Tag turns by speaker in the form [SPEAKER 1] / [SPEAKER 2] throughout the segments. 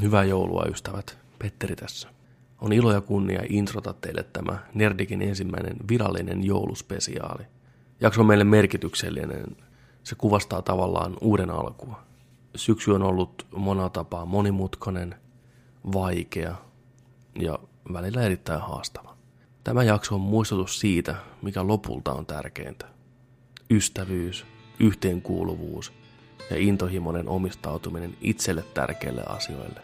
[SPEAKER 1] Hyvää joulua, ystävät. Petteri tässä. On ilo ja kunnia introta teille tämä Nerdikin ensimmäinen virallinen jouluspesiaali. Jakso on meille merkityksellinen. Se kuvastaa tavallaan uuden alkua. Syksy on ollut monella tapaa monimutkainen, vaikea ja välillä erittäin haastava. Tämä jakso on muistutus siitä, mikä lopulta on tärkeintä. Ystävyys, yhteenkuuluvuus ja intohimoinen omistautuminen itselle tärkeille asioille.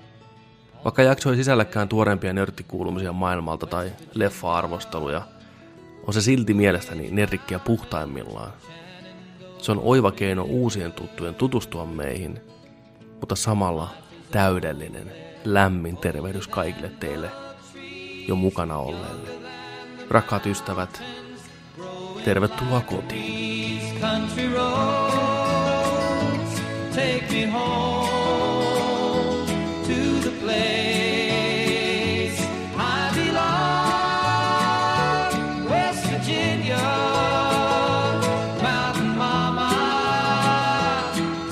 [SPEAKER 1] Vaikka jakso ei sisälläkään tuorempia nörttikuulumisia maailmalta tai leffa-arvosteluja, on se silti mielestäni nerikkiä puhtaimmillaan. Se on oiva keino uusien tuttujen tutustua meihin, mutta samalla täydellinen, lämmin tervehdys kaikille teille jo mukana olleille. Rakkaat ystävät, tervetuloa kotiin.
[SPEAKER 2] these country roads. Take me home to the place I belong. West Virginia, Mountain Mama.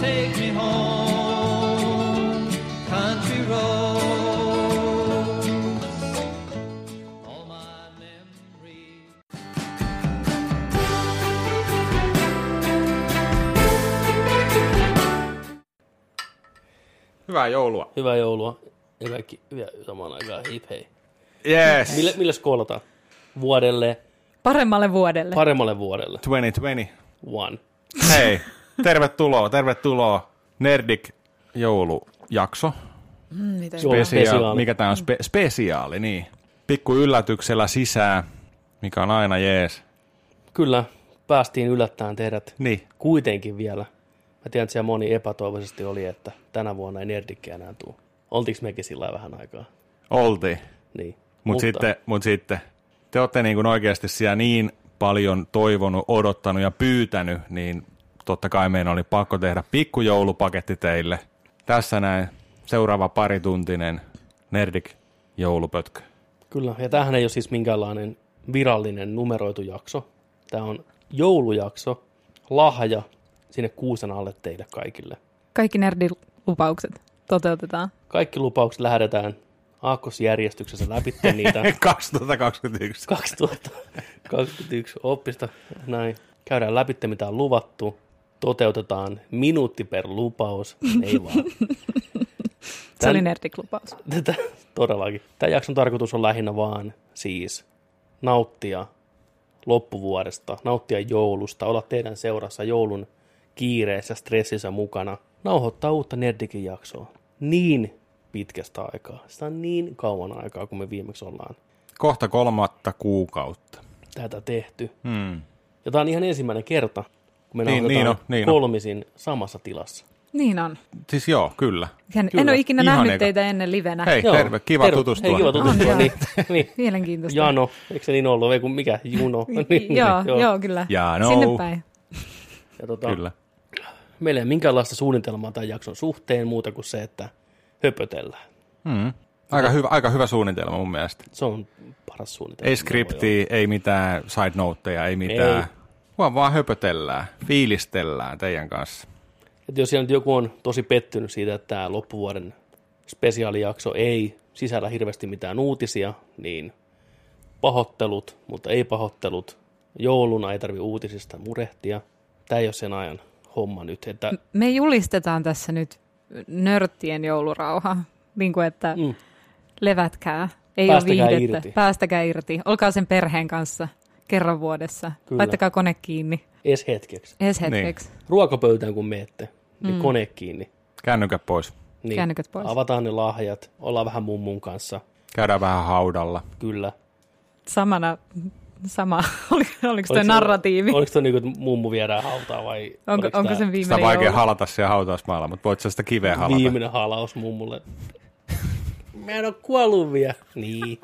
[SPEAKER 2] Take me home, country roads. All my memories.
[SPEAKER 3] Hyvää joulua.
[SPEAKER 1] Hyvää joulua ja kaikki hyviä samaan aikaan. Hip hei.
[SPEAKER 3] Yes.
[SPEAKER 1] Mille, millä skoolataan? Vuodelle,
[SPEAKER 4] Paremmalle vuodelle.
[SPEAKER 1] paremmalle vuodelle.
[SPEAKER 3] 2020.
[SPEAKER 1] One.
[SPEAKER 3] Hei, tervetuloa, tervetuloa. Nerdik joulujakso.
[SPEAKER 4] Miten?
[SPEAKER 1] Spesiaali.
[SPEAKER 3] Spesiaali. Mikä tämä on? Spe- spesiaali, niin. Pikku yllätyksellä sisään, mikä on aina jees.
[SPEAKER 1] Kyllä, päästiin yllättäen teidät
[SPEAKER 3] Niin.
[SPEAKER 1] kuitenkin vielä. Mä tiedän, että siellä moni epätoivoisesti oli, että tänä vuonna ei nerdikkiä enää tuu. Oltiinko mekin sillä lailla vähän aikaa?
[SPEAKER 3] Oltiin.
[SPEAKER 1] Niin.
[SPEAKER 3] Mut sitten, mut sitten, te olette niin kuin oikeasti siellä niin paljon toivonut, odottanut ja pyytänyt, niin totta kai meidän oli pakko tehdä pikkujoulupaketti teille. Tässä näin seuraava parituntinen Nerdik joulupötkö.
[SPEAKER 1] Kyllä, ja tämähän ei ole siis minkäänlainen virallinen numeroitu jakso. Tämä on joulujakso, lahja sinne kuusen alle teille kaikille.
[SPEAKER 4] Kaikki nerdilupaukset toteutetaan.
[SPEAKER 1] Kaikki lupaukset lähdetään aakkosjärjestyksessä läpi niitä
[SPEAKER 3] 2021.
[SPEAKER 1] 2021 oppista. Näin. Käydään läpi, mitä on luvattu. Toteutetaan minuutti per lupaus. Ei vaan.
[SPEAKER 4] Se oli
[SPEAKER 1] Tän-
[SPEAKER 4] nerdiklupaus.
[SPEAKER 1] Tätä, todellakin. Tämän jakson tarkoitus on lähinnä vaan siis nauttia loppuvuodesta, nauttia joulusta, olla teidän seurassa joulun kiireessä, stressissä mukana, nauhoittaa uutta Nerdikin jaksoa niin pitkästä aikaa. Sitä on niin kauan aikaa, kun me viimeksi ollaan
[SPEAKER 3] Kohta kolmatta kuukautta.
[SPEAKER 1] tätä tehty.
[SPEAKER 3] Hmm.
[SPEAKER 1] Ja tämä on ihan ensimmäinen kerta, kun me
[SPEAKER 3] Niin,
[SPEAKER 1] niin,
[SPEAKER 3] niin
[SPEAKER 1] niin
[SPEAKER 3] on, niin on.
[SPEAKER 1] kolmisin samassa tilassa.
[SPEAKER 4] Niin on.
[SPEAKER 3] Siis joo, kyllä.
[SPEAKER 4] En, en
[SPEAKER 1] Kyllä,
[SPEAKER 4] ole ikinä
[SPEAKER 3] ihan
[SPEAKER 4] nähnyt
[SPEAKER 3] eka.
[SPEAKER 4] teitä ennen livenä.
[SPEAKER 3] Hei, Joo, terve, kiva
[SPEAKER 1] Terve-
[SPEAKER 3] tutustua.
[SPEAKER 1] Hei, kiva tutustua.
[SPEAKER 4] On,
[SPEAKER 1] niin, niin.
[SPEAKER 4] Mielenkiintoista.
[SPEAKER 1] Jano, eikö se niin ollut? Ei kun mikä, Juno. niin,
[SPEAKER 4] joo, joo, joo, kyllä.
[SPEAKER 3] Jaa, no.
[SPEAKER 4] Sinne päin.
[SPEAKER 1] Ja tota,
[SPEAKER 3] Kyllä.
[SPEAKER 1] Meillä ei ole minkäänlaista suunnitelmaa tämän jakson suhteen muuta kuin se, että höpötellään.
[SPEAKER 3] Hmm. Aika, hyvä, aika hyvä suunnitelma mun mielestä.
[SPEAKER 1] Se on paras suunnitelma.
[SPEAKER 3] Ei skriptiä, ei mitään side noteja, ei mitään.
[SPEAKER 1] Ei.
[SPEAKER 3] Vaan vaan höpötellään, fiilistellään teidän kanssa.
[SPEAKER 1] Et jos siellä nyt joku on tosi pettynyt siitä, että tämä loppuvuoden spesiaalijakso ei sisällä hirveästi mitään uutisia, niin pahoittelut, mutta ei pahoittelut. Jouluna ei tarvi uutisista murehtia. Tämä ei ole sen ajan homma nyt. Että,
[SPEAKER 4] Me julistetaan tässä nyt nörttien joulurauha. Niin kuin, että
[SPEAKER 1] mm,
[SPEAKER 4] levätkää. Ei
[SPEAKER 1] Päästäkää
[SPEAKER 4] ole viihdettä.
[SPEAKER 1] irti.
[SPEAKER 4] Päästäkää irti. Olkaa sen perheen kanssa kerran vuodessa.
[SPEAKER 1] Kyllä.
[SPEAKER 4] Laittakaa kone kiinni.
[SPEAKER 1] edes hetkeksi.
[SPEAKER 4] Edes hetkeksi.
[SPEAKER 1] Ruokapöytään kun meette, niin mm. kone kiinni.
[SPEAKER 3] Kännykä pois.
[SPEAKER 1] Niin,
[SPEAKER 4] Kännykät pois.
[SPEAKER 1] Avataan ne lahjat, ollaan vähän mummun kanssa,
[SPEAKER 3] Käydään vähän haudalla.
[SPEAKER 1] kyllä.
[SPEAKER 4] Samana, sama. Oli- Oliko
[SPEAKER 1] Oliko
[SPEAKER 4] se
[SPEAKER 1] se-
[SPEAKER 4] narratiivi?
[SPEAKER 1] Oliko se niin kuin, että mummu viedään hautaan vai
[SPEAKER 4] Onko,
[SPEAKER 1] oliko
[SPEAKER 4] onko
[SPEAKER 1] tää
[SPEAKER 4] sen
[SPEAKER 3] Sitä on
[SPEAKER 4] viimeinen
[SPEAKER 3] vaikea
[SPEAKER 4] joulu?
[SPEAKER 3] halata siellä hautausmaalla, mutta voit sä sitä kiveä halata.
[SPEAKER 1] viimeinen halaus mummulle? Mä en ole kuollut vielä. Niin.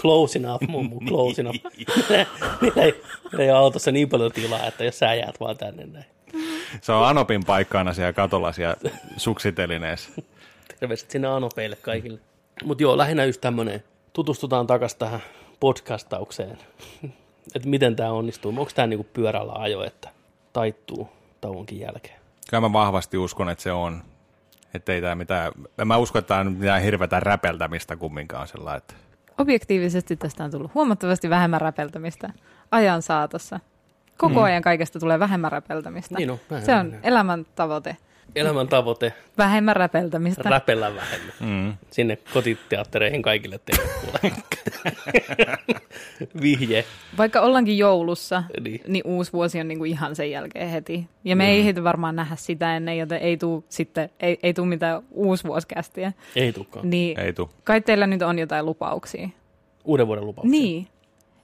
[SPEAKER 1] Close enough, mummu, close enough. Meillä ei, meillä ei ole autossa niin paljon tilaa, että jos sä jäät vaan tänne näin.
[SPEAKER 3] Se on Anopin paikkaana siellä katolla siellä suksitelineissä.
[SPEAKER 1] Terveiset sinne Anopeille kaikille. Mutta joo, lähinnä just tämmönen, tutustutaan takaisin tähän podcastaukseen, että miten tämä onnistuu. Onko tämä niinku pyörällä ajo, että taittuu tauonkin jälkeen?
[SPEAKER 3] Kyllä mä vahvasti uskon, että se on. Että ei tämä mitään, en mä usko, että tämä on nyt mitään hirveätä räpeltämistä kumminkaan sillä että
[SPEAKER 4] Objektiivisesti tästä on tullut huomattavasti vähemmän räpeltämistä ajan saatossa. Koko ajan kaikesta tulee vähemmän räpeltämistä.
[SPEAKER 5] Niin on, vähemmän.
[SPEAKER 4] Se on elämän tavoite.
[SPEAKER 1] Elämän tavoite,
[SPEAKER 4] Vähemmän räpeltämistä.
[SPEAKER 1] räpellä vähemmän. Mm. Sinne kotiteattereihin kaikille teille Vihje.
[SPEAKER 4] Vaikka ollaankin joulussa,
[SPEAKER 1] Niin.
[SPEAKER 4] niin, niin uusi vuosi on niinku ihan sen jälkeen heti. Ja me mm. ei ehditä varmaan nähdä sitä ennen, joten ei tuu sitten, ei, ei tuu mitään uusvuosikästiä.
[SPEAKER 1] Ei tulekaan.
[SPEAKER 4] Niin
[SPEAKER 3] ei tule.
[SPEAKER 4] kai teillä nyt on jotain lupauksia.
[SPEAKER 1] Uuden vuoden lupauksia.
[SPEAKER 4] Niin.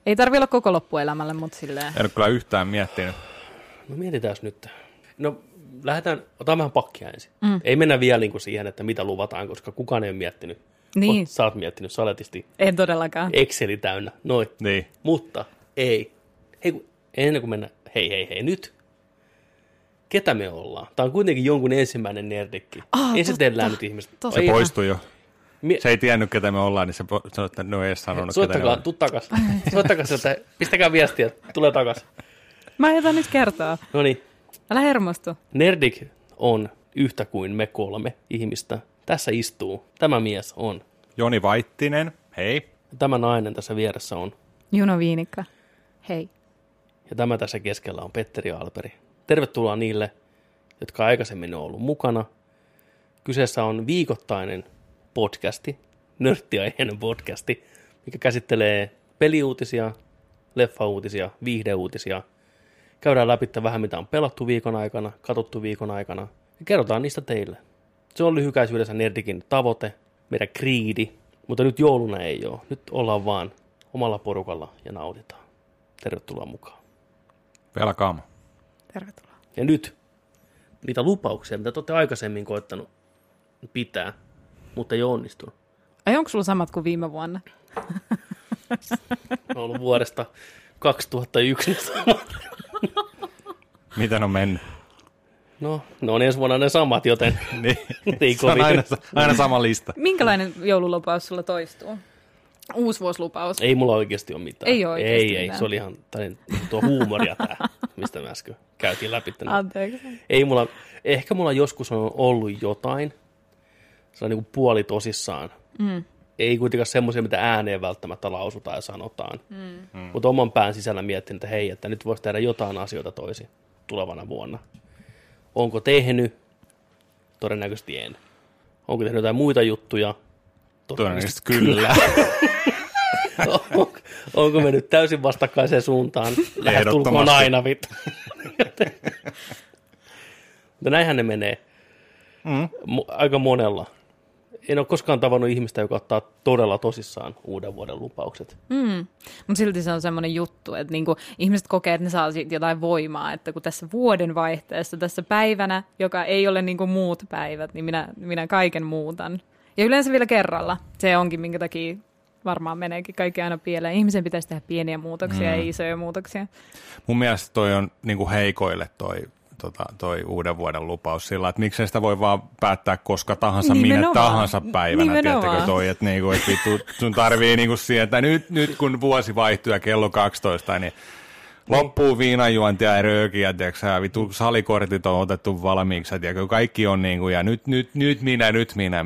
[SPEAKER 4] Ei tarvi olla koko loppuelämälle, mutta silleen.
[SPEAKER 3] En ole kyllä yhtään miettinyt.
[SPEAKER 1] No mietitään nyt. No lähdetään, otetaan vähän pakkia ensin. Mm. Ei mennä vielä niin kuin siihen, että mitä luvataan, koska kukaan ei ole miettinyt.
[SPEAKER 4] Niin,
[SPEAKER 1] Oot- Sä oot miettinyt saletisti.
[SPEAKER 4] ei todellakaan.
[SPEAKER 1] Exceli täynnä, noin.
[SPEAKER 3] Niin.
[SPEAKER 1] Mutta ei. Hei, kun- ennen kuin mennään, hei hei hei, nyt. Ketä me ollaan? Tämä on kuitenkin jonkun ensimmäinen nerdikki.
[SPEAKER 4] Ah,
[SPEAKER 1] Esitellään
[SPEAKER 4] totta.
[SPEAKER 1] nyt ihmiset.
[SPEAKER 4] Totta.
[SPEAKER 3] Se
[SPEAKER 1] Ei,
[SPEAKER 3] poistui jo.
[SPEAKER 1] mie-
[SPEAKER 3] Se ei tiennyt, ketä me ollaan, niin se po- sanoi, että no ei edes sanonut, ketä ne
[SPEAKER 1] Soittakaa,
[SPEAKER 3] on.
[SPEAKER 1] tuu takas. Soittakaa takas, että pistäkää viestiä, että tulee takas.
[SPEAKER 4] Mä jätän nyt kertoa.
[SPEAKER 1] No niin,
[SPEAKER 4] Älä hermostu.
[SPEAKER 1] nerdik on yhtä kuin me kolme ihmistä. Tässä istuu. Tämä mies on.
[SPEAKER 3] Joni Vaittinen, hei.
[SPEAKER 1] Tämä nainen tässä vieressä on.
[SPEAKER 4] Juno Viinikka. Hei.
[SPEAKER 1] Ja tämä tässä keskellä on Petteri Alperi. Tervetuloa niille, jotka aikaisemmin on ollut mukana. Kyseessä on viikoittainen podcasti, nörttiaiheinen podcasti, mikä käsittelee peliuutisia, leffauutisia, viihdeuutisia. Käydään läpi vähän, mitä on pelattu viikon aikana, katsottu viikon aikana ja kerrotaan niistä teille. Se on lyhykäisyydessä Nerdikin tavoite, meidän kriidi, mutta nyt jouluna ei ole. Nyt ollaan vaan omalla porukalla ja nautitaan. Tervetuloa mukaan.
[SPEAKER 3] Velkaamo.
[SPEAKER 4] Tervetuloa.
[SPEAKER 1] Ja nyt niitä lupauksia, mitä te olette aikaisemmin koettanut pitää, mutta ei ole onnistunut.
[SPEAKER 4] Ai onko sulla samat kuin viime vuonna?
[SPEAKER 1] On ollut vuodesta 2001. ne samat.
[SPEAKER 3] Miten on mennyt?
[SPEAKER 1] No, ne on ensi vuonna ne samat, joten
[SPEAKER 3] Niin.
[SPEAKER 1] ei
[SPEAKER 3] Se on
[SPEAKER 1] kovin.
[SPEAKER 3] aina, aina sama lista.
[SPEAKER 4] Minkälainen joululupaus sulla toistuu? Uusvuosilupaus.
[SPEAKER 1] Ei mulla oikeasti ole mitään.
[SPEAKER 4] Ei oo oikeasti
[SPEAKER 1] Ei, ei.
[SPEAKER 4] mitään.
[SPEAKER 1] Se oli ihan tää oli tuo huumoria tämä, mistä mä äsken käytiin läpi. tänne.
[SPEAKER 4] Anteeksi.
[SPEAKER 1] Ei mulla, ehkä mulla joskus on ollut jotain, se on niin kuin puoli tosissaan. Mm. Ei kuitenkaan semmoisia, mitä ääneen välttämättä lausutaan ja sanotaan. Mm. Mutta oman pään sisällä miettinyt, että hei, että nyt voisi tehdä jotain asioita toisin tulevana vuonna. Onko tehnyt? Todennäköisesti en. Onko tehnyt jotain muita juttuja?
[SPEAKER 3] Todennäköisesti kyllä.
[SPEAKER 1] onko, onko mennyt täysin vastakkaiseen suuntaan? Lähes tulkoon
[SPEAKER 3] Ehdottomasti.
[SPEAKER 1] aina, vittu. Mutta näinhän ne menee. Mm. Aika monella. En ole koskaan tavannut ihmistä, joka ottaa todella tosissaan uuden vuoden lupaukset.
[SPEAKER 4] Mutta silti se on semmoinen juttu, että niinku ihmiset kokee, että ne saa siitä jotain voimaa, että kun tässä vuoden vaihteessa, tässä päivänä, joka ei ole niinku muut päivät, niin minä, minä kaiken muutan. Ja yleensä vielä kerralla. Se onkin, minkä takia varmaan meneekin kaikki aina pieleen. Ihmisen pitäisi tehdä pieniä muutoksia, mm. ei isoja muutoksia.
[SPEAKER 3] Mun mielestä toi on niin kuin heikoille toi, tota, toi uuden vuoden lupaus sillä, että miksei sitä voi vaan päättää koska tahansa, minä
[SPEAKER 4] Nimenomaan.
[SPEAKER 3] tahansa päivänä,
[SPEAKER 4] Nimenomaan.
[SPEAKER 3] tiettäkö toi, että niin kuin, et vittu, sun tarvii niin kuin siihen, että nyt, nyt kun vuosi vaihtuu ja kello 12, niin loppuu viinajuontia ja röökiä, tiedätkö, ja vittu salikortit on otettu valmiiksi, ja tiedätkö, kaikki on niin kuin, ja nyt, nyt, nyt minä, nyt minä.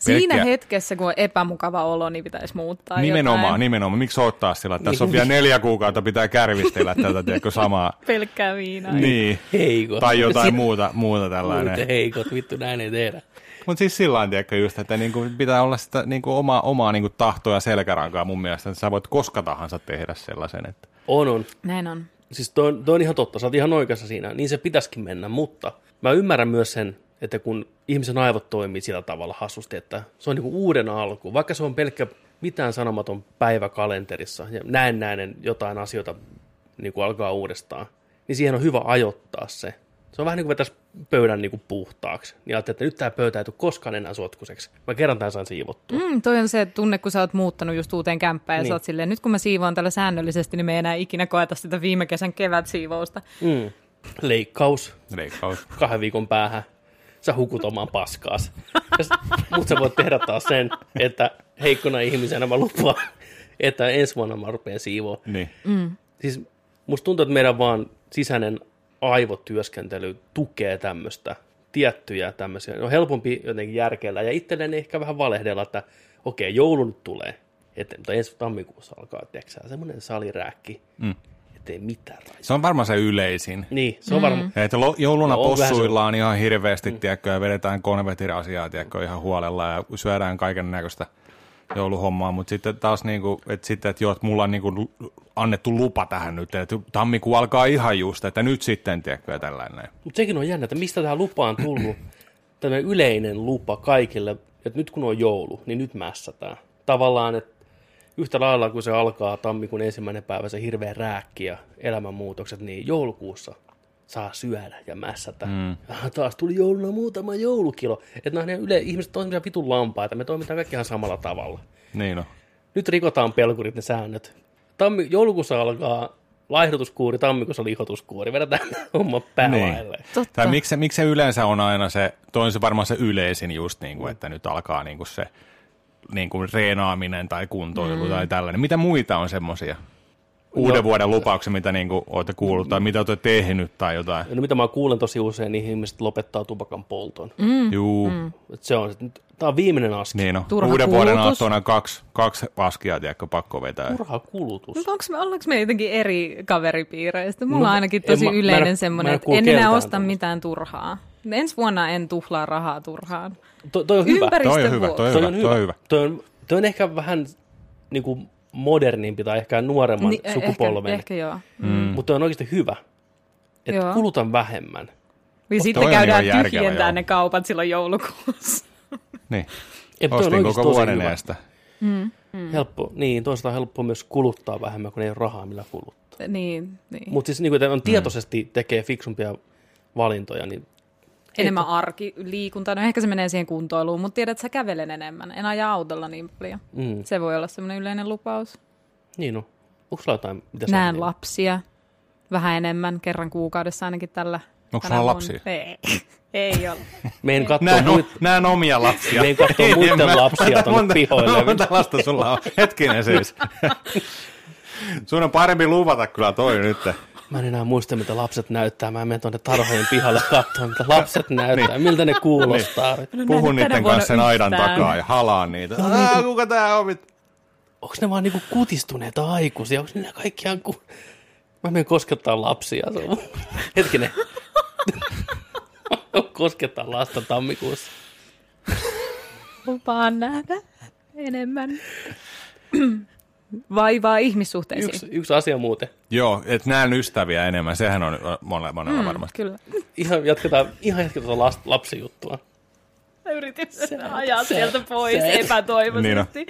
[SPEAKER 4] Siinä
[SPEAKER 3] Pelkkiä-
[SPEAKER 4] hetkessä, kun on epämukava olo, niin pitäisi muuttaa
[SPEAKER 3] Nimenomaan,
[SPEAKER 4] jotain. Niin.
[SPEAKER 3] nimenomaan. Miksi ottaa sillä? että Tässä on vielä neljä kuukautta, pitää kärvistellä tätä, tiedätkö, samaa.
[SPEAKER 4] Pelkkää viinaa.
[SPEAKER 3] Niin.
[SPEAKER 1] Heikot.
[SPEAKER 3] Tai jotain muuta, muuta tällainen.
[SPEAKER 1] Siis Muuten heikot, vittu näin ei tehdä.
[SPEAKER 3] Mutta siis sillä on, tiedätkö, just, että niinku pitää olla sitä niinku omaa, omaa niinku tahtoa ja selkärankaa mun mielestä. Että sä voit koska tahansa tehdä sellaisen. Että.
[SPEAKER 1] On, on.
[SPEAKER 4] Näin on.
[SPEAKER 1] Siis toi, on- toi on ihan totta, sä oot ihan oikeassa siinä, niin se pitäisikin mennä, mutta mä ymmärrän myös sen, että kun ihmisen aivot toimii sillä tavalla hassusti, että se on niinku uuden alku, vaikka se on pelkkä mitään sanomaton päivä kalenterissa ja näennäinen jotain asioita niinku alkaa uudestaan, niin siihen on hyvä ajoittaa se. Se on vähän niin kuin vetäisi pöydän niinku puhtaaksi. Niin ajattelee, että nyt tämä pöytä ei tule koskaan enää sotkuseksi. Mä kerran tämän sain siivottua.
[SPEAKER 4] Mm, toi on se tunne, kun sä oot muuttanut just uuteen kämppään ja
[SPEAKER 1] Niin.
[SPEAKER 4] sä oot silleen, nyt kun mä siivoan tällä säännöllisesti, niin me ei enää ikinä koeta sitä viime kesän kevätsiivousta.
[SPEAKER 1] Mm. Leikkaus,
[SPEAKER 3] Leikkaus.
[SPEAKER 1] kahden viikon päähän, sä hukut omaan paskaas. Mutta sä voit tehdä taas sen, että heikkona ihmisenä mä lupaan, että ensi vuonna mä rupean siivoa.
[SPEAKER 3] Niin.
[SPEAKER 1] Siis musta tuntuu, että meidän vaan sisäinen aivotyöskentely tukee tämmöistä tiettyjä tämmöisiä. On helpompi jotenkin järkeillä ja itselleni ehkä vähän valehdella, että okei, joulu nyt tulee. Että, mutta ensi tammikuussa alkaa, tiedätkö semmoinen salirääkki, mm. ettei mitään rajoja.
[SPEAKER 3] Se on varmaan se yleisin.
[SPEAKER 1] Niin, se on mm. varmaan.
[SPEAKER 3] Ja Että lo- jouluna
[SPEAKER 1] Joo, on Mm. vähän
[SPEAKER 3] possuillaan ihan hirveästi, tiedätkö, ja vedetään konvetirasiaa, tiedätkö, ihan huolella, ja syödään kaiken näköistä jouluhommaa, mutta sitten taas niin kuin, että sitten, että joo, että mulla on niin kuin annettu lupa tähän nyt, että tammikuu alkaa ihan just, että nyt sitten, tiedätkö, ja tällainen. näin.
[SPEAKER 1] Mutta sekin on jännä, että mistä tähän lupaan tullut tämmöinen yleinen lupa kaikille, että nyt kun on joulu, niin nyt mässätään. Tavallaan, että yhtä lailla kun se alkaa tammikuun ensimmäinen päivä, se hirveä rääkki ja elämänmuutokset, niin joulukuussa saa syödä ja mässätä. Mm. Taas tuli jouluna muutama joulukilo. Että nämä yle, ihmiset on semmoisia vitun lampaita, me toimitaan kaikki ihan samalla tavalla.
[SPEAKER 3] Niin on.
[SPEAKER 1] Nyt rikotaan pelkurit ne säännöt. Tammi, joulukuussa alkaa laihdutuskuuri, tammikuussa lihotuskuuri. Vedetään homma päälaille. Niin.
[SPEAKER 4] Totta.
[SPEAKER 3] Tai miksi, se- miksi se yleensä on aina se, toi on se varmaan se yleisin just niin kuin, että nyt alkaa niin kuin se niin kuin reenaaminen tai kuntoilu mm. tai tällainen. Mitä muita on semmoisia? Uuden
[SPEAKER 1] No,
[SPEAKER 3] vuoden lupauksia, mitä niin kuin olette kuullut tai mitä olette tehnyt tai jotain.
[SPEAKER 1] No mitä mä kuulen tosi usein, niin ihmiset lopettaa tupakan polton. Mm.
[SPEAKER 3] Mm. Juu, mm.
[SPEAKER 1] Et se on, tämä on viimeinen askel. Niin.
[SPEAKER 3] niin on.
[SPEAKER 4] Turha
[SPEAKER 3] Uuden vuoden
[SPEAKER 4] kulutus.
[SPEAKER 3] aattona kaksi, kaksi askia, tiedätkö, pakko vetää.
[SPEAKER 1] Turha kulutus.
[SPEAKER 4] Mutta onko me, ollaanko me jotenkin eri kaveripiireistä? Mulla on
[SPEAKER 1] No,
[SPEAKER 4] ainakin
[SPEAKER 1] en
[SPEAKER 4] tosi
[SPEAKER 1] mä- mä en-
[SPEAKER 4] yleinen
[SPEAKER 1] mä en
[SPEAKER 4] semmoinen, että
[SPEAKER 1] kuule
[SPEAKER 4] en enää
[SPEAKER 1] keltään
[SPEAKER 4] osta
[SPEAKER 1] tämmöistä.
[SPEAKER 4] mitään turhaa. Ensi vuonna en tuhlaa rahaa turhaan.
[SPEAKER 1] To, toi on hyvä.
[SPEAKER 4] Ympäri-
[SPEAKER 3] Toi on
[SPEAKER 4] Ympäristön
[SPEAKER 3] hyvä, toi
[SPEAKER 1] toi
[SPEAKER 3] on hyvä,
[SPEAKER 1] on
[SPEAKER 3] toi on hyvä.
[SPEAKER 1] Toi on, toi on ehkä vähän niin kuin modernimpi tai ehkä nuoremman
[SPEAKER 4] Ni-
[SPEAKER 1] niin,
[SPEAKER 4] eh,
[SPEAKER 1] sukupolven.
[SPEAKER 4] Ehkä, ehkä joo.
[SPEAKER 1] Mm. Mutta toi on oikeasti hyvä. Että
[SPEAKER 4] Joo.
[SPEAKER 1] kulutan vähemmän.
[SPEAKER 4] Ja sitten
[SPEAKER 3] on
[SPEAKER 4] käydään
[SPEAKER 3] ihan järkevä, joo.
[SPEAKER 4] tyhjentämään ne kaupat silloin joulukuussa.
[SPEAKER 3] Niin.
[SPEAKER 1] Ei, toi on
[SPEAKER 3] Ostin
[SPEAKER 1] oikeasti
[SPEAKER 3] koko
[SPEAKER 1] tosi
[SPEAKER 3] vuoden
[SPEAKER 1] hyvä.
[SPEAKER 3] edestä.
[SPEAKER 1] Mm. Helppo, niin, toisaalta on helppo myös kuluttaa vähemmän, kun ei ole rahaa millä kuluttaa.
[SPEAKER 4] niin, niin.
[SPEAKER 1] Mutta siis niin kuin,
[SPEAKER 3] Mm.
[SPEAKER 1] on tietoisesti tekee fiksumpia valintoja, niin
[SPEAKER 4] enemmän arki, liikunta, no ehkä se menee siihen kuntoiluun, mutta tiedät, että sä kävelen enemmän, en aja autolla niin paljon.
[SPEAKER 1] Mm.
[SPEAKER 4] Se voi olla semmoinen yleinen lupaus.
[SPEAKER 1] niin on. Onko sulla jotain, mitä sä niin.
[SPEAKER 4] Näen
[SPEAKER 1] teet?
[SPEAKER 4] lapsia vähän enemmän, kerran kuukaudessa ainakin tällä.
[SPEAKER 3] Onko
[SPEAKER 4] tänä
[SPEAKER 3] sulla
[SPEAKER 4] vuonna.
[SPEAKER 3] lapsia?
[SPEAKER 4] Ei, ei ole.
[SPEAKER 1] Meen kattoo
[SPEAKER 3] Näen,
[SPEAKER 1] muita.
[SPEAKER 3] o, näen omia lapsia.
[SPEAKER 1] Meen kattoo
[SPEAKER 3] Ei,
[SPEAKER 1] muiden
[SPEAKER 3] en mä-
[SPEAKER 1] Niin, lapsia
[SPEAKER 3] monta-
[SPEAKER 1] tuonne
[SPEAKER 3] monta-
[SPEAKER 1] pihoille.
[SPEAKER 3] Monta lasta sulla on? Hetkinen siis. Sun on parempi luvata kyllä toi nyt.
[SPEAKER 1] Mä en enää muista, mitä lapset näyttää. Mä menen tuonne tarhojen pihalle katsomaan, mitä lapset näyttää. Miltä ne kuulostaa.
[SPEAKER 3] Puhun
[SPEAKER 4] en nähnyt tänä
[SPEAKER 3] niiden
[SPEAKER 4] vuonna
[SPEAKER 3] kanssa sen aidan
[SPEAKER 4] yhtään.
[SPEAKER 3] takaa ja halaan niitä. Aa, kuka tää on? mit-
[SPEAKER 1] Onko ne vaan niinku kutistuneita aikuisia? Onko ne kaikkiaan ku... Mä menen koskettaa lapsia. Se on- Hetkinen. koskettaa lasta tammikuussa.
[SPEAKER 4] Lupaan nähdä enemmän. Vaivaa ihmissuhteisiin.
[SPEAKER 1] Yksi, yksi asia muuten.
[SPEAKER 3] Joo, et näen ystäviä enemmän. Sehän on monella, monella varmasti.
[SPEAKER 4] Kyllä.
[SPEAKER 1] Ihan jatketaan, ihan jatketaan last, lapsijuttua.
[SPEAKER 4] Mä yritin sen ajaa sieltä pois
[SPEAKER 1] se- Niin
[SPEAKER 4] epätoivoisesti.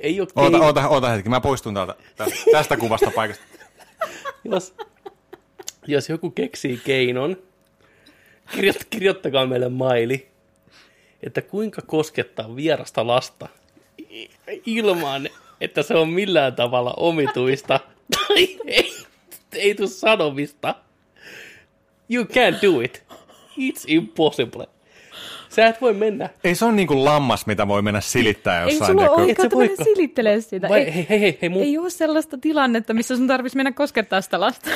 [SPEAKER 1] Ei ole
[SPEAKER 3] Oota,
[SPEAKER 1] keino-
[SPEAKER 3] oota, oota hetki, mä poistun täältä, tästä, tästä kuvasta paikasta.
[SPEAKER 1] jos, jos joku keksii keinon, kirjo, kirjoittakaa meille maili, että kuinka koskettaa vierasta lasta i- ilman, että se on millään tavalla omituista tai ei, ei tule sanomista. You can't do it. It's impossible. Sä et voi mennä.
[SPEAKER 3] Ei se on niinku lammas, mitä voi mennä silittää
[SPEAKER 4] Ei
[SPEAKER 3] jossain.
[SPEAKER 4] sulla ole
[SPEAKER 3] tiedätkö?
[SPEAKER 1] Et sä
[SPEAKER 4] oikeutta mennä
[SPEAKER 1] voikaan.
[SPEAKER 4] silittelemään sitä.
[SPEAKER 1] Vai,
[SPEAKER 4] Ei,
[SPEAKER 1] hei, hei, hei, hei mun,
[SPEAKER 4] ei ole sellaista tilannetta, missä sun tarvitsisi mennä koskettaa sitä lasta.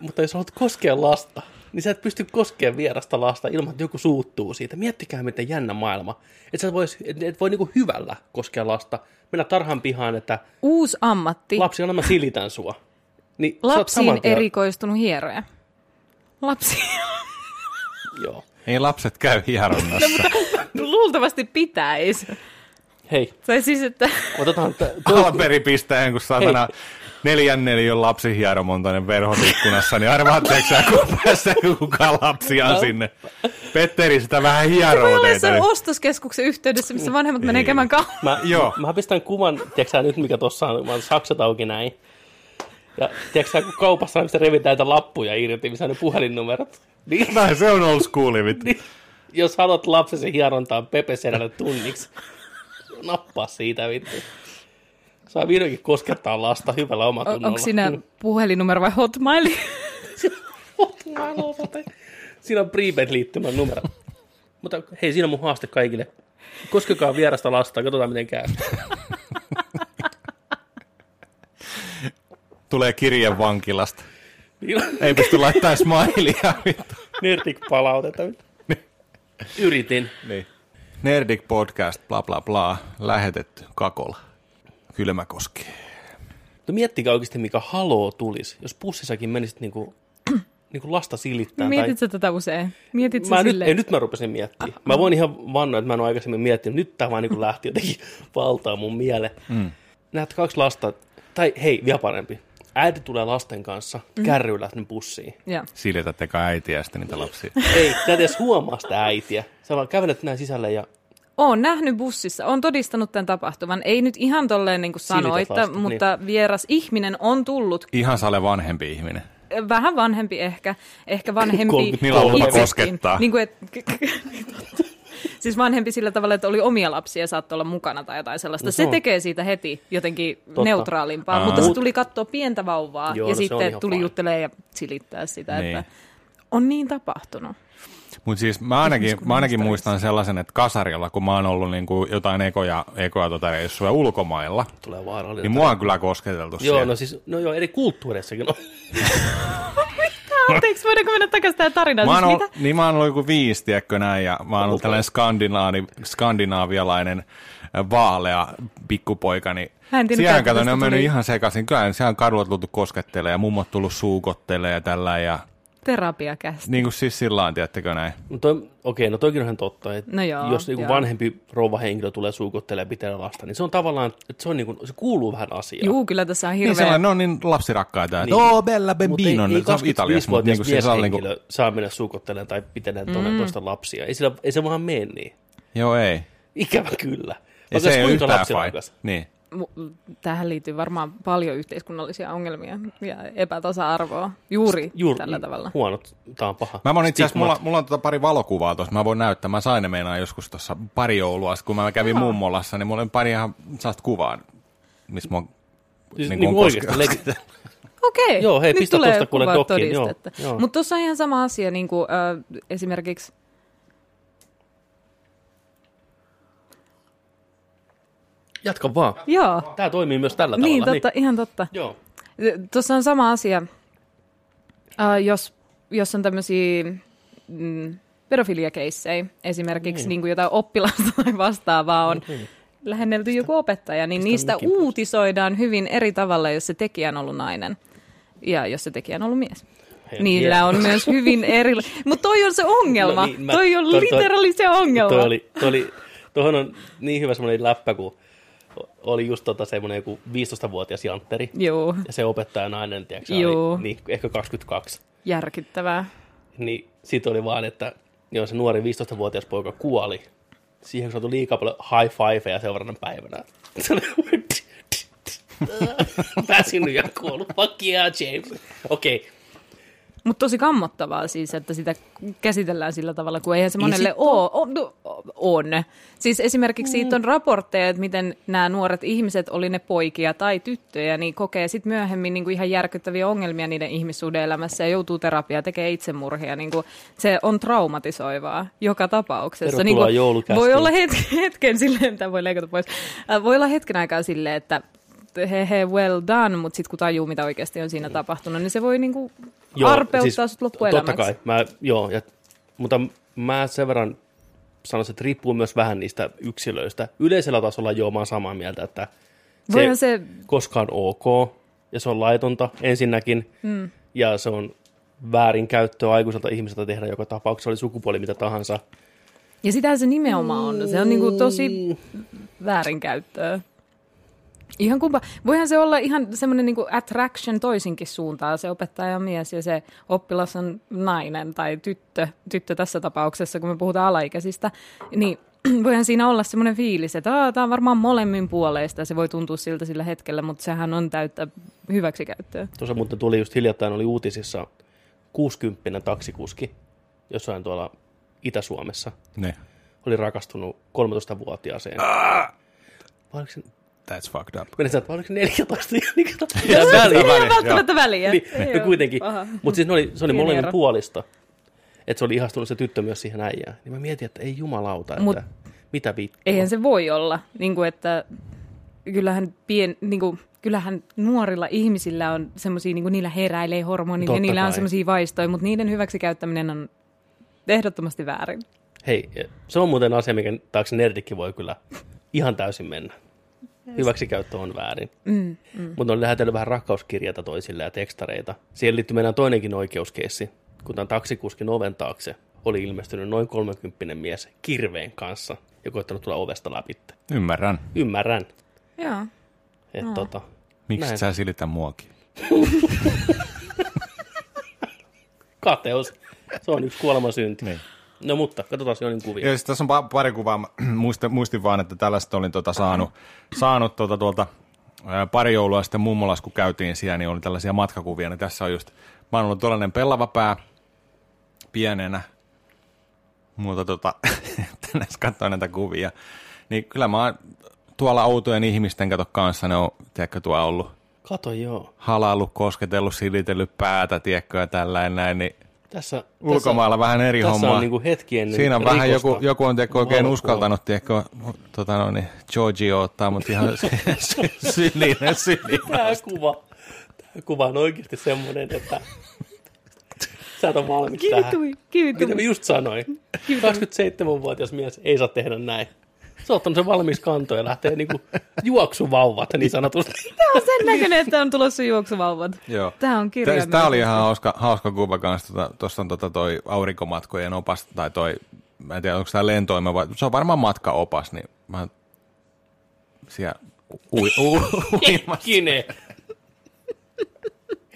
[SPEAKER 1] mutta jos haluat koskea lasta, niin sä et pysty koskemaan vierasta lasta ilman, että joku suuttuu siitä. Miettikää, miten jännä maailma. Et sä vois, et, et voi niinku hyvällä koskea lasta. Mennä tarhan pihaan, että
[SPEAKER 4] Uusi ammatti.
[SPEAKER 1] lapsi, anna mä silitän sua. Niin, sä oot
[SPEAKER 4] Lapsiin
[SPEAKER 1] saman tien-
[SPEAKER 4] erikoistunut hieroja. Lapsi
[SPEAKER 1] Joo.
[SPEAKER 3] Ei lapset käy hieronnassa.
[SPEAKER 4] luultavasti pitäisi.
[SPEAKER 1] Hei,
[SPEAKER 4] Tai siis, että
[SPEAKER 1] otetaan... T-
[SPEAKER 3] Alperi pistää jonkun satana neljän neliön lapsihieromon tuonne verhon ikkunassa, niin arvaatteko sä, kun päästään kukaan lapsia sinne? Petteri sitä vähän
[SPEAKER 4] voi
[SPEAKER 3] hieroo
[SPEAKER 4] olla
[SPEAKER 3] teitä. niin-
[SPEAKER 4] se
[SPEAKER 3] nyt.
[SPEAKER 4] ostoskeskuksen yhteydessä, missä vanhemmat menee käymään kauppaan.
[SPEAKER 1] Mä,
[SPEAKER 3] Joo.
[SPEAKER 1] mä pistän kuvan, tiedätkö sä nyt mikä tossa on, mä oon sakset auki näin. Ja tiedätkö sä, kun kaupassa mistä revitään näitä lappuja irti, missä on ne puhelinnumerot. Niin,
[SPEAKER 3] Tai se on old school, vittu.
[SPEAKER 1] Niin, jos haluat lapsesi hierontaa pepesedälle tunniksi, nappaa siitä vittu. Saa vihdoinkin koskettaa lasta hyvällä omatunnolla.
[SPEAKER 4] Onko siinä puhelinnumero vai hotmail?
[SPEAKER 1] siinä on prepaid-liittymän numero. Mutta hei, siinä on mun haaste kaikille. Koskekaa vierasta lasta, katsotaan miten käy.
[SPEAKER 3] Tulee kirje vankilasta.
[SPEAKER 1] Niin,
[SPEAKER 3] Ei pysty laittamaan smileyä, vittu.
[SPEAKER 1] Nyrtik palautetta. vittu. Yritin.
[SPEAKER 3] Niin. Nerdik podcast, bla bla bla, lähetetty Kakola, Kylmäkoski.
[SPEAKER 1] No miettikää oikeasti, mikä haloo tulisi, jos pussissakin menisit niinku, niinku lasta silittää.
[SPEAKER 4] Mietit sä tätä usein? Mietit sä
[SPEAKER 1] Mä nyt,
[SPEAKER 4] silleen? Ah,
[SPEAKER 1] ei, nyt mä rupesin miettimään. Mä voin ihan vannoa, että mä en ole aikaisemmin miettinyt. Nyt tämä vaan niin lähti jotenkin valtaa mun mieleen. Mm. Näet kaksi lasta, tai hei, vielä parempi. Äiti tulee lasten kanssa,
[SPEAKER 4] Mhm.
[SPEAKER 1] kärryillä sinne pussiin.
[SPEAKER 4] Ja.
[SPEAKER 3] Siljetätte kai äitiä ja sitten niitä lapsia.
[SPEAKER 1] Ei, sä et edes huomaa sitä äitiä. Sä vaan kävelet näin sisälle ja
[SPEAKER 4] Oon nähnyt bussissa, on todistanut tämän tapahtuman. Ei nyt ihan tolleen niin kuin
[SPEAKER 1] Silität
[SPEAKER 4] sanoit,
[SPEAKER 1] vasta,
[SPEAKER 4] mutta niin. vieras ihminen on tullut.
[SPEAKER 3] Ihan sale vanhempi ihminen.
[SPEAKER 4] Vähän vanhempi ehkä, ehkä vanhempi
[SPEAKER 1] 30
[SPEAKER 3] laulua
[SPEAKER 4] itsekin.
[SPEAKER 3] koskettaa.
[SPEAKER 4] Niin kuin, et, siis vanhempi sillä tavalla, että oli omia lapsia ja saattoi olla mukana tai jotain sellaista. No,
[SPEAKER 1] se
[SPEAKER 4] se,
[SPEAKER 1] on-
[SPEAKER 4] tekee siitä heti jotenkin Totta.
[SPEAKER 1] Totta.
[SPEAKER 4] neutraalimpaa,
[SPEAKER 3] Aa.
[SPEAKER 4] mutta se
[SPEAKER 1] Mut-
[SPEAKER 4] tuli katsoa pientä vauvaa
[SPEAKER 1] Joo,
[SPEAKER 4] ja
[SPEAKER 1] no se on
[SPEAKER 4] sitten
[SPEAKER 1] ihan
[SPEAKER 4] tuli
[SPEAKER 1] fine.
[SPEAKER 4] juttelemaan ja silittää sitä,
[SPEAKER 3] Niin.
[SPEAKER 4] niin. että on niin tapahtunut.
[SPEAKER 3] Mutta siis mä ainakin, mä ainakin muistan sellaisen, että kasarilla, kun mä oon ollut niinku jotain ekoja, ekoja tota reissuja ulkomailla,
[SPEAKER 1] tulee vaarallinen.
[SPEAKER 3] niin mua on kyllä kosketeltu
[SPEAKER 1] Joo,
[SPEAKER 3] siellä.
[SPEAKER 1] no siis, no joo, eri kulttuureissakin on.
[SPEAKER 4] Anteeksi, voidaanko mennä takaisin tähän tarinaan?
[SPEAKER 3] Mä oon,
[SPEAKER 4] Siis
[SPEAKER 3] ollut,
[SPEAKER 4] mitä?
[SPEAKER 3] niin mä oon ollut joku viisi, tiedätkö näin, ja mä oon ollut tällainen skandinaavi, skandinaavialainen äh, vaalea pikkupoika, niin
[SPEAKER 4] Mä en tiennyt
[SPEAKER 3] siellä
[SPEAKER 4] tästä,
[SPEAKER 3] kato, ne on
[SPEAKER 4] tästä
[SPEAKER 3] mennyt
[SPEAKER 4] tuli-
[SPEAKER 3] ihan sekaisin. Kyllä siellä on kadulla tultu koskettelemaan ja mummot tullut suukottelemaan ja tällä ja
[SPEAKER 4] Terapiakäs.
[SPEAKER 3] niin kuin siis sillä on, tiedättekö näin. Niin
[SPEAKER 1] No toi, okei, no toikin on ihan totta, että
[SPEAKER 4] No joo,
[SPEAKER 1] jos joku
[SPEAKER 4] joo.
[SPEAKER 1] vanhempi rouva henkilö tulee suukottelemaan ja pitää lasta, niin se on tavallaan, että se, on niin kuin, se kuuluu vähän asiaan.
[SPEAKER 4] Juu, kyllä tässä on
[SPEAKER 3] Niin
[SPEAKER 4] hirveä
[SPEAKER 1] no-
[SPEAKER 3] sellainen, ne on niin lapsirakkaita, että
[SPEAKER 1] Niin.
[SPEAKER 3] niin. oh, Bella
[SPEAKER 1] Mutta ei,
[SPEAKER 3] Bambino,
[SPEAKER 1] ei
[SPEAKER 3] se on Italiassa, mutta
[SPEAKER 1] 25-vuotias
[SPEAKER 3] niin kuin siis on niin kuin,
[SPEAKER 1] mieshenkilö saa mennä suukottelemaan tai pitää toinen mm. toista lapsia. Ei, sillä, ei se vaan mene niin.
[SPEAKER 3] joo ei.
[SPEAKER 1] Ikävä kyllä.
[SPEAKER 3] Ja
[SPEAKER 1] Vaikka
[SPEAKER 3] se
[SPEAKER 1] se
[SPEAKER 3] ei ole
[SPEAKER 1] kuinka
[SPEAKER 3] yhtään fine.
[SPEAKER 1] lapsirakas.
[SPEAKER 3] Niin.
[SPEAKER 4] Mu- Tähän liittyy varmaan paljon yhteiskunnallisia ongelmia ja epätasa-arvoa juuri
[SPEAKER 1] Juur,
[SPEAKER 4] tällä tavalla.
[SPEAKER 1] Huonot, tämä on paha.
[SPEAKER 3] Mä voin itse asiassa,
[SPEAKER 1] Stigmat.
[SPEAKER 3] mulla, mulla on tota pari valokuvaa tuossa, mä voin näyttää. Mä sain ne meinaa joskus tuossa pari joulua, sit kun mä kävin mummolassa, niin mulla oli pari ihan sellaista kuvaa, missä mä oon
[SPEAKER 1] Siis,
[SPEAKER 3] niin
[SPEAKER 1] niin
[SPEAKER 3] kuin
[SPEAKER 1] kuin
[SPEAKER 3] on
[SPEAKER 1] oikeasti. legit-
[SPEAKER 4] Okei,
[SPEAKER 1] Joo, hei, pistä tosta kuule
[SPEAKER 4] kuvat
[SPEAKER 1] dokiin, joo,
[SPEAKER 4] todistetta.
[SPEAKER 1] joo.
[SPEAKER 4] Mutta tuossa on ihan sama asia, niin kuin, äh, esimerkiksi
[SPEAKER 1] Jatka vaan.
[SPEAKER 4] Joo,
[SPEAKER 1] Tämä toimii myös tällä
[SPEAKER 4] niin
[SPEAKER 1] tavalla.
[SPEAKER 4] totta, ihan totta.
[SPEAKER 1] Niin. Joo.
[SPEAKER 4] Tuossa on sama asia, äh, jos, jos on tämmöisiä mm, pedofiliakeissejä, esimerkiksi niin. Niin jotain oppilasta tai vastaavaa
[SPEAKER 1] No
[SPEAKER 4] on niin. lähennelty joku opettaja, niin niistä uutisoidaan hyvin eri tavalla, jos se tekijä on ollut nainen ja jos se tekijä on ollut mies.
[SPEAKER 1] Hei,
[SPEAKER 4] Niillä
[SPEAKER 1] yeah.
[SPEAKER 4] on myös hyvin eri... Mutta toi on se
[SPEAKER 1] No
[SPEAKER 4] ongelma. No
[SPEAKER 1] niin,
[SPEAKER 4] niin,
[SPEAKER 1] mä-
[SPEAKER 4] toi on
[SPEAKER 1] toi- toi-
[SPEAKER 4] literally se ongelma.
[SPEAKER 1] Toi oli, toi oli, tohon on niin hyvä semmoinen läppä, kun oli just tota semmoinen joku 15-vuotias jantteri.
[SPEAKER 4] Joo,
[SPEAKER 1] Ja se opettaja nainen, tiedätkö, sä,
[SPEAKER 4] Joo.
[SPEAKER 1] oli, niin, ehkä 22.
[SPEAKER 4] järkyttävää.
[SPEAKER 1] niin sit oli vaan, että joo, se nuori 15-vuotias poika kuoli. Siihen saatu liikaa paljon high fiveja seuraavana päivänä. Se oli väsynyt ja kuollut. Fuck yeah, James. Okei. Okay.
[SPEAKER 4] Mutta tosi kammottavaa siis, että sitä käsitellään sillä tavalla, kun eihän se monelle
[SPEAKER 1] sit Mm.
[SPEAKER 4] ole. On, no, on. Siis esimerkiksi siitä on raportteja, että miten nämä nuoret ihmiset, oli ne poikia tai tyttöjä, niin kokee sitten myöhemmin niinku ihan järkyttäviä ongelmia niiden ihmissuuden elämässä ja joutuu terapiaan, tekee itsemurhia. Niinku, se on traumatisoivaa joka tapauksessa. Niinku
[SPEAKER 1] Tervetuloa joulukästiin.
[SPEAKER 4] voi olla hetken, hetken silleen, tämä voi leikata pois, Äh, voi olla hetken aikaa silleen, että he, he well done, mutta sitten kun tajuu, mitä oikeasti on siinä tapahtunut, niin se voi niinku arpeuttaa sut loppuelämäksi.
[SPEAKER 1] siis Totta kai. Mä, joo, ja, mutta mä sen verran sanoisin, että riippuu myös vähän niistä yksilöistä. Yleisellä tasolla joo, mä oon samaa mieltä, että
[SPEAKER 4] Voihan se-
[SPEAKER 1] koskaan ok, ja se on laitonta ensinnäkin, mm. ja se on väärinkäyttöä aikuiselta ihmiseltä tehdä joka tapauksessa, oli sukupuoli mitä tahansa.
[SPEAKER 4] Ja sitähän se nimenomaan on. Se on niinku tosi väärinkäyttöä. Ihan kumpa. Voihan se olla ihan semmoinen niinku attraction toisinkin suuntaan. Se opettaja on mies ja se oppilas on nainen tai tyttö, tyttö tässä tapauksessa, kun me puhutaan alaikäisistä. Niin voihan siinä olla semmoinen fiilis, että tämä on varmaan molemmin puoleista ja se voi tuntua siltä sillä hetkellä, mutta sehän on täyttä hyväksikäyttöä.
[SPEAKER 1] Tuossa muuten tuli just hiljattain, oli uutisissa 60 taksikuski jossain tuolla Itä-Suomessa.
[SPEAKER 3] Niin.
[SPEAKER 1] Oli rakastunut 13-vuotiaaseen. Vai oliko se,
[SPEAKER 3] That's fucked up.
[SPEAKER 1] Mennään sanoa, oliko se 14 ja niin kato, mitä väliä.
[SPEAKER 4] Ei ole
[SPEAKER 3] väliä,
[SPEAKER 4] välttämättä väliä.
[SPEAKER 1] Niin,
[SPEAKER 4] Ei
[SPEAKER 1] no
[SPEAKER 4] oo.
[SPEAKER 1] kuitenkin.
[SPEAKER 4] Paha.
[SPEAKER 1] Mutta siis ne oli, se oli
[SPEAKER 4] Pieni
[SPEAKER 1] molemmin
[SPEAKER 4] ero.
[SPEAKER 1] puolista. Että se oli ihastunut se tyttö myös siihen äijään. Niin mä mietin, että ei jumalauta, että
[SPEAKER 4] Mut-
[SPEAKER 1] mitä vittua.
[SPEAKER 4] Eihän se voi olla, niin kuin, että kyllähän, pien, niin kuin, kyllähän nuorilla ihmisillä on semmoisia, niin kuin niillä heräilee hormonit Totta
[SPEAKER 1] Totta
[SPEAKER 4] ja niillä kai. on
[SPEAKER 1] kai.
[SPEAKER 4] semmoisia vaistoja, mutta niiden hyväksikäyttäminen on ehdottomasti väärin.
[SPEAKER 1] Hei, e, se on muuten asia, mikä taakse nerdikki voi kyllä ihan täysin mennä. Hyväksikäyttö on väärin.
[SPEAKER 4] Mm, mm.
[SPEAKER 1] Mutta on lähetellyt vähän rakkauskirjeitä toisille ja tekstareita. Siihen liittyy meidän toinenkin oikeuskeissi, kun tämän taksikuskin oven taakse oli ilmestynyt noin 30 mies kirveen kanssa ja koittanut tulla ovesta läpi.
[SPEAKER 3] Ymmärrän.
[SPEAKER 1] Ymmärrän.
[SPEAKER 4] Joo.
[SPEAKER 1] Että tota,
[SPEAKER 3] Miksi
[SPEAKER 1] Näin.
[SPEAKER 3] sä silitä muakin?
[SPEAKER 1] kateus, se on yksi kuolemasynti.
[SPEAKER 3] Niin.
[SPEAKER 1] No mutta, katsotaan Jonin kuvia.
[SPEAKER 3] Ja sit siis tässä on pa- pari kuvaa, Mä muistin, muistin vaan, että tällaista olin tota saanut, saanut tuota, tuolta ää, pari joulua sitten mummolassa, kun käytiin siellä, niin oli tällaisia matkakuvia, niin tässä on just, mä oon ollut tuollainen pellava pää pienenä, mutta tota, tänäs katsoin näitä kuvia, niin kyllä mä oon tuolla outojen ihmisten kato kanssa, ne on, tiedätkö, tuo ollut
[SPEAKER 1] Kato joo.
[SPEAKER 3] halaillut, kosketellut, silitellyt päätä, tiedätkö, ja tällainen näin, niin
[SPEAKER 1] Tässä,
[SPEAKER 3] ulkomailla vähän eri
[SPEAKER 1] tässä,
[SPEAKER 3] hommaa.
[SPEAKER 1] Tässä on niinku hetki ennen
[SPEAKER 3] Siinä on vähän
[SPEAKER 1] rikosta.
[SPEAKER 3] joku, joku on tiedätkö, oikein
[SPEAKER 1] Valkoa.
[SPEAKER 3] uskaltanut, tiedätkö, tota no niin, Giorgio ottaa, mutta ihan sy- sy- sylinen, sylinen.
[SPEAKER 1] Tämä kuva, tämä kuva on oikeasti semmoinen, että sä et ole valmis tähän.
[SPEAKER 4] Kivitui,
[SPEAKER 1] Mitä mä
[SPEAKER 4] kivitui.
[SPEAKER 1] just sanoin? 27-vuotias mies ei saa tehdä näin. Se on ottanut sen valmis kantoon ja lähtee niinku juoksuvauvat niin sanotusti.
[SPEAKER 4] Tämä on sen näköinen, että on tulossa juoksuvauvat.
[SPEAKER 3] Joo.
[SPEAKER 4] Tämä on kirjaimellisesti.
[SPEAKER 3] Tämä oli ihan hauska, hauska kuva kanssa. Tuossa tota, on tota toi aurinkomatkojen opas, tai toi, mä en tiedä, onko tämä lentoima vai, se on varmaan matkaopas, niin mä siellä ui, ui, uimassa.
[SPEAKER 1] Hetkinen.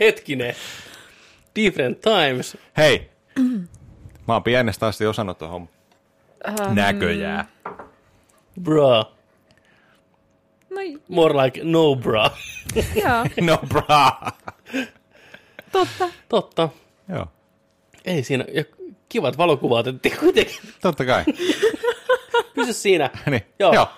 [SPEAKER 1] Hetkinen. Different times.
[SPEAKER 3] Hei, mä oon pienestä asti osannut tuohon näköjään.
[SPEAKER 1] Bra.
[SPEAKER 4] No
[SPEAKER 1] More like no bra.
[SPEAKER 4] joo,
[SPEAKER 3] No bra.
[SPEAKER 4] totta.
[SPEAKER 1] Totta.
[SPEAKER 3] Joo,
[SPEAKER 1] Ei siinä. Ja kivat valokuvat otettiin kuitenkin.
[SPEAKER 3] totta kai.
[SPEAKER 1] Pysy siinä.
[SPEAKER 3] Niin.
[SPEAKER 1] Joo.
[SPEAKER 3] Joo.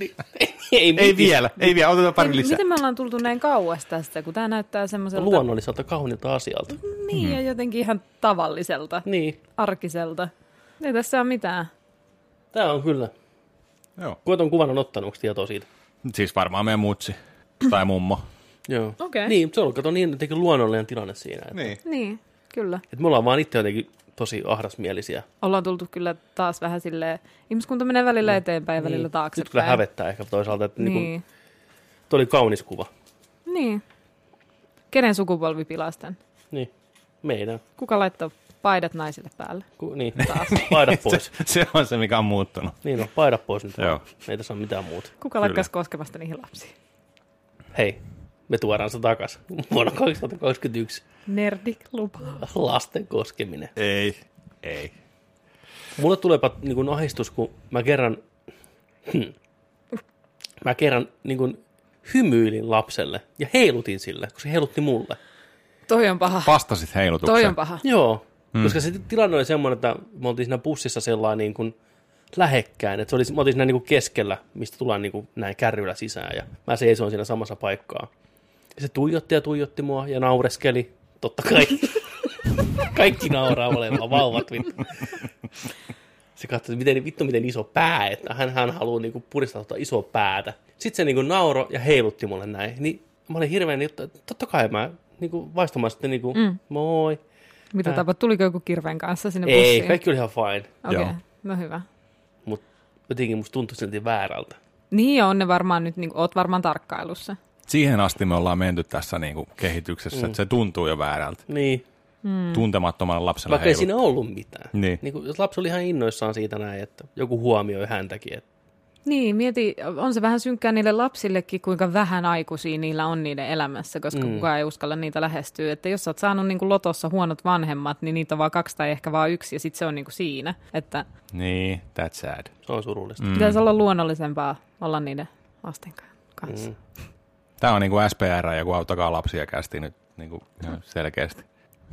[SPEAKER 1] Niin. Ei, ei,
[SPEAKER 3] Ei
[SPEAKER 1] mitään.
[SPEAKER 3] vielä, ei vielä, otetaan pari
[SPEAKER 4] Ei,
[SPEAKER 3] lisää.
[SPEAKER 4] Miten me ollaan tultu näin kauas tästä, kun tämä näyttää semmoiselta...
[SPEAKER 1] Luonnolliselta kauniilta asialta.
[SPEAKER 4] Niin, ja jotenkin ihan tavalliselta,
[SPEAKER 1] Niin.
[SPEAKER 4] arkiselta. Ei tässä ole mitään.
[SPEAKER 1] Tämä on kyllä.
[SPEAKER 3] Joo.
[SPEAKER 1] Kuoton kuvan on ottanut, onko tietoa siitä?
[SPEAKER 3] Siis varmaan meidän mutsi tai mummo.
[SPEAKER 1] Joo.
[SPEAKER 4] Okei.
[SPEAKER 1] Niin, se on kato niin jotenkin luonnollinen tilanne siinä. Että,
[SPEAKER 3] Niin.
[SPEAKER 4] Niin, kyllä.
[SPEAKER 1] että me ollaan vaan itse jotenkin tosi ahdasmielisiä.
[SPEAKER 4] Ollaan tultu kyllä taas vähän silleen... Ihmiskunta menee välillä eteenpäin ja välillä
[SPEAKER 1] Mm. Niin.
[SPEAKER 4] taaksepäin.
[SPEAKER 1] Nyt kyllä hävettää ehkä toisaalta, että niin.
[SPEAKER 4] Niin.
[SPEAKER 1] Niin tuo oli kaunis kuva.
[SPEAKER 4] niin. Kenen sukupolvi pilasi tän?
[SPEAKER 1] Niin. Meidän.
[SPEAKER 4] Kuka laittoi paidat naisille päälle?
[SPEAKER 1] Ku, niin. Paida pois.
[SPEAKER 3] Se, se on se, mikä on muuttunut.
[SPEAKER 1] Niin on, paida pois nyt.
[SPEAKER 3] Joo.
[SPEAKER 1] Joo. Ei tässä ole mitään muuta.
[SPEAKER 4] Kuka lakkasi koskemasta niihin lapsiin?
[SPEAKER 1] Hei, me tuodaan se takaisin. Vuonna 2021
[SPEAKER 4] Nerdik lupaa.
[SPEAKER 1] lasten koskeminen.
[SPEAKER 3] Ei. Ei.
[SPEAKER 1] Mulle tuleepa niin kuin ahdistus, kun mä kerran, hmm, mä kerran niin kuin hymyilin lapselle ja heilutin sille, kun se heilutti mulle.
[SPEAKER 4] Toi on paha.
[SPEAKER 3] Vastasit heilutukseen.
[SPEAKER 4] Toi on paha.
[SPEAKER 1] Joo, mm. koska se tilanne oli semmoinen, että me oltiin siinä bussissa sellainen niin kuin lähekkäin, että se oli, me oltiin siinä niin kuin keskellä, mistä tullaan niin kuin näin kärryillä sisään ja mä seisoin siinä samassa paikkaa. Ja se tuijotti ja tuijotti mua ja naureskeli, totta kai. Kaikki nauraa olemaan vauvat. vittu. Se katsoi, että miten, vittu miten iso pää, että hän, hän haluaa niinku puristaa tuota isoa päätä. Sitten se niinku nauro ja heilutti mulle näin. Niin mä olin hirveän, että totta kai mä niinku vaistomaan sitten niinku, mm. moi.
[SPEAKER 4] Mitä tapahtui? Tuliko joku kirveen kanssa sinne
[SPEAKER 1] Ei,
[SPEAKER 4] bussiin?
[SPEAKER 1] kaikki oli ihan fine,
[SPEAKER 4] Okei,
[SPEAKER 3] Joo.
[SPEAKER 4] okay. no hyvä.
[SPEAKER 1] mutta jotenkin musta tuntui silti väärältä.
[SPEAKER 4] Niin on ne varmaan nyt, niin, oot varmaan tarkkailussa.
[SPEAKER 3] Siihen asti me ollaan menty tässä niin kuin kehityksessä, mm. että se tuntuu jo väärältä.
[SPEAKER 1] Niin,
[SPEAKER 3] Mm. Tuntemattomalle lapselle
[SPEAKER 1] vaikka ei
[SPEAKER 3] heilut.
[SPEAKER 1] siinä ollut mitään.
[SPEAKER 3] Niin.
[SPEAKER 1] Niin kun, jos lapsi oli ihan innoissaan siitä näin, että joku huomioi häntäkin. Että,
[SPEAKER 4] Niin, mieti, on se vähän synkkää niille lapsillekin, kuinka vähän aikuisia niillä on niiden elämässä, koska mm. kukaan ei uskalla niitä lähestyä. Että jos sä oot saanut niin kuin lotossa huonot vanhemmat, niin niitä on vaan kaksi tai ehkä vaan yksi, ja sitten se on niin kuin siinä. Että
[SPEAKER 3] Niin, that's sad.
[SPEAKER 1] se on surullista.
[SPEAKER 4] mm. pitäisi olla luonnollisempaa olla niiden lasten kanssa. Mm.
[SPEAKER 3] Tämä on niin kuin SPR, joku auttakaa lapsia kästi nyt niin kuin ihan selkeästi.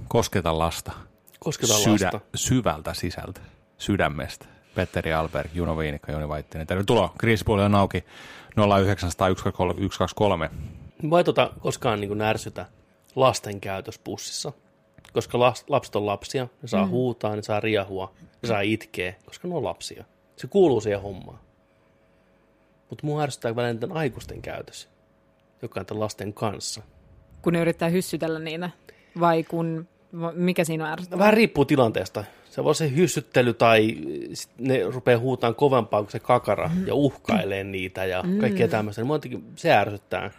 [SPEAKER 3] Kosketa lasta.
[SPEAKER 1] Kosketaan Sydä. lasta.
[SPEAKER 3] Syvältä sisältä. Sydämestä. Petteri Alberg, Juno Viinikka, Joni Vaittinen. Tervetuloa. Kriisipuoli on auki 0900
[SPEAKER 1] Vai tota, koskaan niin ärsytä lasten käytös bussissa. Koska las, lapset on lapsia, ne saa mm. huutaa, ne saa riehua, ne saa itkeä, koska ne on lapsia. Se kuuluu siihen hommaan. Mutta mua ärsyttää välillä niiden aikuisten käytös, joka on tämän lasten kanssa.
[SPEAKER 4] Kun ne yrittää hyssytellä niitä, vai kun mikä siinä on ärsyttävää?
[SPEAKER 1] No, Vähän riippuu tilanteesta. Se voi olla se hyssyttely tai eh, sit ne rupeaa huutaan kovempaa kuin se kakara ja uhkailee niitä ja kaikkea tämmöistä. Niin mua jotenkin se ärsyttää.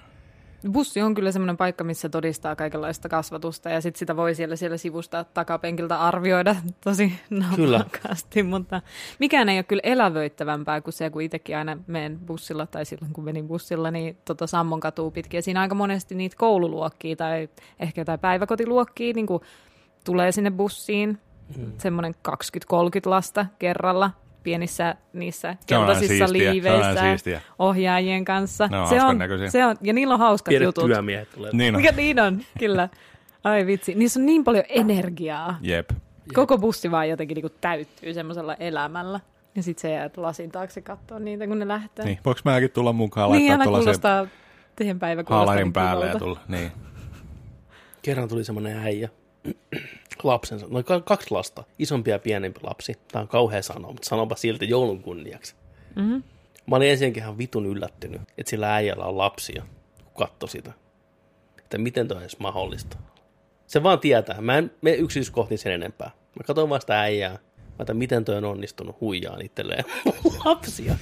[SPEAKER 4] Bussi on kyllä semmoinen paikka, missä todistaa kaikenlaista kasvatusta ja sit sitä voi siellä, siellä sivusta takapenkiltä arvioida tosi
[SPEAKER 1] Kyllä.
[SPEAKER 4] napakkaasti, mutta mikään ei ole kyllä elävöittävämpää kuin se, kun itsekin aina menen bussilla tai silloin kun menin bussilla, niin tota Sammon katuu pitkin ja siinä aika monesti niitä koululuokkia tai ehkä jotain päiväkotiluokkia niin kuin tulee sinne bussiin, mm. semmoinen 20-30 lasta kerralla pienissä niissä
[SPEAKER 3] Se on aina siistiä.
[SPEAKER 4] keltaisissa
[SPEAKER 3] Se on aina
[SPEAKER 4] liiveissä
[SPEAKER 3] siistiä.
[SPEAKER 4] ohjaajien kanssa.
[SPEAKER 3] Ne on
[SPEAKER 4] se,
[SPEAKER 3] hauskan
[SPEAKER 4] on,
[SPEAKER 3] näköisiä.
[SPEAKER 4] se on, ja niillä on hauskat
[SPEAKER 1] Pienet
[SPEAKER 4] jutut.
[SPEAKER 1] työmiehet tulee.
[SPEAKER 3] Niin on.
[SPEAKER 4] Mikä niin on, kyllä. Ai vitsi, niissä on niin paljon energiaa.
[SPEAKER 3] Jep.
[SPEAKER 4] Koko bussi vaan jotenkin niinku täyttyy semmoisella elämällä. Ja sit sä jäät lasin taakse katsoa niitä, kun ne lähtee.
[SPEAKER 3] Niin, voiko mäkin tulla mukaan
[SPEAKER 4] niin
[SPEAKER 3] laittaa
[SPEAKER 4] älä
[SPEAKER 3] tuolla se
[SPEAKER 4] kuulostaa, teidän päivä kuulostaa
[SPEAKER 3] haalarin
[SPEAKER 4] niin
[SPEAKER 3] päälle ja
[SPEAKER 4] kivalta.
[SPEAKER 3] tulla. Niin.
[SPEAKER 1] Kerran tuli semmoinen äijä, lapsensa, noin ka- kaksi lasta, isompi ja pienempi lapsi. Tämä on kauhea sanoa, mutta sanonpa silti joulun kunniaksi. Mm-hmm. Mä olin ensinnäkin ihan vitun yllättynyt, että sillä äijällä on lapsia, kun katsoi sitä. Että miten toi on edes mahdollista. Se vaan tietää. Mä en mene yksityiskohtiin sen enempää. Mä katsoin vaan sitä äijää. Mä ajattelin, miten toi on onnistunut huijaan itselleen lapsia.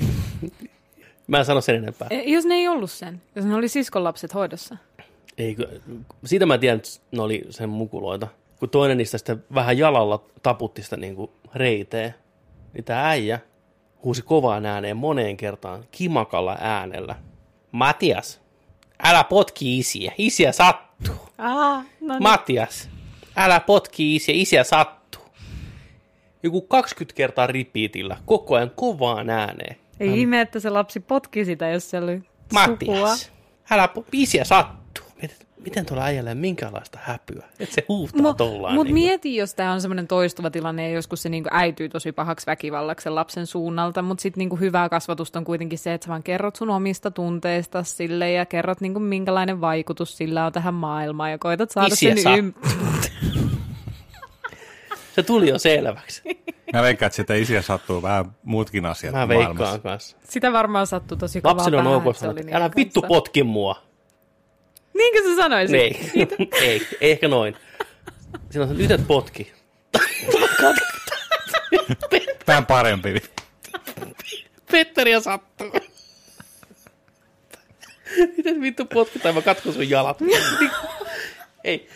[SPEAKER 1] Mä en sano sen enempää.
[SPEAKER 4] E, Jos ne ei ollut sen, jos ne oli siskon lapset hoidossa.
[SPEAKER 1] Ei, kyllä. siitä mä tiedän, että ne oli sen mukuloita. Kun toinen niistä sitten vähän jalalla taputti sitä niin kuin reiteä, niin tämä äijä huusi kovaan ääneen moneen kertaan kimakalla äänellä. Matias, älä potki isiä, isiä sattuu.
[SPEAKER 4] Ah, no niin.
[SPEAKER 1] Matias, älä potki isiä, isiä sattuu. Joku 20 kertaa ripiitillä, koko ajan kovaan ääneen.
[SPEAKER 4] Ei ihme, että se lapsi potki sitä, jos se oli sukua.
[SPEAKER 1] Matias, älä po- isiä sattuu. Miten, miten tuolla äijällä ei ole minkäänlaista häpyä? Että se huutaa Mo, tollaan.
[SPEAKER 4] Mutta
[SPEAKER 1] niinku.
[SPEAKER 4] mieti, jos tämä on semmoinen toistuva tilanne ja joskus se niinku äityy tosi pahaksi väkivallaksi sen lapsen suunnalta, mutta sitten niinku hyvää kasvatusta on kuitenkin se, että sä vaan kerrot sun omista tunteista sille ja kerrot niinku minkälainen vaikutus sillä on tähän maailmaan ja koetat saada
[SPEAKER 1] Isiä
[SPEAKER 4] sen
[SPEAKER 1] saa.
[SPEAKER 4] ym...
[SPEAKER 1] Se tuli jo selväksi.
[SPEAKER 3] Mä veikkaan, että sitä isiä sattuu vähän muutkin asiat
[SPEAKER 1] Mä
[SPEAKER 3] maailmassa.
[SPEAKER 1] veikkaan kanssa.
[SPEAKER 4] Sitä varmaan sattuu tosi kovaa
[SPEAKER 1] Lapsille on
[SPEAKER 4] päähän,
[SPEAKER 1] ok
[SPEAKER 4] että se
[SPEAKER 1] sanoa,
[SPEAKER 4] oli
[SPEAKER 1] että
[SPEAKER 4] niiden
[SPEAKER 1] älä vittu Niin,
[SPEAKER 4] kanssa.
[SPEAKER 1] potki mua.
[SPEAKER 4] Niinkö sä sanoisit?
[SPEAKER 1] Ei, ei, ei ehkä noin. Silloin on yhdet potki.
[SPEAKER 3] Vähän parempi.
[SPEAKER 1] Petteri on sattuu. Miten vittu potki tai mä katkon sun jalat. ei.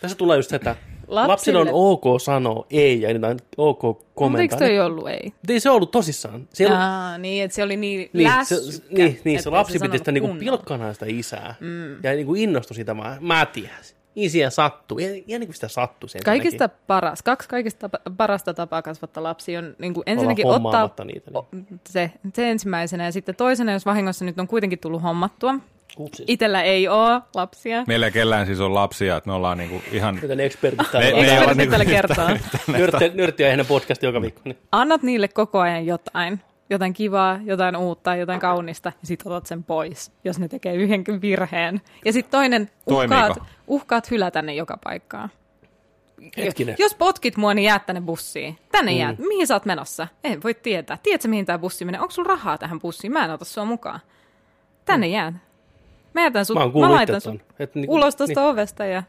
[SPEAKER 1] Tässä tulee just tätä. Lapsille, Lapsille on ok sanoa ei ja niitä on ok
[SPEAKER 4] Mutta eikö
[SPEAKER 1] komentaa.
[SPEAKER 4] toi ollut ei?
[SPEAKER 1] Ei se ollut tosissaan. Siellä,
[SPEAKER 4] Aa, niin, että se oli niin,
[SPEAKER 1] Niin,
[SPEAKER 4] lässykä.
[SPEAKER 1] se, niin, niin, se
[SPEAKER 4] ettei
[SPEAKER 1] lapsi piti
[SPEAKER 4] sanonut
[SPEAKER 1] sitä niinku
[SPEAKER 4] kunnolla.
[SPEAKER 1] pilkkana sitä isää. Mm. Ja niinku innostui sitä vaan, mä tiesin. Isiä sattuu. Ja, ja niinku sitä sattuu sen.
[SPEAKER 4] Kaikista paras, kaksi kaikista tapa- parasta tapaa kasvattaa lapsi on niin kuin ensinnäkin ottaa
[SPEAKER 1] hommaamatta niitä, niin.
[SPEAKER 4] o- se, se ensimmäisenä ja sitten toisena, jos vahingossa nyt on kuitenkin tullut hommattua.
[SPEAKER 1] Upsis.
[SPEAKER 4] Itellä ei ole lapsia.
[SPEAKER 3] Meillä ei kellään siis on lapsia, että me ollaan niinku ihan...
[SPEAKER 1] Joten ekspertit
[SPEAKER 3] Me-
[SPEAKER 1] täällä.
[SPEAKER 3] me ei
[SPEAKER 1] Me,
[SPEAKER 3] olla
[SPEAKER 4] Ekspertit
[SPEAKER 3] niinku
[SPEAKER 4] tällä
[SPEAKER 3] yhtään-
[SPEAKER 4] kertaa.
[SPEAKER 1] nörtti, nörtti ja ennen podcast joka viikko. Niin.
[SPEAKER 4] Annat niille koko ajan jotain, jotain kivaa, jotain uutta, jotain kaunista ja sitten otat sen pois, jos ne tekee yhdenkin virheen. Ja sitten toinen,
[SPEAKER 3] Toimiiko?
[SPEAKER 4] uhkaat, uhkaat hylätä ne joka paikkaan.
[SPEAKER 1] Hetkinen.
[SPEAKER 4] Jos potkit mua, niin jäät tänne bussiin. Tänne mm. jäät. Mihin sä oot menossa? En voi tietää. Tiedätkö, mihin tämä bussi menee? Onko sulla rahaa tähän bussiin? Mä en ota sua mukaan. Tänne jäät. Mä jätän sut,
[SPEAKER 1] Mm. Mä oon
[SPEAKER 4] mä,
[SPEAKER 1] kuullut
[SPEAKER 4] laitan
[SPEAKER 1] itse
[SPEAKER 4] sut
[SPEAKER 1] ton. Et niinku-
[SPEAKER 4] ulos tuosta ovesta ja...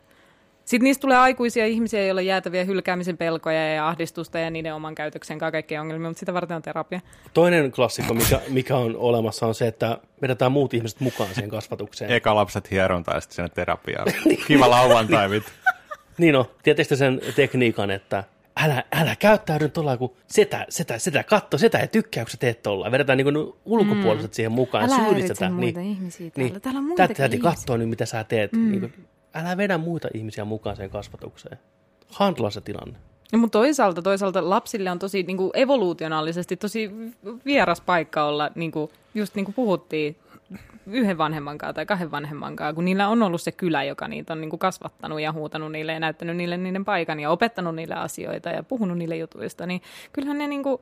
[SPEAKER 4] Sitten niistä tulee aikuisia ihmisiä, joilla on jäätäviä hylkäämisen pelkoja ja ahdistusta ja niiden oman käytöksen kanssa kaikkea ongelmia, mutta sitä varten on terapia.
[SPEAKER 1] Toinen klassikko, mikä, mikä on olemassa, on se, että vedetään muut ihmiset mukaan siihen kasvatukseen.
[SPEAKER 3] Eka lapset hierontaa ja sitten sinne terapiaan. Kiva lauantai, vittu.
[SPEAKER 1] Niin on, tietysti sen tekniikan, että älä, älä käyttäydy tuolla, kun setä, setä, setä, katso, setä ei tykkää, kun sä teet tuolla. Vedetään niin kuin ulkopuoliset mm. siihen mukaan,
[SPEAKER 4] Älä häiritse
[SPEAKER 1] syyllistetään.
[SPEAKER 4] muita
[SPEAKER 1] niin,
[SPEAKER 4] ihmisiä täällä.
[SPEAKER 1] niin.
[SPEAKER 4] Täällä on
[SPEAKER 1] Tää
[SPEAKER 4] muitakin
[SPEAKER 1] täytyy
[SPEAKER 4] ihmisiä.
[SPEAKER 1] katsoa nyt, mitä sä teet. Mm. Niin kuin, älä vedä muita ihmisiä mukaan siihen kasvatukseen. Handlaa se tilanne.
[SPEAKER 4] No, mutta toisaalta, toisaalta lapsille on tosi niin kuin evoluutionaalisesti tosi vieras paikka olla, niin kuin, just niin kuin puhuttiin, yhden vanhemman kanssa tai kahden vanhemman kanssa, kun niillä on ollut se kylä, joka niitä on niin kuin kasvattanut ja huutanut niille ja näyttänyt niille niiden paikan ja opettanut niille asioita ja puhunut niille jutuista, niin kyllähän ne, niin kuin,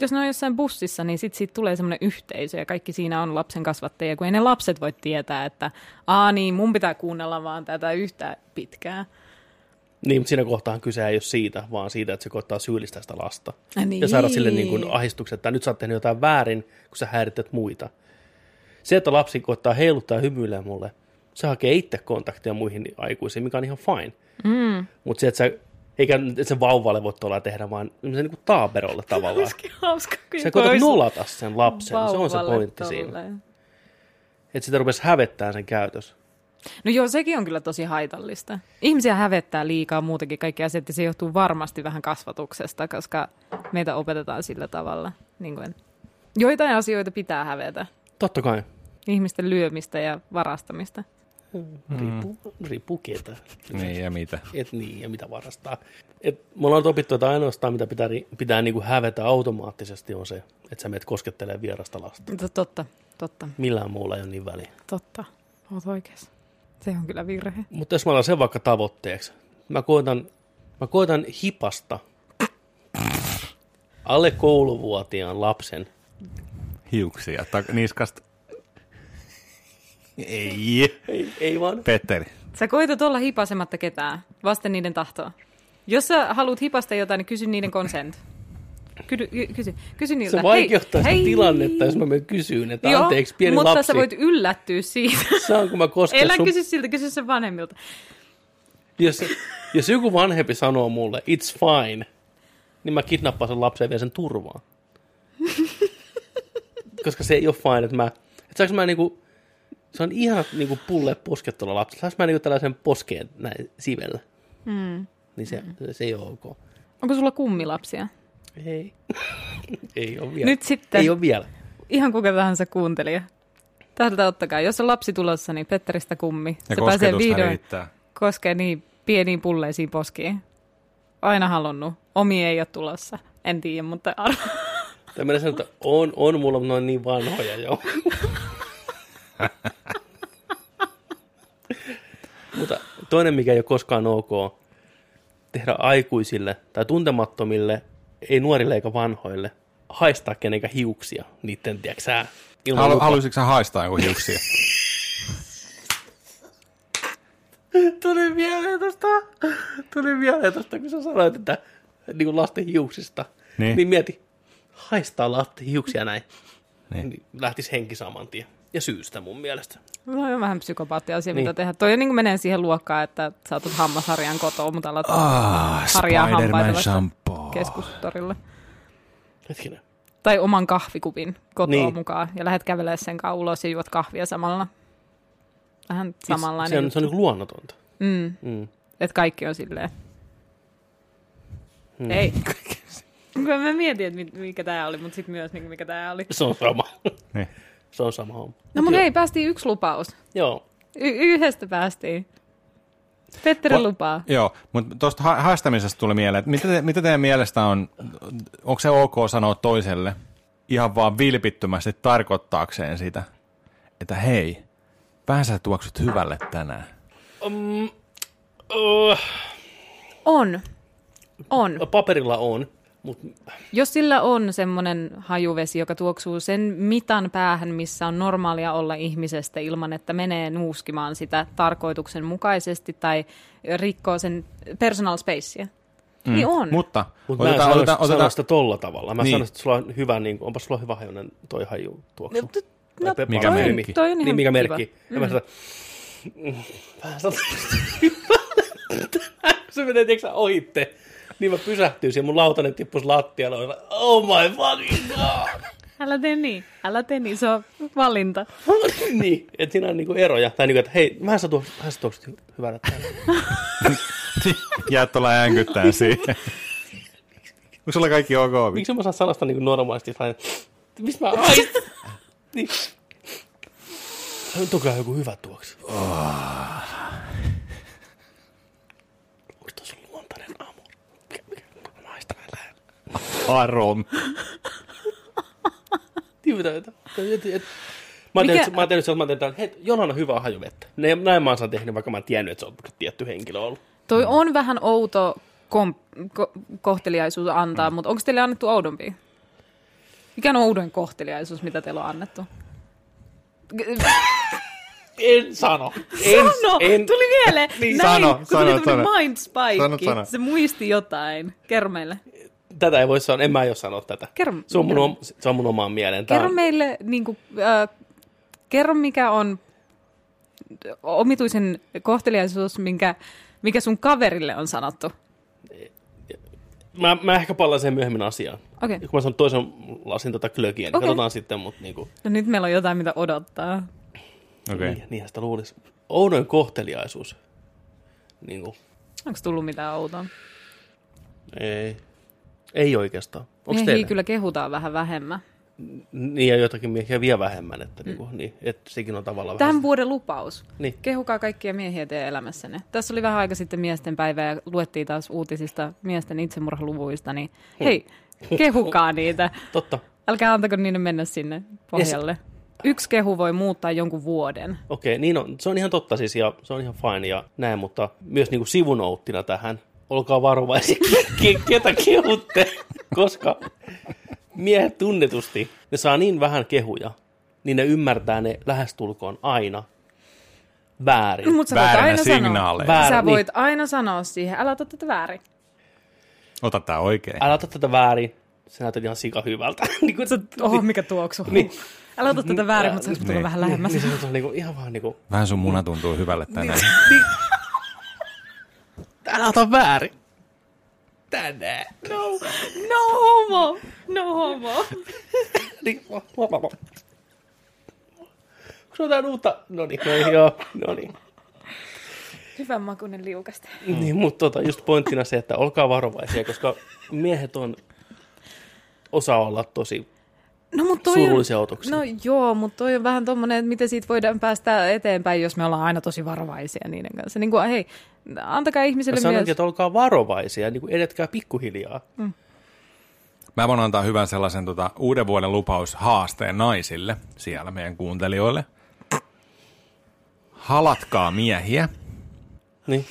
[SPEAKER 4] jos ne on jossain bussissa, niin sitten siitä tulee semmoinen yhteisö ja kaikki siinä on lapsen kasvattajia, kun ei ne lapset voi tietää, että aa niin, mun pitää kuunnella vaan tätä yhtä pitkää.
[SPEAKER 1] Niin, mutta siinä kohtaan kyse ei ole siitä, vaan siitä, että se koittaa syyllistää sitä lasta.
[SPEAKER 4] Ai niin.
[SPEAKER 1] Ja saada sille niin kuin ahistuksen, että nyt sä oot tehnyt jotain väärin, kun sä häirität muita. Se, että lapsi koittaa heiluttaa ja hymyilee mulle, se hakee itse kontaktia muihin aikuisiin, mikä on ihan fine. Mm. Mutta se, että sä, eikä nyt, että se vauvalle voi tuolla tehdä, vaan se niin kuin taaperolle tavallaan.
[SPEAKER 4] Olisikin hauska, kun
[SPEAKER 1] Sä
[SPEAKER 4] joku
[SPEAKER 1] koetat
[SPEAKER 4] olisi
[SPEAKER 1] nolata sen lapsen, se on se
[SPEAKER 4] Niin, vauvalle
[SPEAKER 1] pointti siinä.
[SPEAKER 4] tolleen.
[SPEAKER 1] Että sitä rupesi hävettää sen käytös.
[SPEAKER 4] No joo, sekin on kyllä tosi haitallista. Ihmisiä hävettää liikaa muutenkin kaikki asiat, ja se johtuu varmasti vähän kasvatuksesta, koska meitä opetetaan sillä tavalla. Niin kuin, joitain asioita pitää hävetä.
[SPEAKER 1] Totta kai.
[SPEAKER 4] Ihmisten lyömistä ja varastamista.
[SPEAKER 1] Riippuu, riippuu ketä.
[SPEAKER 3] Niin ja mitä.
[SPEAKER 1] Et niin, ja mitä varastaa. Et me ollaan nyt opittu, että ainoastaan mitä pitää, ri- pitää niinku hävetä automaattisesti on se, että sä meet koskettelemaan vierasta lasta.
[SPEAKER 4] Mutta Totta, totta,
[SPEAKER 1] Millään muulla ei ole niin väliä.
[SPEAKER 4] totta. Oot oikeassa. Se on kyllä virhe.
[SPEAKER 1] Mutta jos mä otan sen vaikka tavoitteeksi, mä koitan, mä koitan hipasta alle kouluvuotiaan lapsen.
[SPEAKER 3] Hiuksia. Ta- niskasta. Ei.
[SPEAKER 1] Ei, ei vaan.
[SPEAKER 3] Petteri.
[SPEAKER 4] Sä koetat olla hipasematta ketään, vasten niiden tahtoa. Jos sä haluat hipasta jotain, niin kysy niiden konsent. Kysy, kysy, kysy niiltä.
[SPEAKER 1] Se vaikeuttaa
[SPEAKER 4] hei,
[SPEAKER 1] sitä
[SPEAKER 4] hei.
[SPEAKER 1] tilannetta, jos mä menen kysyyn, että Joo, anteeksi, pieni
[SPEAKER 4] mutta
[SPEAKER 1] lapsi.
[SPEAKER 4] sä voit yllättyä siitä.
[SPEAKER 1] Saanko mä koskea
[SPEAKER 4] Elä
[SPEAKER 1] sun...
[SPEAKER 4] kysy siltä, kysy sen vanhemmilta.
[SPEAKER 1] Jos, jos joku vanhempi sanoo mulle, it's fine, niin mä kidnappaan sen lapsen ja vien sen turvaan. Koska se ei ole fine, että mä... Että saanko mä niinku... Se on ihan niinku pulle poskettuna lapsi. Saanko mä niinku tällaisen poskeen näin sivellä? Mm. Niin se, se ei ole ok.
[SPEAKER 4] Onko sulla kummilapsia?
[SPEAKER 1] Ei. ei ole vielä.
[SPEAKER 4] Nyt sitten.
[SPEAKER 1] Ei ole vielä.
[SPEAKER 4] Ihan kuka tahansa kuuntelija. Tältä ottakaa. Jos on lapsi tulossa, niin Petteristä kummi.
[SPEAKER 3] Ja
[SPEAKER 4] se pääsee
[SPEAKER 3] kosketusta
[SPEAKER 4] vihdoin
[SPEAKER 3] riittää.
[SPEAKER 4] koskee niin pieniin pulleisiin poskiin. Aina halunnut. Omi ei ole tulossa. En tiedä, mutta arvo.
[SPEAKER 1] Tämmöinen sanoo, että on, on mulla, mutta ne on niin vanhoja jo. mutta toinen, mikä ei ole koskaan ok, tehdä aikuisille tai tuntemattomille, ei nuorille eikä vanhoille, haistaa kenenkään hiuksia niiden, tiedätkö sä, ilman
[SPEAKER 3] Halu,
[SPEAKER 1] lupaa.
[SPEAKER 3] haluaisitko sä haistaa joku hiuksia?
[SPEAKER 1] Tuli mieleen tosta, tuli mieleen tosta, kun sä sanoit, että niin kuin lasten hiuksista.
[SPEAKER 3] Niin.
[SPEAKER 1] niin mieti, haistaa lasten hiuksia näin.
[SPEAKER 3] Niin.
[SPEAKER 1] Niin lähtisi henki saman tien. Ja syystä mun mielestä.
[SPEAKER 4] No on vähän psykopaattiasia,
[SPEAKER 1] Niin.
[SPEAKER 4] mitä tehdä. Toi niin menee siihen luokkaan, että saatat hammasharjan kotoa, mutta alat
[SPEAKER 3] Ah,
[SPEAKER 4] harjaa hampaita
[SPEAKER 3] Spider-Man
[SPEAKER 4] vasta
[SPEAKER 3] shampoo.
[SPEAKER 4] keskustorille.
[SPEAKER 1] Hetkinen.
[SPEAKER 4] Tai oman kahvikupin kotoa
[SPEAKER 1] Niin.
[SPEAKER 4] niin. mukaan ja lähdet kävelemään sen kanssa ulos ja juot kahvia samalla. Vähän
[SPEAKER 1] Se
[SPEAKER 4] samanlainen,
[SPEAKER 1] on, se on niin luonnotonta.
[SPEAKER 4] mm,
[SPEAKER 1] Mm.
[SPEAKER 4] että kaikki on silleen.
[SPEAKER 1] Hmm.
[SPEAKER 4] Ei. Kyllä mä mietin, että mi- mikä tämä oli, mutta sitten myös niin kuin mikä tämä oli.
[SPEAKER 1] Se on sama.
[SPEAKER 3] Niin.
[SPEAKER 1] se on sama homma.
[SPEAKER 4] No mun
[SPEAKER 1] Joo.
[SPEAKER 4] ei, päästiin yksi lupaus.
[SPEAKER 1] Joo.
[SPEAKER 4] Y- yhdestä päästiin. Petteri
[SPEAKER 3] Va-
[SPEAKER 4] lupaa.
[SPEAKER 3] Joo, mutta tuosta ha- haistamisesta tuli mieleen, että mitä, te, mitä teidän mielestä on, onko se ok sanoa toiselle ihan vaan vilpittömästi tarkoittaakseen sitä, että hei, vähän sä tuoksut hyvälle tänään.
[SPEAKER 1] Um, uh,
[SPEAKER 4] On. On.
[SPEAKER 1] paperilla on, mutta
[SPEAKER 4] Jos sillä on semmoinen hajuvesi, joka tuoksuu sen mitan päähän, missä on normaalia olla ihmisestä ilman, että menee nuuskimaan sitä tarkoituksenmukaisesti tai rikkoo sen personal spacea, mm. niin on.
[SPEAKER 3] Mutta
[SPEAKER 1] mut mä en
[SPEAKER 3] otetaan,
[SPEAKER 1] sano,
[SPEAKER 3] otetaan,
[SPEAKER 1] sano
[SPEAKER 3] otetaan,
[SPEAKER 1] sitä tolla tavalla. Mä niin.
[SPEAKER 3] Niin.
[SPEAKER 1] sanon, että sulla on hyvä, niin kuin, onpas sulla hyvä hajonen toi haju tuoksu.
[SPEAKER 4] No, t-
[SPEAKER 1] Tai
[SPEAKER 4] no,
[SPEAKER 1] Peppa
[SPEAKER 3] Mikä
[SPEAKER 1] on
[SPEAKER 4] toi,
[SPEAKER 3] merkki?
[SPEAKER 4] Toi on ihan
[SPEAKER 1] niin, mikä
[SPEAKER 4] hyvä.
[SPEAKER 1] merkki. Mm. Ja mä sanon, mm, vähän sanon, se menee, tiedätkö sä, ohitte. Niin mä pysähtyin siihen, mun lautanen tippus lattialle. ja mä sanoin, Oh my fucking god!
[SPEAKER 4] Älä tee niin, älä tee niin, se on valinta.
[SPEAKER 1] niin, että siinä on niinku eroja. Tai niinku, että hei, vähän sä tuoksit, vähän sä tuoksit hy- hyvältä. täällä.
[SPEAKER 3] jää tuolla äänkyttään siihen. Onko sulla kaikki ok?
[SPEAKER 1] Miksi mä saan sanasta niinku normaalisti? Tai, mistä mä haistan? niin. Se on toki joku hyvä tuoksu.
[SPEAKER 4] Ah.
[SPEAKER 1] Onko tuossa luontainen aamu? Mikä, mikä, mä haistan vähän lähellä.
[SPEAKER 3] Aron.
[SPEAKER 1] Niin, mitä- et- et- et- Mä oon
[SPEAKER 4] Mikä-
[SPEAKER 1] tehnyt, mä oon tehnyt, sellaisen, mä oon tehnyt, tämän, hei, jollain on hyvää hajuvettä. Näin, näin mä oon sen tehnyt, vaikka mä en tiennyt, että se on tietty henkilö ollut.
[SPEAKER 4] Toi on vähän outo kom- ko- kohteliaisuus antaa, mutta onko teille annettu oudompi? Mikä on oudoin kohteliaisuus, mitä teillä on annettu?
[SPEAKER 1] En sano. En,
[SPEAKER 4] Sano!
[SPEAKER 1] en,
[SPEAKER 4] Tuli mieleen!
[SPEAKER 1] Niin,
[SPEAKER 4] Näin,
[SPEAKER 3] sano,
[SPEAKER 4] kun
[SPEAKER 3] sano,
[SPEAKER 4] tuli tämmönen
[SPEAKER 3] sano.
[SPEAKER 4] mind spike.
[SPEAKER 3] Sano, sano.
[SPEAKER 4] Se muisti jotain. Kerro meille.
[SPEAKER 1] Tätä ei voi sanoa, en mä jo sanoa tätä.
[SPEAKER 4] Kerro-
[SPEAKER 1] se, on mun, om- se on mun omaan mieleen. Tää
[SPEAKER 4] Kerro
[SPEAKER 1] on-
[SPEAKER 4] meille, niin kuin, äh, kerro mikä on omituisen kohteliaisuus, minkä Mikä sun kaverille on sanottu?
[SPEAKER 1] Mä, mä ehkä palaan sen myöhemmin asiaan.
[SPEAKER 4] Okei.
[SPEAKER 1] Kun mä sanon toisen lasin tätä klökiä, niin
[SPEAKER 4] Okei.
[SPEAKER 1] katsotaan sitten, mutta niinku,
[SPEAKER 4] No nyt meillä on jotain, mitä odottaa.
[SPEAKER 3] Okei.
[SPEAKER 1] niin, niinhän sitä luulisi. Oudoin kohteliaisuus. Niinku,
[SPEAKER 4] Onko tullut mitään outoa?
[SPEAKER 1] ei. Ei oikeastaan. Onko
[SPEAKER 4] Miehiä
[SPEAKER 1] teillä?
[SPEAKER 4] kyllä kehutaan vähän vähemmän.
[SPEAKER 1] Niin, ja jotakin miehiä vielä vähemmän, että
[SPEAKER 4] Mm.
[SPEAKER 1] niinku, niin, et sekin on tavallaan
[SPEAKER 4] Tämän
[SPEAKER 1] vähän...
[SPEAKER 4] vuoden lupaus.
[SPEAKER 1] Niin.
[SPEAKER 4] Kehukaa kaikkia miehiä teidän elämässänne. Tässä oli vähän aika sitten miesten päivä ja luettiin taas uutisista miesten itsemurhaluvuista, niin hei, kehukaa niitä.
[SPEAKER 1] Totta,
[SPEAKER 4] Älkää antako niiden mennä sinne pohjalle. Yksi kehu voi muuttaa jonkun vuoden.
[SPEAKER 1] okei, niin on, se on ihan totta siis, ja se on ihan fine ja näin, mutta myös niinku sivunouttina tähän, olkaa varovaisia, ke- ketä kehutte, koska miehet tunnetusti, ne saa niin vähän kehuja, niin ne ymmärtää ne lähestulkoon aina väärin.
[SPEAKER 4] Mutta sä voit
[SPEAKER 3] Väärinä
[SPEAKER 4] aina
[SPEAKER 3] signaaleina.
[SPEAKER 4] sanoa.
[SPEAKER 1] Väärä,
[SPEAKER 4] Sä
[SPEAKER 1] niin.
[SPEAKER 4] voit aina sanoa siihen, älä ota tätä väärin.
[SPEAKER 3] Ota tää oikein.
[SPEAKER 1] Älä ota tätä väärin, sä näytät ihan sika hyvältä. niin kuin,
[SPEAKER 4] Oho, mikä tuoksu.
[SPEAKER 1] Niin.
[SPEAKER 4] Älä ota tätä väärin, mutta saanko tulla
[SPEAKER 3] Niin.
[SPEAKER 4] vähän lähemmäs?
[SPEAKER 1] niin se on niinku, ihan vaan niinku,
[SPEAKER 3] Vähän sun muna tuntuu hyvälle tänään.
[SPEAKER 1] älä ota väärin. Tänään. No.
[SPEAKER 4] No homo, no homo.
[SPEAKER 1] Niin, mua- mua- mua- mua. Onko sulla jotain uutta? No niin, no joo, no niin.
[SPEAKER 4] Hyvän makuinen liukaste.
[SPEAKER 1] Niin, mutta tota, just pointtina se, että olkaa varovaisia, koska miehet on osaa olla tosi...
[SPEAKER 4] No, mut toi
[SPEAKER 1] Surullisia
[SPEAKER 4] on,
[SPEAKER 1] otoksia.
[SPEAKER 4] No joo, mutta toi on vähän tommonen, että miten siitä voidaan päästä eteenpäin, jos me ollaan aina tosi varovaisia niiden kanssa. Niin kuin, hei, antakaa ihmiselle
[SPEAKER 1] Mä sanoinkin,
[SPEAKER 4] myös...
[SPEAKER 1] että olkaa varovaisia, niin kuin edetkää pikkuhiljaa.
[SPEAKER 3] Mä voin antaa hyvän sellaisen tota, uuden vuoden lupaushaasteen naisille siellä meidän kuuntelijoille. Halatkaa miehiä
[SPEAKER 1] Niin,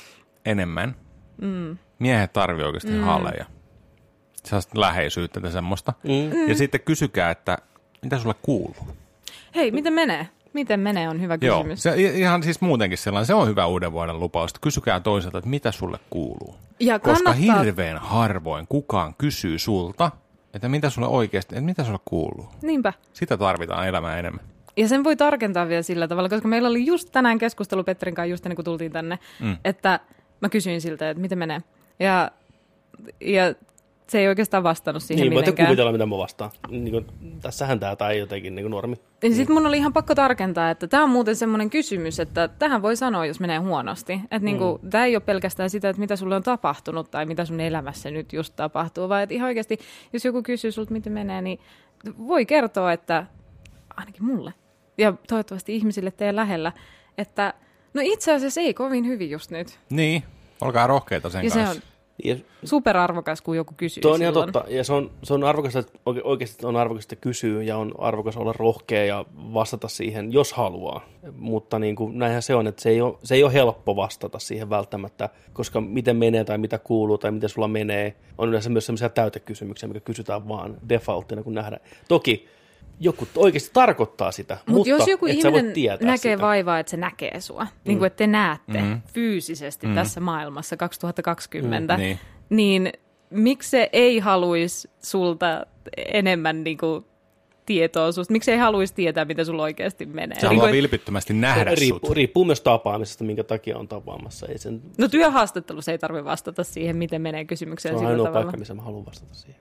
[SPEAKER 3] enemmän. Mm. Miehet tarvii oikeasti mm. haleja. Sellaista läheisyyttä ja semmoista. Mm. Ja sitten kysykää, että mitä sulle kuuluu.
[SPEAKER 4] Hei, miten menee? Miten menee on hyvä
[SPEAKER 3] Joo,
[SPEAKER 4] kysymys.
[SPEAKER 3] se, i- ihan siis muutenkin sellainen, se on hyvä uuden vuoden lupaus, että kysykää toiselta, että mitä sulle kuuluu.
[SPEAKER 4] Ja
[SPEAKER 3] Koska
[SPEAKER 4] kannattaa-
[SPEAKER 3] hirveän harvoin kukaan kysyy sulta, että mitä sulle oikeasti, että mitä sulle kuuluu.
[SPEAKER 4] Niinpä.
[SPEAKER 3] Sitä tarvitaan elämää enemmän.
[SPEAKER 4] Ja sen voi tarkentaa vielä sillä tavalla, koska meillä oli just tänään keskustelu Petterin kanssa just ennen kuin tultiin tänne, mm. että mä kysyin siltä, että miten menee. Ja, ja se ei oikeastaan vastannut siihen
[SPEAKER 1] niin voitte
[SPEAKER 4] mitenkään.
[SPEAKER 1] kuvitella, mitä mä vastaan. Niin kuin, tässähän tää tai jotenkin niin kuin normi.
[SPEAKER 4] Sitten mun oli ihan pakko tarkentaa, että tämä on muuten semmoinen kysymys, että tähän voi sanoa, jos menee huonosti. Että niinku,
[SPEAKER 1] Mm.
[SPEAKER 4] tämä ei ole pelkästään sitä, että mitä sulle on tapahtunut tai mitä sun elämässä nyt just tapahtuu, vaan että ihan oikeasti, jos joku kysyy sulta, miten menee, niin voi kertoa, että ainakin mulle ja toivottavasti ihmisille teidän lähellä, että no itse asiassa ei kovin hyvin just nyt.
[SPEAKER 3] Niin, olkaa rohkeita sen
[SPEAKER 4] Ja se
[SPEAKER 3] kanssa.
[SPEAKER 4] on
[SPEAKER 1] Ja
[SPEAKER 4] superarvokas, kun joku kysyy
[SPEAKER 1] Tuo on ihan
[SPEAKER 4] silloin.
[SPEAKER 1] totta, ja se on, se on arvokasta, että oike- oikeasti on arvokasta kysyä ja on arvokas olla rohkea ja vastata siihen, jos haluaa. Mutta niin kuin, näinhän se on, että se ei ole, se ei ole helppo vastata siihen välttämättä, koska miten menee tai mitä kuuluu tai miten sulla menee, on yleensä myös sellaisia täytekysymyksiä, mikä kysytään vaan defaulttina, kun nähdään. Toki joku oikeasti tarkoittaa sitä, Mut
[SPEAKER 4] Mutta
[SPEAKER 1] mutta
[SPEAKER 4] jos joku
[SPEAKER 1] et sä voi
[SPEAKER 4] ihminen
[SPEAKER 1] tietää
[SPEAKER 4] näkee
[SPEAKER 1] sitä.
[SPEAKER 4] vaivaa, että se näkee sua, mm. niin kuin että te näette mm. fyysisesti mm. tässä maailmassa 2020, mm.
[SPEAKER 3] Mm, niin.
[SPEAKER 4] niin miksi se ei haluaisi sulta enemmän niin kuin, tietoa susta? Miksi se ei haluaisi tietää, mitä sulla oikeasti menee?
[SPEAKER 3] Se
[SPEAKER 4] Niin
[SPEAKER 3] haluaa
[SPEAKER 4] kuin, et-
[SPEAKER 3] vilpittömästi nähdä
[SPEAKER 1] riippuu,
[SPEAKER 3] sut.
[SPEAKER 1] riippuu myös tapaamisesta, minkä takia on tapaamassa. Ei sen,
[SPEAKER 4] no työhaastattelussa ei tarvitse vastata siihen, miten menee kysymykseen
[SPEAKER 1] se on
[SPEAKER 4] sillä
[SPEAKER 1] ainoa
[SPEAKER 4] tavalla.
[SPEAKER 1] paikka, missä mä haluan vastata siihen.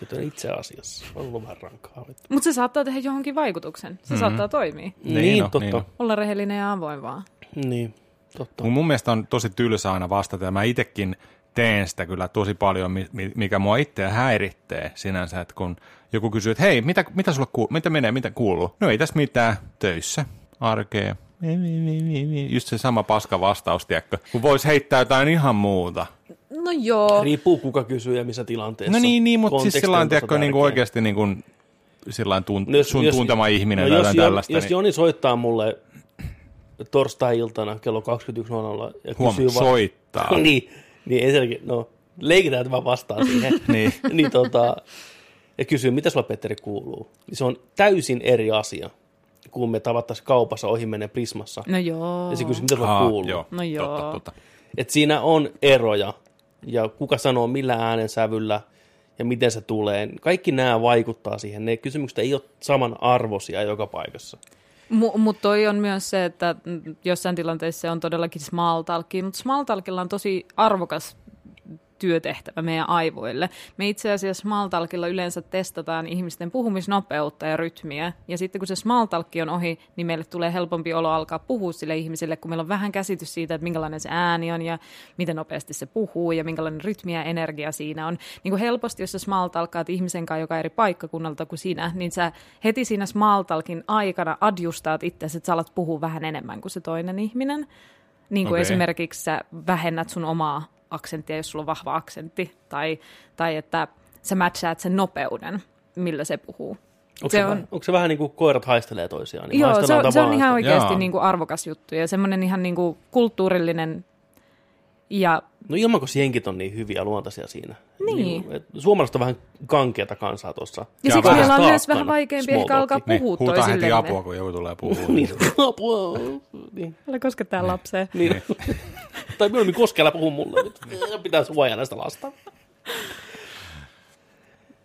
[SPEAKER 1] Nyt on itse asiassa on ollut vähän rankaa.
[SPEAKER 4] Mutta se saattaa tehdä johonkin vaikutuksen.
[SPEAKER 1] Mm-hmm.
[SPEAKER 4] Se mm. saattaa toimia.
[SPEAKER 1] Niin,
[SPEAKER 3] Niin
[SPEAKER 1] niin
[SPEAKER 3] on, niin
[SPEAKER 1] totta.
[SPEAKER 3] on.
[SPEAKER 4] Olla rehellinen ja avoin vaan.
[SPEAKER 1] Niin, niin totta.
[SPEAKER 3] Mun, mun mielestä on tosi tylsä aina vastata, ja mä itekin teen sitä kyllä tosi paljon, mi- mi- mikä mua itseä häiritsee sinänsä, että kun joku kysyy, että hei, mitä, mitä sulla kuuluu, mitä menee, mitä kuuluu? No ei tässä mitään, töissä, arkea. Mi- mi- mi- mi- mi. Just se sama paska vastaus, tiedätkö? kun voisi heittää jotain ihan muuta.
[SPEAKER 4] No joo.
[SPEAKER 1] Riippuu kuka kysyy ja missä tilanteessa.
[SPEAKER 3] No niin, niin mutta siis
[SPEAKER 1] Konteksti on
[SPEAKER 3] sillä
[SPEAKER 1] tosi
[SPEAKER 3] tiedätkö, niin kuin
[SPEAKER 1] tärkeä.
[SPEAKER 3] oikeasti niin kuin, sillain tunt-
[SPEAKER 1] No
[SPEAKER 3] sun tuntema ihminen tai
[SPEAKER 1] jos,
[SPEAKER 3] jotain
[SPEAKER 1] Jon-
[SPEAKER 3] tällaista.
[SPEAKER 1] Jos
[SPEAKER 3] niin-
[SPEAKER 1] Joni soittaa mulle torstai-iltana kello 21.00 ja
[SPEAKER 3] Huom,
[SPEAKER 1] kysyy vaan...
[SPEAKER 3] soittaa.
[SPEAKER 1] niin, niin ensinnäkin, no leikitään, että mä vastaan siihen.
[SPEAKER 3] Niin.
[SPEAKER 1] niin tota, ja kysyy, mitä sulla Petteri kuuluu. Niin se on täysin eri asia, kun me tavattaisiin kaupassa ohi menen Prismassa.
[SPEAKER 4] No joo.
[SPEAKER 1] Ja se kysyy, mitä sulla
[SPEAKER 3] Aa,
[SPEAKER 1] kuuluu.
[SPEAKER 3] joo,
[SPEAKER 4] No joo.
[SPEAKER 3] Totta, totta.
[SPEAKER 1] Et siinä on eroja ja kuka sanoo millä äänensävyllä ja miten se tulee. Kaikki nämä vaikuttaa siihen. Ne kysymykset ei ole saman arvoisia joka paikassa.
[SPEAKER 4] M- mutta toi on myös se, että mm, jossain tilanteessa se on todellakin siis smaltalkki, mutta smaltalkilla on tosi arvokas työtehtävä meidän aivoille. Me itse asiassa smaltalkilla yleensä testataan ihmisten puhumisnopeutta ja rytmiä, ja sitten kun se smaltalkki on ohi, niin meille tulee helpompi olo alkaa puhua sille ihmiselle, kun meillä on vähän käsitys siitä, että minkälainen se ääni on ja miten nopeasti se puhuu ja minkälainen rytmi ja energia siinä on. Niin kuin helposti, jos sä smaltalkkaat ihmisen kanssa joka eri paikkakunnalta kuin sinä, niin sä heti siinä smaltalkin aikana adjustaat itseäsi, että sä alat puhua vähän enemmän kuin se toinen ihminen. Niin kuin
[SPEAKER 3] Okei.
[SPEAKER 4] okay. esimerkiksi sä vähennät sun omaa aksenttia, jos sulla on vahva aksentti, tai, tai että sä matchaat sen nopeuden, millä se puhuu.
[SPEAKER 1] Onko se, se, on... onko se vähän niin kuin koirat haistelee toisiaan? Niin
[SPEAKER 4] Joo, se
[SPEAKER 1] haistellaan
[SPEAKER 4] on, se on
[SPEAKER 1] tavallaan
[SPEAKER 4] ihan
[SPEAKER 1] sitä-
[SPEAKER 4] oikeasti
[SPEAKER 3] Jaa.
[SPEAKER 4] niin kuin arvokas juttu ja semmoinen ihan niin kuin kulttuurillinen ja
[SPEAKER 1] No ilman, kun jenkit on niin hyviä luontaisia siinä.
[SPEAKER 4] Niin.
[SPEAKER 1] et Suomalaiset on vähän kankeata kansaa tuossa.
[SPEAKER 4] ja
[SPEAKER 3] Ja
[SPEAKER 4] siksi
[SPEAKER 3] vähän
[SPEAKER 4] meillä on myös
[SPEAKER 1] taakkana
[SPEAKER 4] vähän vaikeampi ehkä
[SPEAKER 1] small
[SPEAKER 4] alkaa
[SPEAKER 1] talkia.
[SPEAKER 4] puhua
[SPEAKER 3] niin, huutaa heti
[SPEAKER 4] toisille.
[SPEAKER 3] apua, kun joku tulee puhumaan.
[SPEAKER 1] Niin, apua. Niin.
[SPEAKER 4] Älä koskettaa lapseen.
[SPEAKER 1] niin. tai mieluummin koskella puhu mulle. Nyt pitää suojella sitä lasta.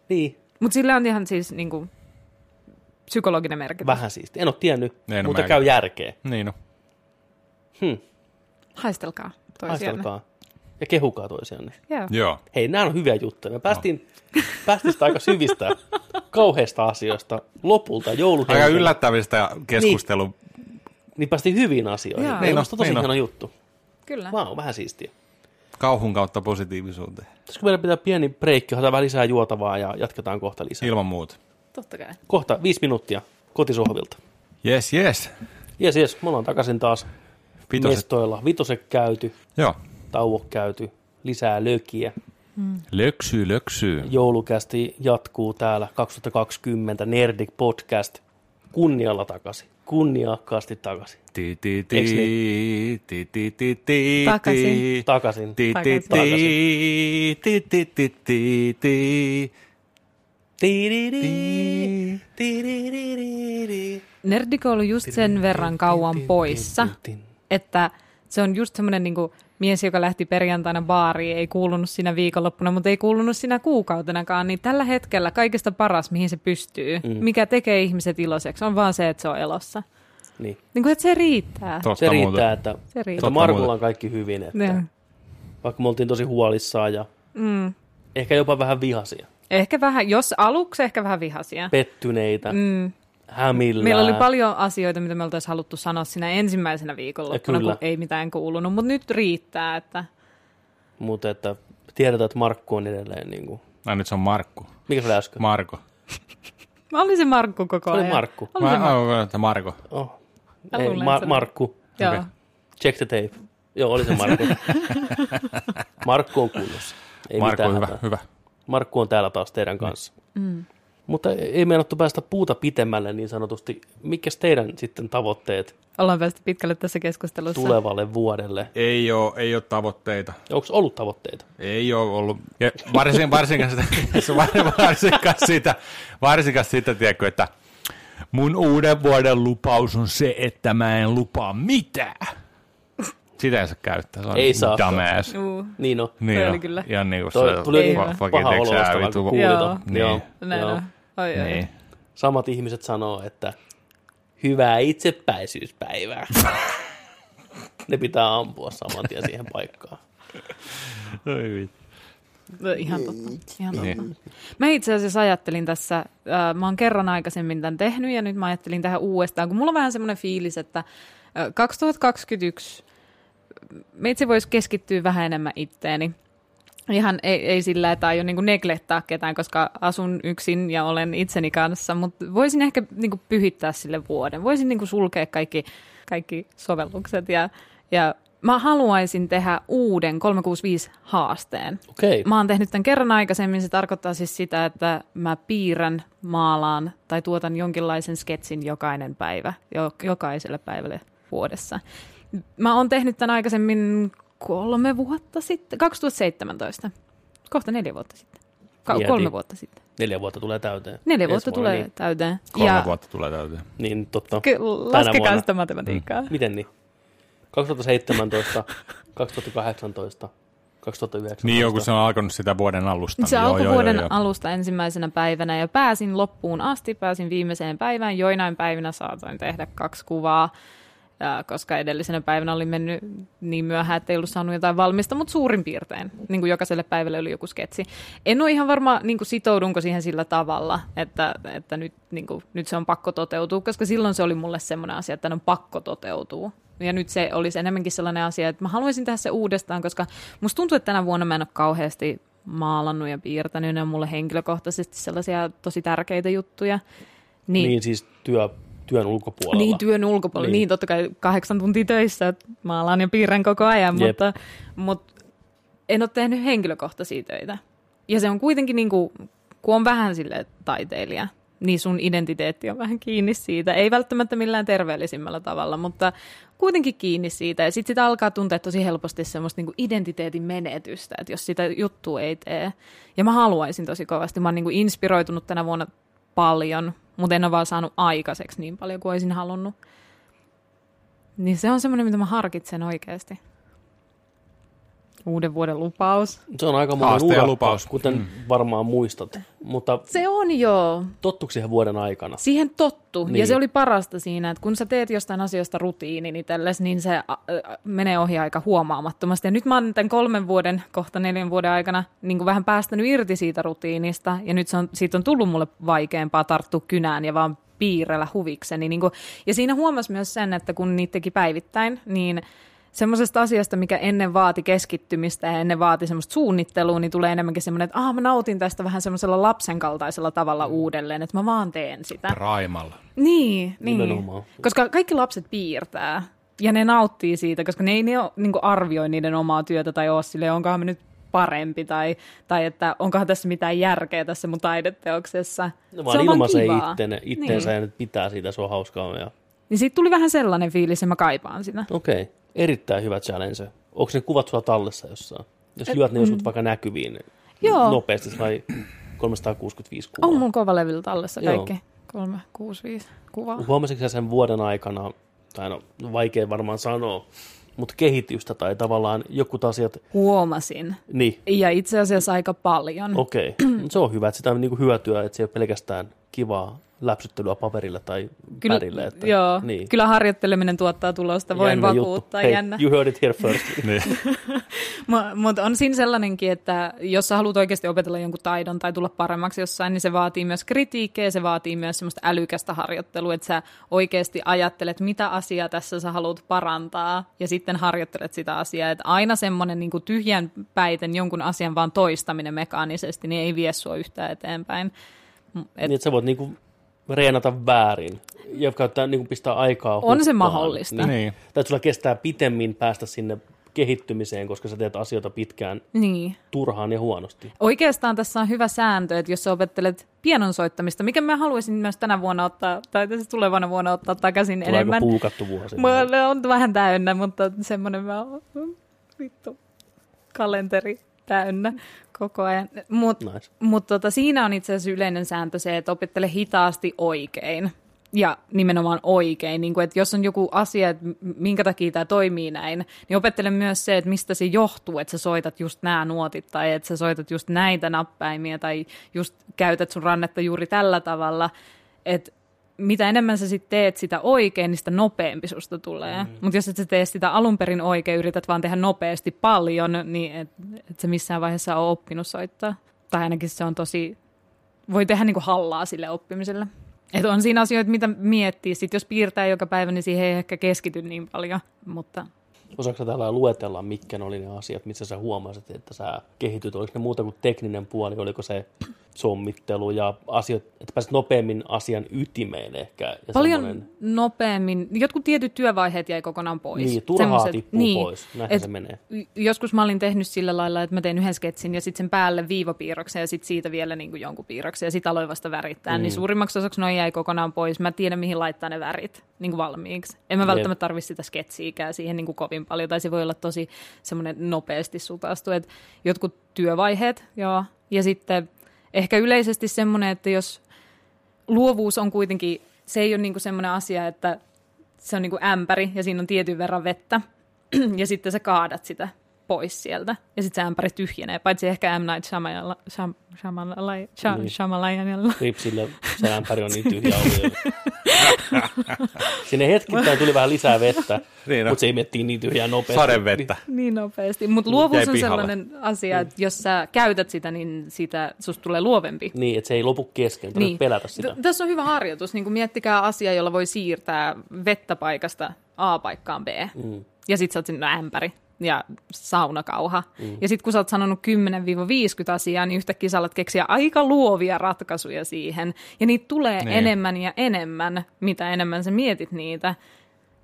[SPEAKER 1] Niin,
[SPEAKER 4] Mutta sillä on ihan siis niin kuin, psykologinen merkitys.
[SPEAKER 1] vähän siisti. En ole tiennyt,
[SPEAKER 3] no En oo
[SPEAKER 1] mutta
[SPEAKER 3] mäkään.
[SPEAKER 1] käy järkeä.
[SPEAKER 3] niin no.
[SPEAKER 4] Haistelkaa toisianne.
[SPEAKER 1] Haistelkaa ja kehukaa toisianne.
[SPEAKER 4] Joo.
[SPEAKER 3] Joo.
[SPEAKER 1] Hei, nämä on hyviä juttuja.
[SPEAKER 3] No.
[SPEAKER 1] Me päästiin, päästiin sitä aika syvistä, kauheista asioista lopulta jouluhengen.
[SPEAKER 3] Aika yllättävistä keskustelu.
[SPEAKER 1] Niin päästiin hyviin asioihin.
[SPEAKER 4] Joo.
[SPEAKER 1] Niin,
[SPEAKER 4] Niin
[SPEAKER 1] no, tosi
[SPEAKER 3] on, niin
[SPEAKER 1] hieno
[SPEAKER 3] on.
[SPEAKER 1] juttu.
[SPEAKER 4] Kyllä.
[SPEAKER 1] Vau, wow, vähän siistiä.
[SPEAKER 3] Kauhun kautta positiivisuuteen.
[SPEAKER 1] Pitäisikö meidän pitää pieni breikki, otetaan vähän lisää juotavaa ja jatketaan kohta lisää.
[SPEAKER 3] Ilman muuta.
[SPEAKER 4] Totta kai.
[SPEAKER 1] Kohta viisi minuuttia kotisohvilta.
[SPEAKER 3] Yes, yes.
[SPEAKER 1] Jes, jes, me ollaan takaisin taas Vitoset.
[SPEAKER 3] Vitoset.
[SPEAKER 1] mestoilla. Vitoset käyty,
[SPEAKER 3] Joo.
[SPEAKER 1] tauo käyty, lisää lökiä.
[SPEAKER 3] Löksyy, löksyy.
[SPEAKER 1] Joulukästi jatkuu täällä 2020 Nerdik Podcast. Kunnialla takaisin, kunniakkaasti takaisin.
[SPEAKER 3] Ti, ti, ti,
[SPEAKER 1] Eiks
[SPEAKER 3] ti, ti, ti, ti,
[SPEAKER 4] Takaisin.
[SPEAKER 1] Takaisin.
[SPEAKER 3] Ti, ti,
[SPEAKER 4] Takaisin.
[SPEAKER 3] ti, ti, ti, ti, ti, ti.
[SPEAKER 1] Tididi, tidididi.
[SPEAKER 4] Nerdiko oli just sen verran kauan poissa, että se on just semmoinen niin mies, joka lähti perjantaina baariin, ei kuulunut siinä viikonloppuna, mutta ei kuulunut siinä kuukautenakaan, niin tällä hetkellä kaikista paras, mihin se pystyy, mm. mikä tekee ihmiset iloiseksi, on vaan se, että se on elossa.
[SPEAKER 1] Niin.
[SPEAKER 4] Niin kuin, että se riittää.
[SPEAKER 3] Tosta
[SPEAKER 1] Se riittää,
[SPEAKER 3] muuta.
[SPEAKER 1] että,
[SPEAKER 4] Se riittää.
[SPEAKER 1] että
[SPEAKER 4] Totta
[SPEAKER 1] Markulla
[SPEAKER 3] muuta.
[SPEAKER 1] on kaikki hyvin. Että
[SPEAKER 4] Ne.
[SPEAKER 1] Vaikka me oltiin tosi huolissaan ja mm. ehkä jopa vähän vihasia,
[SPEAKER 4] Ehkä vähän, jos aluksi ehkä vähän vihasia.
[SPEAKER 1] pettyneitä, mm. hämillään.
[SPEAKER 4] Meillä oli paljon asioita, mitä me oltaisiin haluttu sanoa siinä ensimmäisenä viikonloppuna,
[SPEAKER 1] Ja kyllä.
[SPEAKER 4] kun ei mitään kuulunut, mutta nyt riittää, että
[SPEAKER 1] Mutta että tiedetään, että Markku on edelleen niin kuin,
[SPEAKER 3] Ai nyt se on Markku.
[SPEAKER 1] mikä se oli äsken?
[SPEAKER 3] Marko.
[SPEAKER 4] Mä olin se Markku koko
[SPEAKER 1] Se oli
[SPEAKER 4] ajan.
[SPEAKER 1] Markku.
[SPEAKER 4] Oli se
[SPEAKER 3] Mä,
[SPEAKER 4] Markku.
[SPEAKER 3] aivan, että Marko.
[SPEAKER 1] oh.
[SPEAKER 4] Mä
[SPEAKER 1] Ei,
[SPEAKER 4] luulen,
[SPEAKER 1] Mar-
[SPEAKER 4] että se-
[SPEAKER 1] Markku,
[SPEAKER 4] Joo.
[SPEAKER 3] Okei.
[SPEAKER 1] check the tape. Joo, oli se Markku. Markku on kunnossa. Ei
[SPEAKER 3] Marko,
[SPEAKER 1] mitään
[SPEAKER 3] hyvä,
[SPEAKER 1] hätää.
[SPEAKER 3] hyvä.
[SPEAKER 1] Markku on täällä taas teidän kanssa. Mm. Mutta ei meinattu päästä puuta pitemmälle niin sanotusti. Mikäs teidän sitten tavoitteet
[SPEAKER 4] Ollaan päästy pitkälle tässä keskustelussa.
[SPEAKER 1] tulevalle vuodelle?
[SPEAKER 3] Ei ole, ei ole tavoitteita.
[SPEAKER 1] Onko ollut tavoitteita?
[SPEAKER 3] Ei ole ollut. Ja varsin, varsinkaan, sitä, varsinkaan, sitä, varsinkaan sitä, tiedätkö, että mun uuden vuoden lupaus on se, että mä en lupaa mitään. Sitä ei saa käyttää. Se on
[SPEAKER 1] Ei saa.
[SPEAKER 3] Dumbass.
[SPEAKER 4] Juu.
[SPEAKER 1] Niin no.
[SPEAKER 3] Niin
[SPEAKER 4] Toi oli
[SPEAKER 3] on.
[SPEAKER 4] kyllä.
[SPEAKER 3] Ja niin kuin
[SPEAKER 1] Toi
[SPEAKER 3] se
[SPEAKER 1] tuli niin
[SPEAKER 3] fa- fucking
[SPEAKER 1] paha olo vasta,
[SPEAKER 3] tiedätkö,
[SPEAKER 1] kun
[SPEAKER 3] ää, vitu-
[SPEAKER 1] kuuli
[SPEAKER 4] Joo.
[SPEAKER 1] ton.
[SPEAKER 3] Niin.
[SPEAKER 1] Joo.
[SPEAKER 4] Näin
[SPEAKER 1] Joo.
[SPEAKER 4] on. Oi, oi.
[SPEAKER 3] Niin.
[SPEAKER 1] Samat ihmiset sanoo, että hyvää itsepäisyyspäivää. ne pitää ampua saman tien siihen paikkaan.
[SPEAKER 4] No, Ihan totta. Ihan totta. Mä itse asiassa ajattelin tässä, äh, mä oon kerran aikaisemmin tämän tehnyt ja nyt mä ajattelin tähän uudestaan, kun mulla on vähän semmoinen fiilis, että äh, 2021 me itse voisi keskittyä vähän enemmän itteeni. Ihan ei, ei sillä, että aion niin neglettaa ketään, koska asun yksin ja olen itseni kanssa, mutta voisin ehkä niin pyhittää sille vuoden. Voisin niin sulkea kaikki, kaikki sovellukset ja, ja mä haluaisin tehdä uuden 365-haasteen.
[SPEAKER 1] Okei.
[SPEAKER 4] Mä oon tehnyt tämän kerran aikaisemmin. Se tarkoittaa siis sitä, että mä piirrän, maalaan tai tuotan jonkinlaisen sketsin jokainen päivä, jo, jokaiselle päivälle vuodessa. Mä oon tehnyt tämän aikaisemmin kolme vuotta sitten, 2017. Kohta neljä vuotta sitten. Ka-
[SPEAKER 1] Mieti.
[SPEAKER 4] kolme vuotta sitten.
[SPEAKER 1] Neljä vuotta tulee täyteen.
[SPEAKER 4] Neljä
[SPEAKER 1] Ensi
[SPEAKER 4] vuotta
[SPEAKER 1] vuonna,
[SPEAKER 4] tulee
[SPEAKER 1] Niin,
[SPEAKER 4] täyteen.
[SPEAKER 3] Kolme
[SPEAKER 4] ja
[SPEAKER 3] vuotta tulee täyteen.
[SPEAKER 1] niin totta.
[SPEAKER 4] ky- laskekaa
[SPEAKER 1] vuonna. Mm. niin?
[SPEAKER 4] sitä matematiikkaa.
[SPEAKER 1] Miten niin? 2017, 2018, 2009.
[SPEAKER 3] Niin joku se on alkanut sitä vuoden alusta. niin
[SPEAKER 4] Se
[SPEAKER 3] Joo,
[SPEAKER 4] alkoi
[SPEAKER 3] joo,
[SPEAKER 4] vuoden
[SPEAKER 3] joo, joo.
[SPEAKER 4] alusta ensimmäisenä päivänä ja pääsin loppuun asti, pääsin viimeiseen päivään. Joinain päivinä saatoin tehdä kaksi kuvaa, ää, koska edellisenä päivänä oli mennyt niin myöhään, että ei ollut saanut jotain valmista, mutta suurin piirtein niin kuin jokaiselle päivälle oli joku sketsi. En ole ihan varma, niin kuin sitoudunko siihen sillä tavalla, että, että nyt, niin kuin, nyt se on pakko toteutua, koska silloin se oli mulle semmoinen asia, että on pakko toteutua. Ja nyt se olisi enemmänkin sellainen asia, että mä haluaisin tehdä se uudestaan, koska musta tuntuu, että tänä vuonna mä en ole kauheasti maalannut ja piirtänyt, ne on mulle henkilökohtaisesti sellaisia tosi tärkeitä juttuja. Niin,
[SPEAKER 1] niin siis työ, työn ulkopuolella.
[SPEAKER 4] niin työn ulkopuolella.
[SPEAKER 1] Niin.
[SPEAKER 4] Niin. niin, totta kai kahdeksan tuntia töissä, että maalaan ja piirrän koko ajan,
[SPEAKER 1] Jep.
[SPEAKER 4] mutta, mutta en ole tehnyt henkilökohtaisia töitä. Ja se on kuitenkin, niin kuin, kun on vähän sille taiteilija, niin sun identiteetti on vähän kiinni siitä. Ei välttämättä millään terveellisimmällä tavalla, mutta kuitenkin kiinni siitä. Ja sitten sitä alkaa tuntea tosi helposti semmoista niin identiteetin menetystä, että jos sitä juttua ei tee. Ja mä haluaisin tosi kovasti. Mä oon niin kuin inspiroitunut tänä vuonna paljon, mutta en ole vaan saanut aikaiseksi niin paljon kuin olisin halunnut. Niin se on semmoinen, mitä mä harkitsen oikeasti. Uuden vuoden lupaus.
[SPEAKER 1] Se on aika monen
[SPEAKER 3] Haaste ja
[SPEAKER 1] urakka,
[SPEAKER 3] lupaus. Mm.
[SPEAKER 1] kuten varmaan muistat. Mutta
[SPEAKER 4] Se on joo.
[SPEAKER 1] tottuiko siihen vuoden aikana?
[SPEAKER 4] Siihen tottu. Niin.
[SPEAKER 1] Niin.
[SPEAKER 4] Ja se oli parasta siinä, että kun sä teet jostain asioista rutiinin itsellesi, niin se ä, ä, menee ohi aika huomaamattomasti. Ja nyt mä oon tämän kolmen vuoden, kohta neljän vuoden aikana niin kuin vähän päästänyt irti siitä rutiinista. Ja nyt se on, siitä on tullut mulle vaikeampaa tarttua kynään ja vaan piirrellä huvikseni. Niin kuin, ja siinä huomasi myös sen, että kun niitä teki päivittäin, niin semmoisesta asiasta, mikä ennen vaati keskittymistä ja ennen vaati semmoista suunnittelua, niin tulee enemmänkin semmoinen, että ah, mä nautin tästä vähän semmoisella lapsen kaltaisella tavalla uudelleen, että mä vaan teen sitä.
[SPEAKER 3] Raimalla.
[SPEAKER 4] Niin, niin.
[SPEAKER 1] Nimenomaan.
[SPEAKER 4] koska kaikki lapset piirtää ja ne nauttii siitä, koska ne ei ne ole, niin arvioi niiden omaa työtä tai ole silleen, onkohan me nyt parempi tai, tai että onkohan tässä mitään järkeä tässä mun taideteoksessa.
[SPEAKER 1] No, vaan ilmaisee
[SPEAKER 4] kivaa.
[SPEAKER 1] ittene, itteensä niin. ja nyt pitää siitä, se on hauskaa. Ja...
[SPEAKER 4] Niin siitä tuli vähän sellainen fiilis, että mä kaipaan sitä.
[SPEAKER 1] Okei, okay. erittäin hyvä challenge. Onko ne kuvat sulla tallessa jossain? Jos lyöt ne joskus vaikka näkyviin
[SPEAKER 4] mm. Joo.
[SPEAKER 1] nopeasti, vai 365 kuvaa.
[SPEAKER 4] On mun kovalevillä tallessa
[SPEAKER 1] Joo.
[SPEAKER 4] kaikki. Kolme, kuusi, viisi kuvaa.
[SPEAKER 1] Huomasitko sä sen vuoden aikana, tai no vaikea varmaan sanoa, mutta kehitystä tai tavallaan jotkut asiat,
[SPEAKER 4] Huomasin.
[SPEAKER 1] niin
[SPEAKER 4] Ja itse asiassa aika paljon.
[SPEAKER 1] okei, se on hyvä, että sitä on niinku hyötyä, että se ei ole pelkästäin kivaa läpsyttelyä paperilla tai Kyllä, pärillä. Että,
[SPEAKER 4] joo,
[SPEAKER 1] niin.
[SPEAKER 4] kyllä harjoitteleminen tuottaa tulosta, voin
[SPEAKER 1] Jännä juttu.
[SPEAKER 4] vakuuttaa.
[SPEAKER 1] Hei,
[SPEAKER 4] jännä.
[SPEAKER 1] You heard it here first.
[SPEAKER 3] Niin.
[SPEAKER 4] Mutta on siinä sellainenkin, että jos sä haluat oikeasti opetella jonkun taidon tai tulla paremmaksi jossain, niin se vaatii myös kritiikkiä, se vaatii myös semmoista älykästä harjoittelua, että sä oikeasti ajattelet, mitä asiaa tässä sä haluat parantaa, ja sitten harjoittelet sitä asiaa. Että aina semmoinen niin tyhjän päiten jonkun asian vaan toistaminen mekaanisesti, niin ei vie sua yhtään eteenpäin. M- Et
[SPEAKER 1] Niin, että sä voit niinku reenata väärin ja käyttää, niinku pistää aikaa
[SPEAKER 4] On se
[SPEAKER 1] hukkaan.
[SPEAKER 4] mahdollista.
[SPEAKER 3] Niin.
[SPEAKER 1] Tai että sulla kestää pitemmin päästä sinne kehittymiseen, koska sä teet asioita pitkään
[SPEAKER 4] niin.
[SPEAKER 1] turhaan ja huonosti.
[SPEAKER 4] Oikeastaan tässä on hyvä sääntö, että jos sä opettelet pianon soittamista, mikä mä haluaisin myös tänä vuonna ottaa, tai tässä tulevana vuonna ottaa takaisin
[SPEAKER 1] Tulee
[SPEAKER 4] enemmän.
[SPEAKER 1] aika puukattu vuosi.
[SPEAKER 4] Mulla on vähän täynnä, mutta semmoinen mä oon. mm, Vittu. Kalenteri täynnä koko ajan. Mutta
[SPEAKER 1] Nice.
[SPEAKER 4] mut tota, siinä on itse asiassa yleinen sääntö se, että opettele hitaasti oikein. Ja nimenomaan oikein. Niin kuin, että jos on joku asia, että m- minkä takia tämä toimii näin, niin opettele myös se, että mistä se johtuu, että sä soitat just nämä nuotit tai että sä soitat just näitä näppäimiä tai just käytät sun rannetta juuri tällä tavalla. Että mitä enemmän sä sit teet sitä oikein, niin sitä nopeampi susta tulee. Mm. Mutta jos et sä tee sitä alun perin oikein, yrität vaan tehdä nopeasti paljon, niin et, et sä missään vaiheessa ole oppinut soittaa. Tai ainakin se on tosi, voi tehdä niinku hallaa sille oppimiselle. Et on siinä asioita, mitä miettii. Sitten jos piirtää joka päivä, niin siihen ei ehkä keskity niin paljon. Mutta
[SPEAKER 1] Osaatko sä täällä luetella, mitkä ne oli ne asiat, missä sä huomasit, että sä kehityt? Oliko ne muuta kuin tekninen puoli? Oliko se sommittelu ja asiat, että pääsit nopeammin asian ytimeen ehkä? Ja
[SPEAKER 4] Paljon
[SPEAKER 1] semmonen-
[SPEAKER 4] nopeammin. Jotkut tietyt työvaiheet jäi kokonaan pois.
[SPEAKER 1] Niin, turhaa
[SPEAKER 4] Semmoset-
[SPEAKER 1] tippuu pois. Näinhän se menee.
[SPEAKER 4] y- Joskus mä olin tehnyt sillä lailla, että mä tein yhden sketsin ja sitten sen päälle viivapiirroksen ja sitten siitä vielä niin kuin jonkun piirroksen ja sitten aloin vasta värittää. Mm. Niin suurimmaksi osaksi noi jäi kokonaan pois. Mä tiedän, mihin laittaa ne värit niin kuin valmiiksi. En mä
[SPEAKER 1] Jep.
[SPEAKER 4] välttämättä tarvi sitä sketsiikää siihen niin kuin kovin paljon. Tai se voi olla tosi semmoinen nopeasti sutastu. Et jotkut työvaiheet, joo. Ja sitten ehkä yleisesti semmoinen, että jos luovuus on kuitenkin, se ei ole niinku semmoinen asia, että se on niinku ämpäri ja siinä on tietyn verran vettä ja sitten sä kaadat sitä. pois sieltä. Ja sitten se ämpäri tyhjenee, paitsi ehkä M. Night Shyamalala, Sham, Shyamalala, Sham,
[SPEAKER 1] Niin.
[SPEAKER 4] Shyamalajanilla.
[SPEAKER 1] Niin, sillä se ämpäri on niin tyhjä ollut. jo. Sinne hetkittäin tuli vähän lisää vettä,
[SPEAKER 3] Niin on.
[SPEAKER 1] mutta se imettiin niin tyhjää nopeasti.
[SPEAKER 3] Sadevettä.
[SPEAKER 4] Niin nopeasti. Mutta luovuus
[SPEAKER 3] Jäi
[SPEAKER 4] on
[SPEAKER 3] pihalle.
[SPEAKER 4] sellainen asia, että jos sä käytät sitä, niin siitä susta tulee luovempi.
[SPEAKER 1] Niin, että se ei lopu kesken, niin. pelätä sitä.
[SPEAKER 4] T- tässä on hyvä harjoitus. Niin miettikää asiaa, jolla voi siirtää vettä paikasta A paikkaan B. Mm. Ja sit sä oot sinne ämpäri ja saunakauha. Mm. Ja sit kun sä oot sanonut 10-50 asiaa, niin yhtäkkiä sä alat keksiä aika luovia ratkaisuja siihen. Ja niitä tulee
[SPEAKER 3] Niin.
[SPEAKER 4] niin. enemmän ja enemmän, mitä enemmän sä mietit niitä.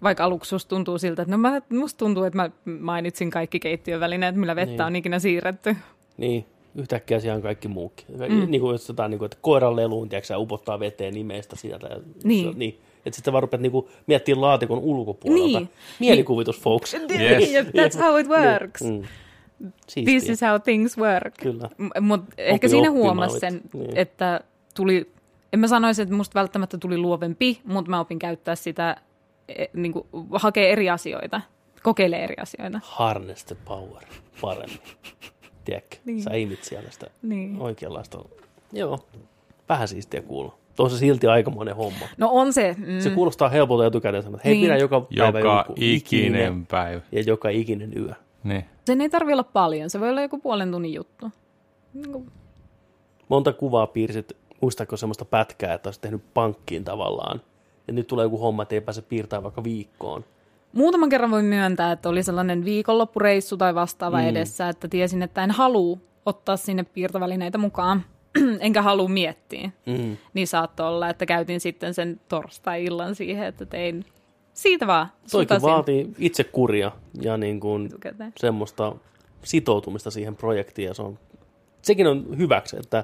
[SPEAKER 4] Vaikka aluksi susta tuntuu siltä, että no mä, musta tuntuu, että mä mainitsin kaikki keittiövälineet, millä vettä niin. on ikinä siirretty.
[SPEAKER 1] Niin, yhtäkkiä siellä on kaikki muukin. Mm. Niin kuin jos jotain, niin kuin, että koiran leluun, tiedätkö, sä upottaa veteen nimestä sieltä. Ja
[SPEAKER 4] Niin.
[SPEAKER 1] Se, niin. Että sitten vaan rupeat niin kuin, miettimään laatikon ulkopuolelta.
[SPEAKER 4] Niin.
[SPEAKER 1] Mielikuvitus, folks.
[SPEAKER 3] Yes.
[SPEAKER 4] Yep, That's how it works.
[SPEAKER 1] Mm. Siistiä.
[SPEAKER 4] This is how things work.
[SPEAKER 1] Kyllä.
[SPEAKER 4] Mutta ehkä siinä
[SPEAKER 1] oppimaan
[SPEAKER 4] huomasi
[SPEAKER 1] nyt.
[SPEAKER 4] sen,
[SPEAKER 1] Niin.
[SPEAKER 4] että tuli, en mä sanoisi, että musta välttämättä tuli luovempi, mutta mä opin käyttää sitä, niin kuin, hakee eri asioita, kokeilee eri asioita.
[SPEAKER 1] Harness the power paremmin. Tiedätkö? Niin.
[SPEAKER 4] Niin.
[SPEAKER 1] Sä imit siellä sitä
[SPEAKER 4] Niin.
[SPEAKER 1] oikeanlaista. Joo. Vähän siistiä kuulla. Tuossa silti aikamoinen homma.
[SPEAKER 4] No on se. Mm.
[SPEAKER 1] Se kuulostaa helpolta etukäteen sanoa, että hei,
[SPEAKER 4] Niin.
[SPEAKER 1] pidä joka päivä
[SPEAKER 3] Joka
[SPEAKER 1] joku
[SPEAKER 3] ikinen päivä.
[SPEAKER 1] ja joka ikinen yö.
[SPEAKER 3] Niin.
[SPEAKER 4] Sen ei tarvi olla paljon, se voi olla joku puolen tunnin juttu. Niinku,
[SPEAKER 1] monta kuvaa piirsit, muistatko semmoista pätkää, että olisit tehnyt pankkiin tavallaan, ja nyt tulee joku homma, että ei pääse piirtämään vaikka viikkoon.
[SPEAKER 4] Muutaman kerran voi myöntää, että oli sellainen viikonloppureissu tai vastaava mm. edessä, että tiesin, että en halua ottaa sinne piirtovälineitä mukaan, enkä halua miettiä.
[SPEAKER 1] Mm.
[SPEAKER 4] Niin saattoi olla, että käytin sitten sen torstai-illan siihen, että tein siitä vaan.
[SPEAKER 1] Toikin
[SPEAKER 4] sutasin
[SPEAKER 1] vaatii itsekuria ja niin kuin
[SPEAKER 4] etukäteen.
[SPEAKER 1] semmoista sitoutumista siihen projektiin, ja se on, sekin on hyväksi, että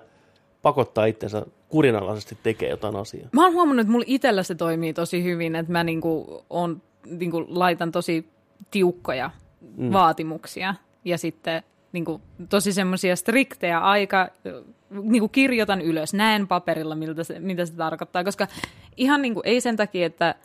[SPEAKER 1] pakottaa itsensä kurinalaisesti tekee jotain asiaa.
[SPEAKER 4] Mä oon huomannut, että mulla itsellä se toimii tosi hyvin, että mä niinku on, niinku laitan tosi tiukkoja mm. vaatimuksia ja sitten niinku, tosi semmoisia striktejä aika, niinku kirjoitan ylös, näen paperilla, miltä se, mitä se tarkoittaa, koska ihan niinku, ei sen takia, että,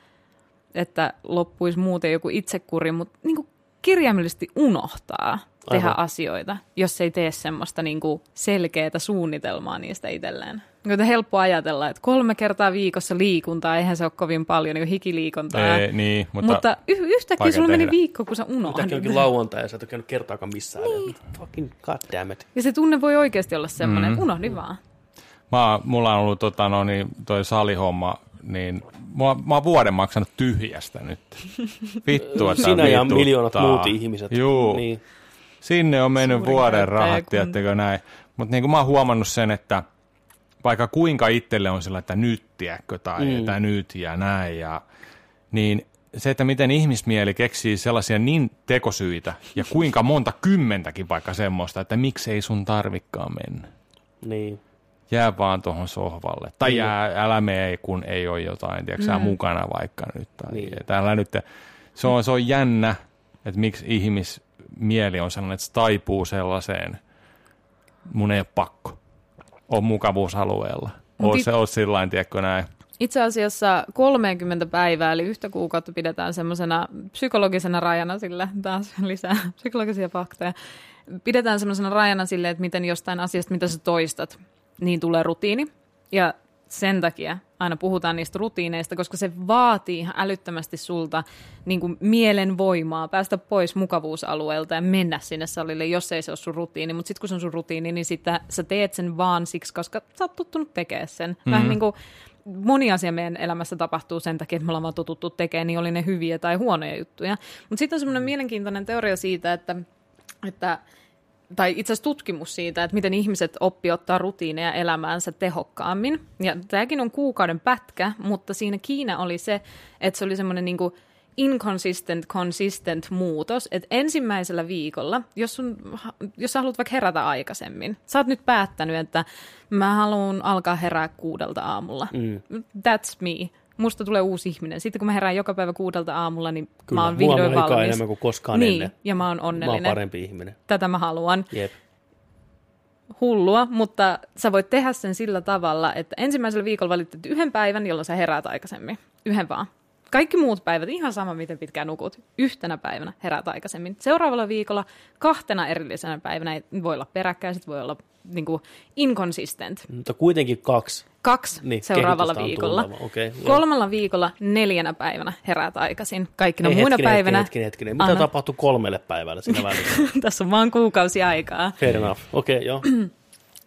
[SPEAKER 4] että loppuisi muuten joku itsekuri, mutta niinku, kirjaimellisesti unohtaa tehdä
[SPEAKER 1] Aivan.
[SPEAKER 4] asioita, jos ei tee semmoista niin kuin selkeää suunnitelmaa niistä itselleen. Joten helppo ajatella, että kolme kertaa viikossa liikuntaa, eihän se ole kovin paljon niin hikiliikuntaa.
[SPEAKER 3] Ei, niin, mutta,
[SPEAKER 4] mutta mutta y- yhtäkkiä
[SPEAKER 3] vaikea
[SPEAKER 4] sulla meni
[SPEAKER 3] tehdä.
[SPEAKER 4] viikko, kun sä unohdit.
[SPEAKER 1] Yhtäkkiä onkin lauantai ja sä et ole käynyt kertaakaan missään. Niin. Fucking goddammit.
[SPEAKER 4] Ja se tunne voi oikeasti olla semmoinen, mm. unohdin vaan.
[SPEAKER 3] Mä, mulla on ollut tota, no, niin, toi salihomma, niin mulla, mä oon vuoden maksanut tyhjästä nyt. Vittu, että
[SPEAKER 1] Sinä ja
[SPEAKER 3] vituttaa.
[SPEAKER 1] miljoonat muut ihmiset.
[SPEAKER 3] Juu, niin.
[SPEAKER 1] Niin.
[SPEAKER 3] sinne on mennyt
[SPEAKER 4] Suuri
[SPEAKER 3] vuoden
[SPEAKER 4] käyttäjäkunta.
[SPEAKER 3] rahat, tiedättekö näin. Mutta niin kuin mä oon huomannut sen, että vaikka kuinka itselle on sillä, että nyt, tiedätkö, tai mm. että nyt ja näin, ja, niin se, että miten ihmismieli keksii sellaisia niin tekosyitä, ja kuinka monta kymmentäkin vaikka semmoista, että miksei sun tarvikkaan mennä
[SPEAKER 1] niin.
[SPEAKER 3] jää vaan tuohon sohvalle. Tai mm. jää, älä mee, kun ei ole jotain, tiedätkö, mm. mukana vaikka nyt. Tai
[SPEAKER 1] Niin.
[SPEAKER 3] niin. täällä nyt, se on, se on jännä, että miksi ihmismieli on sellainen, että se taipuu sellaiseen, mun ei ole pakko, on mukavuusalueella.
[SPEAKER 4] Mut
[SPEAKER 3] Oot
[SPEAKER 4] it-
[SPEAKER 3] se, oot sillain, tiedätkö näin.
[SPEAKER 4] Itse asiassa 30 päivää, eli yhtä kuukautta pidetään semmoisena psykologisena rajana sille, taas lisää psykologisia faktoja, pidetään semmoisena rajana sille, että miten jostain asiasta, mitä sä toistat, niin tulee rutiini. Ja sen takia aina puhutaan niistä rutiineista, koska se vaatii ihan älyttömästi sulta niin kuin mielen voimaa päästä pois mukavuusalueelta ja mennä sinne salille, jos ei se ole sun rutiini. Mutta sitten kun se on sun rutiini, niin sitä, sä teet sen vaan siksi, koska sä oot tottunut tekemään sen. Mm-hmm. Vähän niin kuin moni asia meidän elämässä tapahtuu sen takia, että me ollaan vaan totuttu tekemään, niin oli ne hyviä tai huonoja juttuja. Mutta sitten on semmoinen mielenkiintoinen teoria siitä, että, että tai itse asiassa tutkimus siitä, että miten ihmiset oppii ottaa rutiineja elämäänsä tehokkaammin. Ja tämäkin on kuukauden pätkä, mutta siinä Kiina oli se, että se oli semmoinen niin inconsistent, consistent muutos, että ensimmäisellä viikolla, jos, sun, jos sä haluat vaikka herätä aikaisemmin, sä oot nyt päättänyt, että mä haluan alkaa herää kuudelta aamulla. Mm. That's me. Musta tulee uusi ihminen. Sitten kun mä herään joka päivä kuudelta aamulla, niin
[SPEAKER 1] Kyllä,
[SPEAKER 4] mä oon
[SPEAKER 1] mulla on
[SPEAKER 4] vihdoin
[SPEAKER 1] aikaa
[SPEAKER 4] valmis.
[SPEAKER 1] enemmän kuin koskaan
[SPEAKER 4] niin,
[SPEAKER 1] ennen.
[SPEAKER 4] ja mä oon
[SPEAKER 1] Mä oon
[SPEAKER 4] onnellinen.
[SPEAKER 1] parempi ihminen.
[SPEAKER 4] Tätä mä haluan
[SPEAKER 1] Jep.
[SPEAKER 4] hullua, mutta sä voit tehdä sen sillä tavalla, että ensimmäisellä viikolla valitset yhden päivän, jolloin sä heräät aikaisemmin. Yhden vaan. Kaikki muut päivät, ihan sama miten pitkään nukut, yhtenä päivänä herät aikaisemmin. Seuraavalla viikolla kahtena erillisenä päivänä ei voi olla peräkkäin, sit voi olla niin kuin inconsistent.
[SPEAKER 1] Mutta kuitenkin kaksi.
[SPEAKER 4] Kaksi
[SPEAKER 1] Niin,
[SPEAKER 4] niin, seuraavalla
[SPEAKER 1] kehitystä on
[SPEAKER 4] viikolla.
[SPEAKER 1] tultava, okei, joo.
[SPEAKER 4] Kolmella viikolla neljänä päivänä herät aikaisin. Kaikkina
[SPEAKER 1] Ei,
[SPEAKER 4] No muina
[SPEAKER 1] hetkinen,
[SPEAKER 4] päivänä.
[SPEAKER 1] Hetkinen, hetkinen, hetkinen. Mitä
[SPEAKER 4] Anna.
[SPEAKER 1] tapahtui kolmelle päivällä siinä välissä?
[SPEAKER 4] Tässä on vaan kuukausi aikaa.
[SPEAKER 1] Fair enough. Okei, okay, joo.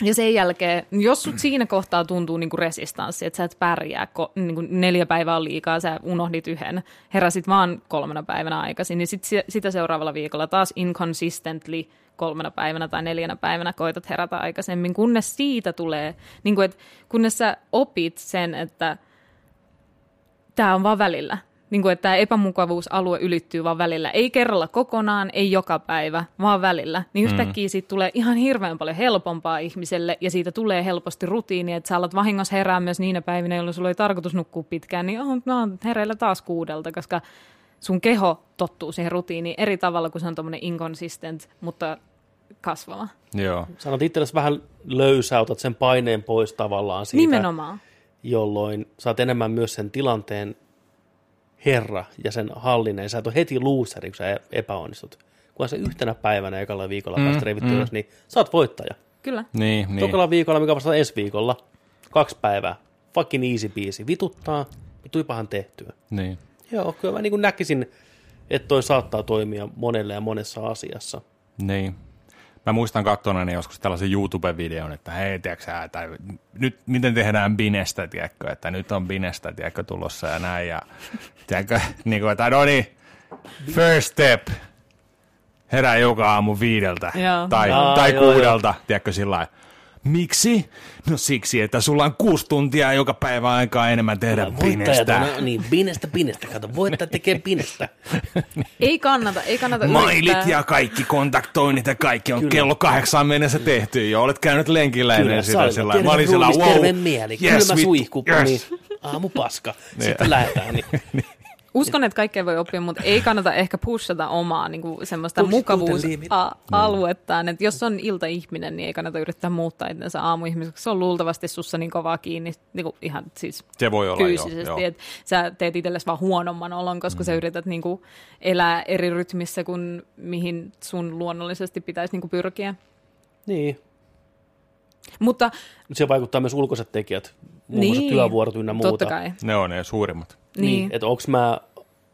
[SPEAKER 4] Ja sen jälkeen, jos sut siinä kohtaa tuntuu niinku resistanssi, että sä et pärjää, ko, niinku neljä päivää on liikaa, sä unohdit yhden, heräsit vaan kolmena päivänä aikaisin, niin sit, si- sitä seuraavalla viikolla taas inconsistently kolmena päivänä tai neljänä päivänä koitat herätä aikaisemmin, kunnes siitä tulee, niinku et, kunnes sä opit sen, että tämä on vaan välillä. Niin kuin, että tämä epämukavuusalue ylittyy vaan välillä. Ei kerralla kokonaan, ei joka päivä, vaan välillä. Niin yhtäkkiä
[SPEAKER 3] Mm.
[SPEAKER 4] siitä tulee ihan hirveän paljon helpompaa ihmiselle ja siitä tulee helposti rutiini, että sä alat vahingossa herää myös niinä päivinä, jolloin sulla ei tarkoitus nukkua pitkään, niin oh, mä oon hereillä taas kuudelta, koska sun keho tottuu siihen rutiiniin eri tavalla, kun se on tommonen inconsistent, mutta kasvava.
[SPEAKER 3] Joo.
[SPEAKER 1] Sanot itsellesi vähän löysäytät sen paineen pois tavallaan siitä,
[SPEAKER 4] Nimenomaan.
[SPEAKER 1] jolloin saat enemmän myös sen tilanteen herra ja sen hallinen. Sä et ole heti looseri, kun sä epäonnistut. Kun sä yhtenä päivänä ekalla viikolla mm, päästä revitty ylös, niin sä oot voittaja.
[SPEAKER 4] Kyllä.
[SPEAKER 3] Niin, niin.
[SPEAKER 1] Niin. Tokalla viikolla, mikä vasta ensi viikolla, kaksi päivää, fucking easy biisi, vituttaa, mutta tuipahan tehtyä.
[SPEAKER 3] niin.
[SPEAKER 1] Joo, kyllä mä niin kuin näkisin, että toi saattaa toimia monelle ja monessa asiassa.
[SPEAKER 3] Niin. Mä muistan katsoneeni joskus tällaisen YouTube-videon, että hei, tiedätkö sä, tai nyt miten tehdään binestä, tiedätkö, että nyt on binestä, tiedätkö, tulossa ja näin, ja tiedätkö, niin kuin, että no niin, first step, herää joka aamu viideltä
[SPEAKER 4] Joo.
[SPEAKER 3] tai,
[SPEAKER 1] Aa,
[SPEAKER 3] tai
[SPEAKER 1] joo, joo.
[SPEAKER 3] kuudelta, tiedätkö, sillä lailla. Miksi? No siksi, että sulla on kuusi tuntia joka päivä aikaa enemmän tehdä binestä.
[SPEAKER 1] Voittajat on- niin, binestä, binestä, kato, voittaja tekee binestä.
[SPEAKER 4] Ei kannata, ei kannata
[SPEAKER 3] Mailit
[SPEAKER 4] yrittää.
[SPEAKER 3] ja kaikki kontaktoinnit ja kaikki on Kyllä. kello kahdeksaan mennessä tehty jo. Olet käynyt lenkillä ennen sitä. sillä lailla. Mä olin sillä lailla, wow,
[SPEAKER 1] terve mieli,
[SPEAKER 3] yes,
[SPEAKER 1] kylmä
[SPEAKER 3] vittu,
[SPEAKER 1] suihku,
[SPEAKER 3] yes.
[SPEAKER 1] niin aamupaska, sitten lähdetään. Niin.
[SPEAKER 4] Uskon, että kaikkea voi oppia, mutta ei kannata ehkä pushata omaa niin kuin semmoista
[SPEAKER 1] Push to the limit.
[SPEAKER 4] mukavuusaluettaan. Että jos on iltaihminen, niin ei kannata yrittää muuttaa itsensä aamuihmiseksi. Se on luultavasti sussa niin kovaa kiinni niin kuin ihan siis
[SPEAKER 3] Se voi olla, joo,
[SPEAKER 4] fyysisesti.
[SPEAKER 3] joo.
[SPEAKER 4] Että sä teet itsellesi vaan huonomman olon, koska mm. sä yrität niin kuin elää eri rytmissä kuin mihin sun luonnollisesti pitäisi niin kuin pyrkiä.
[SPEAKER 1] niin.
[SPEAKER 4] Mutta
[SPEAKER 1] Mutta se vaikuttaa myös ulkoiset tekijät, muun muassa
[SPEAKER 4] niin,
[SPEAKER 1] työvuorot ynnä muuta.
[SPEAKER 4] Totta kai.
[SPEAKER 3] Ne on ne suurimmat.
[SPEAKER 4] Niin.
[SPEAKER 1] Että onko mä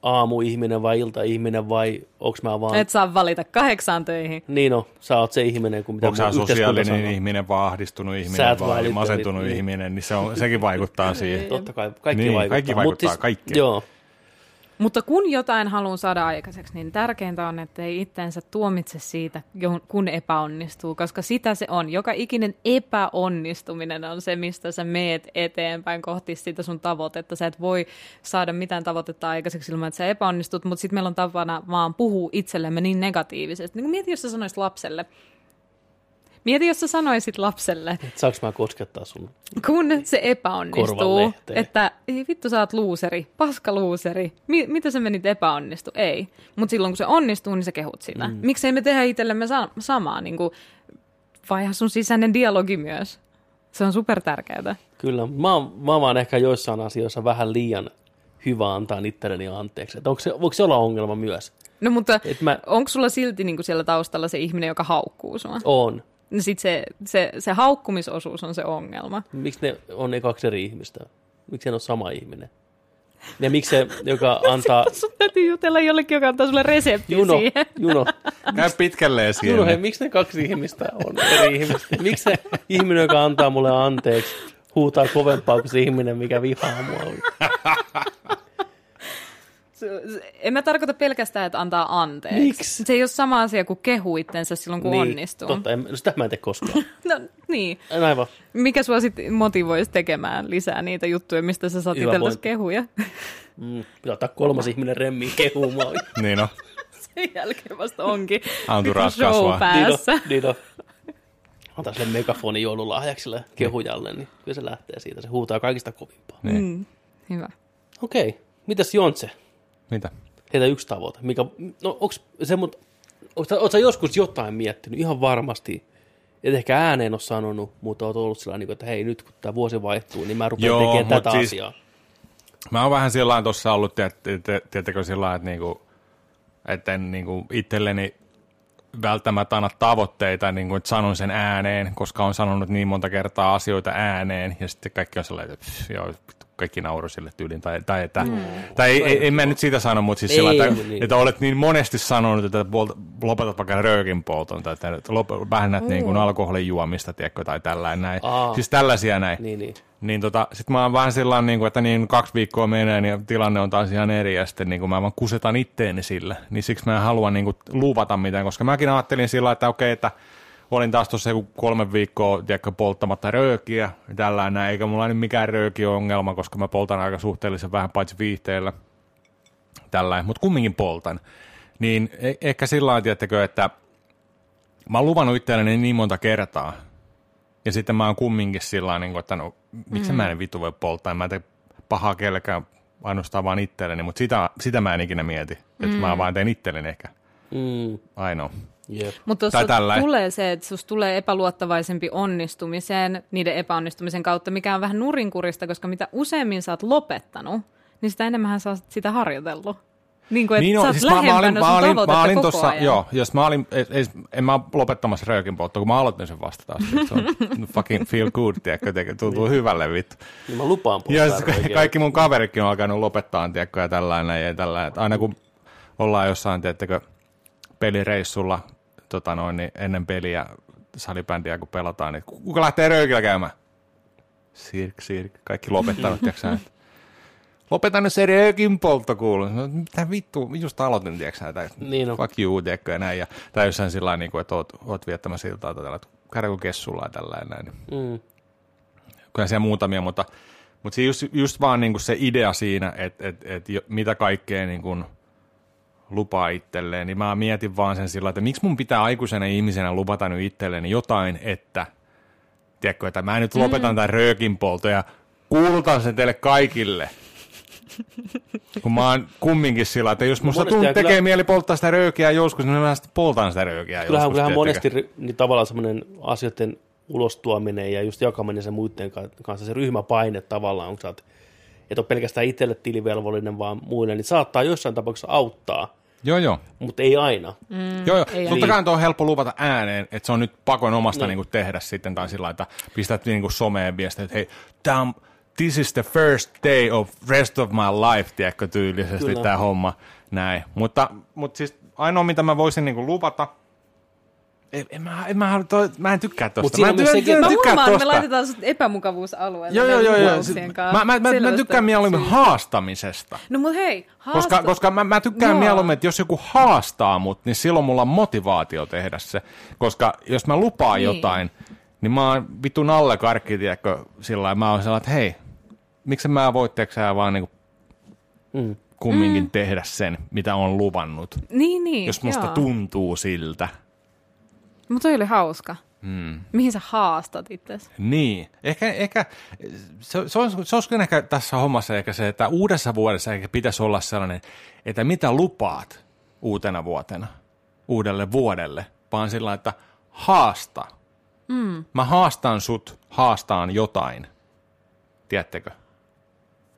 [SPEAKER 1] aamuihminen vai iltaihminen vai onko mä vaan...
[SPEAKER 4] Et saa valita kahdeksaan töihin.
[SPEAKER 1] Niin no, sä oot se ihminen, kun mitä
[SPEAKER 3] Onko sä
[SPEAKER 1] mun yhteiskunta
[SPEAKER 3] sosiaalinen
[SPEAKER 1] sanoo.
[SPEAKER 3] ihminen vai ahdistunut
[SPEAKER 1] Sä
[SPEAKER 3] ihminen
[SPEAKER 1] et
[SPEAKER 3] vai
[SPEAKER 1] valitse,
[SPEAKER 3] masentunut
[SPEAKER 1] niin.
[SPEAKER 3] ihminen, niin se on, sekin vaikuttaa siihen.
[SPEAKER 1] Totta kai, kaikki
[SPEAKER 3] Niin,
[SPEAKER 1] vaikuttaa.
[SPEAKER 3] kaikki
[SPEAKER 1] Mut siis-
[SPEAKER 3] vaikuttaa, kaikki.
[SPEAKER 1] Joo,
[SPEAKER 4] Mutta kun jotain haluan saada aikaiseksi, niin tärkeintä on, että ei itteensä tuomitse siitä, jo- kun epäonnistuu, koska sitä se on. Joka ikinen epäonnistuminen on se, mistä sä meet eteenpäin kohti sitä sun tavoitetta. Sä et voi saada mitään tavoitetta aikaiseksi ilman, että sä epäonnistut, mutta sitten meillä on tapana vaan puhua itsellemme niin negatiivisesti. Niin kuin mieti, jos sä sanoisit lapselle. Mieti, jos sä sanoisit lapselle,
[SPEAKER 1] Et saaks mä koskettaa sun?
[SPEAKER 4] kun se epäonnistuu,
[SPEAKER 1] Korvanlehteen.
[SPEAKER 4] että ei vittu sä oot luuseri, paska luuseri, Mi- mitä sä menit epäonnistu? Ei. Mutta silloin kun se onnistuu, niin sä kehut sitä. Mm. Miksei me tehdä itsellemme sa- samaa, niin kuin, vaihan sun sisäinen dialogi myös. Se on super tärkeää.
[SPEAKER 1] Kyllä, mä oon, mä oon vaan ehkä joissain asioissa vähän liian hyvä antaa itselleni anteeksi. Et onko se, voiko se olla ongelma myös?
[SPEAKER 4] No mutta
[SPEAKER 1] Et mä
[SPEAKER 4] onko sulla silti niin kuin siellä taustalla se ihminen, joka haukkuu sua?
[SPEAKER 1] oon.
[SPEAKER 4] No sit se, se, se haukkumisosuus on se ongelma.
[SPEAKER 1] Miksi ne on ne kaksi eri ihmistä? Miksi ne on sama ihminen? Ja miksi se, joka antaa...
[SPEAKER 4] Sun täytyy jutella jollekin, joka antaa sulle resepti
[SPEAKER 1] Juno,
[SPEAKER 4] siihen.
[SPEAKER 1] Juno,
[SPEAKER 3] Käy pitkälle
[SPEAKER 1] Juno, hei,
[SPEAKER 3] esiin.
[SPEAKER 1] miksi ne kaksi ihmistä on eri ihmistä? Miksi se ihminen, joka antaa mulle anteeksi, huutaa kovempaa kuin se ihminen, mikä vihaa mua?
[SPEAKER 4] Se- se- En mä tarkoita pelkästään, että antaa anteeksi.
[SPEAKER 1] Miksi?
[SPEAKER 4] Se ei ole sama asia kuin kehu itsensä silloin, kun niin, onnistuu.
[SPEAKER 1] Totta, en, no sitä mä en tee koskaan.
[SPEAKER 4] No niin.
[SPEAKER 1] En aivan.
[SPEAKER 4] Mikä sua sitten motivoisi tekemään lisää niitä juttuja, mistä sä saat
[SPEAKER 1] Hyvä
[SPEAKER 4] itsellesi
[SPEAKER 1] pointti.
[SPEAKER 4] kehuja?
[SPEAKER 1] Mm, pitää ottaa kolmas ihminen remmiin kehumaan.
[SPEAKER 3] Niin no,
[SPEAKER 4] Sen jälkeen vasta onkin.
[SPEAKER 3] Entourage
[SPEAKER 4] Show
[SPEAKER 3] kasvaa.
[SPEAKER 4] päässä.
[SPEAKER 1] Dido, Dido. Otan sille megafoni joululahjaksi sille kehujalle, niin kyllä se lähtee siitä. Se huutaa kaikista kovimpaa.
[SPEAKER 3] niin.
[SPEAKER 4] Mm. Hyvä.
[SPEAKER 1] Okei, mitäs Jontse?
[SPEAKER 3] Mitä?
[SPEAKER 1] Heitä yksi tavoite. Mikä, no onks se, mut, onks, sä- oot sä joskus jotain miettinyt? Ihan varmasti. Et ehkä ääneen ole niinku, sanonut, mutta oot ollut sillä niin, että hei nyt kun tämä vuosi vaihtuu, niin mä rupean
[SPEAKER 3] Joo,
[SPEAKER 1] tekemään
[SPEAKER 3] mut
[SPEAKER 1] tätä
[SPEAKER 3] siis-
[SPEAKER 1] asiaa.
[SPEAKER 3] Mä oon vähän sillä tuossa ollut, tiettäkö sillä lailla, että, niinku, että en niinku itselleni välttämättä anna tavoitteita, niin kuin, että sanon sen ääneen, koska on sanonut niin monta kertaa asioita ääneen, ja sitten kaikki on sellainen, että pff, joo, vittu, kaikki nauru sille tyyliin, tai, tai, että, mm. tai ei, ei, en mä nyt sitä sano, mutta siis
[SPEAKER 1] Ei,
[SPEAKER 3] sillä, lailla, että,
[SPEAKER 1] ei, niin.
[SPEAKER 3] että, olet niin monesti sanonut, että polta- lopetat vaikka röökin polton, tai että lop, vähennät niin kuin alkoholin juomista, tiedätkö, tai tällainen näin.
[SPEAKER 1] Mm. Aa.
[SPEAKER 3] Siis tällaisia näin.
[SPEAKER 1] Niin, niin.
[SPEAKER 3] Niin tota, sit mä oon vähän sillä niin kuin, että niin kaksi viikkoa menee, niin tilanne on taas ihan eri, ja sitten niin kuin mä vaan kusetan itteeni sillä. Niin siksi mä en halua niin kuin luvata mitään, koska mäkin ajattelin sillä lailla, että okei, että olin taas tuossa joku kolme viikkoa tiedätkö, polttamatta röökiä ja tällainen, näin, eikä mulla nyt mikään röökiongelma, koska mä poltan aika suhteellisen vähän paitsi viihteellä tällainen, mutta kumminkin poltan. Niin e- ehkä sillä lailla, tiettäkö, että mä oon luvannut itselleni niin monta kertaa, ja sitten mä oon kumminkin sillä lailla, niin kuin, että no, miksi mm. mä en vittu voi polttaa, en mä tee pahaa kellekään ainoastaan vaan itselleni, mutta sitä, sitä mä en ikinä mieti, että
[SPEAKER 4] Mm.
[SPEAKER 3] mä vaan teen itselleni ehkä
[SPEAKER 1] Mm,
[SPEAKER 3] ainoa.
[SPEAKER 1] jep.
[SPEAKER 4] Mutta
[SPEAKER 3] Tai
[SPEAKER 4] jos
[SPEAKER 3] tällä-
[SPEAKER 4] tulee se, että susta tulee epäluottavaisempi onnistumiseen niiden epäonnistumisen kautta, mikä on vähän nurinkurista, koska mitä useammin sä oot lopettanut, niin sitä enemmän sä oot sitä harjoitellut. Niin kuin, että niin sä oot siis lähempänä sun tavoitetta koko
[SPEAKER 3] tossa-
[SPEAKER 4] ajan.
[SPEAKER 3] joo, jos mä olin, ei, ei, en mä oo lopettamassa röökin polttoa, kun mä aloitin sen vasta taas. Se on fucking feel good, tiedätkö, tiedätkö, tuntuu hyvälle vittu.
[SPEAKER 1] Niin mä lupaan
[SPEAKER 3] Ja
[SPEAKER 1] polttaa
[SPEAKER 3] siis ka-
[SPEAKER 1] röökiä.
[SPEAKER 3] kaikki mun kaverikin on alkanut lopettaa, tiedätkö, ja tällainen, ja tällainen. Että aina kun ollaan jossain, tiedättekö, pelireissulla, tota noin, niin ennen peliä, salibändiä kun pelataan, niin kuka lähtee röykillä käymään? Sirk, sirk, kaikki lopettanut, tiedätkö sä, että Lopeta nyt se röökin poltto kuuluu. No, mitä vittu, just aloitin, tiedätkö sä, tai
[SPEAKER 1] Niin on.
[SPEAKER 3] fuck you, tiedätkö, ja näin. Ja, tai jossain sillä lailla, niin kuin, että oot, oot viettämässä iltaa tällä, että käydä kun kessulla ja tällainen näin. Niin
[SPEAKER 1] Mm,
[SPEAKER 3] kyllä siellä muutamia, mutta, mutta se just, just vaan niin kuin se idea siinä, että et, et, jo- mitä kaikkea niin kuin lupaa itselleen, niin mä mietin vaan sen sillä, että miksi mun pitää aikuisena ihmisenä lupata nyt itselleni jotain, että tiedätkö, että mä nyt lopetan tämän röökin polton ja kuulutan sen teille kaikille. Kun mä oon kumminkin sillä, että jos musta
[SPEAKER 1] monesti
[SPEAKER 3] tuntuu
[SPEAKER 1] ja kyllä-
[SPEAKER 3] tekee mieli polttaa sitä röökiä joskus, niin mä sitten poltan sitä röökiä
[SPEAKER 1] kyllähän,
[SPEAKER 3] joskus.
[SPEAKER 1] kyllähän
[SPEAKER 3] tiedättekö.
[SPEAKER 1] monesti ry- niin tavallaan semmoinen asioiden ulostuominen ja just jakaminen sen muiden ka- kanssa, se ryhmäpaine tavallaan, kun sä oot, et ole pelkästään itselle tilivelvollinen, vaan muille, niin saattaa jossain tapauksessa auttaa,
[SPEAKER 3] Joo, joo.
[SPEAKER 1] mutta ei aina.
[SPEAKER 4] Mm.
[SPEAKER 3] Joo, joo.
[SPEAKER 4] Ei
[SPEAKER 3] Totta kai nyt on helppo luvata ääneen, että se on nyt pakon omasta niin. tehdä sitten, tai sillä lailla, että pistät niin kuin someen viestiä, että hei, tää on, this is the first day of rest of my life, tiedätkö, tyylisesti
[SPEAKER 1] Kyllä.
[SPEAKER 3] tämä homma, näin. Mutta, mutta siis ainoa, mitä mä voisin niin kuin lupata, en, en, mä, en, mä, halua toi, mä en tykkää tosta.
[SPEAKER 1] Mut siinä
[SPEAKER 3] Mä
[SPEAKER 1] on
[SPEAKER 3] en,
[SPEAKER 1] myös
[SPEAKER 3] tykkää-
[SPEAKER 1] sekin, että-
[SPEAKER 4] Mä
[SPEAKER 3] en tykkää
[SPEAKER 4] huomaan, että me
[SPEAKER 3] tosta.
[SPEAKER 4] laitetaan sut epämukavuusalueelle.
[SPEAKER 3] Joo, joo, joo. joo.
[SPEAKER 4] näiden lupauksien
[SPEAKER 3] Mä,
[SPEAKER 4] kanssa.
[SPEAKER 3] mä, mä, mä
[SPEAKER 4] Selvästä
[SPEAKER 3] tykkään mieluummin
[SPEAKER 4] syystä.
[SPEAKER 3] haastamisesta.
[SPEAKER 4] No mut hei,
[SPEAKER 3] Koska,
[SPEAKER 4] haasta...
[SPEAKER 3] koska mä, mä tykkään
[SPEAKER 4] Joo.
[SPEAKER 3] mieluummin, että jos joku haastaa mut, niin silloin mulla on motivaatio tehdä se. Koska jos mä lupaan niin.
[SPEAKER 4] Niin.
[SPEAKER 3] jotain, niin mä oon vitun alle karkki, tiedätkö, sillä lailla. mä oon sellainen, että hei, miksi mä voi, tiedätkö, sä vaan niinku
[SPEAKER 1] Mm.
[SPEAKER 3] kumminkin mm. tehdä sen, mitä on luvannut,
[SPEAKER 4] Niin, niin.
[SPEAKER 3] jos musta
[SPEAKER 4] joo.
[SPEAKER 3] tuntuu siltä.
[SPEAKER 4] Mutta toi oli hauska.
[SPEAKER 3] Hmm.
[SPEAKER 4] Mm. Mihin sä haastat itses?
[SPEAKER 3] Niin, ehkä, ehkä se, se, on, se olisi ehkä tässä hommassa ehkä se, että uudessa vuodessa ehkä pitäisi olla sellainen, että mitä lupaat uutena vuotena, uudelle vuodelle, vaan sillä lailla, että haasta. Mm. Mä haastan sut, haastaan jotain. Tiedättekö?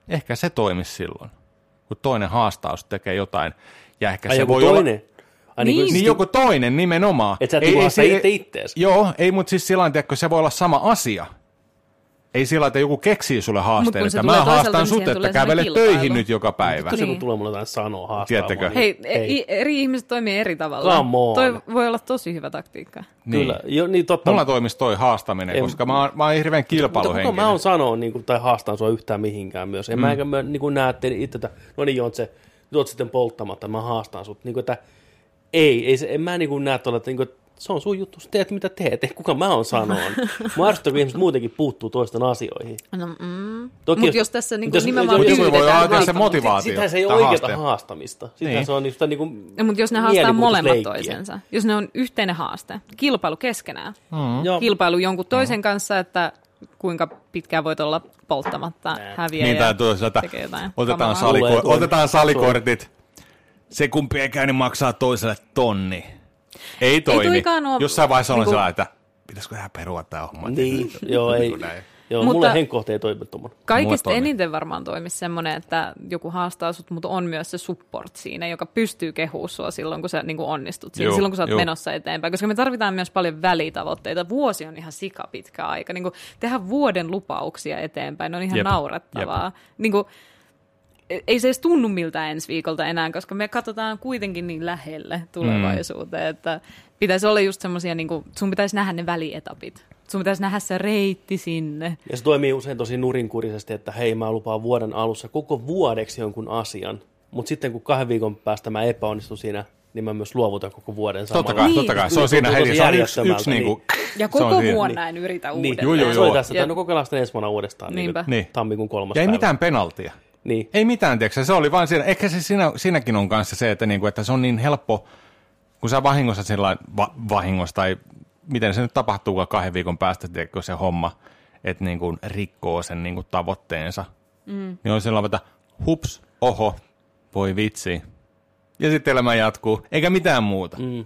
[SPEAKER 3] Ehkä se toimisi silloin, kun toinen haastaa sut, tekee jotain. Ja ehkä
[SPEAKER 1] Ai
[SPEAKER 3] se
[SPEAKER 1] joku
[SPEAKER 3] voi olla...
[SPEAKER 1] toinen. Ai,
[SPEAKER 4] Niin.
[SPEAKER 1] kun-
[SPEAKER 3] Niin joku toinen nimenomaan.
[SPEAKER 1] Siis Et sä niinku haasta itse ittees.
[SPEAKER 3] Joo, ei, mutta siis sillä lailla, että se voi olla sama asia. Ei sillä lailla, että joku keksii sulle
[SPEAKER 4] Mut
[SPEAKER 3] haasteen,
[SPEAKER 4] kun se
[SPEAKER 3] että
[SPEAKER 4] tulee
[SPEAKER 3] mä
[SPEAKER 4] toisaalta,
[SPEAKER 3] haastan
[SPEAKER 4] niin
[SPEAKER 3] sut,
[SPEAKER 4] siihen
[SPEAKER 3] että
[SPEAKER 4] tulee semmoinen
[SPEAKER 3] kävele
[SPEAKER 4] kilpailu.
[SPEAKER 3] töihin nyt joka päivä.
[SPEAKER 1] Kun se kun
[SPEAKER 4] Niin.
[SPEAKER 1] tulee mulle jotain sanoa haastaa.
[SPEAKER 3] Tiettäkö?
[SPEAKER 1] vaan,
[SPEAKER 4] Hei, e-
[SPEAKER 1] niin-
[SPEAKER 4] ei. eri ihmiset toimii eri tavalla.
[SPEAKER 1] Come on.
[SPEAKER 4] Toi voi olla tosi hyvä taktiikka.
[SPEAKER 3] Niin.
[SPEAKER 1] Kyllä, jo, niin totta.
[SPEAKER 3] Mulla toimisi toi haastaminen,
[SPEAKER 1] Ei,
[SPEAKER 3] koska mä oon, mä oon hirveän
[SPEAKER 1] Mutta kuka
[SPEAKER 3] kilpailuhenkinen.
[SPEAKER 1] mä oon sanoa niin kuin, tai haastan sua yhtään mihinkään myös. En mm. mä enkä mä, niin kuin näe teille itse, että no niin Jontse, nyt oot sitten polttamatta, mä haastan sut. Niin kuin, että ei, ei se, en mä niin kuin näe tuolla, että, niin kuin, se on sun juttu, sä teet mitä teet, ei kuka mä oon sanoa. mä arvostan, kun ihmiset muutenkin puuttuu toisten asioihin.
[SPEAKER 4] No, mm.
[SPEAKER 1] Toki
[SPEAKER 4] Mut jos tässä niinku
[SPEAKER 1] jos-
[SPEAKER 4] nimenomaan
[SPEAKER 1] jos-
[SPEAKER 3] Mutta
[SPEAKER 1] jos-
[SPEAKER 3] joku voi
[SPEAKER 4] Yritetään
[SPEAKER 3] vaatia se
[SPEAKER 4] haastaa, mut
[SPEAKER 3] motivaatio.
[SPEAKER 1] Sitähän se ei ole
[SPEAKER 3] tai
[SPEAKER 1] oikeata
[SPEAKER 3] haasteen.
[SPEAKER 1] haastamista. Sitähän
[SPEAKER 3] Niin.
[SPEAKER 1] se on niin, sitä niin kuin
[SPEAKER 4] No, mutta jos ne haastaa molemmat
[SPEAKER 1] mielikuvitusleikkiä.
[SPEAKER 4] toisensa, jos ne on yhteinen haaste, kilpailu keskenään,
[SPEAKER 3] Hmm.
[SPEAKER 1] Mm. Joo,
[SPEAKER 4] kilpailu jonkun toisen kanssa, että kuinka pitkään voit olla polttamatta häviä
[SPEAKER 3] Niin,
[SPEAKER 4] ja
[SPEAKER 3] tai tuossa, että
[SPEAKER 4] tekee jotain
[SPEAKER 3] otetaan,
[SPEAKER 4] kamalaa.
[SPEAKER 3] saliko-
[SPEAKER 1] Tulee tuo-
[SPEAKER 3] otetaan salikortit. Se kumpi ei käy, niin maksaa toiselle tonni. Ei toimi.
[SPEAKER 4] toikaan oo-
[SPEAKER 3] Jossain vaiheessa on
[SPEAKER 4] niinku-
[SPEAKER 3] sellainen, että pitäisikö ihan perua tämä homma.
[SPEAKER 1] Niin, joo, ei.
[SPEAKER 3] Näin.
[SPEAKER 1] Joo,
[SPEAKER 4] Mutta-
[SPEAKER 1] Mutta... mulle henkkohte ei toimi tuommoinen.
[SPEAKER 4] Kaikista
[SPEAKER 3] Mulla toimii.
[SPEAKER 4] eniten varmaan toimisi semmoinen, että joku haastaa sut, mutta on myös se support siinä, joka pystyy kehua sua silloin, kun sä niin kuin onnistut siinä,
[SPEAKER 3] Juu,
[SPEAKER 4] silloin, kun sä oot
[SPEAKER 3] juu.
[SPEAKER 4] menossa eteenpäin. Koska me tarvitaan myös paljon välitavoitteita. Vuosi on ihan sikapitkä aika. Niin kuin, tehdä vuoden lupauksia eteenpäin ne on ihan
[SPEAKER 3] Jep,
[SPEAKER 4] naurettavaa. Niin kuin, e, ei se edes tunnu miltä ensi viikolta enää, koska me katsotaan kuitenkin niin lähelle tulevaisuuteen, mm. että pitäisi olla just semmoisia, niin kuin, sun pitäisi nähdä ne välietapit. Sun pitäisi nähdä se reitti sinne.
[SPEAKER 1] Ja se toimii usein tosi nurinkurisesti, että hei, mä lupaan vuoden alussa koko vuodeksi jonkun asian. Mutta sitten kun kahden viikon päästä mä epäonnistun siinä, niin mä myös luovutan koko vuoden
[SPEAKER 3] Totta
[SPEAKER 1] samalla.
[SPEAKER 3] kai,
[SPEAKER 4] Niin.
[SPEAKER 3] totta kai. Se on
[SPEAKER 1] Tuntuu
[SPEAKER 3] siinä
[SPEAKER 1] tosi
[SPEAKER 3] heti. Se on yksi,
[SPEAKER 1] järjettömältä,
[SPEAKER 3] yksi niinku,
[SPEAKER 4] Ja
[SPEAKER 3] se on
[SPEAKER 4] koko
[SPEAKER 3] siinä.
[SPEAKER 4] vuonna en yritä
[SPEAKER 1] Niin,
[SPEAKER 4] uudelleen.
[SPEAKER 3] Juu, juu,
[SPEAKER 1] se oli
[SPEAKER 3] juu.
[SPEAKER 1] tässä,
[SPEAKER 4] Jep.
[SPEAKER 1] että no kokeillaan sitten ensi vuonna uudestaan.
[SPEAKER 4] Niinpä.
[SPEAKER 1] Niin,
[SPEAKER 3] Niin.
[SPEAKER 1] niin. Tammikuun kolmas
[SPEAKER 3] Ja ei
[SPEAKER 1] päivä.
[SPEAKER 3] mitään penaltia.
[SPEAKER 1] Niin.
[SPEAKER 3] Ei mitään, tiedätkö, sä, se oli vaan siinä. Ehkä se siinä, siinäkin on kanssa se, että, niinku, että se on niin helppo, kun sä vahingossa sillä va, vahingossa tai miten se nyt tapahtuu kahden viikon päästä, tiedätkö, se homma, että niinku, rikkoo sen niinku, tavoitteensa. Mm. Niin on sellainen, että hups, oho, voi vitsi. Ja sitten elämä jatkuu, eikä mitään muuta. Mm.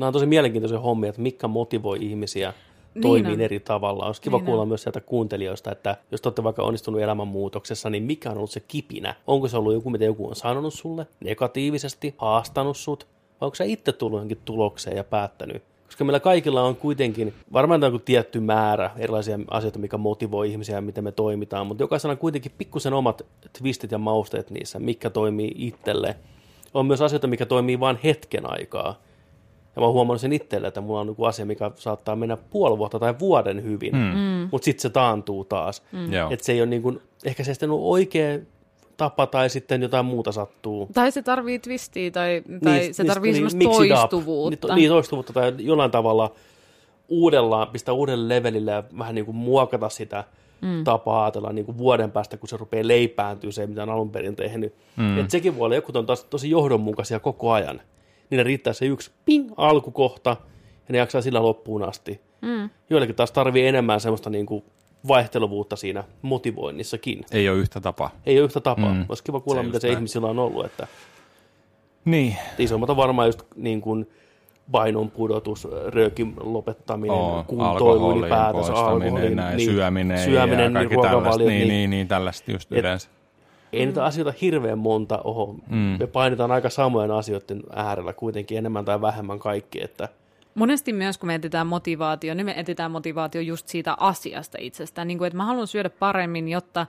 [SPEAKER 1] Nämä on tosi mielenkiintoisia hommia, että mikä motivoi ihmisiä
[SPEAKER 4] Niin
[SPEAKER 1] toimiin
[SPEAKER 4] on.
[SPEAKER 1] eri tavalla. Olisi kiva
[SPEAKER 4] Niin
[SPEAKER 1] niin kuulla
[SPEAKER 4] on.
[SPEAKER 1] myös sieltä kuuntelijoista, että jos te olette vaikka onnistunut elämänmuutoksessa, niin mikä on ollut se kipinä? Onko se ollut joku, mitä joku on sanonut sulle negatiivisesti, haastanut sut? Vai onko sä itse tullut johonkin tulokseen ja päättänyt? Koska meillä kaikilla on kuitenkin varmaan tämä on joku tietty määrä erilaisia asioita, mikä motivoi ihmisiä ja miten me toimitaan, mutta jokaisella on kuitenkin pikkusen omat twistit ja mausteet niissä, mikä toimii itselle. On myös asioita, mikä toimii vain hetken aikaa. Ja mä oon huomannut sen itselle, että mulla on joku asia, mikä saattaa mennä puoli vuotta tai vuoden hyvin, mm. mutta sitten se taantuu taas. Mm.
[SPEAKER 3] Joo.
[SPEAKER 1] Että se ei ole niin kuin, ehkä se sitten on oikea tapa tai sitten jotain muuta sattuu.
[SPEAKER 4] Tai se tarvii twistiä tai, tai niin, se tarvii niin,
[SPEAKER 1] mix it up.
[SPEAKER 4] semmoista toistuvuutta.
[SPEAKER 1] Niin, niin, toistuvuutta tai jollain tavalla uudellaan, pistää uudelle levelille ja vähän niin kuin muokata sitä mm. tapaa ajatella niin kuin vuoden päästä, kun se rupeaa leipääntyä se, mitä on alun perin tehnyt. Mm. Et sekin voi olla, jotkut on taas tosi johdonmukaisia koko ajan. Niille riittää se yksi ping alkukohta ja ne jaksaa sillä loppuun asti. Mm. Joillekin taas tarvii enemmän semmoista niin kuin vaihteluvuutta siinä motivoinnissakin.
[SPEAKER 3] Ei ole yhtä tapaa.
[SPEAKER 1] Ei ole yhtä tapaa. Mm. Olisi kiva kuulla,
[SPEAKER 3] Se
[SPEAKER 1] mitä
[SPEAKER 3] just
[SPEAKER 1] se
[SPEAKER 3] näin.
[SPEAKER 1] ihmisillä on ollut, että
[SPEAKER 3] Niin,
[SPEAKER 1] isommat on varmaan just niin kuin vainon pudotus, röökin lopettaminen,
[SPEAKER 3] Oo,
[SPEAKER 1] Oo, kuntoilu
[SPEAKER 3] alkoholin
[SPEAKER 1] ylipäätänsä,
[SPEAKER 3] poistaminen,
[SPEAKER 1] alkoholin, niin
[SPEAKER 3] näin, syöminen,
[SPEAKER 1] syöminen
[SPEAKER 3] ja kaikki tällaista.
[SPEAKER 1] ruokavaliot,
[SPEAKER 3] Niin, niin, niin, niin tällaista just
[SPEAKER 1] Et-
[SPEAKER 3] yleensä.
[SPEAKER 1] ei niitä asioita hirveän monta oho. Mm. Me painetaan aika samojen asioiden äärellä kuitenkin enemmän tai vähemmän kaikki, että
[SPEAKER 4] Monesti myös, kun me etsitään motivaatio, niin me etsitään motivaatio just siitä asiasta itsestään. Niin kuin, että mä haluan syödä paremmin, jotta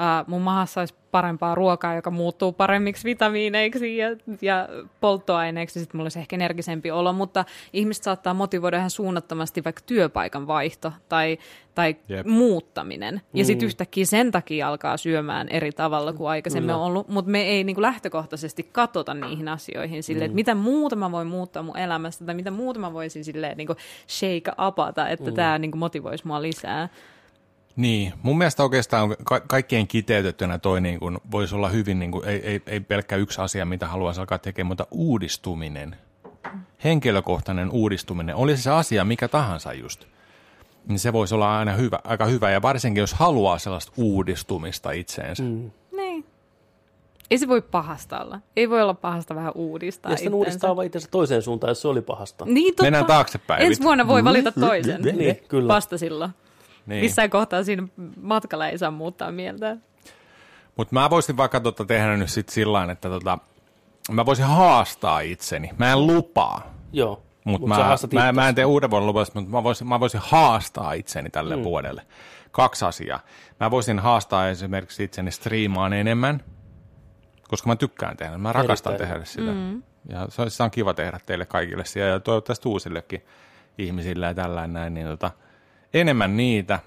[SPEAKER 4] äh, mun mahassa olisi parempaa ruokaa, joka muuttuu paremmiksi vitamiineiksi ja, ja polttoaineeksi. Sitten mulla olisi ehkä energisempi olo, mutta ihmiset saattaa motivoida ihan suunnattomasti vaikka työpaikan vaihto tai, tai
[SPEAKER 3] Jep.
[SPEAKER 4] muuttaminen. Ja
[SPEAKER 1] Mm.
[SPEAKER 4] sitten yhtäkkiä sen takia alkaa syömään eri tavalla kuin aikaisemmin on ollut, mutta me ei niinku lähtökohtaisesti katota niihin asioihin silleen, että
[SPEAKER 1] Niin.
[SPEAKER 4] mitä muuta mä voin muuttaa mun elämästä tai mitä muuta mä voisin silleen niinku shake upata,
[SPEAKER 1] Mm.
[SPEAKER 4] että tämä niinku motivoisi mua lisää.
[SPEAKER 3] Niin, mun mielestä oikeastaan ka- kaikkien kiteytettynä toi niin kun, voisi olla hyvin, niin kun, ei, ei, ei pelkkä yksi asia, mitä haluaisi alkaa tekemään, mutta uudistuminen. Henkilökohtainen uudistuminen, oli se asia mikä tahansa just, niin se voisi olla aina hyvä, aika hyvä, ja varsinkin jos haluaa sellaista uudistumista itseensä. Mm.
[SPEAKER 4] Niin. Ei se voi pahasta olla. Ei voi olla pahasta vähän uudistaa
[SPEAKER 1] ja sitten
[SPEAKER 4] itsensä.
[SPEAKER 1] uudistaa vaan itsensä toiseen suuntaan, jos se oli pahasta.
[SPEAKER 4] Niin totta.
[SPEAKER 3] Mennään taaksepäin.
[SPEAKER 4] Ensi vuonna voi valita toisen.
[SPEAKER 1] Niin, kyllä.
[SPEAKER 4] Vasta silloin. Niin. Missään kohtaa siinä matkalla ei saa muuttaa mieltä.
[SPEAKER 3] Mutta mä voisin vaikka tota tehdä nyt sit sillä tavalla, että tota, mä voisin haastaa itseni. Mä en lupaa,
[SPEAKER 1] Joo.
[SPEAKER 3] mutta
[SPEAKER 1] sä
[SPEAKER 3] mä,
[SPEAKER 1] haastat
[SPEAKER 3] mä,
[SPEAKER 1] itse.
[SPEAKER 3] mä en tee uuden vuoden lupausta, mutta mä voisin, mä voisin haastaa itseni tälle mm. vuodelle. Kaksi asiaa. Mä voisin haastaa esimerkiksi itseni striimaan enemmän, koska mä tykkään tehdä. Mä rakastan
[SPEAKER 1] Erittäin.
[SPEAKER 3] tehdä sitä. Mm. Ja se on, sitä on kiva tehdä teille kaikille siellä ja toivottavasti uusillekin ihmisille ja tällainen näin. Niin tota, enemmän niitä,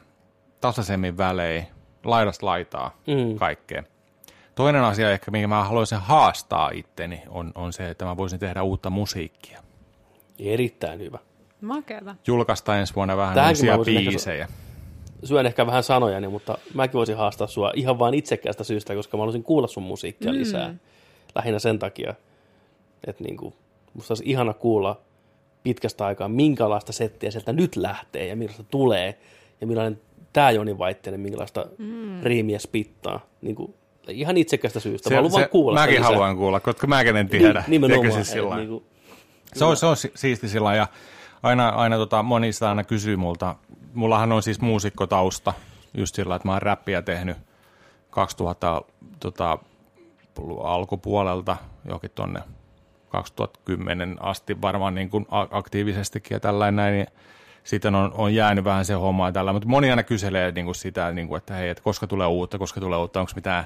[SPEAKER 3] tasaisemmin välein, laidasta laitaa, mm. kaikkea. Toinen asia ehkä, minkä mä haluaisin haastaa itteni, on, on se, että mä voisin tehdä uutta musiikkia
[SPEAKER 1] Erittäin hyvä.
[SPEAKER 4] Makeata.
[SPEAKER 3] julkaista ensi vuonna vähän
[SPEAKER 1] Tähänkin
[SPEAKER 3] uusia
[SPEAKER 1] mä voisin ehkä
[SPEAKER 3] biisejä.
[SPEAKER 1] Syön ehkä vähän sanojani, mutta mäkin voisin haastaa sua ihan vain itsekkäästä syystä, koska mä haluaisin kuulla sun musiikkia mm. lisää. Lähinnä sen takia, että niinku, musta olisi ihana kuulla pitkästä aikaa, minkälaista settiä sieltä nyt lähtee ja millaista tulee ja millainen tämä Joni Vaittinen, minkälaista mm. riimiä spittaa. Niinku, ihan itsekkäästä syystä. mä haluan vaan kuulla sitä
[SPEAKER 3] mäkin
[SPEAKER 1] lisää. Niin,
[SPEAKER 3] haluan kuulla, koska mäkin en tiedä.
[SPEAKER 1] Nimenomaan.
[SPEAKER 3] Tiedätkö siis sillä
[SPEAKER 1] et
[SPEAKER 3] lailla?
[SPEAKER 1] niinku,
[SPEAKER 3] se, on, se on si- siisti sillä lailla, ja aina, aina tota, monista aina kysyy multa mullahan on siis muusikkotausta just sillä, että mä oon räppiä tehnyt 2000 tota, alkupuolelta johonkin tonne 2010 asti varmaan niin kuin a- aktiivisestikin ja tällainen näin, niin sitten on, on jäänyt vähän se homma tällä, mutta moni aina kyselee niin kuin sitä, niin kuin, että hei, että koska tulee uutta, koska tulee uutta, onko mitään,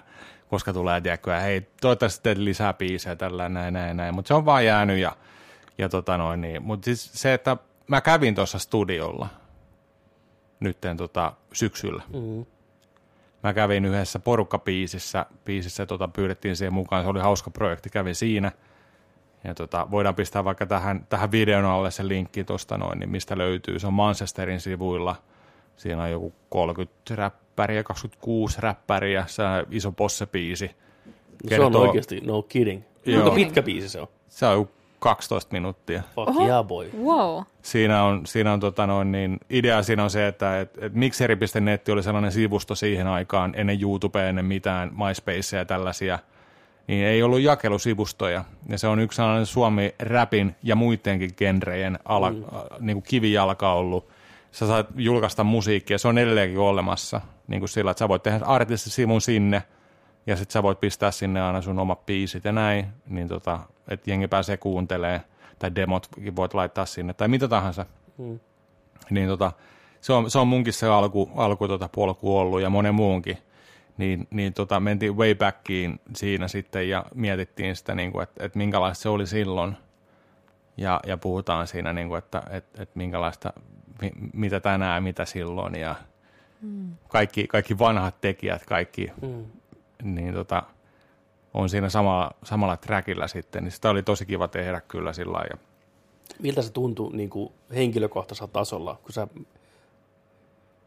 [SPEAKER 3] koska tulee, tiedätkö, ja hei, toivottavasti teet lisää biisejä tällä näin, näin, näin, mutta se on vaan jäänyt ja, ja tota noin, niin, mutta siis se, että mä kävin tuossa studiolla nytten tota, syksyllä,
[SPEAKER 1] Mm.
[SPEAKER 3] mä kävin yhdessä porukkapiisissä, piisissä tota, pyydettiin siihen mukaan, se oli hauska projekti, kävin siinä. Ja tota, voidaan pistää vaikka tähän, tähän videon alle se linkki tuosta noin, niin mistä löytyy. Se on Manchesterin sivuilla. Siinä on joku 30 räppäriä, 26 räppäriä, se on iso possepiisi.
[SPEAKER 1] Se on
[SPEAKER 3] Kertoo-
[SPEAKER 1] oikeasti no kidding.
[SPEAKER 3] Joo.
[SPEAKER 1] Kuinka pitkä biisi se on?
[SPEAKER 3] Se on joku 12 minuuttia.
[SPEAKER 1] Fuck yeah boy.
[SPEAKER 4] Wow.
[SPEAKER 3] siinä on, siinä on tota noin, niin idea siinä on se, että et, et mikseri.net oli sellainen sivusto siihen aikaan, ennen YouTubea, ennen mitään, MySpacea ja tällaisia, niin ei ollut jakelusivustoja. Ja se on yksi sellainen Suomi räpin ja muidenkin genrejen ala, mm. niin kuin kivijalka ollut. Sä saat julkaista musiikkia, se on edelleenkin olemassa. Niin kuin sillä, että sä voit tehdä artistisivun sinne, ja sit sä voit pistää sinne aina sun omat biisit ja näin, niin tota, että jengi pääsee kuuntelee tai demotkin voit laittaa sinne, tai mitä tahansa. Mm. Niin tota, se on, se on munkin se alku, alku tota polku ollut ja monen muunkin. Niin, niin tota, mentiin way backiin siinä sitten ja mietittiin sitä, niin että et minkälaista se oli silloin. Ja, ja puhutaan siinä, niin kuin, että et, et minkälaista, mi, mitä tänään, mitä silloin. Ja kaikki, kaikki vanhat tekijät, kaikki niin tota, on siinä sama, samalla trackillä sitten, niin sitä oli tosi kiva tehdä kyllä sillä lailla. ja
[SPEAKER 1] Miltä se tuntuu niin kuin henkilökohtaisella tasolla, kun sä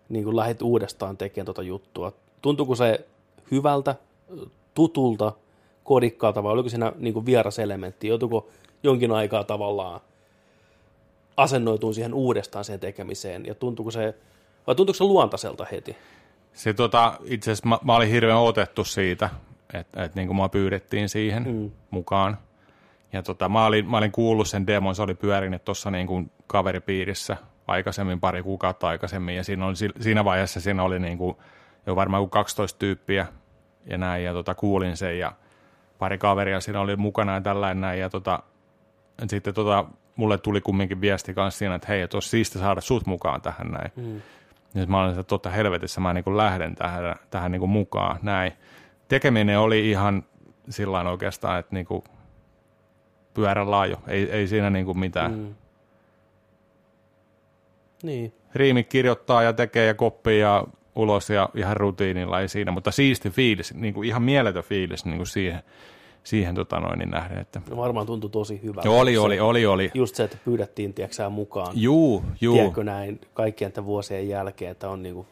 [SPEAKER 1] niin kuin lähdet uudestaan tekemään tuota juttua? Tuntuuko se hyvältä, tutulta, kodikkaalta vai oliko siinä niin kuin vieras elementti? Joutuuko jonkin aikaa tavallaan asennoituun siihen uudestaan sen tekemiseen ja tuntuuko se, vai tuntuuko se luontaiselta heti?
[SPEAKER 3] Se tota, itse asiassa mä, mä olin hirveän otettu siitä, että et, niin mua pyydettiin siihen mm. mukaan. Ja tota, mä, olin, mä olin kuullut sen demon, se oli pyörinyt tuossa niin kuin kaveripiirissä aikaisemmin, pari kuukautta aikaisemmin. Ja siinä, oli, si- siinä vaiheessa siinä oli niin kuin, jo varmaan joku 12 tyyppiä ja näin. Ja tota, kuulin sen ja pari kaveria siinä oli mukana ja tällainen näin. Ja tota, et sitten tota, mulle tuli kumminkin viesti kanssa siinä, että hei, että olisi siisti saada sut mukaan tähän näin. Mm. Ja sit mä olin, että totta helvetissä mä niin lähden tähän, tähän niin mukaan näin. Tekeminen oli ihan sillä oikeastaan, että niin kuin pyörän laajo, ei, ei siinä niin kuin mitään. Mm.
[SPEAKER 1] Niin.
[SPEAKER 3] Riimi kirjoittaa ja tekee ja koppii ja ulos ja ihan rutiinilla ei siinä, mutta siisti fiilis, niin kuin ihan mieletön fiilis niin kuin siihen, siihen tota noin, niin nähden. Että.
[SPEAKER 1] No varmaan tuntui tosi hyvältä.
[SPEAKER 3] Joo, oli, oli, oli, oli.
[SPEAKER 1] Just se, että pyydettiin tiedätkö, mukaan.
[SPEAKER 3] Juu, juu.
[SPEAKER 1] tiedätkö näin kaikkien tämän vuosien jälkeen, että on niinku,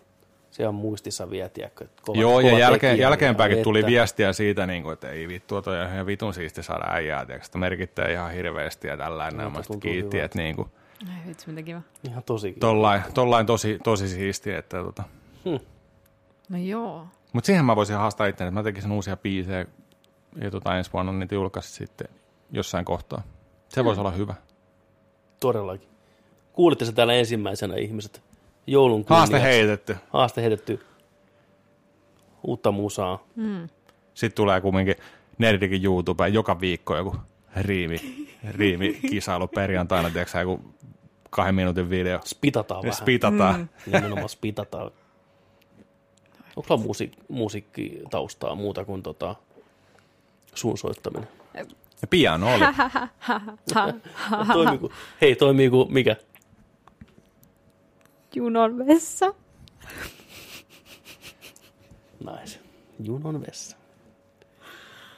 [SPEAKER 1] se on muistissa vielä, tiedätkö, että kova,
[SPEAKER 3] Joo,
[SPEAKER 1] kova
[SPEAKER 3] ja jälkeen,
[SPEAKER 1] tekijä,
[SPEAKER 3] jälkeenpäinkin
[SPEAKER 1] ja
[SPEAKER 3] tuli
[SPEAKER 1] että-
[SPEAKER 3] viestiä siitä, niin kuin, että ei vittua, toi on ihan vitun siisti saada äijää, tiedätkö, että merkittää ihan hirveästi ja tällainen, no, mä sitten
[SPEAKER 1] tuntuu
[SPEAKER 3] kiitti,
[SPEAKER 1] hyvältä.
[SPEAKER 3] että niin kuin,
[SPEAKER 4] Ai vitsi, mitä kiva.
[SPEAKER 1] Ihan tosi kiva.
[SPEAKER 3] tollain, tollain tosi, tosi siisti, että tota.
[SPEAKER 4] No joo.
[SPEAKER 3] Mutta siihen mä voisin haastaa itseäni, että mä tekisin uusia biisejä ja tota, ensi vuonna niitä julkaisin sitten jossain kohtaa. Se voisi olla hyvä.
[SPEAKER 1] Todellakin. Kuulitte se täällä ensimmäisenä ihmiset. Joulun
[SPEAKER 3] Haaste
[SPEAKER 1] kunniaksi.
[SPEAKER 3] heitetty.
[SPEAKER 1] Haaste heitetty. Uutta musaa.
[SPEAKER 3] Sitten tulee kumminkin Nerdikin YouTubeen joka viikko joku riimi, riimi kisailu perjantaina, tiedätkö sä, joku kahden minuutin video.
[SPEAKER 1] Spitataan vähän.
[SPEAKER 3] Spitataan. Mm.
[SPEAKER 1] Nimenomaan spitataan. Onko sulla musiik- musiikkitaustaa muuta kuin tota, suun soittaminen?
[SPEAKER 3] Ja piano oli.
[SPEAKER 1] Toimii kuin, hei, toimii kuin mikä?
[SPEAKER 4] Junon vessa.
[SPEAKER 1] Nice. Junon vessa.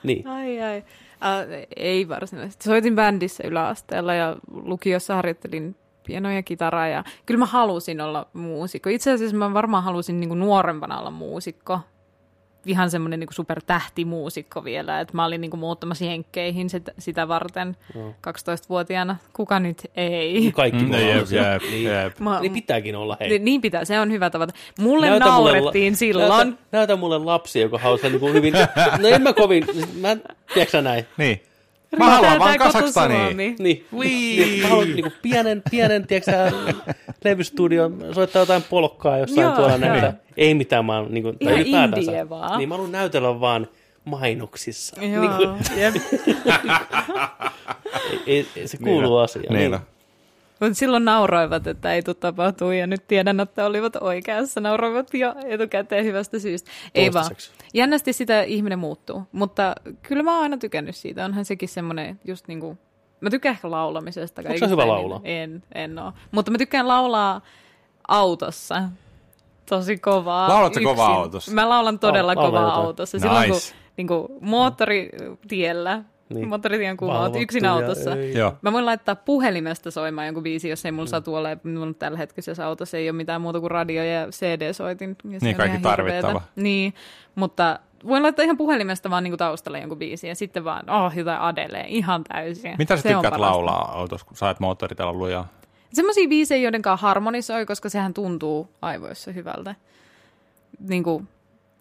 [SPEAKER 1] Niin.
[SPEAKER 4] Ai ai. Äh, ei varsinaisesti. Soitin bändissä yläasteella ja lukiossa harjoittelin pianoa ja kitaraa. Ja... Kyllä mä halusin olla muusikko. Itse asiassa mä varmaan halusin niin nuorempana olla muusikko. Ihan semmoinen niin supertähtimuusikko vielä. Että mä olin niin muuttamassa jenkkeihin sitä, sitä varten 12-vuotiaana. Kuka nyt ei?
[SPEAKER 1] Kaikki
[SPEAKER 3] Mm,
[SPEAKER 1] me ollaan
[SPEAKER 3] jep,
[SPEAKER 1] sellaisia.
[SPEAKER 3] jep, jep.
[SPEAKER 1] Niin, niin pitääkin olla, hei.
[SPEAKER 4] Ni- Niin pitää, se on hyvä tavata. Mulle naurettiin
[SPEAKER 1] la-
[SPEAKER 4] silloin.
[SPEAKER 1] Näytä, näytä mulle lapsi, joka hauskaa niin kuin hyvin. No en mä kovin, mä en, tiedätkö sä näin?
[SPEAKER 3] Niin. Mä
[SPEAKER 4] Riittää
[SPEAKER 3] haluan
[SPEAKER 4] tää
[SPEAKER 3] vaan
[SPEAKER 4] kotosuomi.
[SPEAKER 3] Kasaksaniin.
[SPEAKER 1] Niin, niin, niin mä haluan niin kuin pienen, pienen, tiedätkö sä, levystudio, soittaa jotain polkkaa jossain
[SPEAKER 4] Joo,
[SPEAKER 1] tuolla
[SPEAKER 4] joo.
[SPEAKER 1] näitä. Ei mitään, mä oon, niin kuin, tai
[SPEAKER 4] Ihan
[SPEAKER 1] ylipäätänsä.
[SPEAKER 4] indie vaan.
[SPEAKER 1] Niin mä haluan näytellä vaan mainoksissa.
[SPEAKER 4] Joo.
[SPEAKER 1] Niin kuin, ei, ei, se kuuluu
[SPEAKER 3] Niin on.
[SPEAKER 1] asiaan.
[SPEAKER 3] Niin on.
[SPEAKER 4] Mutta silloin nauroivat, että ei tule tapahtuu ja nyt tiedän, että olivat oikeassa. Nauroivat jo etukäteen hyvästä syystä. Ei vaan.
[SPEAKER 1] Toistaiseksi.
[SPEAKER 4] Jännästi sitä ihminen muuttuu, mutta kyllä mä oon aina tykännyt siitä. Onhan sekin semmoinen just niinku, mä tykkään ehkä laulamisesta.
[SPEAKER 1] Onko sä
[SPEAKER 4] kaikista
[SPEAKER 1] hyvä
[SPEAKER 4] eniten.
[SPEAKER 1] laulaa?
[SPEAKER 4] En, en oo. Mutta mä tykkään laulaa autossa. Tosi kovaa.
[SPEAKER 3] Laulatko kovaa autossa?
[SPEAKER 4] Mä laulan todella
[SPEAKER 1] Laula
[SPEAKER 4] kovaa
[SPEAKER 1] jotain.
[SPEAKER 4] autossa. Silloin kun
[SPEAKER 3] Nice.
[SPEAKER 4] niinku, moottoritiellä,
[SPEAKER 1] Niin.
[SPEAKER 4] niin. moottoritien kuvaat yksin
[SPEAKER 1] Valvottuja
[SPEAKER 4] autossa.
[SPEAKER 1] öitä.
[SPEAKER 3] Joo.
[SPEAKER 4] Mä voin laittaa puhelimesta soimaan jonkun biisi, jos ei mulla satu ole. Mulla tällä hetkisessä autossa ei ole mitään muuta kuin radio ja CD-soitin. ja se on ihan
[SPEAKER 3] Niin, kaikki tarvittava.
[SPEAKER 4] hirveetä. Niin, mutta voin laittaa ihan puhelimesta vaan niinku taustalle jonkun biisin ja sitten vaan, oh, jotain Adelee, ihan täysin.
[SPEAKER 3] Mitä sä
[SPEAKER 4] Se on
[SPEAKER 3] tykkäät
[SPEAKER 4] parasta.
[SPEAKER 3] laulaa autossa, kun saat moottoritella lujaa?
[SPEAKER 4] Semmoisia biisejä, joiden kanssa harmonisoi, koska sehän tuntuu aivoissa hyvältä. Niin kuin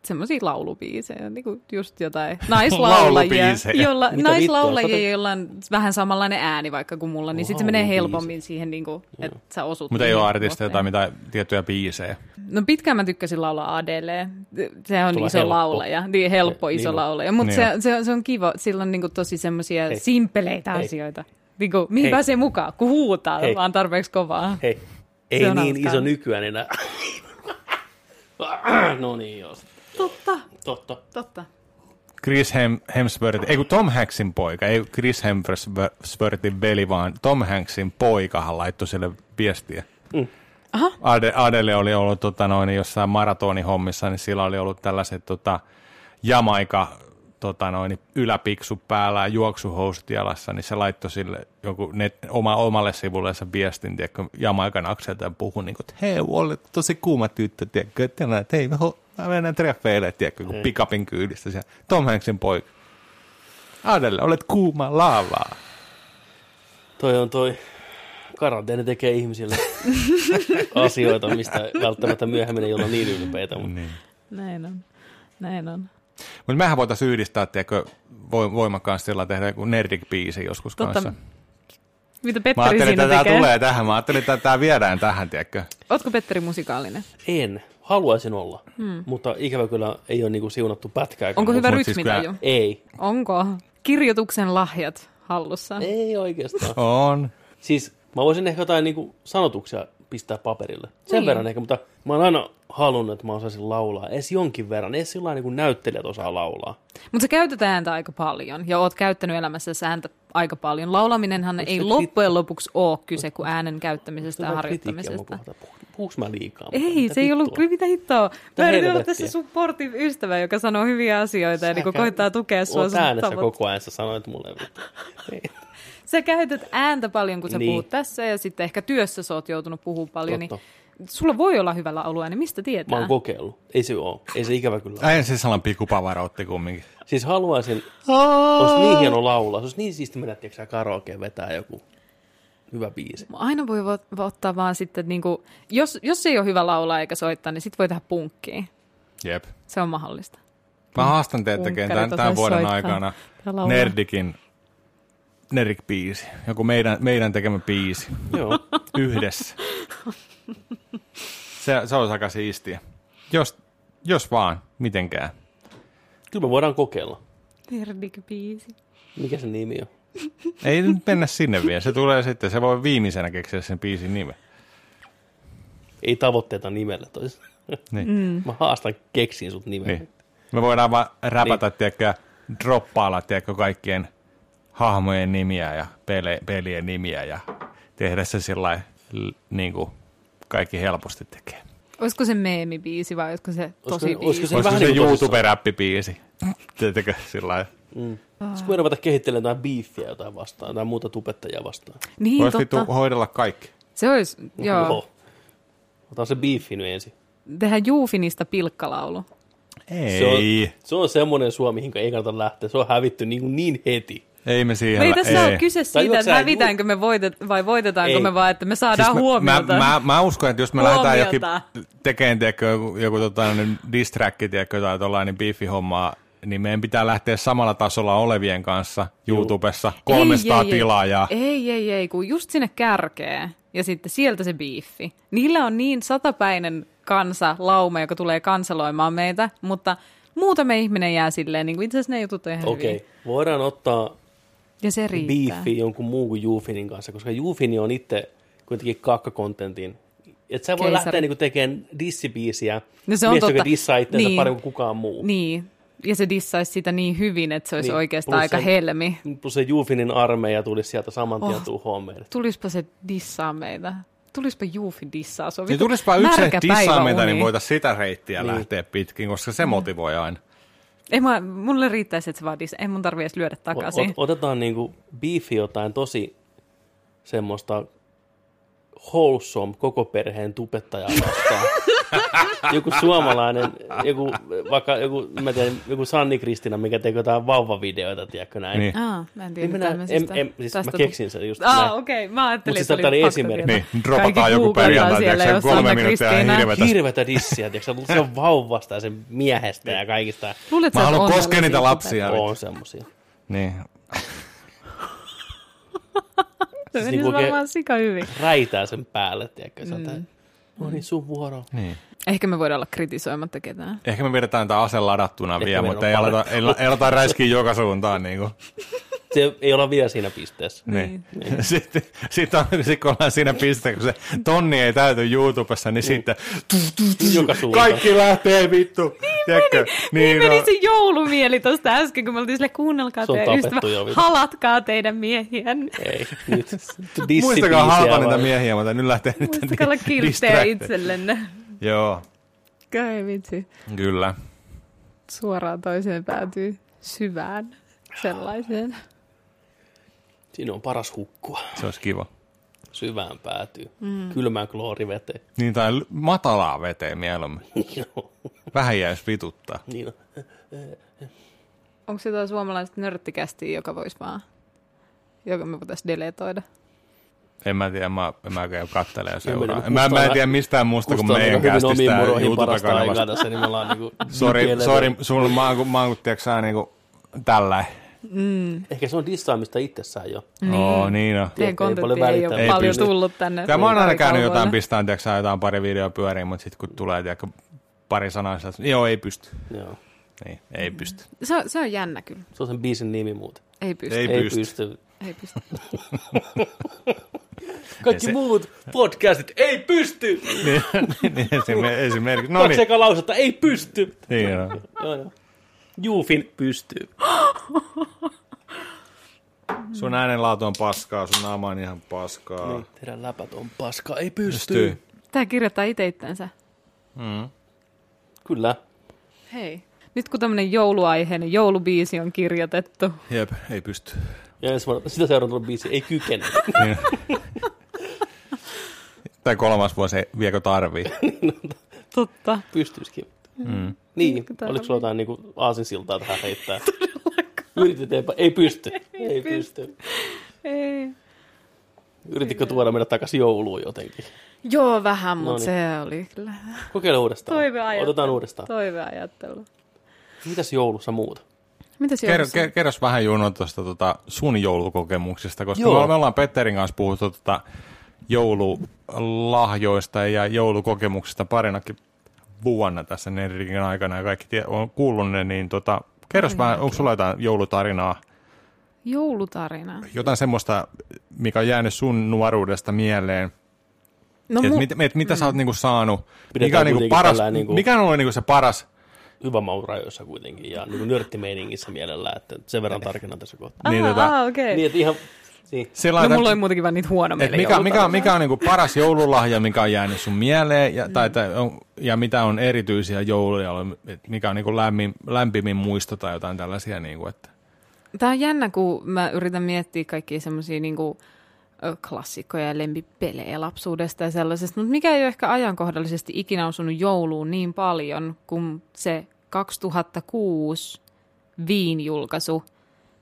[SPEAKER 4] semmoisia laulubiisejä, niin kuin just jotain naislaulajia,
[SPEAKER 3] Laulubiisejä.
[SPEAKER 4] jolla,
[SPEAKER 1] Mitä vittua,
[SPEAKER 4] naislaulajia
[SPEAKER 1] sä
[SPEAKER 4] jolla on vähän samanlainen ääni vaikka kuin mulla, niin sitten se menee
[SPEAKER 1] Laulubiisejä.
[SPEAKER 4] helpommin siihen, niin kuin, että sä osut.
[SPEAKER 3] Mutta ei ole
[SPEAKER 4] niihin
[SPEAKER 3] artisteja tai
[SPEAKER 4] kohteen.
[SPEAKER 3] mitään tiettyjä biisejä.
[SPEAKER 4] No pitkään mä tykkäsin laulaa Adele. Se on
[SPEAKER 1] Tulee
[SPEAKER 4] iso
[SPEAKER 1] helppo.
[SPEAKER 4] laulaja, niin helppo
[SPEAKER 1] Niin
[SPEAKER 4] iso
[SPEAKER 1] on.
[SPEAKER 4] laulaja, mutta
[SPEAKER 3] Niin
[SPEAKER 4] se, se, se on kiva. Sillä on niin kuin tosi semmoisia
[SPEAKER 1] Hei.
[SPEAKER 4] simpeleitä
[SPEAKER 1] Hei.
[SPEAKER 4] asioita. Niin kuin, mihin
[SPEAKER 1] Hei.
[SPEAKER 4] pääsee mukaan, kun huutaa
[SPEAKER 1] Hei.
[SPEAKER 4] vaan tarpeeksi kovaa.
[SPEAKER 1] Hei, ei
[SPEAKER 4] on
[SPEAKER 1] niin
[SPEAKER 4] hauskaa.
[SPEAKER 1] iso nykyään enää. no niin, joo.
[SPEAKER 4] Totta,
[SPEAKER 1] Totta.
[SPEAKER 4] totta.
[SPEAKER 3] Chris Hem- Hemsworth, ei kun Tom Hanksin poika, ei Chris Hemsworthin veli, vaan Tom Hanksin poikahan laittoi sille viestiä. Mm. Ade, Adele oli ollut tota, noin, jossain maratonihommissa, niin sillä oli ollut tällaiset tota, jamaika tota, noin, yläpiksu päällä ja juoksuhousut jalassa, niin se laittoi sille joku net, oma, omalle sivullensa viestin, tiedätkö, jamaikan akselta ja puhui, niin kuin, että hei, olet tosi kuuma tyttö, tiedätkö, että tällainen, että hei, me ho- mä mennään treffeille, tiedätkö, kun pikapin kyydistä siellä. Tom Hanksin poika. Adele, olet kuuma laavaa.
[SPEAKER 1] Toi on toi. Karanteeni tekee ihmisille asioita, mistä välttämättä myöhemmin ei olla niin ylpeitä.
[SPEAKER 4] Mm.
[SPEAKER 1] Mutta niin.
[SPEAKER 4] Näin on. Näin on.
[SPEAKER 3] Mutta mehän voitaisiin yhdistää, tiedätkö, voi- voimakkaasti sillä tehdä joku nerdik-biisi joskus
[SPEAKER 4] Totta,
[SPEAKER 3] kanssa.
[SPEAKER 4] Mitä
[SPEAKER 3] Mä
[SPEAKER 4] Petteri
[SPEAKER 3] ajattelin,
[SPEAKER 4] siinä
[SPEAKER 3] että tämä
[SPEAKER 4] tekee?
[SPEAKER 3] tulee tähän. Mä ajattelin, että tämä viedään tähän, tiedätkö.
[SPEAKER 4] Ootko Petteri musikaalinen?
[SPEAKER 1] En. Haluaisin olla. Hmm. Mutta ikävä kyllä ei ole niinku siunattu pätkää.
[SPEAKER 4] Mm. Onko hyvä
[SPEAKER 3] mut siis
[SPEAKER 4] rytmitaju?
[SPEAKER 3] kyllä-
[SPEAKER 1] Ei.
[SPEAKER 4] Onko? Kirjoituksen lahjat hallussa.
[SPEAKER 1] Ei oikeastaan.
[SPEAKER 3] On.
[SPEAKER 1] Siis mä voisin ehkä jotain niinku sanotuksia pistää paperille. Sen
[SPEAKER 4] Niin.
[SPEAKER 1] verran ehkä, mutta mä oon aina halunnut, että mä osaisin laulaa. Edes jonkin verran. Edes sillä lailla, niin kuin näyttelijät osaa laulaa.
[SPEAKER 4] Mutta sä käytät ääntä aika paljon ja oot käyttänyt elämässä ääntä aika paljon. Laulaminenhan
[SPEAKER 1] Onks
[SPEAKER 4] ei
[SPEAKER 1] se
[SPEAKER 4] loppujen lopuksi ole kyse kuin äänen käyttämisestä
[SPEAKER 1] Tämä
[SPEAKER 4] ja
[SPEAKER 1] on kritiikkiä mun
[SPEAKER 4] harjoittamisesta.
[SPEAKER 1] kohdalta. Puhu- Puhuks mä liikaa? Mutta
[SPEAKER 4] Ei,
[SPEAKER 1] mitä
[SPEAKER 4] se ei ollut,
[SPEAKER 1] vittua?
[SPEAKER 4] mitä hittoa. Mä yritin olla
[SPEAKER 1] helvettiä.
[SPEAKER 4] tässä supportive ystävä, joka sanoo hyviä asioita
[SPEAKER 1] Sä
[SPEAKER 4] ja niin
[SPEAKER 1] käy-
[SPEAKER 4] koittaa tukea sua
[SPEAKER 1] Oot
[SPEAKER 4] sun
[SPEAKER 1] äänessä
[SPEAKER 4] tavoitteita.
[SPEAKER 1] koko ajan, sä sanoit mulle. vittu. Ei.
[SPEAKER 4] Sä käytät ääntä paljon, kun sä
[SPEAKER 1] Niin.
[SPEAKER 4] niin. puhut tässä ja sitten ehkä työssä sä oot joutunut puhumaan paljon,
[SPEAKER 1] Totta.
[SPEAKER 4] niin sulla voi olla hyvällä alueella, niin mistä
[SPEAKER 1] Mä
[SPEAKER 4] tietää?
[SPEAKER 1] oon kokeillut. Ei se oo. Ei se ikävä kyllä. oo.
[SPEAKER 3] Äijän sisällä pikupavara otti kumminkin.
[SPEAKER 1] Siis haluaisin, olisi niin hieno laulaa. Se olisi niin siisti mennä, tiedätkö sä, karaokeen vetää joku hyvä biisi.
[SPEAKER 4] Aina voi vo- ottaa vaan sitten, niin kuin, jos, jos ei ole hyvä laulaa eikä soittaa, niin sitten voi tehdä punkkiin.
[SPEAKER 3] Jep.
[SPEAKER 4] Se on mahdollista.
[SPEAKER 3] Mä haastan teitä
[SPEAKER 4] Punkkarit
[SPEAKER 3] tekemään tämän, tämän
[SPEAKER 4] osaisi
[SPEAKER 3] vuoden
[SPEAKER 4] Mm. soittaa
[SPEAKER 3] aikana
[SPEAKER 4] ja laulaa.
[SPEAKER 3] Nerdikin Nerdik-biisi. Joku meidän, meidän tekemä biisi.
[SPEAKER 1] Joo.
[SPEAKER 3] Yhdessä. Se, se olisi aika siistiä. Jos, jos vaan, mitenkään.
[SPEAKER 1] Kyllä me voidaan kokeilla.
[SPEAKER 4] Verdik-biisi.
[SPEAKER 1] Mikä sen nimi on?
[SPEAKER 3] Ei nyt mennä sinne vielä. Se tulee sitten. Se voi viimeisenä keksiä sen biisin nimen.
[SPEAKER 1] Ei tavoitteita nimellä toisin.
[SPEAKER 3] Niin.
[SPEAKER 4] Mm.
[SPEAKER 1] Mä haastan keksin sut nimen.
[SPEAKER 3] Niin. Me voidaan vaan räpätä, niin. tiedätkö, droppailla, tiedätkö, kaikkien hahmojen nimiä ja pele, pelien nimiä ja tehdä se sillä niin kuin kaikki helposti tekee.
[SPEAKER 4] Olisiko se meemibiisi vai olisiko se tosi
[SPEAKER 1] Olisiko-
[SPEAKER 4] biisi?
[SPEAKER 1] olisiko
[SPEAKER 3] Se Olisiko
[SPEAKER 1] vähän
[SPEAKER 3] se
[SPEAKER 1] niin kuin
[SPEAKER 3] YouTube-räppibiisi? Tiedätkö, sillä
[SPEAKER 1] Sitten me ruvetaan kehittelemään jotain biifiä jotain vastaan, tai muuta tubettajaa vastaan.
[SPEAKER 4] Niin,
[SPEAKER 3] Voisi
[SPEAKER 4] totta.
[SPEAKER 3] vittu hoidella kaikki.
[SPEAKER 4] Se olisi, joo.
[SPEAKER 1] Oho. Otetaan se biifi nyt ensin.
[SPEAKER 4] Tehdä Juufinista pilkkalaulu.
[SPEAKER 3] Ei.
[SPEAKER 1] Se on, se on semmoinen Suomi, mihin ei kannata lähteä. Se on hävitty niin, kuin niin heti.
[SPEAKER 3] Ei me siihen.
[SPEAKER 4] Me ei tässä ole kyse siitä,
[SPEAKER 1] juokse
[SPEAKER 4] että
[SPEAKER 1] sä-
[SPEAKER 4] hävitäänkö me voitet, vai voitetaanko
[SPEAKER 1] Ei.
[SPEAKER 4] me vaan, että me saadaan siis
[SPEAKER 3] mä,
[SPEAKER 4] huomiota.
[SPEAKER 3] mä, mä, mä, uskon, että jos me lähdetään jokin
[SPEAKER 4] Huomiota.
[SPEAKER 3] tekemään tiedätkö, joku, joku tota, niin diss track, tiedätkö, tai tuollainen biifihommaa, niin meidän pitää lähteä samalla tasolla olevien kanssa YouTubessa. 300
[SPEAKER 4] ei, ei,
[SPEAKER 3] tilaajaa.
[SPEAKER 4] Ei, ei, ei, kun just sinne kärkeen. ja sitten sieltä se biiffi. Niillä on niin satapäinen kansa, lauma, joka tulee kansaloimaan meitä, mutta muutama ihminen jää silleen, niin kuin itse asiassa ne jutut on ihan
[SPEAKER 1] Okei,
[SPEAKER 4] hyviä.
[SPEAKER 1] okay. voidaan ottaa
[SPEAKER 4] Ja se riittää.
[SPEAKER 1] biifi jonkun muun kuin Jufinin kanssa, koska Jufini on itse kuitenkin kakkakontentin. Et sä voi
[SPEAKER 4] Keisari.
[SPEAKER 1] lähteä niinku tekemään dissibiisiä,
[SPEAKER 4] No se on
[SPEAKER 1] mies, joka
[SPEAKER 4] totta.
[SPEAKER 1] dissaa itseänsä
[SPEAKER 4] Niin.
[SPEAKER 1] paremmin kuin kukaan muu.
[SPEAKER 4] Niin, ja se dissaisi sitä niin hyvin, että se olisi
[SPEAKER 1] Niin,
[SPEAKER 4] niin, oikeastaan
[SPEAKER 1] plus
[SPEAKER 4] aika
[SPEAKER 1] sen-
[SPEAKER 4] helmi.
[SPEAKER 1] Plus se Jufinin armeija tulisi sieltä saman tien oh.
[SPEAKER 4] Oh.
[SPEAKER 1] tuhoon meille.
[SPEAKER 4] Tulispa se dissaa meitä. Tulispa Juufi dissaa. Se on
[SPEAKER 3] Niin
[SPEAKER 4] vittu
[SPEAKER 3] tulisipa yksi
[SPEAKER 4] märkä
[SPEAKER 3] dissaa meitä,
[SPEAKER 4] päiväuni.
[SPEAKER 3] niin voitaisiin sitä reittiä
[SPEAKER 1] Niin.
[SPEAKER 3] niin. lähteä pitkin, koska se motivoi aina.
[SPEAKER 4] Ei mä, mulle riittäisi, että se vaan dissaa. Ei mun tarvi edes lyödä takaisin.
[SPEAKER 1] Ot- otetaan niinku biifi jotain tosi semmoista wholesome koko perheen tupettajaa vastaan. joku suomalainen, joku, vaikka joku, mä tiedän, joku Sanni Kristina, mikä tekee jotain vauvavideoita, tiedätkö näin.
[SPEAKER 3] Niin.
[SPEAKER 4] Aa, mä en tiedä
[SPEAKER 1] Niin minä, en,
[SPEAKER 4] tämmöisestä.
[SPEAKER 1] en, siis mä
[SPEAKER 4] Tästä tu-
[SPEAKER 1] keksin sen just
[SPEAKER 4] Aa,
[SPEAKER 1] näin.
[SPEAKER 4] okei. Okay. Mä
[SPEAKER 1] Mut
[SPEAKER 4] ajattelin,
[SPEAKER 1] siis
[SPEAKER 4] että oli
[SPEAKER 1] tää oli
[SPEAKER 4] pakko
[SPEAKER 1] esimerkki.
[SPEAKER 4] tietää.
[SPEAKER 3] Niin, dropataan
[SPEAKER 4] Kaikki
[SPEAKER 3] joku
[SPEAKER 4] googlataan
[SPEAKER 3] perjantai,
[SPEAKER 4] siellä
[SPEAKER 3] tiedätkö,
[SPEAKER 4] jossain
[SPEAKER 3] kolme
[SPEAKER 4] Sanna
[SPEAKER 3] minuuttia
[SPEAKER 4] Kristiina.
[SPEAKER 3] hirvetä.
[SPEAKER 1] Hirvetä dissiä, tiedätkö, sä, se on vauvasta ja sen miehestä ja kaikista.
[SPEAKER 4] Luulet,
[SPEAKER 3] Mä
[SPEAKER 4] sä, että
[SPEAKER 3] haluan
[SPEAKER 4] on
[SPEAKER 3] koskea niitä
[SPEAKER 4] tällaisia?
[SPEAKER 3] lapsia.
[SPEAKER 1] On semmosia.
[SPEAKER 3] Niin.
[SPEAKER 4] Se menisi
[SPEAKER 1] niinku oikein-
[SPEAKER 4] varmaan sika hyvin.
[SPEAKER 1] Räitää sen päälle, tiedätkö, sä, mm. no niin, sun vuoro.
[SPEAKER 3] niin.
[SPEAKER 4] Ehkä me voidaan olla kritisoimatta ketään.
[SPEAKER 3] Ehkä me pidetään tämä ase ladattuna
[SPEAKER 1] Ehkä
[SPEAKER 3] vielä,
[SPEAKER 1] meillä
[SPEAKER 3] mutta
[SPEAKER 1] on
[SPEAKER 3] ei aleta,
[SPEAKER 1] palettia.
[SPEAKER 3] ei, la- ei aleta räiskiä joka suuntaan. Niin kuin.
[SPEAKER 1] Se ei olla vielä siinä pisteessä.
[SPEAKER 3] Niin. Sitten, sitten on, sit kun ollaan siinä pisteessä, kun se tonni ei täyty YouTubessa, niin sitten
[SPEAKER 1] Joka suuntaan.
[SPEAKER 3] kaikki lähtee vittu. Niin,
[SPEAKER 4] Niin, meni
[SPEAKER 3] no.
[SPEAKER 4] se joulumieli tuosta äsken, kun me oltiin sille, kuunnelkaa
[SPEAKER 1] Se on
[SPEAKER 4] teidän
[SPEAKER 1] tapettu
[SPEAKER 4] ystävä,
[SPEAKER 1] jo vittu.
[SPEAKER 4] halatkaa teidän miehiän.
[SPEAKER 1] Ei, nyt
[SPEAKER 3] Muistakaa
[SPEAKER 1] dissibiisiä
[SPEAKER 3] halata
[SPEAKER 1] vaan.
[SPEAKER 3] niitä miehiä, mutta nyt lähtee nyt
[SPEAKER 4] Muistakaa olla kilttejä
[SPEAKER 3] distracted.
[SPEAKER 4] itsellenne.
[SPEAKER 3] Joo,
[SPEAKER 4] Kai vitsi,
[SPEAKER 3] kyllä.
[SPEAKER 4] suoraan toiseen päätyy syvään sellaiseen.
[SPEAKER 1] Siinä on paras hukkua.
[SPEAKER 3] Se olisi kiva.
[SPEAKER 1] Syvään päätyy. Mm. Kylmään klooriveteen.
[SPEAKER 3] Niin tai l- matalaa veteen mieluummin.
[SPEAKER 1] Joo,
[SPEAKER 3] Vähän jäisi vituttaa.
[SPEAKER 1] niin on.
[SPEAKER 4] Onko se jotain suomalaista nörttikästiä, joka voisi vaan, joka me voitaisiin deletoida?
[SPEAKER 3] En mä tiedä, mä, en mä käy kattelee ja
[SPEAKER 1] Kyllä,
[SPEAKER 3] seuraa.
[SPEAKER 1] mutta
[SPEAKER 3] Mä, mä en
[SPEAKER 1] Kusta-
[SPEAKER 3] tiedä mistään muusta kuin
[SPEAKER 1] Kusta on
[SPEAKER 3] meidän
[SPEAKER 1] aika niinku hyvin omiin
[SPEAKER 3] kästistä
[SPEAKER 1] moroihin parasta aikaa
[SPEAKER 3] YouTube-kanavasta.
[SPEAKER 1] tässä, niin me ollaan niinku...
[SPEAKER 3] Sori,
[SPEAKER 1] nykyelevel-
[SPEAKER 3] sori, sulla mä oon, mä oon kun tiedätkö sä niinku tällä.
[SPEAKER 1] Ehkä se on dissaamista itsessään jo.
[SPEAKER 3] Niin. Oo, niin on.
[SPEAKER 4] Teidän
[SPEAKER 1] Ei paljon
[SPEAKER 4] kontentti ei ole
[SPEAKER 1] välittää.
[SPEAKER 3] Ei
[SPEAKER 4] paljon
[SPEAKER 3] pysty.
[SPEAKER 4] tullut tänne.
[SPEAKER 3] Ja mä oon aina käynyt
[SPEAKER 4] verkkopalveluille.
[SPEAKER 3] jotain pistään, tiedätkö sä, jotain pari videoa pyöriin, mutta sitten kun tulee, tiedätkö, pari sanaa, sillä, että joo, ei pysty.
[SPEAKER 1] Joo.
[SPEAKER 3] Niin, ei pysty.
[SPEAKER 4] Se, on- se on jännä kyllä.
[SPEAKER 1] Se on sen biisin nimi muuten.
[SPEAKER 4] Ei pysty.
[SPEAKER 3] Ei
[SPEAKER 4] Ei,
[SPEAKER 1] Ei
[SPEAKER 3] pysty.
[SPEAKER 1] pysty.
[SPEAKER 4] ei pysty.
[SPEAKER 1] Kaikki
[SPEAKER 3] Ja se-
[SPEAKER 1] muut podcastit ei pysty.
[SPEAKER 3] niin, niin, esim- esimerkiksi. No
[SPEAKER 1] Kaksi
[SPEAKER 3] niin,
[SPEAKER 1] ekaa lausetta ei pysty.
[SPEAKER 3] niin on.
[SPEAKER 1] Joo, joo. Juufin pystyy.
[SPEAKER 3] Sun äänenlaatu on paskaa, sun naama on ihan paskaa.
[SPEAKER 1] Niin, teidän läpät on paska, ei pysty.
[SPEAKER 3] Ah. Pystyy.
[SPEAKER 4] Tää kirjoittaa itse itsensä.
[SPEAKER 1] Kyllä.
[SPEAKER 4] Hei. Nyt kun tämmönen jouluaiheinen joulubiisi on kirjoitettu,
[SPEAKER 3] Jep, ei pysty. Niin.
[SPEAKER 1] Ja ensi vuonna, sitä seuraavana biisi ei kykene.
[SPEAKER 3] Tai kolmas vuosi, ei- viekö tarvii.
[SPEAKER 4] totta,
[SPEAKER 1] Pystyisikin. Mm. Niin,
[SPEAKER 4] Tää-
[SPEAKER 1] oliko sulla jotain niinku aasinsiltaa tähän heittää? Yritit eipä, ei pysty. Ei pysty.
[SPEAKER 4] ei.
[SPEAKER 1] Yrititkö tuoda meidät takaisin jouluun jotenkin?
[SPEAKER 4] Joo, vähän, mutta
[SPEAKER 1] Noniin.
[SPEAKER 4] se oli kyllä
[SPEAKER 1] Kokeile uudestaan.
[SPEAKER 4] toiveajattelu.
[SPEAKER 1] Otetaan uudestaan.
[SPEAKER 4] Toiveajattelu.
[SPEAKER 1] Mitäs joulussa muuta?
[SPEAKER 4] Mitä se
[SPEAKER 3] Kerro,
[SPEAKER 4] on?
[SPEAKER 3] ker- kerros vähän Juno tuosta tota sun joulukokemuksesta, koska
[SPEAKER 1] Joo.
[SPEAKER 3] Joo. me ollaan Petterin kanssa puhuttu tota joululahjoista ja joulukokemuksista parinakin vuonna tässä Nerdikin aikana ja kaikki tie- on kuullut ne, niin tota, kerros vähän, onko sulla jotain joulutarinaa,
[SPEAKER 4] Joulutarina.
[SPEAKER 3] jotain semmoista, mikä on jäänyt sun nuoruudesta mieleen,
[SPEAKER 4] No,
[SPEAKER 3] et
[SPEAKER 4] mu-
[SPEAKER 3] mit, et mitä sä oot niinku saanut, mikä
[SPEAKER 1] Mm. Pidetään
[SPEAKER 3] on, niinku
[SPEAKER 1] kuitenkin
[SPEAKER 3] paras,
[SPEAKER 1] tällään niinku-
[SPEAKER 3] mikä on ollut niinku se paras,
[SPEAKER 1] Hyvä maurajoissa kuitenkin ja niin nörttimeiningissä mielellä, että sen verran tarkennan tässä kohtaa.
[SPEAKER 4] ah,
[SPEAKER 3] niin tota-
[SPEAKER 4] ah, okei.
[SPEAKER 1] Niin, että ihan... Niin.
[SPEAKER 4] No
[SPEAKER 3] sellainen,
[SPEAKER 4] mulla oli muutenkin vaan niitä huono
[SPEAKER 3] Et mikä, mikä, mikä on niinku paras joululahja, mikä on jäänyt sun mieleen, ja, tai, tai on, ja mitä on erityisiä jouluja, ollut, et mikä on niinku lämmin, lämpimin muisto tai jotain tällaisia. Niinku, että.
[SPEAKER 4] Tämä on jännä, kun mä yritän miettiä kaikkia semmoisia niin klassikkoja ja lempipelejä lapsuudesta ja sellaisesta, mutta mikä ei ole ehkä ajankohdallisesti ikinä osunut jouluun niin paljon kuin se 2006 Viin julkaisu,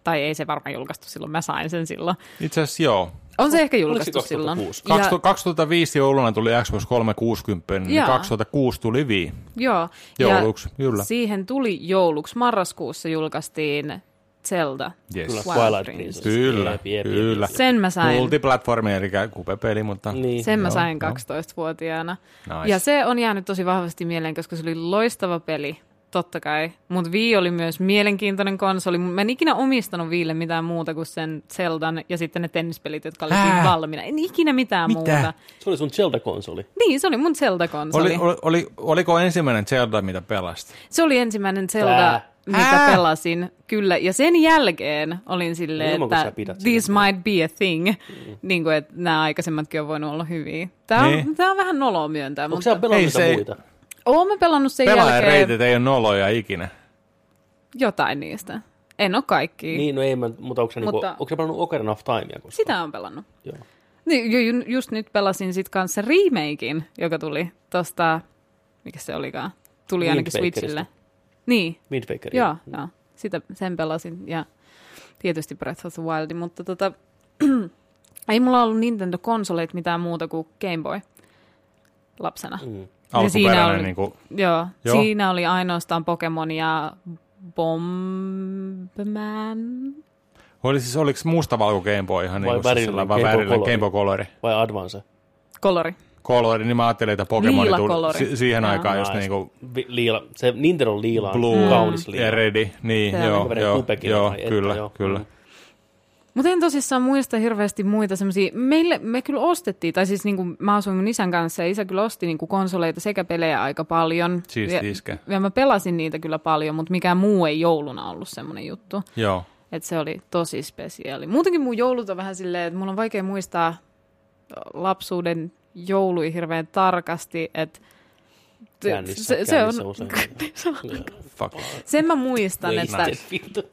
[SPEAKER 4] tai ei se varmaan julkaistu silloin, mä sain sen silloin.
[SPEAKER 3] Itse asiassa joo.
[SPEAKER 4] On se ehkä
[SPEAKER 1] Oliko se
[SPEAKER 4] julkaistu silloin.
[SPEAKER 1] 2006?
[SPEAKER 3] 2000, 2005 jouluna tuli Xbox 360, niin
[SPEAKER 4] Jaa.
[SPEAKER 3] 2006 tuli Wii.
[SPEAKER 4] Joo.
[SPEAKER 3] Jouluksi,
[SPEAKER 4] ja
[SPEAKER 3] kyllä.
[SPEAKER 4] Siihen tuli jouluksi. Marraskuussa julkaistiin Zelda.
[SPEAKER 3] Yes.
[SPEAKER 1] Kyllä,
[SPEAKER 4] Wild
[SPEAKER 1] Twilight
[SPEAKER 4] Princess.
[SPEAKER 1] Princess.
[SPEAKER 3] Kyllä,
[SPEAKER 1] Jep, jep, jep,
[SPEAKER 3] kyllä.
[SPEAKER 1] jep.
[SPEAKER 4] Sen mä sain.
[SPEAKER 3] Multiplatformi, eli kupepeli, mutta
[SPEAKER 1] Niin.
[SPEAKER 4] Sen mä
[SPEAKER 3] Joo,
[SPEAKER 4] sain
[SPEAKER 3] joo.
[SPEAKER 4] 12-vuotiaana.
[SPEAKER 3] Nice.
[SPEAKER 4] Ja se on jäänyt tosi vahvasti mieleen, koska se oli loistava peli, totta kai. Mutta Wii oli myös mielenkiintoinen konsoli. Mä en ikinä omistanut Viille mitään muuta kuin sen Zeldan ja sitten ne tennispelit, jotka oli siinä
[SPEAKER 3] Hää?
[SPEAKER 4] valmiina. En ikinä mitään
[SPEAKER 3] Mitä?
[SPEAKER 4] muuta.
[SPEAKER 1] Se oli sun Zelda-konsoli.
[SPEAKER 4] Niin, se oli mun Zelda-konsoli.
[SPEAKER 3] oli, oli, oli, oliko ensimmäinen Zelda, mitä pelasit?
[SPEAKER 4] Se oli ensimmäinen Zelda,
[SPEAKER 1] Tää.
[SPEAKER 4] mitä
[SPEAKER 3] Hää?
[SPEAKER 4] pelasin, kyllä. Ja sen jälkeen olin silleen,
[SPEAKER 1] Ilman, kun
[SPEAKER 4] että
[SPEAKER 1] sä pidät sitä.
[SPEAKER 4] this might be a thing. Niin kuin, että nämä aikaisemmatkin on voinut olla hyviä. Tämä on,
[SPEAKER 3] Mm. Niin.
[SPEAKER 4] tää on vähän noloa myöntää,
[SPEAKER 1] Onko
[SPEAKER 4] mutta
[SPEAKER 1] sä pelannut
[SPEAKER 3] Ei
[SPEAKER 1] mitä
[SPEAKER 3] se-
[SPEAKER 1] muita?
[SPEAKER 4] oon mä pelannut sen jälkeen
[SPEAKER 3] Pelaajareitit ei ole noloja ikinä.
[SPEAKER 4] jotain niistä. En ole kaikki.
[SPEAKER 1] Niin, no ei mä, mutta onko sä, niinku,
[SPEAKER 4] Mutta-
[SPEAKER 1] onko sä pelannut Ocarina of Timea? Koska?
[SPEAKER 4] Sitä on pelannut.
[SPEAKER 1] Joo.
[SPEAKER 4] Niin, ju, ju- just nyt pelasin sit kanssa remakein, joka tuli tosta, mikä se olikaan, tuli
[SPEAKER 1] Wind
[SPEAKER 4] ainakin
[SPEAKER 1] Wakerista.
[SPEAKER 4] Switchille. Niin,
[SPEAKER 1] Wind Wakeria.
[SPEAKER 4] Joo, joo. Sitä sen pelasin ja tietysti Breath of the Wild, mutta tota, ei mulla ollut Nintendo-konsoleita mitään muuta kuin Game Boy lapsena.
[SPEAKER 1] Mm.
[SPEAKER 4] Ja siinä
[SPEAKER 3] Alkuperäinen
[SPEAKER 4] oli-
[SPEAKER 3] niin kuin,
[SPEAKER 4] Joo,
[SPEAKER 3] Joo.
[SPEAKER 4] joo, siinä oli ainoastaan Pokemon ja Bombman.
[SPEAKER 3] oli siis, oliko mustavalko Game Boy ihan
[SPEAKER 1] Vai
[SPEAKER 3] niin kuin
[SPEAKER 1] värillinen
[SPEAKER 3] sillä, vai
[SPEAKER 1] Game Boy
[SPEAKER 3] värillinen
[SPEAKER 1] Color?
[SPEAKER 3] Game Boy Colori?
[SPEAKER 1] Vai Advance?
[SPEAKER 4] Kolori.
[SPEAKER 3] Colori, niin mä ajattelin, että Pokemon
[SPEAKER 4] Liila
[SPEAKER 3] tuli
[SPEAKER 4] colori.
[SPEAKER 3] si- siihen
[SPEAKER 1] Ah,
[SPEAKER 4] Joo.
[SPEAKER 3] aikaan just niin kuin
[SPEAKER 1] Vi- Liila. Se Nintendo on liila.
[SPEAKER 3] Blue
[SPEAKER 1] Kaunis
[SPEAKER 3] ja
[SPEAKER 1] liila.
[SPEAKER 3] Redi. Niin,
[SPEAKER 4] Tää on
[SPEAKER 3] joo,
[SPEAKER 1] Alkuperäinen
[SPEAKER 3] joo,
[SPEAKER 1] Kubekin
[SPEAKER 3] joo,
[SPEAKER 1] oli, että
[SPEAKER 3] kyllä,
[SPEAKER 1] joo.
[SPEAKER 3] kyllä.
[SPEAKER 1] Mm.
[SPEAKER 4] Mutta en tosissaan muista hirveästi muita semmoisia. Meille, me kyllä ostettiin, tai siis niinku, mä asuin mun isän kanssa ja isä kyllä osti niinku konsoleita sekä pelejä aika paljon.
[SPEAKER 3] Siisti
[SPEAKER 4] ja,
[SPEAKER 3] iskä.
[SPEAKER 4] ja mä pelasin niitä kyllä paljon, mutta mikään muu ei jouluna ollut semmoinen juttu.
[SPEAKER 3] Joo.
[SPEAKER 4] Että se oli tosi spesiaali. Muutenkin mun joulut on vähän silleen, että mulla on vaikea muistaa lapsuuden joului hirveän tarkasti, että
[SPEAKER 1] Kännissä,
[SPEAKER 4] se, se
[SPEAKER 1] kännissä
[SPEAKER 4] on,
[SPEAKER 1] usein.
[SPEAKER 3] Fuck.
[SPEAKER 4] sen mä muistan, että,
[SPEAKER 1] Wasted, vittu.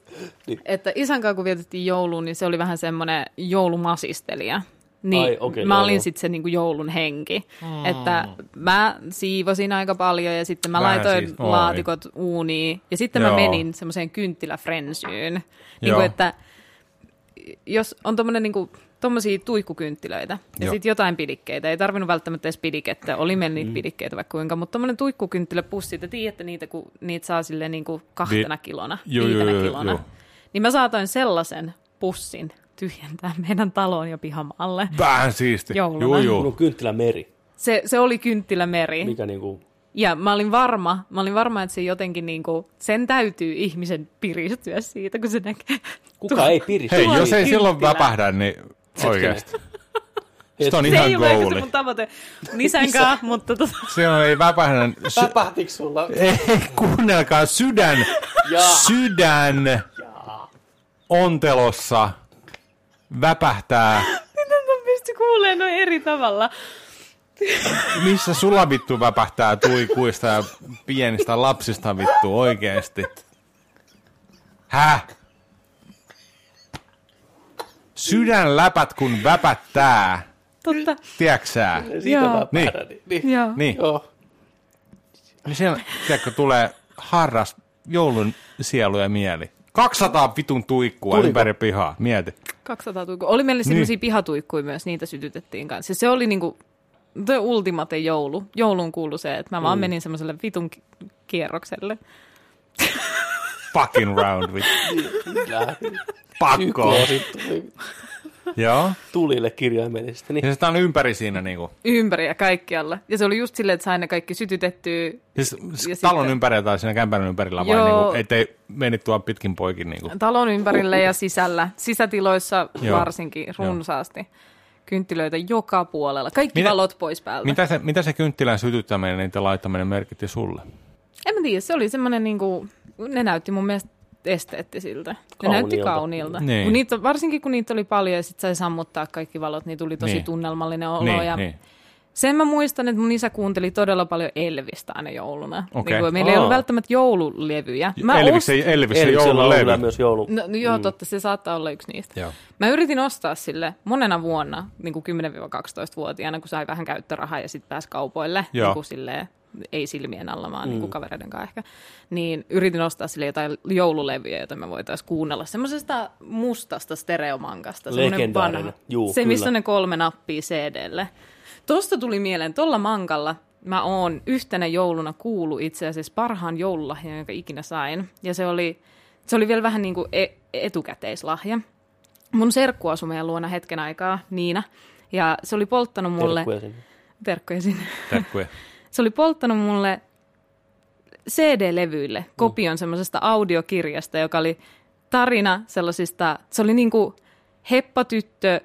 [SPEAKER 1] Niin.
[SPEAKER 4] että isän kanssa kun vietettiin jouluun, niin se oli vähän semmoinen joulumasistelija. Niin
[SPEAKER 1] Ai, okei,
[SPEAKER 4] mä
[SPEAKER 1] joo, joo.
[SPEAKER 4] olin sitten se niinku joulun henki. Mm. Että mä siivosin aika paljon ja sitten mä
[SPEAKER 3] Vähän
[SPEAKER 4] laitoin
[SPEAKER 3] siis- oi.
[SPEAKER 4] laatikot uuniin. Ja sitten
[SPEAKER 3] Joo.
[SPEAKER 4] mä menin semmoiseen kynttiläfrensyyn. Niin
[SPEAKER 3] Joo.
[SPEAKER 4] kuin, että jos on tommonen niinku, tommosia tuikkukynttilöitä ja
[SPEAKER 3] Joo.
[SPEAKER 4] sitten jotain pidikkeitä, ei tarvinnut välttämättä edes pidikettä, oli meillä
[SPEAKER 3] Mm.
[SPEAKER 4] niitä pidikkeitä vaikka kuinka, mutta tommonen tuikkukynttiläpussi, te tiedätte niitä, kun niitä saa silleen niinku kahtena
[SPEAKER 3] Vi-
[SPEAKER 4] kilona,
[SPEAKER 3] Joo, joo,
[SPEAKER 4] viitenä
[SPEAKER 3] joo,
[SPEAKER 4] kilona.
[SPEAKER 3] joo.
[SPEAKER 4] Niin mä saatoin sellaisen pussin tyhjentää meidän taloon ja pihamaalle.
[SPEAKER 3] Vähän siisti.
[SPEAKER 4] Jouluna.
[SPEAKER 3] Juu,
[SPEAKER 1] Mun on
[SPEAKER 3] juu.
[SPEAKER 1] kynttilä meri,
[SPEAKER 4] Se, se oli kynttilämeri.
[SPEAKER 1] mikä niinku...
[SPEAKER 4] Ja mä olin varma, mä olin varma, että se jotenkin niinku, sen täytyy ihmisen piristyä siitä, kun se näkee.
[SPEAKER 1] Kuka ei piristä?
[SPEAKER 3] Hei,
[SPEAKER 4] Tuo
[SPEAKER 3] jos
[SPEAKER 4] oli
[SPEAKER 3] ei silloin
[SPEAKER 4] kynttilä.
[SPEAKER 3] väpähdä, niin oikeasti. Se on
[SPEAKER 4] Se
[SPEAKER 3] ihan
[SPEAKER 4] ei ole ehkä se
[SPEAKER 3] goali.
[SPEAKER 4] mun tavoite lisänkaan, mutta tota,
[SPEAKER 3] Se on ei väpähdä. Sy-
[SPEAKER 1] Päpähtiks sulla?
[SPEAKER 3] ei, kuunnelkaa sydän.
[SPEAKER 1] Jaa.
[SPEAKER 3] Sydän ontelossa väpähtää.
[SPEAKER 4] miten mä pystyn kuulemaan noin eri tavalla.
[SPEAKER 3] Missä sulla vittu väpähtää tuikuista ja pienistä lapsista vittu oikeesti? Häh? Sydän läpät kun väpättää.
[SPEAKER 4] Totta,
[SPEAKER 3] Tiedäksää?
[SPEAKER 1] Siitä
[SPEAKER 4] Joo.
[SPEAKER 1] mä päätän. Niin.
[SPEAKER 4] joo.
[SPEAKER 3] Niin.
[SPEAKER 1] Joo.
[SPEAKER 3] Niin siellä, tiedätkö, tulee harras joulun sielu ja mieli. 200 vitun tuikkua
[SPEAKER 1] Tuliko?
[SPEAKER 3] ympäri pihaa, mieti.
[SPEAKER 4] 200 tuikkua. Oli
[SPEAKER 3] Niin.
[SPEAKER 4] meillä sellaisia pihatuikkuja myös, niitä sytytettiin kanssa. Se oli niinku the ultimate joulu. Jouluun kuului se, että
[SPEAKER 3] Mm.
[SPEAKER 4] mä vaan menin semmoiselle vitun ki- kierrokselle.
[SPEAKER 3] Fucking round with. Pakko.
[SPEAKER 1] Ja sitten
[SPEAKER 3] Joo.
[SPEAKER 1] tulille kirjaimellisesti. Niin.
[SPEAKER 3] Ja sitä on ympäri siinä niinku.
[SPEAKER 4] Ympäri ja kaikkialla. Ja se oli just silleen, että sain ne kaikki sytytettyä.
[SPEAKER 3] Siis s-
[SPEAKER 4] Ja
[SPEAKER 3] talon
[SPEAKER 4] sitten-
[SPEAKER 3] ympärillä tai siinä kämpän ympärillä vai
[SPEAKER 4] Joo.
[SPEAKER 3] niinku, ettei meni tuo pitkin poikin niinku.
[SPEAKER 4] Talon ympärille ja sisällä. Sisätiloissa
[SPEAKER 3] Joo.
[SPEAKER 4] varsinkin runsaasti. Kynttilöitä joka puolella. Kaikki
[SPEAKER 3] Mitä-
[SPEAKER 4] valot pois päältä.
[SPEAKER 3] Mitä se, mitä se kynttilän sytyttäminen ja niiden laittaminen merkitti sulle?
[SPEAKER 4] En mä tiedä, se oli semmoinen, niinku, ne näytti mun mielestä esteettisiltä. Ne
[SPEAKER 1] Kauniilta.
[SPEAKER 4] näytti kauniilta.
[SPEAKER 3] Niin.
[SPEAKER 4] Kun niitä, varsinkin kun niitä oli paljon ja sitten sai sammuttaa kaikki valot, niin tuli tosi
[SPEAKER 3] Niin.
[SPEAKER 4] niin. tunnelmallinen olo.
[SPEAKER 3] niin,
[SPEAKER 4] ja
[SPEAKER 3] niin.
[SPEAKER 4] Sen mä muistan, että mun isä kuunteli todella paljon Elvistä aina jouluna.
[SPEAKER 3] Okei.
[SPEAKER 4] Niin, meillä ei ollut
[SPEAKER 1] Aa.
[SPEAKER 4] välttämättä joululevyjä. Mä
[SPEAKER 3] Elvis,
[SPEAKER 4] ostin-
[SPEAKER 3] ei, Elvis,
[SPEAKER 1] Ei,
[SPEAKER 3] ei
[SPEAKER 1] siellä on
[SPEAKER 3] joululevy.
[SPEAKER 1] kyllä myös joulu.
[SPEAKER 4] No, no joo, mm. totta, se saattaa olla yksi niistä.
[SPEAKER 3] Joo.
[SPEAKER 4] Mä yritin ostaa sille monena vuonna, niin kuin 10-12-vuotiaana, kun sai vähän käyttörahaa ja sitten pääsi kaupoille,
[SPEAKER 3] Joo. Mm.
[SPEAKER 4] niin kuin silleen, ei silmien alla, vaan niin kuin kavereiden kanssa ehkä. Niin yritin ostaa sille jotain joululevyä, jota me voitaisiin kuunnella. Semmoisesta mustasta stereomankasta. semmoinen
[SPEAKER 1] Legendaarinen.
[SPEAKER 4] vanha.
[SPEAKER 1] Juu,
[SPEAKER 4] se, missä
[SPEAKER 1] kyllä.
[SPEAKER 4] on ne kolme nappia CDlle. Tosta tuli mieleen, tuolla mankalla mä oon yhtenä jouluna kuulu itse asiassa parhaan joululahjan, jonka ikinä sain. Ja se oli Se oli vielä vähän niin kuin e- etukäteislahja. Mun serkku asui meidän luona hetken aikaa, Niina, ja se oli polttanut mulle...
[SPEAKER 1] Terkkuja sinne.
[SPEAKER 4] Terkkuja sinne.
[SPEAKER 3] Terkkuja.
[SPEAKER 4] Se oli polttanut mulle CD-levyille kopion semmoisesta audiokirjasta, joka oli tarina sellaisista, se oli niinku heppatyttö,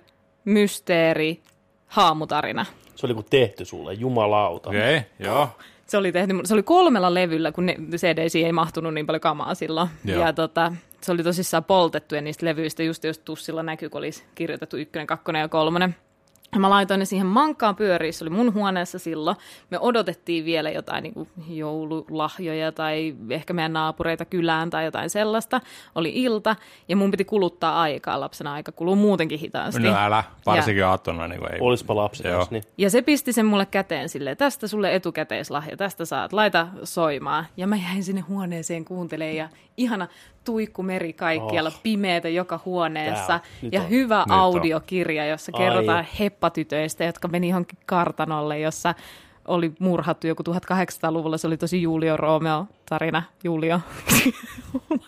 [SPEAKER 4] mysteeri, haamutarina.
[SPEAKER 1] Se oli kuin tehty sulle, jumalauta.
[SPEAKER 3] Okei, okay, joo.
[SPEAKER 4] Se oli, tehty, se oli kolmella levyllä, kun ne cd ei mahtunut niin paljon kamaa silloin.
[SPEAKER 3] Joo.
[SPEAKER 4] Ja tota, se oli tosissaan poltettu ja niistä levyistä just jos tussilla näkyy, kun olisi kirjoitettu ykkönen, kakkonen ja kolmonen. Ja mä laitoin ne siihen mankkaan pyöriin, se oli mun huoneessa silloin. Me odotettiin vielä jotain niin kuin joululahjoja tai ehkä meidän naapureita kylään tai jotain sellaista. Oli ilta ja mun piti kuluttaa aikaa lapsena, aika kuluu muutenkin hitaasti.
[SPEAKER 3] No älä, varsinkin aattona. Niin kuin ei.
[SPEAKER 1] Olispa lapsi
[SPEAKER 3] Joo.
[SPEAKER 1] jos niin.
[SPEAKER 4] Ja se pisti sen mulle käteen sille, tästä sulle etukäteislahja, tästä saat, laita soimaan. Ja mä jäin sinne huoneeseen kuuntelemaan ja ihana tuikkumeri kaikkialla,
[SPEAKER 1] Oh.
[SPEAKER 4] oh. pimeätä joka huoneessa.
[SPEAKER 1] Tää on. Nyt
[SPEAKER 4] ja
[SPEAKER 1] on.
[SPEAKER 4] hyvä
[SPEAKER 3] Nyt on.
[SPEAKER 4] audiokirja, jossa
[SPEAKER 1] Ai.
[SPEAKER 4] kerrotaan heppatytöistä, jotka meni johonkin kartanolle, jossa oli murhattu joku 1800-luvulla. Se oli tosi Julio Romeo tarina, Julio.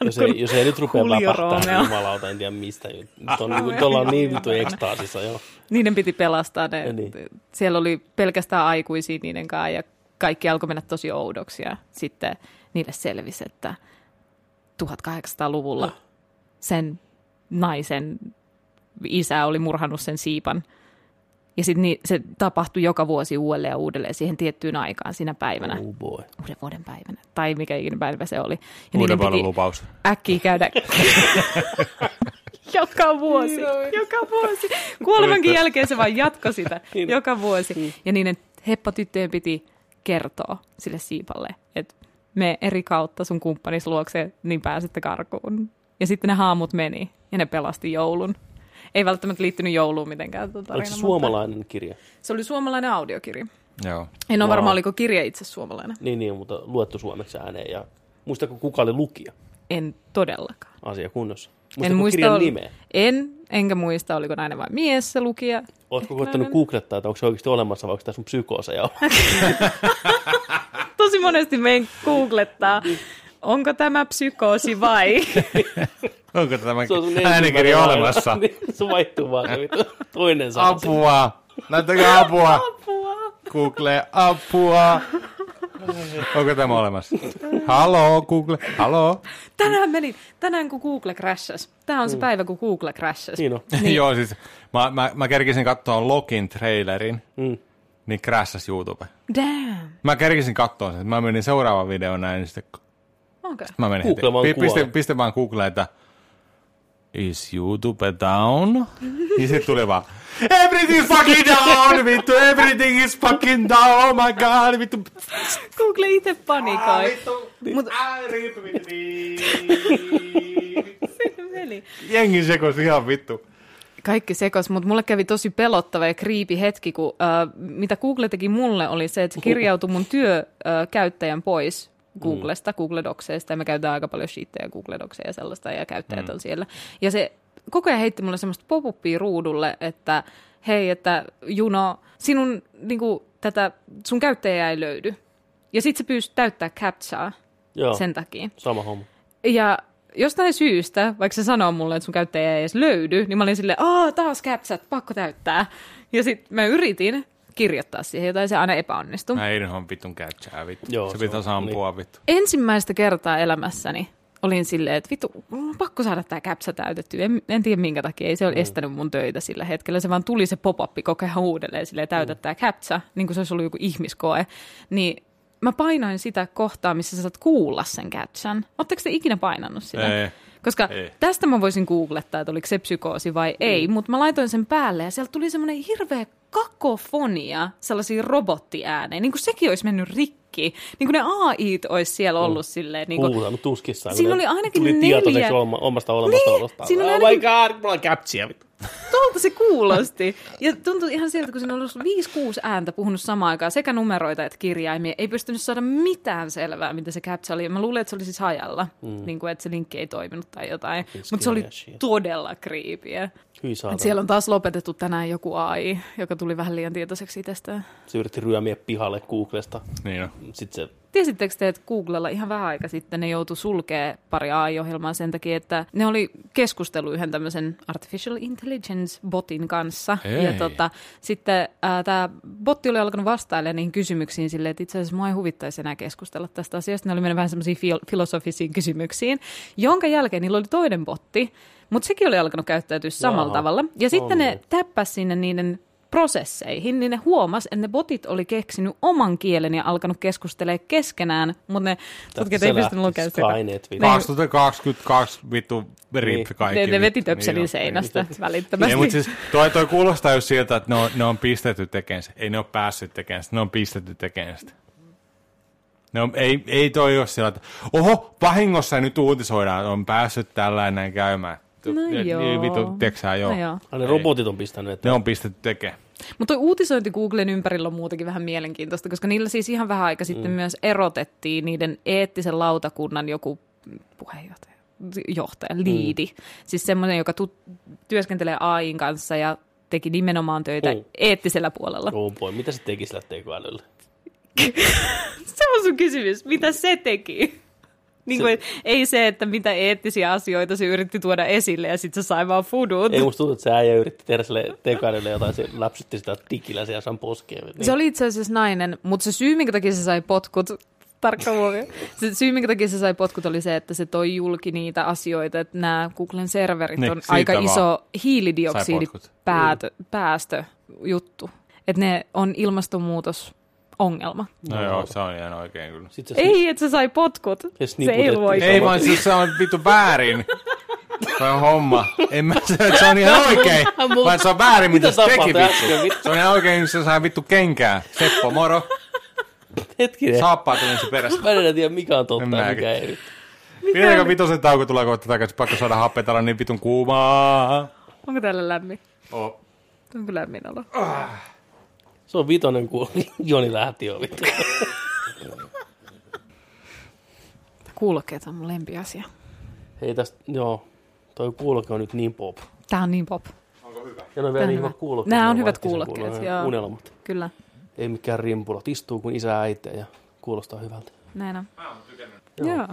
[SPEAKER 1] Jos ei, jos ei nyt rupea
[SPEAKER 4] Julio
[SPEAKER 1] läpähtää,
[SPEAKER 4] Romeo. Ah,
[SPEAKER 1] niin jumalauta, en tiedä mistä. Nyt on, niin kuin, nyt ollaan niin vittu ekstaasissa, joo.
[SPEAKER 4] Niiden piti pelastaa
[SPEAKER 1] Ja
[SPEAKER 4] ne.
[SPEAKER 1] niin.
[SPEAKER 4] Niin. Siellä oli pelkästään aikuisia niiden kanssa ja kaikki alkoi mennä tosi oudoksi ja sitten niille selvisi, että 1800-luvulla sen naisen isä oli murhannut sen siipan. Ja sitten niin, se tapahtui joka vuosi uudelleen ja uudelleen siihen tiettyyn aikaan sinä päivänä,
[SPEAKER 1] Oh boy.
[SPEAKER 4] uuden vuoden päivänä, tai mikä ikinä päivä se oli. Ja niiden
[SPEAKER 3] Uuden vuoden
[SPEAKER 4] piti
[SPEAKER 3] lupaus.
[SPEAKER 4] äkkiä käydä Niin joka vuosi, joka vuosi. Kuolemankin jälkeen se vaan jatko sitä, joka vuosi. Ja niiden heppatyttöjen piti kertoa sille siipalle, että me eri kautta sun kumppanis luokse, niin pääsette karkuun. Ja sitten ne haamut meni, ja ne pelasti joulun. Ei välttämättä liittynyt jouluun mitenkään tuo tarina.
[SPEAKER 1] Oliko se
[SPEAKER 4] mutta-
[SPEAKER 1] suomalainen kirja?
[SPEAKER 4] Se oli suomalainen audiokirja.
[SPEAKER 3] Joo.
[SPEAKER 4] En ole
[SPEAKER 1] Wow.
[SPEAKER 4] varma, oliko kirja itse suomalainen.
[SPEAKER 1] Niin, niin, mutta luettu suomeksi ääneen. Ja muistako kuka oli lukija
[SPEAKER 4] En todellakaan.
[SPEAKER 1] asia kunnossa?
[SPEAKER 4] en
[SPEAKER 1] Muistako
[SPEAKER 4] muista,
[SPEAKER 1] kirjan
[SPEAKER 4] ol-
[SPEAKER 1] nimeä?
[SPEAKER 4] en, enkä muista, oliko nainen vai mies se lukija.
[SPEAKER 1] Oletko
[SPEAKER 4] Ehkä
[SPEAKER 1] koittanut
[SPEAKER 4] nainen.
[SPEAKER 1] googlettaa, että onko se oikeasti olemassa vai onko tämä sun psykooseja?
[SPEAKER 4] Tosi monesti meidän googlettaa, onko tämä psykoosi vai?
[SPEAKER 3] Onko tämä
[SPEAKER 1] Se on sun
[SPEAKER 3] äänikirja
[SPEAKER 1] ensimmäinen
[SPEAKER 3] olemassa?
[SPEAKER 1] aina. Niin, se vaihtuu vaan se vittu. toinen sana.
[SPEAKER 3] Apua! Näyttäkää apua! Google, apua! Onko tämä olemassa? Haloo, Google, haloo.
[SPEAKER 4] Tänään meni, tänään kun Google crashas. Tämä on se päivä, kun Google crashas.
[SPEAKER 1] Siinä on.
[SPEAKER 3] Niin. Joo, siis mä, mä, mä kerkisin katsoa Lokin trailerin, mm. niin crashas YouTube.
[SPEAKER 4] Damn.
[SPEAKER 3] Mä kerkisin katsoa sen. Mä menin seuraavan videon näin, niin sitten
[SPEAKER 4] Okay.
[SPEAKER 3] mä menin
[SPEAKER 1] Google vaan
[SPEAKER 3] heti. Pi- Piste,
[SPEAKER 1] kuolee.
[SPEAKER 3] piste vaan Googleen, että Is YouTube down? ja sitten tuli vaan, everything is fucking down, vittu, everything is fucking down, oh my god, vittu.
[SPEAKER 4] Google itse
[SPEAKER 1] Ah,
[SPEAKER 4] panikoi. Mut, meni.
[SPEAKER 3] Jengi sekos ihan vittu.
[SPEAKER 4] Kaikki sekos, mutta mulle kävi tosi pelottava ja kriipi hetki, kun äh, mitä Google teki mulle oli se, että se kirjautui mun työkäyttäjän pois Googlesta, Google Docseista, ja me käytetään aika paljon sheettejä Google Docseja ja sellaista, ja käyttäjät on siellä. Ja se koko ajan heitti mulle semmoista pop ruudulle, että hei, että Juno, sinun niinku, tätä, sun käyttäjää ei löydy. Ja sit se pyysi täyttää captchaa
[SPEAKER 1] Joo,
[SPEAKER 4] sen Niin takia.
[SPEAKER 1] sama homma.
[SPEAKER 4] Ja jostain syystä, vaikka se sanoo mulle, että sun käyttäjä ei edes löydy, niin mä olin silleen, aah, taas capsat, pakko täyttää. Ja sitten mä yritin kirjoittaa siihen jotain, se aina epäonnistui.
[SPEAKER 3] Mä ei ihan vittun käytsää, vittu.
[SPEAKER 1] Joo,
[SPEAKER 3] se
[SPEAKER 1] se
[SPEAKER 3] pitää
[SPEAKER 1] on- niin.
[SPEAKER 3] sampua, vittu.
[SPEAKER 4] Ensimmäistä kertaa elämässäni olin silleen, että vittu, mun on pakko saada tämä käpsä täytettyä. En, en tiedä minkä takia, ei se
[SPEAKER 3] Mm.
[SPEAKER 4] ole estänyt mun töitä sillä hetkellä. Se vaan tuli se pop-up koko ajan uudelleen, silleen täytä
[SPEAKER 3] Mm.
[SPEAKER 4] tämä käpsä, niin kuin se olisi ollut joku ihmiskoe. Niin mä painoin sitä kohtaa, missä sä saat kuulla sen käpsän. Oletteko te ikinä painannut sitä?
[SPEAKER 3] Ei.
[SPEAKER 4] Koska
[SPEAKER 3] Ei.
[SPEAKER 4] tästä mä voisin googlettaa, että oliko se psykoosi vai ei, mutta mä laitoin sen päälle ja sieltä tuli semmoinen hirveä kakofonia sellaisia robottiäänejä, niin kuin sekin olisi mennyt rikki, niin kuin ne AI olisi siellä ollut silleen. Niin kuin,
[SPEAKER 1] Huutanut tuskissaan. kun
[SPEAKER 4] Siinä
[SPEAKER 1] ne
[SPEAKER 4] oli ainakin
[SPEAKER 1] tuli
[SPEAKER 4] neljä-
[SPEAKER 1] tietoiseksi oma, omasta olemasta
[SPEAKER 4] Niin,
[SPEAKER 1] olostaan.
[SPEAKER 4] siinä oli
[SPEAKER 1] oh my
[SPEAKER 4] ainakin-
[SPEAKER 1] god, mulla on käpsiä. vittu.
[SPEAKER 4] Tuolta se kuulosti. Ja tuntui ihan siltä, kun siinä oli ollut 5-6 ääntä puhunut samaan aikaan, sekä numeroita että kirjaimia. Ei pystynyt saada mitään selvää, mitä se captcha oli. Mä luulen, että se oli siis hajalla, mm. niin kuin, että se linkki ei toiminut tai jotain. Mutta se oli
[SPEAKER 1] shit.
[SPEAKER 4] todella kriipiä.
[SPEAKER 1] Hyi saatana.
[SPEAKER 4] Siellä on taas lopetettu tänään joku AI, joka tuli vähän liian tietoiseksi itsestään.
[SPEAKER 1] Se yritti ryömiä pihalle Googlesta.
[SPEAKER 3] Niin on.
[SPEAKER 1] Sitten se
[SPEAKER 4] Tiesittekö te, että Googlella ihan vähän aika sitten ne joutui sulkea pari AI-ohjelmaa sen takia, että ne oli keskustelu yhden tämmöisen artificial intelligence botin kanssa.
[SPEAKER 3] Ei.
[SPEAKER 4] Ja tota, sitten äh, tämä botti oli alkanut vastailemaan niihin kysymyksiin silleen, että itse asiassa mua ei huvittaisi enää keskustella tästä asiasta. Ne oli mennyt vähän semmoisiin fil- filosofisiin kysymyksiin, jonka jälkeen niillä oli toinen botti, mutta sekin oli alkanut käyttäytyä samalla
[SPEAKER 1] Jaa.
[SPEAKER 4] tavalla. Ja sitten
[SPEAKER 1] Onne.
[SPEAKER 4] ne täppäsi sinne niiden prosesseihin, niin ne huomas, että ne botit oli keksinyt oman kielen ja alkanut keskustelemaan keskenään, mutta ne tutkijat ei pystynyt lukemaan sitä.
[SPEAKER 1] Skynet, vittu.
[SPEAKER 4] Niin.
[SPEAKER 3] 2022 vittu rip
[SPEAKER 1] Niin.
[SPEAKER 3] kaikki.
[SPEAKER 4] Ne, ne veti
[SPEAKER 3] Niin
[SPEAKER 4] töpselin
[SPEAKER 3] on.
[SPEAKER 4] seinästä
[SPEAKER 3] Ei, mutta
[SPEAKER 4] välittömästi.
[SPEAKER 3] siis toi, toi kuulostaa just siltä, että ne on, ne on pistetty tekemään sitä. Ei ne ole päässyt tekemään sitä, ne on pistetty tekemään sitä. Ne on, ei, ei toi ole sillä, että oho, vahingossa nyt uutisoidaan, että on päässyt tällainen käymään. Tu-
[SPEAKER 4] No
[SPEAKER 3] ne-
[SPEAKER 4] joo.
[SPEAKER 3] niin Vitu, teksää, joo.
[SPEAKER 4] No joo.
[SPEAKER 1] Ne robotit on pistänyt, että
[SPEAKER 3] Ne on pistetty tekemään.
[SPEAKER 4] Mutta toi uutisointi Googlen ympärillä on muutenkin vähän mielenkiintoista, koska niillä siis ihan vähän aika sitten mm. myös erotettiin niiden eettisen lautakunnan joku puheenjohtaja, johtaja, liidi. Mm. Siis semmoinen, joka tu- työskentelee AIin kanssa ja teki nimenomaan töitä
[SPEAKER 1] Mm.
[SPEAKER 4] mm. eettisellä puolella.
[SPEAKER 1] oh boy, mitä se teki sillä tekoälyllä?
[SPEAKER 4] Se on sun kysymys, mitä se teki? Niin kuin, ei se, että mitä eettisiä asioita se yritti tuoda esille ja sitten se sai vaan fudut.
[SPEAKER 1] Ei musta tuntuu, että se äijä yritti tehdä sille tekoälylle jotain, se läpsytti sitä tikillä se Jasan poskeen. Niin.
[SPEAKER 4] Se oli itse asiassa nainen, mutta se syy, minkä takia se sai potkut, tarkka huomio. Se syy, minkä takia se sai potkut, oli se, että se toi julki niitä asioita, että nämä Googlen serverit
[SPEAKER 3] Niin,
[SPEAKER 4] on
[SPEAKER 3] siitä
[SPEAKER 4] aika
[SPEAKER 3] vaan
[SPEAKER 4] iso
[SPEAKER 3] sai potkut.
[SPEAKER 4] hiilidioksidipäästöjuttu. Että ne on ilmastonmuutosongelma.
[SPEAKER 3] No, joo, se on ihan oikein kyllä.
[SPEAKER 1] Sitten se
[SPEAKER 4] Ei, että se sai potkut. Se Siis ei
[SPEAKER 1] sniputettiin.
[SPEAKER 4] voi.
[SPEAKER 3] Ei vaan siis se on vitu väärin. Se on homma. En mä se, että se on ihan oikein. Vaan se on väärin, mitä,
[SPEAKER 1] Mitä
[SPEAKER 3] se teki
[SPEAKER 1] tapahtui äsken,
[SPEAKER 3] vittu.
[SPEAKER 1] vittu?
[SPEAKER 3] Se on ihan oikein, kun se saa vittu kenkää. Seppo, moro.
[SPEAKER 1] Hetkinen.
[SPEAKER 3] Saappaat lensi perästä.
[SPEAKER 1] Mä en enää tiedä, mikä on totta
[SPEAKER 3] En
[SPEAKER 1] ja mikä
[SPEAKER 3] mäkään.
[SPEAKER 1] ei.
[SPEAKER 3] Pidetäänkö vitosen tauko tulee kohta takaisin, pakko saada happetella niin vitun kuumaa.
[SPEAKER 4] Onko täällä lämmin?
[SPEAKER 3] Oh.
[SPEAKER 4] Onko lämmin olo?
[SPEAKER 1] Se on vitonen, kun Joni lähti jo. vittu.
[SPEAKER 4] Kuulokkeet on mun lempiasia.
[SPEAKER 1] Hei tästä, joo. Toi kuuloke on nyt niin pop.
[SPEAKER 4] Tää on niin pop.
[SPEAKER 1] Ja ne on vielä
[SPEAKER 4] Tää
[SPEAKER 1] niin
[SPEAKER 4] on
[SPEAKER 1] hyvät
[SPEAKER 4] hyvä.
[SPEAKER 1] kuulokkeet.
[SPEAKER 4] Nää
[SPEAKER 1] ne
[SPEAKER 4] on hyvät
[SPEAKER 1] vahtisen
[SPEAKER 4] kuulokkeet,
[SPEAKER 1] kuulonen
[SPEAKER 4] joo.
[SPEAKER 1] Unelmat.
[SPEAKER 4] Kyllä,
[SPEAKER 1] Ei mikään rimpulat. Istuu kuin isä ja äitiä ja kuulostaa hyvältä.
[SPEAKER 4] näin on.
[SPEAKER 3] Mä oon tykännyt.
[SPEAKER 4] Joo. Joo.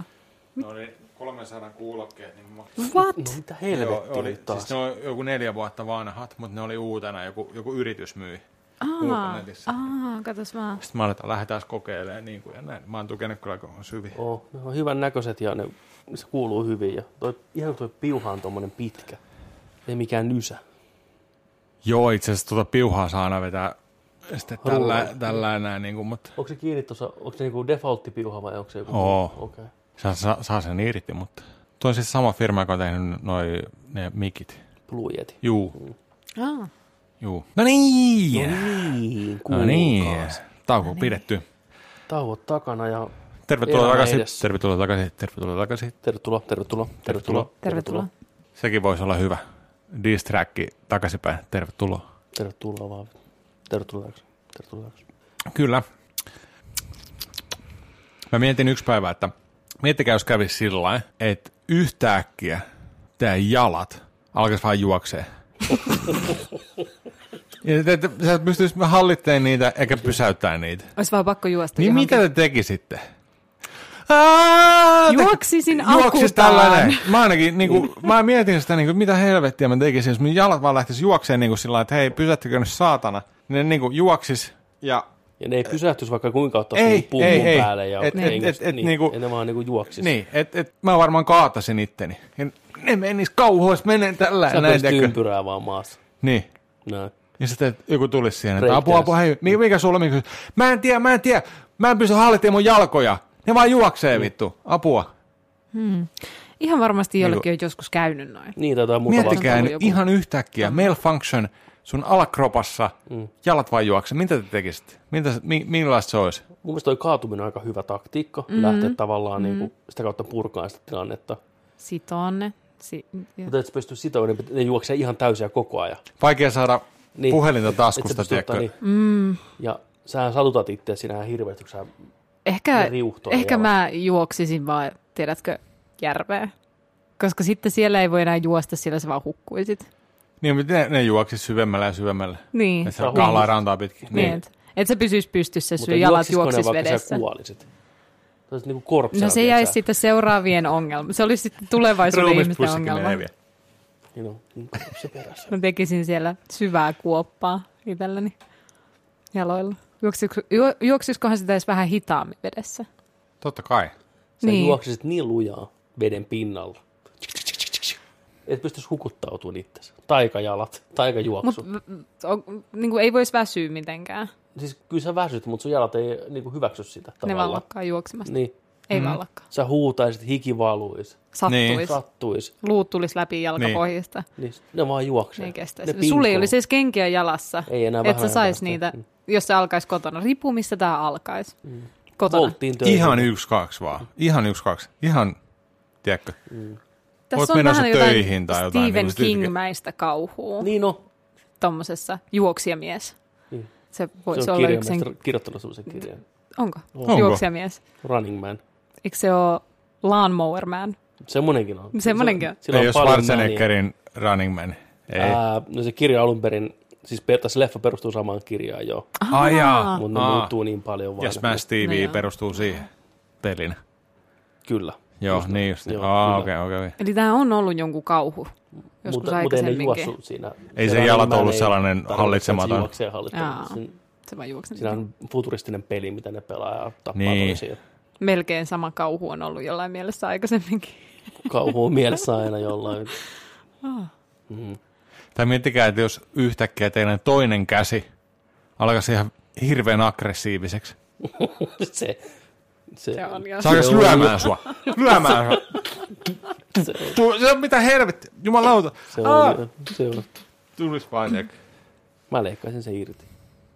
[SPEAKER 3] No niin, 300 kuulokkeet. Niin mä...
[SPEAKER 4] What?
[SPEAKER 1] No mitä helvettiä nyt taas.
[SPEAKER 3] siis ne on joku neljä vuotta vanhat, mutta ne oli uutena, joku, joku yritys myi.
[SPEAKER 4] Aa,
[SPEAKER 3] ulkonetissä.
[SPEAKER 4] aa, katos vaan.
[SPEAKER 3] Sitten mä aloitan, että lähdetään kokeilemaan niin kuin ja näin. Mä oon tukenut kyllä, kun on syviä.
[SPEAKER 1] Oh, ne on hyvän näköiset ja ne, se kuuluu hyvin. Ja toi, ihan tuo piuha on tommonen pitkä. Ei mikään nysä.
[SPEAKER 3] Joo, itse asiassa tuota piuhaa saa aina vetää sitten tällä,
[SPEAKER 1] Rullaus.
[SPEAKER 3] tällä näin, niin kuin, mutta
[SPEAKER 1] Onko se kiinni tuossa, onko se niinku default-piuha vai onko se joku?
[SPEAKER 3] Oo.
[SPEAKER 1] Okei. Okay.
[SPEAKER 3] saa, saa, saa sen irti, mutta toi on siis sama firma, joka on tehnyt noi, ne mikit.
[SPEAKER 1] Blue Yeti. No
[SPEAKER 3] Juu,
[SPEAKER 4] Aa.
[SPEAKER 3] juu. No niin!
[SPEAKER 1] Niin,
[SPEAKER 3] No niin,
[SPEAKER 1] kuulkaas.
[SPEAKER 3] tauko on pidetty.
[SPEAKER 1] Tauot takana ja
[SPEAKER 3] Tervetuloa
[SPEAKER 1] Elämä
[SPEAKER 3] takaisin,
[SPEAKER 1] edessä.
[SPEAKER 3] tervetuloa takaisin, tervetuloa takaisin.
[SPEAKER 1] tervetuloa, tervetuloa, tervetuloa,
[SPEAKER 4] Tervetuloa.
[SPEAKER 3] Sekin voisi olla hyvä. Distracki takaisinpäin, tervetuloa.
[SPEAKER 1] Tervetuloa vaan. Tervetuloa takaisin. Tervetuloa takaisin.
[SPEAKER 3] Kyllä. Mä mietin yksi päivä, että miettikää jos kävisi sillä lailla, että yhtäkkiä tää jalat alkaisi vaan juoksee. ja te, te, sä et pystyis hallittamaan niitä eikä pysäyttää niitä.
[SPEAKER 4] Olisi vaan pakko juosta
[SPEAKER 3] Niin
[SPEAKER 4] johonkin.
[SPEAKER 3] mitä te tekisitte? Aa, te-
[SPEAKER 4] Juoksisin
[SPEAKER 3] Juoksis
[SPEAKER 4] akutaan.
[SPEAKER 3] tällainen. Mä ainakin, niin kuin, mä mietin sitä, niin kuin, mitä helvettiä mä tekisin, jos mun jalat vaan lähtis juokseen niin kuin sillä lailla, että hei, pysäyttäkö nyt saatana. Ne niin kuin, juoksis ja
[SPEAKER 1] Ja ne ei pysähtyisi vaikka kuinka ottaa
[SPEAKER 3] Ei,
[SPEAKER 1] ei, pummun
[SPEAKER 3] ei, ei.
[SPEAKER 1] päälle. Ja
[SPEAKER 3] Et- et-
[SPEAKER 1] niin,
[SPEAKER 3] et- et
[SPEAKER 1] niin,
[SPEAKER 3] niinku-
[SPEAKER 1] ja ne vaan niinku juoksis.
[SPEAKER 3] Niin, et, et, mä varmaan kaatasin itteni. Ja ne menis kauhois, menen tällä
[SPEAKER 1] Sä
[SPEAKER 3] ja näin.
[SPEAKER 1] näin
[SPEAKER 3] tiedätkö.
[SPEAKER 1] ympyrää vaan maassa.
[SPEAKER 3] Niin.
[SPEAKER 1] Näin.
[SPEAKER 3] Ja sitten et joku tulisi siihen, että
[SPEAKER 1] Breakdance.
[SPEAKER 3] apua, apua, hei, mi- mikä sulla mikä? Mä en tiedä, mä en tiedä, mä en pysty hallittamaan mun jalkoja. Ne vaan
[SPEAKER 1] Niin.
[SPEAKER 3] juoksee vittu, apua.
[SPEAKER 4] Ihan
[SPEAKER 3] Niin
[SPEAKER 4] varmasti jollekin on joskus käynyt noin.
[SPEAKER 1] Niin, tai jotain muuta vastaan.
[SPEAKER 3] Miettikää
[SPEAKER 4] vastaan
[SPEAKER 3] nyt
[SPEAKER 4] joku.
[SPEAKER 3] ihan yhtäkkiä,
[SPEAKER 1] Mm.
[SPEAKER 3] malfunction sun alakropassa, jalat vaan juoksee. Mitä te tekisitte? Mitä, mi, millaista se olisi?
[SPEAKER 1] Mun mielestä toi kaatuminen on aika hyvä taktiikka. Mm-hmm. Lähteä tavallaan mm-hmm. niinku sitä kautta purkaan sitä tilannetta.
[SPEAKER 4] Sitoonne. Si-
[SPEAKER 1] Mutta et sä pysty sitoon, ne, pit- ne juoksee ihan täysiä koko ajan.
[SPEAKER 3] Vaikea saada
[SPEAKER 1] Niin.
[SPEAKER 3] puhelinta
[SPEAKER 1] Et sä
[SPEAKER 3] taskusta,
[SPEAKER 1] pysty
[SPEAKER 3] tiedätkö?
[SPEAKER 1] ottaa niin.
[SPEAKER 4] Mm.
[SPEAKER 1] Ja sähän satutat itse sinähän hirveästi, kun sä
[SPEAKER 4] ehkä
[SPEAKER 1] riuhtoa
[SPEAKER 4] ehkä
[SPEAKER 1] jalat.
[SPEAKER 4] mä juoksisin vaan, tiedätkö, järveä. Koska sitten siellä ei voi enää juosta, siellä sä vaan hukkuisit.
[SPEAKER 3] Niin, mutta ne, ne juoksis syvemmälle ja syvemmälle.
[SPEAKER 4] Niin.
[SPEAKER 3] Ja se kahlaa rantaa pitkin.
[SPEAKER 4] niin. Että sä pysyis pystyssä,
[SPEAKER 1] Mutta
[SPEAKER 4] sun jalat
[SPEAKER 1] juoksisiko ne,
[SPEAKER 4] juoksis
[SPEAKER 1] vaikka
[SPEAKER 4] vedessä.
[SPEAKER 1] sä kuolisit? Olisi niin kuin korpsena.
[SPEAKER 4] No se
[SPEAKER 1] tiedätkö
[SPEAKER 4] jäi
[SPEAKER 1] sä?
[SPEAKER 4] sitten seuraavien ongelma. Se olisi sitten tulevaisuuden ihmisten
[SPEAKER 3] Ruumispussikki
[SPEAKER 4] ongelma.
[SPEAKER 3] menee vielä.
[SPEAKER 1] Niin on, niin korpsi perässä.
[SPEAKER 4] Mä tekisin siellä syvää kuoppaa itselläni jaloilla. Juoksiko, juo, juoksiskohan sitä edes vähän hitaammin vedessä?
[SPEAKER 3] Totta kai.
[SPEAKER 1] Sä
[SPEAKER 4] Niin.
[SPEAKER 1] niin. juoksisit niin lujaa veden pinnalla. Et pystyisi hukuttautumaan itsesi. Taikajalat,
[SPEAKER 4] Mut,
[SPEAKER 1] taikajuoksu. Mut,
[SPEAKER 4] niin kuin ei voisi väsyä mitenkään.
[SPEAKER 1] siis kyllä sä väsyt, mutta sun jalat ei niin kuin hyväksy sitä
[SPEAKER 4] Ne vaan
[SPEAKER 1] tavallaan.
[SPEAKER 4] lakkaa juoksemasta.
[SPEAKER 1] Niin.
[SPEAKER 4] Ei vaan lakkaa.
[SPEAKER 1] Sä huutaisit, hiki valuisi,
[SPEAKER 4] Sattuisi.
[SPEAKER 3] Niin.
[SPEAKER 4] Niin.
[SPEAKER 1] sattuisi.
[SPEAKER 4] Luut tulisi läpi jalkapohjista. Niin.
[SPEAKER 1] Niin sit ne vaan juoksee.
[SPEAKER 4] Ne kestäisi.
[SPEAKER 1] pinkoo.
[SPEAKER 4] Sulla ei olisi edes kenkiä jalassa,
[SPEAKER 1] Ei enää
[SPEAKER 4] että sä
[SPEAKER 1] vähän
[SPEAKER 4] sais
[SPEAKER 1] päästä.
[SPEAKER 4] niitä,
[SPEAKER 1] Mm.
[SPEAKER 4] jos se alkaisi kotona. Riippuu, mistä tämä alkaisi. Mm. Kotona.
[SPEAKER 1] Volttiin töihin.
[SPEAKER 3] Ihan yksi, kaksi vaan. Ihan yksi, kaksi. Ihan, tiedätkö? Oot
[SPEAKER 4] Tässä on
[SPEAKER 3] menossa
[SPEAKER 4] vähän jotain
[SPEAKER 3] töihin tai jotain
[SPEAKER 4] Stephen
[SPEAKER 3] niinku
[SPEAKER 4] King-mäistä kauhua.
[SPEAKER 1] Niin no.
[SPEAKER 4] tuommoisessa juoksijamies.
[SPEAKER 1] Niin.
[SPEAKER 4] Se voisi
[SPEAKER 1] Se on
[SPEAKER 4] olla yksi sen...
[SPEAKER 1] kirjamestari kirjoittanut semmoisen kirjan.
[SPEAKER 4] Onko?
[SPEAKER 3] Onko?
[SPEAKER 4] Juoksijamies.
[SPEAKER 1] Running Man.
[SPEAKER 4] Eikö se ole Lawnmower Man?
[SPEAKER 1] Semmonenkin on.
[SPEAKER 4] Semmonenkin on.
[SPEAKER 1] Sillä
[SPEAKER 3] ei ole
[SPEAKER 1] paljon mania.
[SPEAKER 3] Schwarzeneggerin Running Man. Ei.
[SPEAKER 1] Ää, no se kirja alun perin, siis per- tässä leffa perustuu samaan kirjaan joo,
[SPEAKER 4] Ah.
[SPEAKER 3] Ai jaa.
[SPEAKER 1] mutta ne
[SPEAKER 3] Aa.
[SPEAKER 1] muuttuu niin paljon vaan.
[SPEAKER 3] Ja Smash
[SPEAKER 4] No
[SPEAKER 3] TV
[SPEAKER 4] joo.
[SPEAKER 3] perustuu siihen pelinä.
[SPEAKER 1] Kyllä.
[SPEAKER 3] Joo, niin just.
[SPEAKER 1] Joo,
[SPEAKER 3] Aa,
[SPEAKER 1] kyllä.
[SPEAKER 3] okei, okei. okei.
[SPEAKER 4] Eli tämä on ollut jonkun kauhu joskus
[SPEAKER 1] mutta, mutta ei ne
[SPEAKER 4] aikaisemminkin.
[SPEAKER 1] juossut siinä.
[SPEAKER 3] Ei se
[SPEAKER 1] Running
[SPEAKER 3] jalat
[SPEAKER 1] Man
[SPEAKER 3] ollut
[SPEAKER 1] ei
[SPEAKER 3] sellainen
[SPEAKER 1] tarvitse, että
[SPEAKER 3] hallitsematon.
[SPEAKER 1] Se juoksee hallitsematon.
[SPEAKER 4] Aa.
[SPEAKER 1] Sin-
[SPEAKER 4] se vaan juoksi.
[SPEAKER 1] Siinä on futuristinen peli, mitä ne pelaa ja tappaa
[SPEAKER 3] Niin.
[SPEAKER 1] niin. toisiaan.
[SPEAKER 4] Melkein sama kauhu on ollut jollain mielessä aikaisemminkin.
[SPEAKER 1] Kauhu on mielessä aina jollain.
[SPEAKER 3] Tai miettikää, että jos yhtäkkiä teidän toinen käsi alkaisi ihan hirveän aggressiiviseksi.
[SPEAKER 1] se, se,
[SPEAKER 4] Se on jo.
[SPEAKER 3] Se alkaisi
[SPEAKER 1] Joo.
[SPEAKER 3] lyömään sua. Lyömään sua.
[SPEAKER 1] se on,
[SPEAKER 3] Tuu- Se on mitä helvettiä. Jumalauta.
[SPEAKER 1] se
[SPEAKER 4] Ah!
[SPEAKER 1] on, se on.
[SPEAKER 3] Tulis vaan. tiedätkö.
[SPEAKER 1] Mä leikkaisin se irti.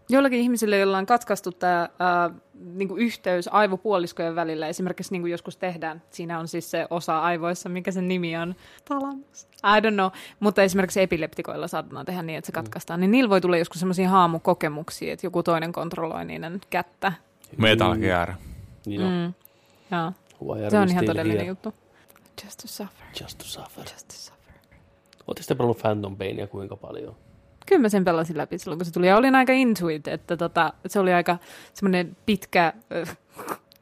[SPEAKER 4] Joillakin ihmisillä, joilla on katkaistu tämä äh, niinku yhteys aivopuoliskojen välillä, esimerkiksi niinku joskus tehdään, siinä on siis se osa aivoissa, mikä sen nimi on, talamus, I don't know, mutta esimerkiksi epileptikoilla saatetaan tehdä niin, että
[SPEAKER 1] Mm.
[SPEAKER 4] se katkaistaan, niin niillä voi tulla joskus sellaisia haamukokemuksia, että joku toinen kontrolloi niiden kättä.
[SPEAKER 3] Metal Gear.
[SPEAKER 1] Niin on. Mm.
[SPEAKER 4] Jaa. Se on ihan todellinen juttu. Just to suffer,
[SPEAKER 1] Just to suffer.
[SPEAKER 4] just to suffer.
[SPEAKER 1] Oletteko te pelannut Phantom Painia kuinka paljon?
[SPEAKER 4] Kyllä mä sen pelasin läpi silloin, kun se tuli. Ja olin aika into it, että tota, se oli aika semmoinen pitkä äh,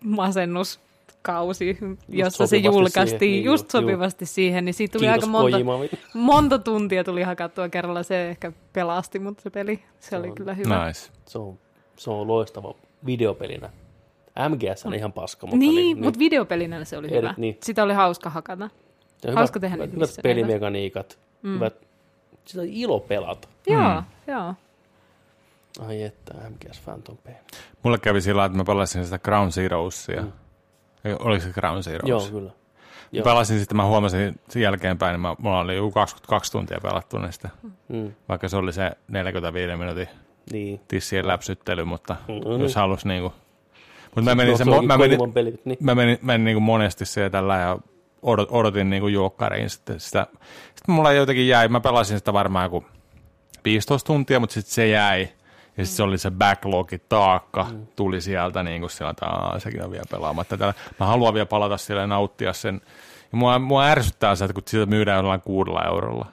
[SPEAKER 4] masennuskausi, jossa se
[SPEAKER 1] sopivasti siihen,
[SPEAKER 4] julkaistiin
[SPEAKER 1] niin
[SPEAKER 4] just
[SPEAKER 1] just, juu.
[SPEAKER 4] sopivasti siihen, niin siitä tuli
[SPEAKER 1] Kiitos
[SPEAKER 4] aika monta,
[SPEAKER 1] Kojima.
[SPEAKER 4] monta tuntia tuli hakattua kerralla. Se ehkä pelasti mut se peli. Se oli
[SPEAKER 1] on-
[SPEAKER 4] kyllä hyvä.
[SPEAKER 3] Nice.
[SPEAKER 1] Se on, se on loistava videopelinä. MGS on ihan paska, mutta
[SPEAKER 4] niin,
[SPEAKER 1] niin,
[SPEAKER 4] mutta videopelinä se oli
[SPEAKER 1] Eri-
[SPEAKER 4] hyvä.
[SPEAKER 1] niin.
[SPEAKER 4] Sitä oli hauska hakata.
[SPEAKER 1] Se on
[SPEAKER 4] hauska
[SPEAKER 1] niin- hyvät-
[SPEAKER 4] tehdä
[SPEAKER 1] hyvät,
[SPEAKER 4] niitä
[SPEAKER 1] hyvät
[SPEAKER 4] missä näitä-
[SPEAKER 1] pelimekaniikat, mm. hyvät, sitä on ilo pelata.
[SPEAKER 4] Joo, joo.
[SPEAKER 1] Ai että, MGS Phantom Pain.
[SPEAKER 3] Mulle kävi sillä lailla, että mä pelasin sitä Ground Zeroesia. Mm. Oliko se Ground Zeroes?
[SPEAKER 1] Joo, kyllä.
[SPEAKER 3] Mä
[SPEAKER 1] Joo.
[SPEAKER 3] pelasin sitten, mä huomasin sen jälkeenpäin, niin mä, mulla oli joku 22 tuntia pelattuna sitä.
[SPEAKER 1] Mm,
[SPEAKER 3] Vaikka se oli se 45 minuutin
[SPEAKER 1] niin.
[SPEAKER 3] tissien läpsyttely, mutta
[SPEAKER 1] Mm.
[SPEAKER 3] jos halus niinku. Mutta mä menin,
[SPEAKER 1] No,
[SPEAKER 3] se,
[SPEAKER 1] se
[SPEAKER 3] mo-
[SPEAKER 1] onkin
[SPEAKER 3] mä menin,
[SPEAKER 1] Kojiman pelit, niin.
[SPEAKER 3] mä menin, menin niinku monesti se tällä ja odot, odotin niinku juokkariin sitten sitä. Sitten mulla jotenkin jäi, mä pelasin sitä varmaan joku 15 tuntia, mutta sitten se jäi. Ja sitten se oli se backlogi taakka,
[SPEAKER 4] Mm.
[SPEAKER 3] tuli sieltä niin kuin sillä, että "Aa, sekin on vielä pelaamatta. Täällä, mä haluan vielä palata siellä ja nauttia sen. Ja mua, mua ärsyttää se, että kun sitä myydään jollain kuudella eurolla.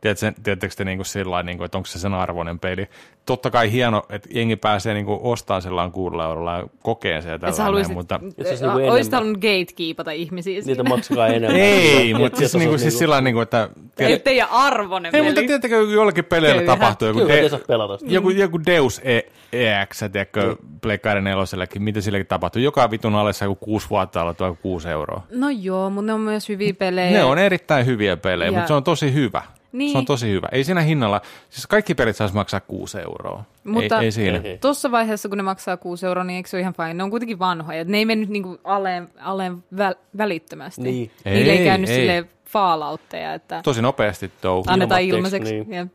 [SPEAKER 3] Tiedätkö, tiedättekö te niin kuin sillä niin kuin, että onko se sen arvoinen peli? Totta kai hieno, että jengi pääsee niin kuin ostamaan sellainen kuudella eurolla ja kokee se ja
[SPEAKER 4] Ja sä
[SPEAKER 3] tällainen,
[SPEAKER 4] haluaisit,
[SPEAKER 3] mutta...
[SPEAKER 4] mutta...
[SPEAKER 1] se olisi niinku enemmän.
[SPEAKER 4] olisit halunnut gatekeepata ihmisiä
[SPEAKER 1] Niitä
[SPEAKER 4] siinä.
[SPEAKER 1] maksakaa enemmän.
[SPEAKER 3] Ei,
[SPEAKER 1] Ja
[SPEAKER 3] mutta siis,
[SPEAKER 1] tietysti
[SPEAKER 3] niin kuin,
[SPEAKER 1] se olisi
[SPEAKER 3] siis sillä lailla, niin kuin, että...
[SPEAKER 4] Ei teidän arvonen
[SPEAKER 3] Ei,
[SPEAKER 4] peli.
[SPEAKER 3] mutta tiedättekö, jollakin peleillä
[SPEAKER 4] Köyhä.
[SPEAKER 3] tapahtuu joku...
[SPEAKER 1] Kyllä,
[SPEAKER 3] te-
[SPEAKER 1] ei saa pelata sitä.
[SPEAKER 3] joku, joku Deus e- EX, tiedätkö,
[SPEAKER 1] Niin.
[SPEAKER 3] Pleikkaiden nelosellekin, mitä silläkin tapahtuu. Joka vitun alessa joku kuusi vuotta alla tuo kuusi euroa.
[SPEAKER 4] No joo, mutta ne on myös hyviä pelejä.
[SPEAKER 3] Ne on erittäin hyviä pelejä,
[SPEAKER 4] Ja-
[SPEAKER 3] mutta se on tosi hyvä.
[SPEAKER 4] Niin.
[SPEAKER 3] Se on tosi hyvä. Ei siinä hinnalla, siis kaikki pelit saisi maksaa kuusi euroa.
[SPEAKER 4] Mutta-
[SPEAKER 3] ei, ei siinä.
[SPEAKER 1] Ei, ei.
[SPEAKER 4] Tuossa vaiheessa, kun ne maksaa 6 euroa, niin eikö se ole ihan fine? Ne on kuitenkin vanhoja. Ne ei mennyt niinku aleen, aleen väl, välittömästi.
[SPEAKER 1] Niin.
[SPEAKER 4] Niille ei,
[SPEAKER 3] Ei,
[SPEAKER 4] käynyt
[SPEAKER 3] ei.
[SPEAKER 4] silleen faalautteja, että
[SPEAKER 3] Tosi nopeasti touhu.
[SPEAKER 4] annetaan
[SPEAKER 1] ilmaiseksi,
[SPEAKER 4] ilmaiseksi. Niin.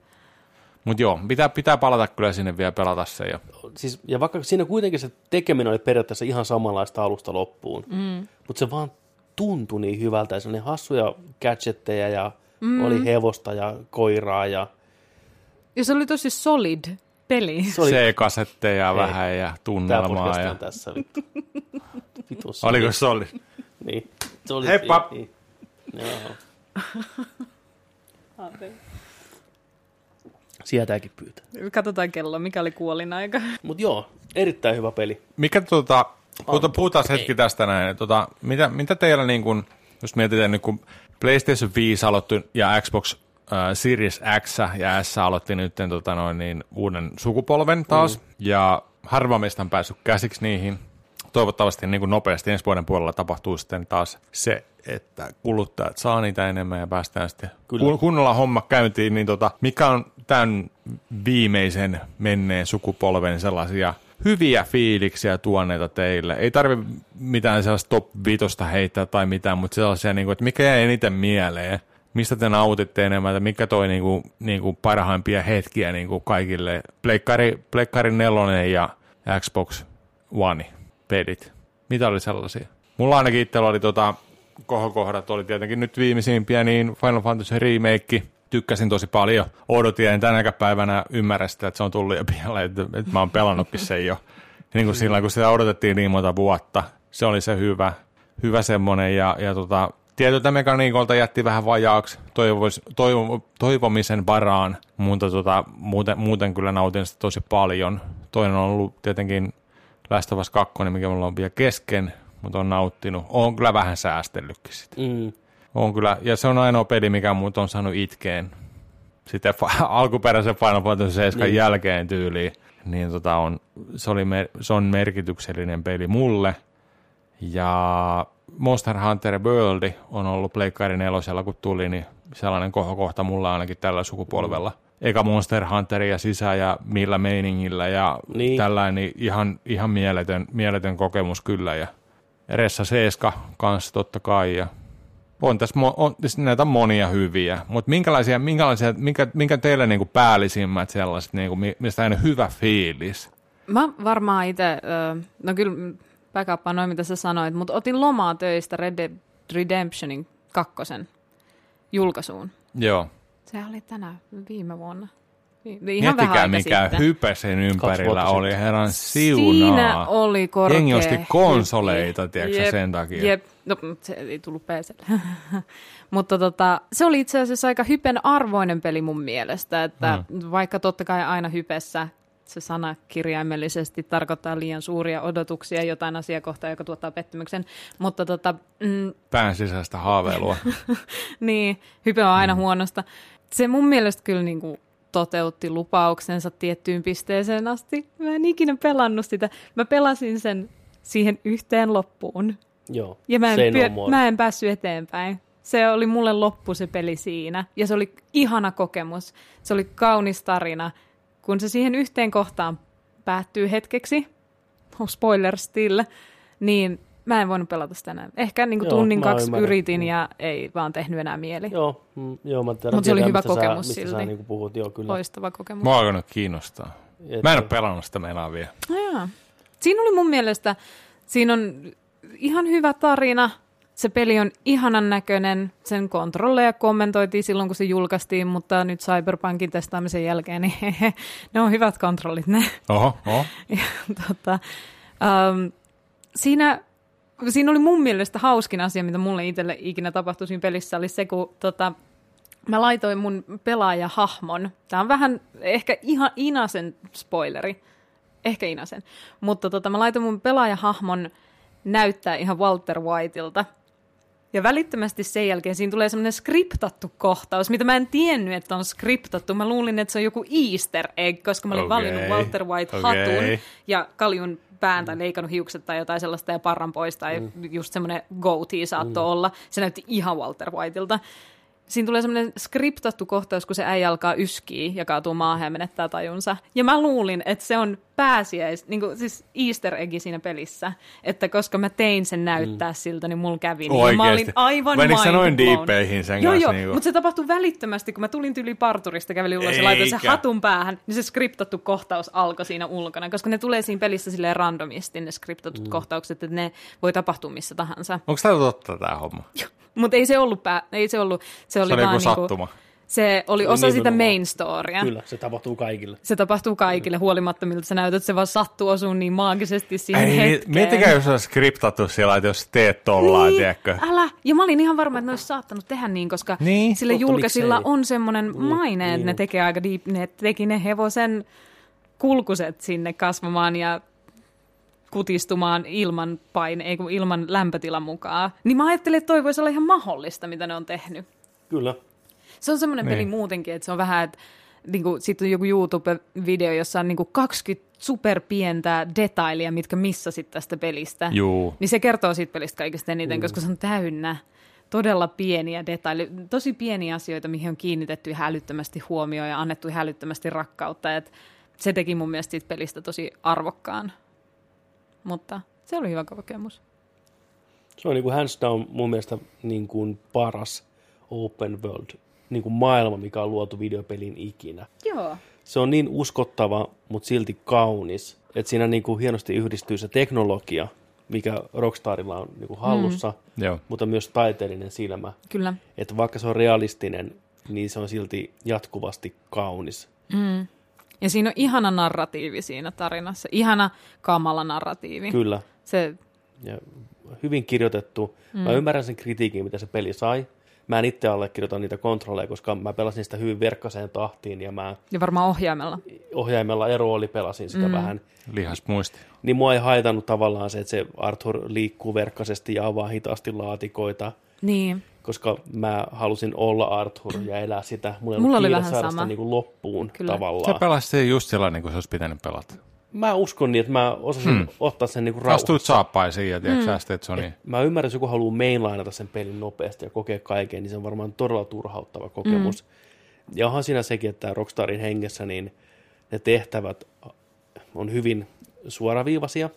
[SPEAKER 3] Mutta joo, pitää, pitää palata kyllä sinne vielä pelata se. Ja.
[SPEAKER 1] siis, ja vaikka siinä kuitenkin se tekeminen oli periaatteessa ihan samanlaista alusta loppuun, mm. mutta se vaan tuntui niin hyvältä. Ja se oli hassuja gadgetteja ja mm. oli hevosta ja koiraa ja
[SPEAKER 4] Ja se oli tosi solid peli.
[SPEAKER 1] se oli se,
[SPEAKER 3] C-kasetteja vähän ja
[SPEAKER 1] tämä
[SPEAKER 3] tunnelmaa.
[SPEAKER 1] podcast
[SPEAKER 3] Ja...
[SPEAKER 1] on tässä. Vittu. Vitu, se
[SPEAKER 3] Oliko se oli?
[SPEAKER 1] Niin. Se oli,
[SPEAKER 3] Heppa!
[SPEAKER 1] Niin, niin. Joo. Sieltäkin pyytää.
[SPEAKER 4] Katsotaan kello, mikä oli kuolin aika.
[SPEAKER 1] Mutta joo, erittäin hyvä peli.
[SPEAKER 3] Mikä tota, Puhuta, puhutaan hetki tästä näin. Tota, mitä, mitä teillä, niin kun, jos mietitään, niin kun PlayStation 5 aloitti ja Xbox äh, Series X ja S aloitti nyt tota, noin, niin, uuden sukupolven taas, mm. ja harva meistä on päässyt käsiksi niihin. Toivottavasti niin kun nopeasti ensi vuoden puolella tapahtuu sitten taas se, että kuluttajat saa niitä enemmän ja päästään sitten
[SPEAKER 1] Kyllä.
[SPEAKER 3] kun, kunnolla homma käyntiin, niin tota, mikä on tämän viimeisen menneen sukupolven sellaisia hyviä fiiliksiä tuoneita teille? Ei tarvi mitään sellaista top vitosta heittää tai mitään, mutta sellaisia, niin kuin, että mikä jäi eniten mieleen? Mistä te nautitte enemmän, että mikä toi niinku, niinku parhaimpia hetkiä niinku kaikille? Pleikkari, Pleikkari 4 ja Xbox One pelit. Mitä oli sellaisia? Mulla ainakin itsellä oli tota, kohokohdat oli tietenkin nyt viimeisimpiä, niin Final Fantasy Remake, tykkäsin tosi paljon. Odotin, en tänäkään päivänä ymmärrä sitä, että se on tullut jo pihalle, että, että mä oon pelannutkin sen jo. Niin kuin silloin, kun sitä odotettiin niin monta vuotta, se oli se hyvä, hyvä semmoinen. Ja, ja tota, tietyltä mekaniikolta jätti vähän vajaaksi toivois, toivo, toivomisen varaan, mutta tota, muuten, muuten kyllä nautin sitä tosi paljon. Toinen on ollut tietenkin Last of Us 2, mikä mulla on vielä kesken, mutta on nauttinut. Oon kyllä vähän säästellytkin sitä.
[SPEAKER 1] Mm.
[SPEAKER 3] On kyllä, ja se on ainoa peli, mikä muut on saanut itkeen. Sitten fa- alkuperäisen Final Fantasy 7 niin. jälkeen tyyliin, niin tota on, se, oli mer- se on merkityksellinen peli mulle. Ja Monster Hunter World on ollut Pleikkari nelosella, kun tuli, niin sellainen kohokohta mulla ainakin tällä sukupolvella. Eikä Monster Hunteria sisään ja millä meiningillä ja niin.
[SPEAKER 1] Niin.
[SPEAKER 3] tällainen niin ihan, ihan mieletön, mieletön kokemus kyllä. Ja Ressa Seeska kanssa totta kai ja on tässä mo- on, tässä näitä on monia hyviä, mutta minkälaisia, minkälaisia, minkä, minkä teillä niinku päällisimmät sellaiset, niinku, mi- mistä on hyvä fiilis?
[SPEAKER 4] Mä varmaan itse, no kyllä backuppaan noin mitä sä sanoit, mutta otin lomaa töistä Red Dead Redemptionin kakkosen julkaisuun.
[SPEAKER 3] Joo.
[SPEAKER 4] Se oli tänä viime vuonna. Vi- Ihan vähän
[SPEAKER 3] Miettikää,
[SPEAKER 4] aika
[SPEAKER 3] mikä
[SPEAKER 4] sitten.
[SPEAKER 3] hype sen ympärillä
[SPEAKER 1] vuotta sitten.
[SPEAKER 3] oli, herran siunaa.
[SPEAKER 4] Siinä oli korkea.
[SPEAKER 3] Jengi osti konsoleita,
[SPEAKER 4] hype.
[SPEAKER 3] tiedätkö sä, sen takia.
[SPEAKER 4] Jep, no mut se ei tullut PClle. Mutta tota, se oli itse asiassa aika hypen arvoinen peli mun mielestä, että
[SPEAKER 3] Hmm.
[SPEAKER 4] vaikka totta kai aina hypessä se sana kirjaimellisesti tarkoittaa liian suuria odotuksia jotain asiaa kohtaan, joka tuottaa pettymyksen, mutta tota, mm,
[SPEAKER 3] Pään sisäistä haaveilua.
[SPEAKER 4] niin, hype on aina huonosta. Se mun mielestä kyllä niin kuin toteutti lupauksensa tiettyyn pisteeseen asti. Mä en ikinä pelannut sitä. Mä pelasin sen siihen yhteen loppuun.
[SPEAKER 1] Joo.
[SPEAKER 4] Ja mä en,
[SPEAKER 1] Say no
[SPEAKER 4] pyö-
[SPEAKER 1] more.
[SPEAKER 4] mä en päässyt eteenpäin. Se oli mulle loppu se peli siinä. Ja se oli ihana kokemus. Se oli kaunis tarina. Kun se siihen yhteen kohtaan päättyy hetkeksi, oh, spoiler still, niin mä en voinut pelata sitä enää. Ehkä niin kuin
[SPEAKER 1] Joo,
[SPEAKER 4] tunnin
[SPEAKER 1] mä
[SPEAKER 4] kaksi
[SPEAKER 1] ymmärrän.
[SPEAKER 4] yritin
[SPEAKER 1] Joo.
[SPEAKER 4] ja ei vaan tehnyt enää mieli.
[SPEAKER 1] Joo, mm, joo mä tiedän,
[SPEAKER 4] Mut se oli
[SPEAKER 1] tiedän,
[SPEAKER 4] hyvä
[SPEAKER 1] mistä
[SPEAKER 4] kokemus
[SPEAKER 1] sä, mistä Sä
[SPEAKER 4] silti.
[SPEAKER 1] niin puhut, joo kyllä.
[SPEAKER 4] Loistava kokemus.
[SPEAKER 3] Mua alkanut kiinnostaa.
[SPEAKER 1] Et-
[SPEAKER 3] Mä en ole pelannut sitä meinaa vielä.
[SPEAKER 4] No jaa. Siinä oli mun mielestä, siinä on ihan hyvä tarina. Se peli on ihanan näköinen. Sen kontrolleja kommentoitiin silloin, kun se julkaistiin, mutta nyt Cyberpunkin testaamisen jälkeen, niin ne on hyvät kontrollit ne.
[SPEAKER 3] Oho, oho.
[SPEAKER 4] Ja, tota, um, siinä, siinä oli mun mielestä hauskin asia, mitä mulle itselle ikinä tapahtui siinä pelissä, oli se, kun tota, mä laitoin mun pelaajahahmon. Tämä on vähän ehkä ihan inasen spoileri. Ehkä inasen. Mutta tota, mä laitoin mun pelaajahahmon näyttää ihan Walter Whiteilta. Ja välittömästi sen jälkeen siinä tulee semmoinen skriptattu kohtaus, mitä mä en tiennyt, että on skriptattu. Mä luulin, että se on joku easter egg, koska mä olin
[SPEAKER 3] Okei.
[SPEAKER 4] valinnut Walter White-hatun
[SPEAKER 3] Okei.
[SPEAKER 4] ja kaljun pään tai leikannut hiukset tai jotain sellaista ja parran pois tai mm. just semmoinen goatee saattoi mm. olla. Se näytti ihan Walter Whiteilta. Siinä tulee semmoinen skriptattu kohtaus, kun se äijä alkaa yskiä ja kaatuu maahan ja menettää tajunsa. Ja mä luulin, että se on pääsiäis, niin kuin, siis easter eggi siinä pelissä. Että koska mä tein sen näyttää mm. siltä, niin mulla kävi niin. Ja Mä olin
[SPEAKER 3] Oikeesti.
[SPEAKER 4] aivan
[SPEAKER 3] Menikö sä noin
[SPEAKER 4] mind blown.
[SPEAKER 3] diippeihin sen
[SPEAKER 4] joo,
[SPEAKER 3] kanssa
[SPEAKER 4] Joo,
[SPEAKER 3] niinku?
[SPEAKER 4] mutta se tapahtui välittömästi, kun mä tulin tyli parturista, kävelin ulos ja laitoin sen
[SPEAKER 3] Eikä.
[SPEAKER 4] hatun päähän, niin se skriptattu kohtaus alkoi siinä ulkona, koska ne tulee siinä pelissä silleen randomisti, ne skriptatut mm. kohtaukset, että ne voi tapahtua missä tahansa.
[SPEAKER 3] Onko tämä totta tämä homma?
[SPEAKER 4] Mutta ei se ollut pää, ei se ollut, se oli,
[SPEAKER 3] oli
[SPEAKER 4] vaan
[SPEAKER 3] joku
[SPEAKER 4] niinku,
[SPEAKER 3] sattuma.
[SPEAKER 4] Se oli osa
[SPEAKER 1] Niin,
[SPEAKER 4] sitä
[SPEAKER 1] nimenomaan.
[SPEAKER 4] main storya.
[SPEAKER 1] Kyllä, se tapahtuu kaikille.
[SPEAKER 4] Se tapahtuu kaikille huolimatta, miltä sä näytät, se vaan sattuu osuun niin maagisesti siihen
[SPEAKER 3] Ei,
[SPEAKER 4] hetkeen.
[SPEAKER 3] miettikää, jos on skriptattu sillä, että jos teet tollaan, niin. tiedätkö?
[SPEAKER 4] Älä. Ja mä olin ihan varma, että ne olisi saattanut tehdä niin, koska
[SPEAKER 3] Niin.
[SPEAKER 4] niin, sillä
[SPEAKER 1] Totta,
[SPEAKER 4] julkaisilla
[SPEAKER 1] miksei. Niin,
[SPEAKER 4] on semmoinen maine, että ne tekee aika deep, ne teki ne hevosen kulkuset sinne kasvamaan ja kutistumaan ilman paine, ei kun ilman lämpötilan mukaan. Niin mä ajattelin, että toi voisi olla ihan mahdollista, mitä ne on tehnyt.
[SPEAKER 1] Kyllä.
[SPEAKER 4] Se on semmoinen
[SPEAKER 3] Niin.
[SPEAKER 4] peli muutenkin, että se on vähän, että niin kuin, sit on joku YouTube-video, jossa on niin kuin 20 superpientä detailia, mitkä missasit tästä pelistä.
[SPEAKER 3] Juu. Mm.
[SPEAKER 4] Niin se kertoo siitä pelistä kaikista eniten, koska se on täynnä todella pieniä detaileja, tosi pieniä asioita, mihin on kiinnitetty ihan älyttömästi huomioon ja annettu ihan älyttömästi rakkautta. Et se teki mun mielestä siitä pelistä tosi arvokkaan. Mutta se oli hyvä kokemus.
[SPEAKER 1] Se on niin kuin hands down mun mielestä niin kuin paras open world niin kuin maailma, mikä on luotu videopelin ikinä.
[SPEAKER 4] Joo.
[SPEAKER 1] Se on niin uskottava, mutta silti kaunis, että siinä niin kuin hienosti yhdistyy se teknologia, mikä Rockstarilla on niin kuin hallussa,
[SPEAKER 4] Mm.
[SPEAKER 3] Joo.
[SPEAKER 1] mutta myös taiteellinen silmä.
[SPEAKER 4] Kyllä.
[SPEAKER 1] Että vaikka se on realistinen, niin se on silti jatkuvasti kaunis.
[SPEAKER 4] Ja siinä on ihana narratiivi siinä tarinassa. Ihana kamala narratiivi.
[SPEAKER 1] Kyllä.
[SPEAKER 4] Se,
[SPEAKER 1] ja hyvin kirjoitettu. Mm. Mä ymmärrän sen kritiikin, mitä se peli sai. Mä en itse allekirjoita niitä kontrolleja, koska mä pelasin sitä hyvin verkkaseen tahtiin ja mä
[SPEAKER 4] ja varmaan ohjaimella.
[SPEAKER 1] ohjaimella ja rooli pelasin sitä mm. vähän.
[SPEAKER 3] Lihas muisti.
[SPEAKER 1] Niin mua ei haitannut tavallaan se, että se Arthur liikkuu verkkaisesti ja avaa hitaasti laatikoita,
[SPEAKER 4] Niin.
[SPEAKER 1] koska mä halusin olla Arthur ja elää sitä. Mulla, ei
[SPEAKER 4] Mulla
[SPEAKER 1] ollut
[SPEAKER 4] oli
[SPEAKER 1] kiire
[SPEAKER 4] vähän
[SPEAKER 1] saada
[SPEAKER 4] sama.
[SPEAKER 1] sitä niin kuin loppuun
[SPEAKER 4] Kyllä.
[SPEAKER 1] Kyllä.
[SPEAKER 3] Se
[SPEAKER 1] tavallaan.
[SPEAKER 3] pelasi se just sellainen, kuin se olisi pitänyt pelata.
[SPEAKER 1] Mä uskon niin, että mä osasin hmm. ottaa sen niin kuin rauhan.
[SPEAKER 3] Astuit saappaisiin ja tiedätkö mm. sä Sony.
[SPEAKER 1] Mä ymmärrän, jos joku haluaa mainlainata sen pelin nopeasti ja kokea kaiken, niin se on varmaan todella turhauttava kokemus. Mm. Ja onhan siinä sekin, että Rockstarin hengessä niin ne tehtävät on hyvin suoraviivaisia.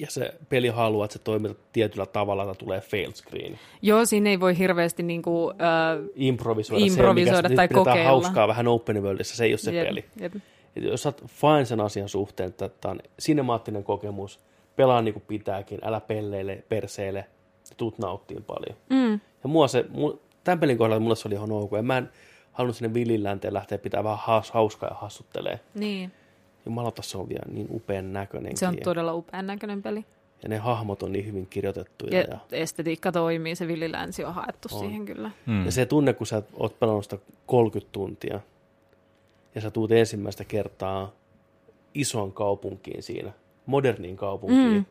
[SPEAKER 1] Ja se peli haluaa, että se toimii tietyllä tavalla, että tulee fail screen.
[SPEAKER 4] Joo, siinä ei voi hirveästi niinku, äh,
[SPEAKER 1] Improvisoida, se,
[SPEAKER 4] Improvisoida
[SPEAKER 1] mikä
[SPEAKER 4] tai
[SPEAKER 1] nyt pidetään
[SPEAKER 4] kokeilla.
[SPEAKER 1] hauskaa vähän open worldissa, se ei ole se
[SPEAKER 4] jep,
[SPEAKER 1] peli.
[SPEAKER 4] jep.
[SPEAKER 1] Et jos sä oot fine sen asian suhteen, että tämä on sinemaattinen kokemus, pelaa niin kuin pitääkin, älä pelleile, perseile, ja tuut nauttiin paljon. Mm. Ja mua se, mu, tämän pelin kohdalla mulle se oli ihan ok. En Mä en halunnut sinne villilänteen lähteä pitää vähän haas, hauskaa ja hassuttelee.
[SPEAKER 4] Niin.
[SPEAKER 1] Jumalauta, se on vielä niin upean näköinen.
[SPEAKER 4] Se on todella upean näköinen peli.
[SPEAKER 1] ja ne hahmot on niin hyvin kirjoitettuja.
[SPEAKER 4] Ja,
[SPEAKER 1] Ja,
[SPEAKER 4] ja estetiikka toimii, se villilänsi on haettu on. siihen kyllä.
[SPEAKER 1] mm. ja se tunne, kun sä oot pelannut sitä 30 tuntia, ja sä tuut ensimmäistä kertaa isoon kaupunkiin siinä, moderniin kaupunkiin, mm.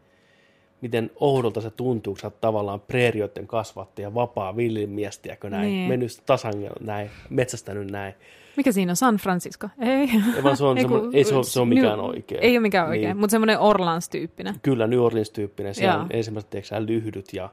[SPEAKER 1] miten oudolta se tuntuu, kun sä oot tavallaan preerioiden kasvattaja, vapaa villimies, tiedätkö näin,
[SPEAKER 4] Niin.
[SPEAKER 1] niin. mennyt tasangella näin, metsästänyt näin.
[SPEAKER 4] Mikä siinä on? San Francisco? Ei.
[SPEAKER 1] Ei vaan se on
[SPEAKER 4] kun-
[SPEAKER 1] semmoinen- ei se ole- se ole mikään
[SPEAKER 4] New-
[SPEAKER 1] oikea.
[SPEAKER 4] Ei ole mikään oikein,
[SPEAKER 1] Niin.
[SPEAKER 4] mutta semmoinen Orlans-tyyppinen.
[SPEAKER 1] Kyllä, New Orleans-tyyppinen, siellä on
[SPEAKER 4] Joo.
[SPEAKER 1] ensimmäiset tiedätkö, lyhdyt ja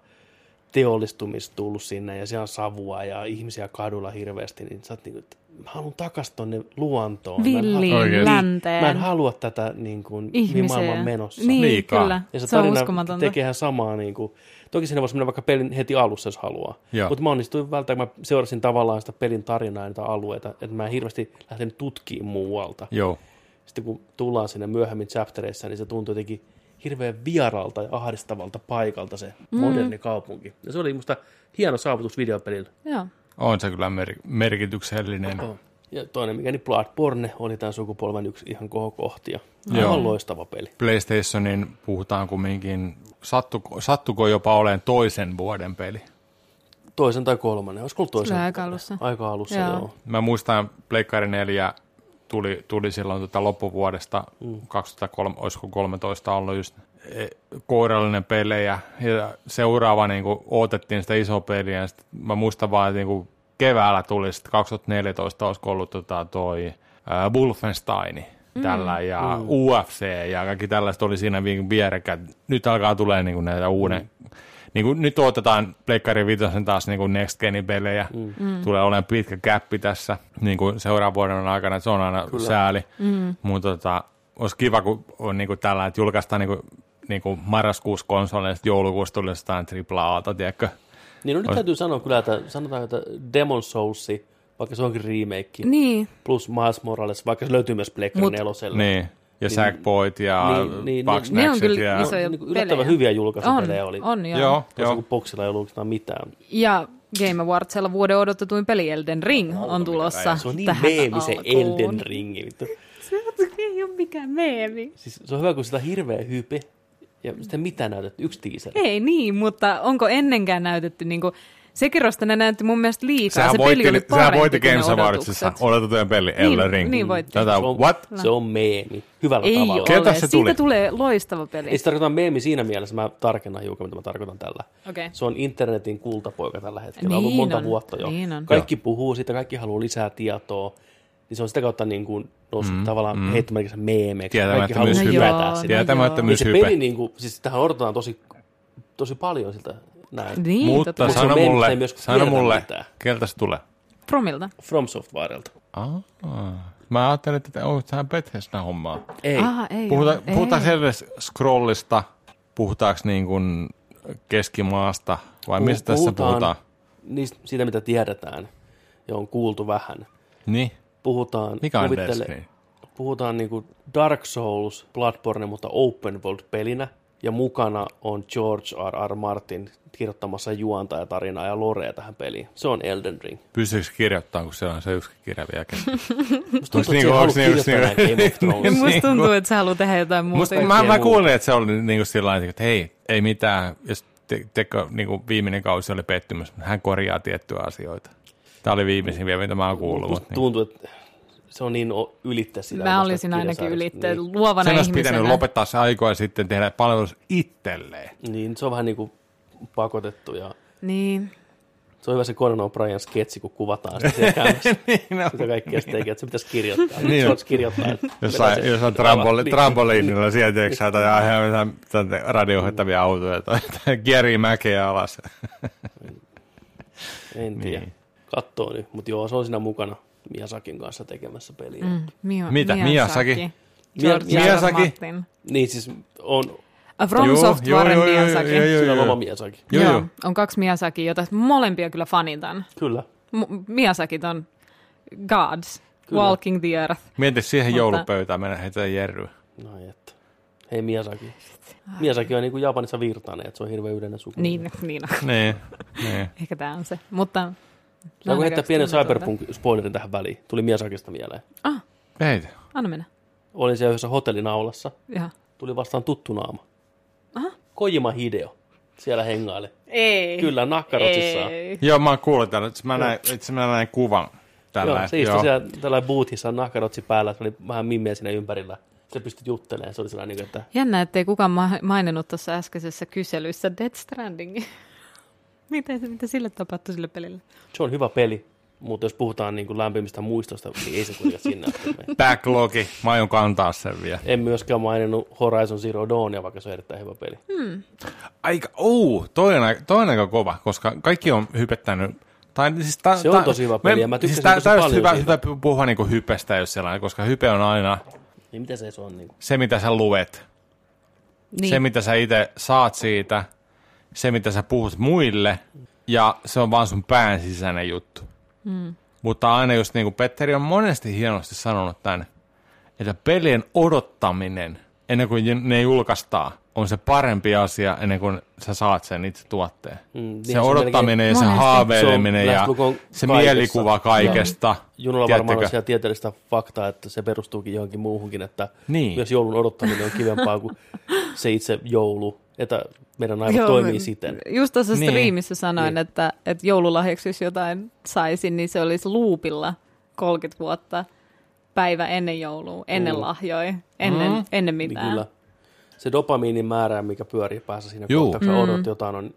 [SPEAKER 1] teollistumista tullut sinne ja siellä on savua ja ihmisiä kadulla hirveästi, niin sä oot niin kuin, että mä haluan takaisin tonne luontoon.
[SPEAKER 4] Villiin,
[SPEAKER 1] mä en, halua,
[SPEAKER 4] länteen.
[SPEAKER 1] mä en halua tätä niin kuin, mihin
[SPEAKER 4] Ihmiseen.
[SPEAKER 1] maailma on menossa.
[SPEAKER 4] Niin,
[SPEAKER 3] Liikaa.
[SPEAKER 4] kyllä.
[SPEAKER 1] Ja
[SPEAKER 4] Se,
[SPEAKER 1] se,
[SPEAKER 4] on
[SPEAKER 1] tarina
[SPEAKER 4] uskomatonta.
[SPEAKER 1] tekee ihan samaa. Niin kuin, toki sinne voisi mennä vaikka pelin heti alussa, jos haluaa.
[SPEAKER 3] Joo.
[SPEAKER 1] Mutta mä onnistuin välttämään, mä seurasin tavallaan sitä pelin tarinaa ja niitä alueita, että mä en hirveästi lähtenyt tutkimaan muualta
[SPEAKER 3] Joo.
[SPEAKER 1] sitten kun tullaan sinne myöhemmin chaptereissa, niin se tuntuu jotenkin hirveän vieralta ja ahdistavalta paikalta se
[SPEAKER 4] Mm.
[SPEAKER 1] moderni kaupunki. Ja se oli musta hieno saavutus videopelillä.
[SPEAKER 4] Joo.
[SPEAKER 3] On se kyllä mer- merkityksellinen.
[SPEAKER 1] Joo. Ja toinen, mikä niin Bloodborne, oli tämän sukupolven yksi ihan kohokohtia.
[SPEAKER 3] Joo.
[SPEAKER 1] Aivan loistava peli.
[SPEAKER 3] PlayStationin puhutaan kumminkin, sattuko, sattuko jopa olen toisen vuoden peli.
[SPEAKER 1] Toisen tai kolmannen, olisiko ollut toisen?
[SPEAKER 4] Vähän aika alussa.
[SPEAKER 1] Aika alussa,
[SPEAKER 4] Joo.
[SPEAKER 1] joo. joo.
[SPEAKER 3] Mä muistan, Pleikkari 4 tuli, tuli silloin tota loppuvuodesta, mm. 2003, olisiko 13 ollut just e, kourallinen pelejä. Ja seuraava niin kuin, odotettiin sitä isoa peliä. Ja sit, mä muistan vaan, että niin kuin, keväällä tuli sitten 2014, olisiko ollut tota, toi ää, Wolfenstein tällä ja mm. UFC ja kaikki tällaista oli siinä vi- vierekkäin. Nyt alkaa tulee niin kuin, näitä uuden, niin kuin nyt otetaan Pleikkari Vitosen taas niin kuin Next Genin pelejä. Mm. Tulee olemaan pitkä käppi tässä niin kuin seuraavan vuoden aikana, että se on aina Kyllä. sääli. Mm. Mutta tota, olisi kiva, kun on niin kuin tällä, että julkaistaan niin kuin, niin kuin marraskuussa konsoleista, joulukuussa tulee jotain AAA-ta, tiedätkö?
[SPEAKER 1] Niin no, nyt täytyy sanoa kyllä, että sanotaan, että Demon Souls, vaikka se onkin remake,
[SPEAKER 4] Niin,
[SPEAKER 1] plus Miles Morales, vaikka se löytyy myös Pleikkari
[SPEAKER 4] Mut-
[SPEAKER 1] neloselle.
[SPEAKER 3] Niin. Ja Sackboyt ja
[SPEAKER 1] Niin, niin,
[SPEAKER 3] Bugsnaxit
[SPEAKER 4] ne on kyllä
[SPEAKER 3] ja...
[SPEAKER 4] isoja
[SPEAKER 1] Niin kuin yllättävän
[SPEAKER 4] pelejä.
[SPEAKER 1] hyviä
[SPEAKER 4] on,
[SPEAKER 1] julkaisupelejä oli.
[SPEAKER 4] on joo.
[SPEAKER 3] Joo,
[SPEAKER 1] Toisin
[SPEAKER 3] joo.
[SPEAKER 1] kuin Boxilla ei ollut oikeastaan mitään.
[SPEAKER 4] Ja Game Awardsella vuoden odotetuin peli Elden Ring on tulossa
[SPEAKER 1] Se on niin
[SPEAKER 4] tähän
[SPEAKER 1] meemi se
[SPEAKER 4] alkuun.
[SPEAKER 1] Elden Ringi. vittu.
[SPEAKER 4] Se ei ole mikään meemi.
[SPEAKER 1] Siis se on hyvä, kun sitä on hirveä hype. Ja sitten mitä näytetty? Yksi tiiseri.
[SPEAKER 4] Ei niin, mutta onko ennenkään näytetty niinku Se kerrosta ne näytti mun mielestä liikaa.
[SPEAKER 3] Sehän
[SPEAKER 4] se
[SPEAKER 3] voitti,
[SPEAKER 4] peli oli
[SPEAKER 3] sehän
[SPEAKER 4] parempi
[SPEAKER 3] voitti
[SPEAKER 4] kuin ne
[SPEAKER 3] Games Awardsissa
[SPEAKER 4] odotukset.
[SPEAKER 3] odotetujen peli Elden Ring.
[SPEAKER 4] niin voitti.
[SPEAKER 3] Tätä,
[SPEAKER 1] Se on,
[SPEAKER 3] what?
[SPEAKER 1] se on meemi. Hyvällä
[SPEAKER 4] Ei
[SPEAKER 1] tavalla.
[SPEAKER 4] ole.
[SPEAKER 3] Keltä se tuli?
[SPEAKER 4] Siitä tulee loistava peli.
[SPEAKER 1] Ei se tarkoita meemi siinä mielessä, mä tarkennan hiukan, mitä mä tarkoitan tällä.
[SPEAKER 4] Okei.
[SPEAKER 1] Se on internetin kultapoika tällä hetkellä, niin
[SPEAKER 4] Niin
[SPEAKER 1] ollut monta
[SPEAKER 4] on,
[SPEAKER 1] vuotta jo.
[SPEAKER 4] niin on.
[SPEAKER 1] Kaikki puhuu siitä, kaikki haluaa lisää tietoa. Niin se on sitä kautta niin kuin noussut mm, tavallaan mm. heittämällä meemeiksi. Kaikki
[SPEAKER 3] Tietämättä
[SPEAKER 1] haluaa
[SPEAKER 3] myös
[SPEAKER 4] No
[SPEAKER 3] hype.
[SPEAKER 4] joo,
[SPEAKER 1] hypätä
[SPEAKER 4] no
[SPEAKER 1] sitä.
[SPEAKER 3] Tietämättä
[SPEAKER 4] joo.
[SPEAKER 1] Niin
[SPEAKER 3] myös
[SPEAKER 1] se peli,
[SPEAKER 3] hype.
[SPEAKER 1] niin kuin, siis tähän odotetaan tosi, tosi paljon siltä näin.
[SPEAKER 4] Niin,
[SPEAKER 3] Mutta
[SPEAKER 4] totta.
[SPEAKER 1] se on
[SPEAKER 3] sano
[SPEAKER 1] meemi,
[SPEAKER 3] mulle,
[SPEAKER 1] mutta ei myöskään
[SPEAKER 3] sano
[SPEAKER 1] tiedetä
[SPEAKER 3] mulle,
[SPEAKER 1] mitään.
[SPEAKER 3] keltä se tulee.
[SPEAKER 4] Promilta.
[SPEAKER 1] From Softwarelta.
[SPEAKER 3] Aa, mä ajattelin, että oh, on tähän Bethesda-hommaa.
[SPEAKER 1] Ei.
[SPEAKER 4] Aha, ei
[SPEAKER 3] Puhuta,
[SPEAKER 4] ole, ei.
[SPEAKER 3] puhutaanko edes scrollista, puhutaanko niin kuin keskimaasta vai
[SPEAKER 1] Puh-
[SPEAKER 3] mistä tässä puhutaan?
[SPEAKER 1] Niistä, siitä, mitä tiedetään ja on kuultu vähän.
[SPEAKER 3] Niin,
[SPEAKER 1] Puhutaan,
[SPEAKER 3] mikä on
[SPEAKER 1] kuvittele-
[SPEAKER 3] Destiny?
[SPEAKER 1] puhutaan niinku Dark Souls, Bloodborne, mutta open world pelinä. Ja mukana on George R. R. Martin kirjoittamassa juonta ja tarinaa ja lorea tähän peliin. Se on Elden Ring.
[SPEAKER 3] Pystyykö kirjoittamaan, kun siellä on se yksi kirja vielä kesken?
[SPEAKER 1] Musta tuntuu,
[SPEAKER 3] niinku-
[SPEAKER 1] että
[SPEAKER 3] onks
[SPEAKER 1] onko
[SPEAKER 3] niinku-
[SPEAKER 1] niinku, Game of
[SPEAKER 3] Niin.
[SPEAKER 1] Thrones.
[SPEAKER 4] Musta
[SPEAKER 3] Niin kuin-
[SPEAKER 4] tuntuu, että sä haluat tehdä jotain muuta.
[SPEAKER 3] Musta,
[SPEAKER 4] kuin-
[SPEAKER 3] mä, mä
[SPEAKER 1] muu.
[SPEAKER 3] kuulin, että se oli niin kuin sillä lailla, että hei, ei mitään, jos te, te, niin kuin viimeinen kausi oli pettymys, mutta hän korjaa tiettyjä asioita. Tämä oli viimeisin vielä, mitä mä oon kuullut.
[SPEAKER 1] Musta
[SPEAKER 3] mutta niin.
[SPEAKER 1] tuntuu, että se on niin o- ylittä sitä.
[SPEAKER 4] Mä
[SPEAKER 1] omasta
[SPEAKER 4] olisin ainakin
[SPEAKER 1] kirjasarjasta.
[SPEAKER 4] ylitte
[SPEAKER 1] Niin,
[SPEAKER 4] luovana
[SPEAKER 3] Sen olisi
[SPEAKER 4] ihmisenä.
[SPEAKER 3] pitänyt lopettaa se aikoja sitten tehdä palvelus itselleen.
[SPEAKER 1] niin, se on vähän niin kuin pakotettu ja
[SPEAKER 4] Niin.
[SPEAKER 1] se on hyvä se Conan O'Brien sketsi, kun kuvataan sitä siellä käymässä.
[SPEAKER 3] niin,
[SPEAKER 1] Mitä kaikkea se tekee, että se pitäisi kirjoittaa.
[SPEAKER 3] Niin.
[SPEAKER 1] Niin. Se voisi kirjoittaa. että
[SPEAKER 3] Jossain,
[SPEAKER 1] mennään se- Niin.
[SPEAKER 3] jossain trampoli, trampoliinilla sieltä, eikö sä tai aivan jotain- jotain radiohdettavia autoja tai tai kierii mäkeä alas.
[SPEAKER 1] En tiedä. Niin. Kattoo nyt, mutta joo, se on siinä mukana Miasakin kanssa tekemässä peliä. Mm.
[SPEAKER 4] Mio,
[SPEAKER 3] Mitä? Miyazaki?
[SPEAKER 4] George R. R.
[SPEAKER 3] Miyazaki?
[SPEAKER 4] Martin.
[SPEAKER 1] Niin siis on
[SPEAKER 4] A From
[SPEAKER 3] Joo,
[SPEAKER 4] Softwaren
[SPEAKER 3] joo, joo, joo,
[SPEAKER 4] Miyazaki.
[SPEAKER 3] joo, joo,
[SPEAKER 1] sillä on oma Miasaki.
[SPEAKER 3] Joo,
[SPEAKER 4] Joo,
[SPEAKER 3] joo.
[SPEAKER 4] on kaksi Miyazaki, jota molempia kyllä fanitan.
[SPEAKER 1] Kyllä.
[SPEAKER 4] M- Miyazakit on gods,
[SPEAKER 1] Kyllä.
[SPEAKER 4] walking the earth.
[SPEAKER 3] Mieti siihen
[SPEAKER 4] Mutta-
[SPEAKER 3] joulupöytään, mennä heitä jerryä.
[SPEAKER 1] No että. Hei Miasaki. Miasaki on niin kuin Japanissa virtainen, että se on hirveän yleinen suku.
[SPEAKER 4] Niin, niin on.
[SPEAKER 3] Niin, niin.
[SPEAKER 4] ehkä tämä on se. Mutta
[SPEAKER 1] Saanko heittää pienen
[SPEAKER 4] Lähdetäänkö
[SPEAKER 1] Cyberpunk-spoilerin tähän väliin? Tuli Miasakista mieleen.
[SPEAKER 3] Heitä.
[SPEAKER 4] tuota. Anna mennä.
[SPEAKER 1] Olin siellä yhdessä hotellinaulassa.
[SPEAKER 4] Jaha.
[SPEAKER 1] Tuli vastaan tuttu naama. Kojima Hideo. Siellä hengaili.
[SPEAKER 4] Ei.
[SPEAKER 1] Kyllä, nakkarotsissaan.
[SPEAKER 4] Ei.
[SPEAKER 3] Joo, mä oon kuullut tällä. Itse mä näin, itse mä näin kuvan tällä.
[SPEAKER 1] Joo, siis se istui siellä tällä bootissa nakkarotsi päällä. Se oli vähän mimmiä siinä ympärillä. Se pystyi juttelemaan. Se oli sellainen, niin kuin, että
[SPEAKER 4] Jännä, ettei kukaan ma- maininnut tuossa äskeisessä kyselyssä Death Stranding. mitä, mitä sille tapahtui sille pelille?
[SPEAKER 1] Se on hyvä peli, mutta jos puhutaan niin kuin lämpimistä muistosta, niin ei se kuitenkaan sinne. asti mene.
[SPEAKER 3] Backlogi. Mä aion kantaa sen vielä.
[SPEAKER 1] En myöskään maininnut Horizon Zero Dawnia, vaikka se on erittäin hyvä peli.
[SPEAKER 4] Hmm.
[SPEAKER 3] Aika, uu, toi on, aika- toi on aika kova, koska kaikki on hypettänyt. Tai, siis ta, siis
[SPEAKER 1] Se on tosi hyvä peli, ja mä tykkäsin tosi
[SPEAKER 3] tää,
[SPEAKER 1] paljon
[SPEAKER 3] hyvä,
[SPEAKER 1] siitä.
[SPEAKER 3] hyvä puhua niinku hypestä, jos sellainen, koska hype on aina
[SPEAKER 1] Niin mitä se se on? Niin kuin?
[SPEAKER 3] se, mitä sä luet.
[SPEAKER 4] Niin.
[SPEAKER 3] se, mitä sä itse saat siitä, se, mitä sä puhut muille, ja se on vaan sun pään sisäinen juttu. Mm. Mutta aina just niin kuin Petteri on monesti hienosti sanonut tämän, että pelien odottaminen ennen kuin ne julkaistaan on se parempi asia ennen kuin sä saat sen itse tuotteen. Mm,
[SPEAKER 1] niin
[SPEAKER 3] se
[SPEAKER 1] se on
[SPEAKER 3] odottaminen ja se
[SPEAKER 4] melkein-
[SPEAKER 3] haaveileminen
[SPEAKER 1] Se on
[SPEAKER 3] ja
[SPEAKER 1] lähestulkoon kaikessa.
[SPEAKER 3] se mielikuva kaikesta.
[SPEAKER 1] Junolla varmaan on
[SPEAKER 3] Tiedättekö?
[SPEAKER 1] siellä tieteellistä faktaa, että se perustuukin johonkin muuhunkin, että
[SPEAKER 3] Niin.
[SPEAKER 1] myös joulun odottaminen on kivempaa kuin se itse joulu, että meidän aivot
[SPEAKER 4] Joo, niin
[SPEAKER 1] toimii
[SPEAKER 4] me-
[SPEAKER 1] siten.
[SPEAKER 4] Just tuossa
[SPEAKER 3] Niin.
[SPEAKER 4] niin. striimissä sanoin,
[SPEAKER 1] Niin.
[SPEAKER 4] niin. että, että joululahjaksi jos jotain saisin, niin se olisi luupilla 30 vuotta päivä ennen joulua, ennen
[SPEAKER 1] Mm.
[SPEAKER 4] mm. lahjoja, ennen, mm. ennen
[SPEAKER 1] Niin
[SPEAKER 4] mitään.
[SPEAKER 1] kyllä. Se dopamiinin määrä, mikä pyörii päässä siinä
[SPEAKER 3] Juu.
[SPEAKER 1] kohtaa, kun
[SPEAKER 4] Mm.
[SPEAKER 1] sä odot jotain, on...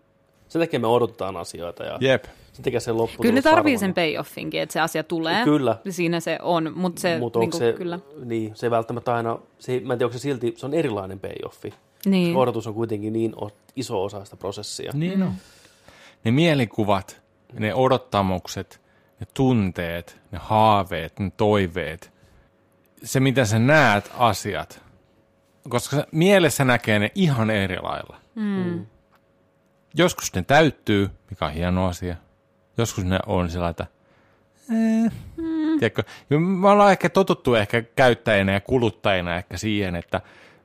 [SPEAKER 1] Sen takia me odotetaan asioita ja
[SPEAKER 3] Jep.
[SPEAKER 1] sen takia se loppu.
[SPEAKER 4] Kyllä ne tarvii sen payoffinkin, että se asia tulee.
[SPEAKER 1] Kyllä.
[SPEAKER 4] Siinä se on, mutta se,
[SPEAKER 1] Mutta
[SPEAKER 4] niin
[SPEAKER 1] onko
[SPEAKER 4] kuin,
[SPEAKER 1] se,
[SPEAKER 4] kyllä.
[SPEAKER 1] niin, se ei välttämättä aina, se, ei- mä en tiedä, onko se silti, se on erilainen payoffi.
[SPEAKER 4] Niin.
[SPEAKER 1] Odotus on kuitenkin niin o- iso osa sitä prosessia.
[SPEAKER 3] Niin on. Ne mielikuvat, ne odottamukset, ne tunteet, ne haaveet, ne toiveet. Se, mitä sä näet asiat. Koska sä- mielessä näkee ne ihan eri lailla. Mm. Joskus ne täyttyy, mikä on hieno asia. Joskus ne on sillä että... eh, Tiedätkö, Ja me ollaan ehkä totuttu ehkä käyttäjinä ja kuluttajina ehkä siihen, että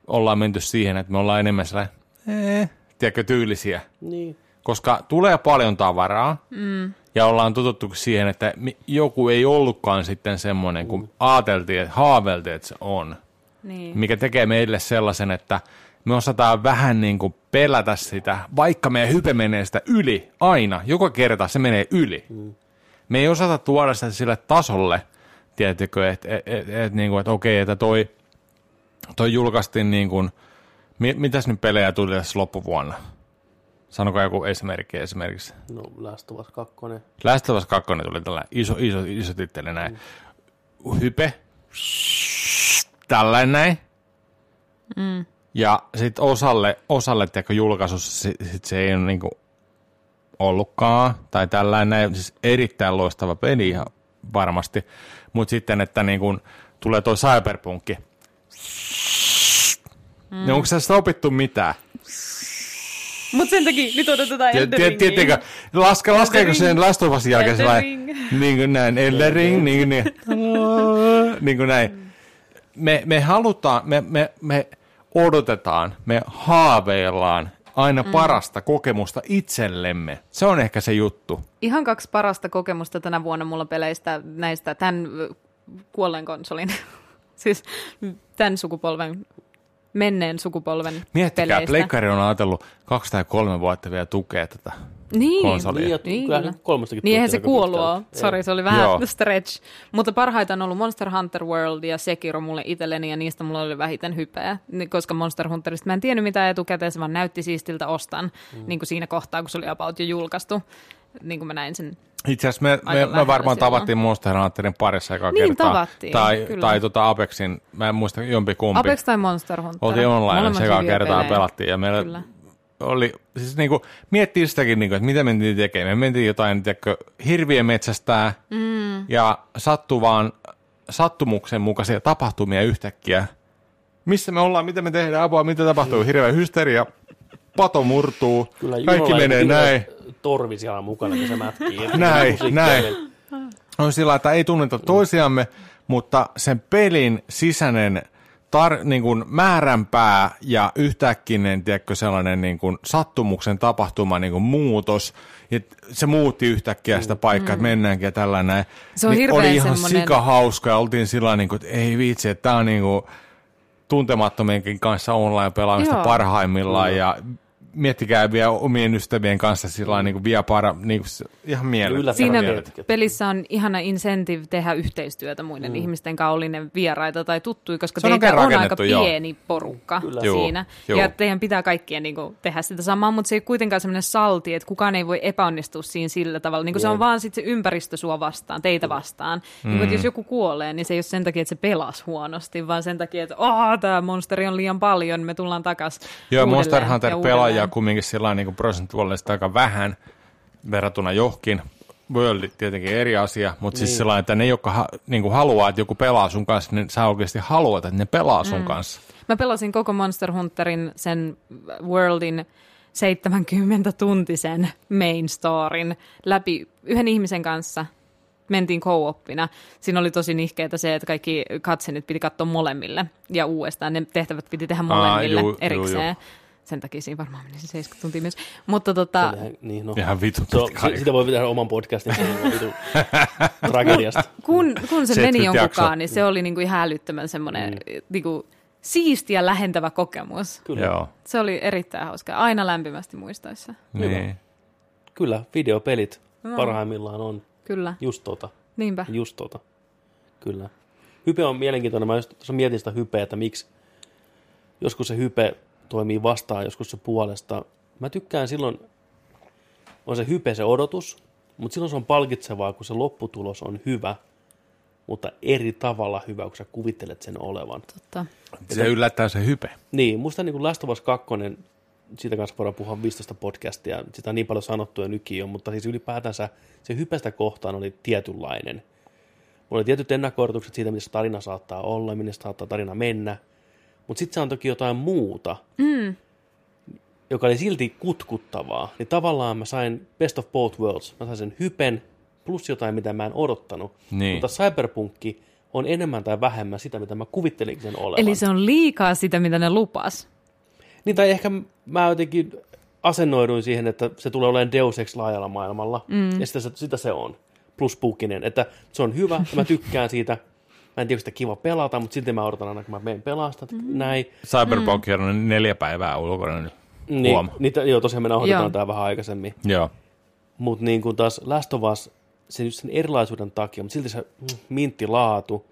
[SPEAKER 3] ollaan menty siihen, että me ollaan enemmän sellainen, eh, tiedätkö, tyylisiä
[SPEAKER 1] Niin.
[SPEAKER 3] koska tulee paljon tavaraa mm. ja ollaan tututtu siihen, että mi- joku ei ollutkaan sitten semmoinen, kun ajateltiin, että haaveltiin, että se on,
[SPEAKER 4] Niin.
[SPEAKER 3] mikä tekee meille sellaisen, että me osataan vähän niin kuin pelätä sitä, vaikka meidän hype menee sitä yli aina, joka kerta se menee yli. Mm. Me ei osata tuoda sitä sille tasolle, tiedätkö, että et, et, et, niin et, okei, että toi, toi julkaistiin niin kuin, mi, mitäs nyt pelejä tuli tässä loppuvuonna? Sanokaa joku esimerkki esimerkiksi.
[SPEAKER 1] No, Last of Us 2.
[SPEAKER 3] Last of Us 2 tuli tällainen iso, iso, iso titteli näin. Hype. Tällainen näin. Mm. Ja sitten osalle, osalle tiedätkö, julkaisussa sit, sit se ei ole niinku ollutkaan. Tai tällainen näin. Siis erittäin loistava peli ihan varmasti. Mutta sitten, että niinku, tulee toi Cyberpunkki. Mm. Niin onko tässä opittu mitään?
[SPEAKER 4] Mutta sen takia nyt odotetaan Elden Ringiä.
[SPEAKER 3] Tietenkään, laske, laskeeko sen Last of Usin jälkeen
[SPEAKER 4] Elden
[SPEAKER 3] sellainen, niin kuin näin, Elden Ring, niin kuin, niin, niin kuin
[SPEAKER 4] Mm.
[SPEAKER 3] näin. Me, me halutaan, me, me, me odotetaan, me haaveillaan aina
[SPEAKER 4] Mm.
[SPEAKER 3] parasta kokemusta itsellemme. Se on ehkä se juttu.
[SPEAKER 4] Ihan kaksi parasta kokemusta tänä vuonna mulla peleistä näistä tämän ö, kuolleen konsolin, siis tämän sukupolven, menneen sukupolven
[SPEAKER 3] Miettikää,
[SPEAKER 4] peleistä.
[SPEAKER 3] Pleikkari on ajatellut kaksi tai kolme vuotta vielä tukea tätä.
[SPEAKER 4] Niin,
[SPEAKER 3] konsolia.
[SPEAKER 4] niin,
[SPEAKER 1] Niin, ja kyllähän
[SPEAKER 4] kyllä.
[SPEAKER 1] kolmestakin
[SPEAKER 4] Niin eihän
[SPEAKER 1] tuntuu
[SPEAKER 4] se
[SPEAKER 1] aika
[SPEAKER 4] kuolua.
[SPEAKER 1] pitkälti.
[SPEAKER 4] Sori, se oli vähän
[SPEAKER 3] Joo.
[SPEAKER 4] stretch. Mutta parhaita on ollut Monster Hunter World ja Sekiro mulle itselleni ja niistä mulla oli vähiten hypeä. Ni- Koska Monster Hunterista mä en tiennyt mitään etukäteen, se vaan näytti siistiltä ostan. Mm. Niin kuin siinä kohtaa, kun se oli about jo julkaistu. Niin kuin mä näin sen.
[SPEAKER 3] Itse asiassa me, me,
[SPEAKER 4] lähellä
[SPEAKER 3] me varmaan
[SPEAKER 4] silloin.
[SPEAKER 3] tavattiin Monster Hunterin parissa ekaa
[SPEAKER 4] Niin,
[SPEAKER 3] kertaa.
[SPEAKER 4] tavattiin,
[SPEAKER 3] tai,
[SPEAKER 4] kyllä.
[SPEAKER 3] tai tota Apexin, mä en muista jompikumpi.
[SPEAKER 4] Apex tai Monster Hunter.
[SPEAKER 3] Oltiin online
[SPEAKER 4] Molemmat
[SPEAKER 3] sekaan
[SPEAKER 4] hyviä
[SPEAKER 3] kertaa
[SPEAKER 4] pelejä.
[SPEAKER 3] pelattiin ja meillä
[SPEAKER 4] Kyllä.
[SPEAKER 3] oli, siis niinku, miettii sitäkin, niinku, että mitä mentiin tekemään. Me mentiin jotain, tiedätkö, hirviä metsästää mm. ja sattuu vaan sattumuksen mukaisia tapahtumia yhtäkkiä. Missä me ollaan, mitä me tehdään, apua, mitä tapahtuu, hirveä hysteria, pato murtuu,
[SPEAKER 1] Kyllä, niinku
[SPEAKER 3] kaikki
[SPEAKER 1] junalla
[SPEAKER 3] menee
[SPEAKER 1] joku
[SPEAKER 3] näin.
[SPEAKER 1] Torvi siellä on mukana, kun se mätkii.
[SPEAKER 3] Näin,
[SPEAKER 1] Musiikki
[SPEAKER 3] näin.
[SPEAKER 1] kävelee.
[SPEAKER 3] on sillä, lailla, että ei tunneta
[SPEAKER 4] Mm.
[SPEAKER 3] toisiamme, mutta sen pelin sisäinen tar, niin kuin määränpää ja yhtäkkinen tiedätkö, sellainen niin kuin sattumuksen tapahtuma niin kuin muutos, ja t- se muutti yhtäkkiä sitä paikkaa, että mennäänkin ja tällainen. näin.
[SPEAKER 4] Mm. Se on hirveän
[SPEAKER 3] oli ihan
[SPEAKER 4] semmoinen-
[SPEAKER 3] sikahauska ja oltiin sillä lailla, niin kuin, että ei vitsi, että tämä on niin kuin tuntemattomienkin kanssa online pelaamista
[SPEAKER 4] Joo. Mm.
[SPEAKER 3] parhaimmillaan ja miettikää vielä omien ystävien kanssa sillä lailla, niin kuin vielä para, niin kuin, se- ihan mieletön.
[SPEAKER 1] Yllättävän
[SPEAKER 4] Siinä
[SPEAKER 1] vielä.
[SPEAKER 4] pelissä on ihana incentive tehdä yhteistyötä muiden mm. ihmisten kanssa, oli ne vieraita tai tuttuja, koska
[SPEAKER 3] Se on
[SPEAKER 4] teitä
[SPEAKER 3] oikein
[SPEAKER 4] on aika
[SPEAKER 3] rakennettu, joo.
[SPEAKER 4] pieni porukka Kyllä.
[SPEAKER 3] Juu,
[SPEAKER 4] siinä.
[SPEAKER 3] juu.
[SPEAKER 4] Ja teidän pitää kaikkien niin kuin, tehdä sitä samaa, mutta se ei kuitenkaan semmoinen salti, että kukaan ei voi epäonnistua siinä sillä tavalla. Niin kuin se on vaan sit se ympäristö sua vastaan, teitä vastaan. Mm. Niin, kuin, että jos joku kuolee, niin se ei ole sen takia, että se pelasi huonosti, vaan sen takia, että aah, tämä monsteri on liian paljon, me tullaan takaisin
[SPEAKER 3] Joo, Monster Hunter pelaajia kumminkin sillä niin prosentuaalisesti aika vähän verrattuna johonkin. World tietenkin eri asia, mutta niin. siis sillä että ne, jotka ha, niin kuin haluaa, että joku pelaa sun kanssa, niin sä oikeasti haluat, että ne pelaa sun mm. kanssa.
[SPEAKER 4] Mä pelasin koko Monster Hunterin, sen Worldin 70-tuntisen main storin läpi yhden ihmisen kanssa. Mentiin co-oppina. Siinä oli tosi nihkeetä se, että kaikki katsenit piti katsoa molemmille ja uudestaan. Ne tehtävät piti tehdä molemmille
[SPEAKER 3] juu,
[SPEAKER 4] Aa,
[SPEAKER 3] juu,
[SPEAKER 4] juu, erikseen. Juu, juu. Sen takia siinä varmaan meni se 70 tuntia myös. Mutta tota,
[SPEAKER 1] Eihän- Niin, no.
[SPEAKER 3] Ihan vitun
[SPEAKER 1] Se on-
[SPEAKER 3] pitkä aika.
[SPEAKER 1] si- Sitä voi pitää oman podcastin se on vitu tragediasta.
[SPEAKER 4] kun, kun se
[SPEAKER 3] 70
[SPEAKER 4] meni
[SPEAKER 3] jaksoa.
[SPEAKER 4] jonkunkaan, niin se oli niinku ihan älyttömän semmoinen mm. niinku, siisti ja lähentävä kokemus.
[SPEAKER 1] Kyllä.
[SPEAKER 3] Joo,
[SPEAKER 4] Se oli erittäin hauska. Aina lämpimästi muistoissa.
[SPEAKER 3] niin.
[SPEAKER 1] Kyllä, videopelit parhaimmillaan on
[SPEAKER 4] Kyllä,
[SPEAKER 1] just tota.
[SPEAKER 4] niinpä.
[SPEAKER 1] Just tota. Kyllä. Hype on mielenkiintoinen. Mä just tuossa mietin sitä hypeä, että miksi joskus se hype toimii vastaan, joskus se puolesta. Mä tykkään silloin, on se hype se odotus, mutta silloin se on palkitsevaa, kun se lopputulos on hyvä, mutta eri tavalla hyvä, kun sä kuvittelet sen olevan.
[SPEAKER 4] Totta.
[SPEAKER 3] Se yllättää se hype.
[SPEAKER 1] Niin, musta niin kuin Last of Us 2, siitä kanssa voidaan puhua 15 podcastia, sitä on niin paljon sanottu ja nytkin jo, mutta siis ylipäätänsä se hypästä kohtaan oli tietynlainen. Mulla oli tietyt ennakko-odotukset siitä, miten se tarina saattaa olla, minne se saattaa tarina mennä, mutta sitten se on toki jotain muuta, mm. joka oli silti kutkuttavaa. Niin tavallaan mä sain best of both worlds. Mä sain sen hypen plus jotain, mitä mä en odottanut.
[SPEAKER 3] Niin.
[SPEAKER 1] Mutta Cyberpunkki on enemmän tai vähemmän sitä, mitä mä kuvittelinkin sen olevan.
[SPEAKER 4] Eli se on liikaa sitä, mitä ne lupas.
[SPEAKER 1] Niin tai ehkä mä jotenkin asennoiduin siihen, että se tulee olemaan Deus Ex laajalla maailmalla. Mm. Ja sitä, se- sitä se on. Plus puukinen. Että se on hyvä, mä tykkään siitä. Mä en tiedä, onko sitä kiva pelata, mutta silti mä odotan aina, kun mä menen pelasta. Mm-hmm. Näin.
[SPEAKER 3] Cyberpunk mm. on neljä päivää ulkona nyt.
[SPEAKER 1] Niin,
[SPEAKER 3] Huom.
[SPEAKER 1] niitä, joo, tosiaan me nauhoitetaan
[SPEAKER 4] Joo.
[SPEAKER 1] tämä vähän aikaisemmin.
[SPEAKER 3] Joo.
[SPEAKER 1] Mutta niin kuin taas Last of Us, sen, just sen erilaisuuden takia, mutta silti se mm, minttilaatu,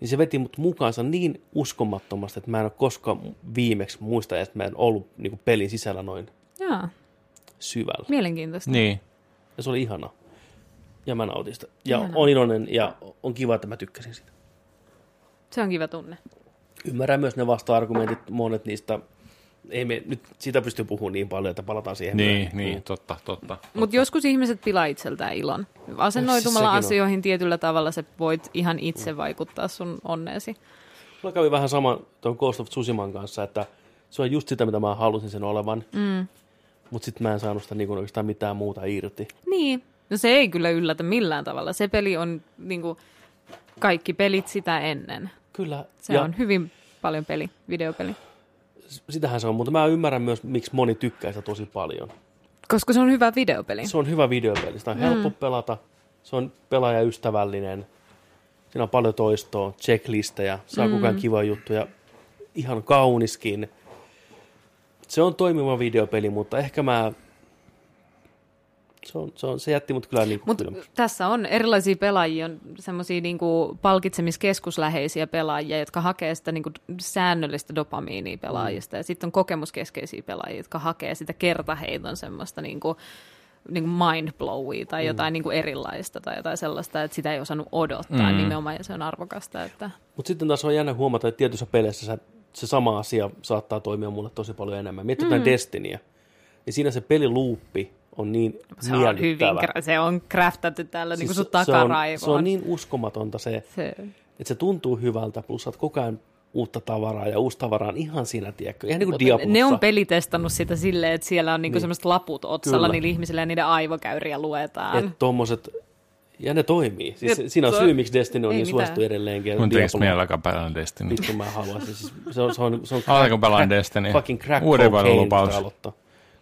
[SPEAKER 1] niin se veti mut mukaansa niin uskomattomasti, että mä en ole koskaan viimeksi muista, että mä en ollut niin kuin pelin sisällä noin
[SPEAKER 4] Joo,
[SPEAKER 1] syvällä.
[SPEAKER 4] mielenkiintoista.
[SPEAKER 3] Niin.
[SPEAKER 1] Ja se oli ihana. Ja mä nautin sitä. Ja ihana. on iloinen ja on kiva, että mä tykkäsin sitä.
[SPEAKER 4] Se on kiva tunne.
[SPEAKER 1] Ymmärrän myös ne vasta-argumentit, monet niistä. Ei me nyt sitä pysty puhumaan niin paljon, että palataan siihen.
[SPEAKER 3] Niin,
[SPEAKER 1] myöhemmin.
[SPEAKER 3] niin, totta, totta.
[SPEAKER 4] Mutta joskus ihmiset pilaa itseltään ilon. Asennoitumalla
[SPEAKER 1] Sekin on.
[SPEAKER 4] siis asioihin tietyllä tavalla sä voit ihan itse vaikuttaa sun onneesi.
[SPEAKER 1] Mulla kävi vähän sama tuon Ghost of Tsushiman kanssa, että se on just sitä, mitä mä halusin sen olevan. Mm. Mutta sitten mä en saanut sitä niin oikeastaan mitään muuta irti.
[SPEAKER 4] Niin. No se ei kyllä yllätä millään tavalla. Se peli on niinku kaikki pelit sitä ennen.
[SPEAKER 1] Kyllä.
[SPEAKER 4] Se on hyvin paljon peli, videopeli.
[SPEAKER 1] Sitähän se on, mutta mä ymmärrän myös, miksi moni tykkää sitä tosi paljon.
[SPEAKER 4] Koska se on hyvä videopeli.
[SPEAKER 1] Se on hyvä videopeli, sitä on
[SPEAKER 4] Mm.
[SPEAKER 1] helppo pelata, se on pelaajaystävällinen, siinä on paljon toistoa, checklistejä, saa mm. kukaan kiva juttuja, ihan kauniskin. Se on toimiva videopeli, mutta ehkä mä... Se, on, se, on, se jätti mut kyllä niin
[SPEAKER 4] Mutta tässä on erilaisia pelaajia, on semmoisia niinku palkitsemiskeskusläheisiä pelaajia, jotka hakee sitä niinku säännöllistä dopamiinia
[SPEAKER 1] Mm.
[SPEAKER 4] pelaajista. Ja sitten on kokemuskeskeisiä pelaajia, jotka hakee sitä kertaheiton semmoista niinku, niinku mindblowi
[SPEAKER 1] Mm.
[SPEAKER 4] tai jotain niinku erilaista tai jotain sellaista, että sitä ei osannut odottaa mm. nimenomaan, ja se on arvokasta. Että...
[SPEAKER 1] Mutta sitten taas on jännä huomata, että tietyissä peleissä sä, se sama asia saattaa toimia mulle tosi paljon enemmän. Mietit mm. Destinyä, niin siinä se peliluuppi on niin
[SPEAKER 4] Se on, hyvin,
[SPEAKER 1] miellyttävä.
[SPEAKER 4] gra- se on craftattu täällä siis niinku sun
[SPEAKER 1] se, on,
[SPEAKER 4] takaraivoon.
[SPEAKER 1] se on niin uskomatonta se,
[SPEAKER 4] se,
[SPEAKER 1] että se tuntuu hyvältä, plus saat koko ajan uutta tavaraa ja uusi tavaraa on ihan siinä, tiedätkö, ihan niin kuin
[SPEAKER 4] Mutta
[SPEAKER 1] Diablossa.
[SPEAKER 4] Ne on pelitestannut sitä silleen, että siellä on niinku niin. semmoiset laput otsalla
[SPEAKER 1] Kyllä.
[SPEAKER 4] Kyllä. niillä ihmisillä ja niiden aivokäyriä luetaan.
[SPEAKER 1] Että tommoset, ja ne toimii. Siis
[SPEAKER 4] Jep,
[SPEAKER 1] siinä on
[SPEAKER 4] se on-
[SPEAKER 1] syy, miksi Destiny on
[SPEAKER 4] ei
[SPEAKER 1] niin
[SPEAKER 4] mitään.
[SPEAKER 1] suosittu edelleenkin. ja
[SPEAKER 3] Mun tekis
[SPEAKER 1] Diablo-
[SPEAKER 3] mieli alkaa pelaa Destiny.
[SPEAKER 1] Vittu mä haluaisin. Siis se on, se on, se on
[SPEAKER 3] Alkaako pelaa
[SPEAKER 1] crack-
[SPEAKER 3] Destiny?
[SPEAKER 1] Fucking crack
[SPEAKER 3] Ah, niin. Uuden vuoden
[SPEAKER 1] cocaine
[SPEAKER 3] lupaus.
[SPEAKER 1] pitää aloittaa.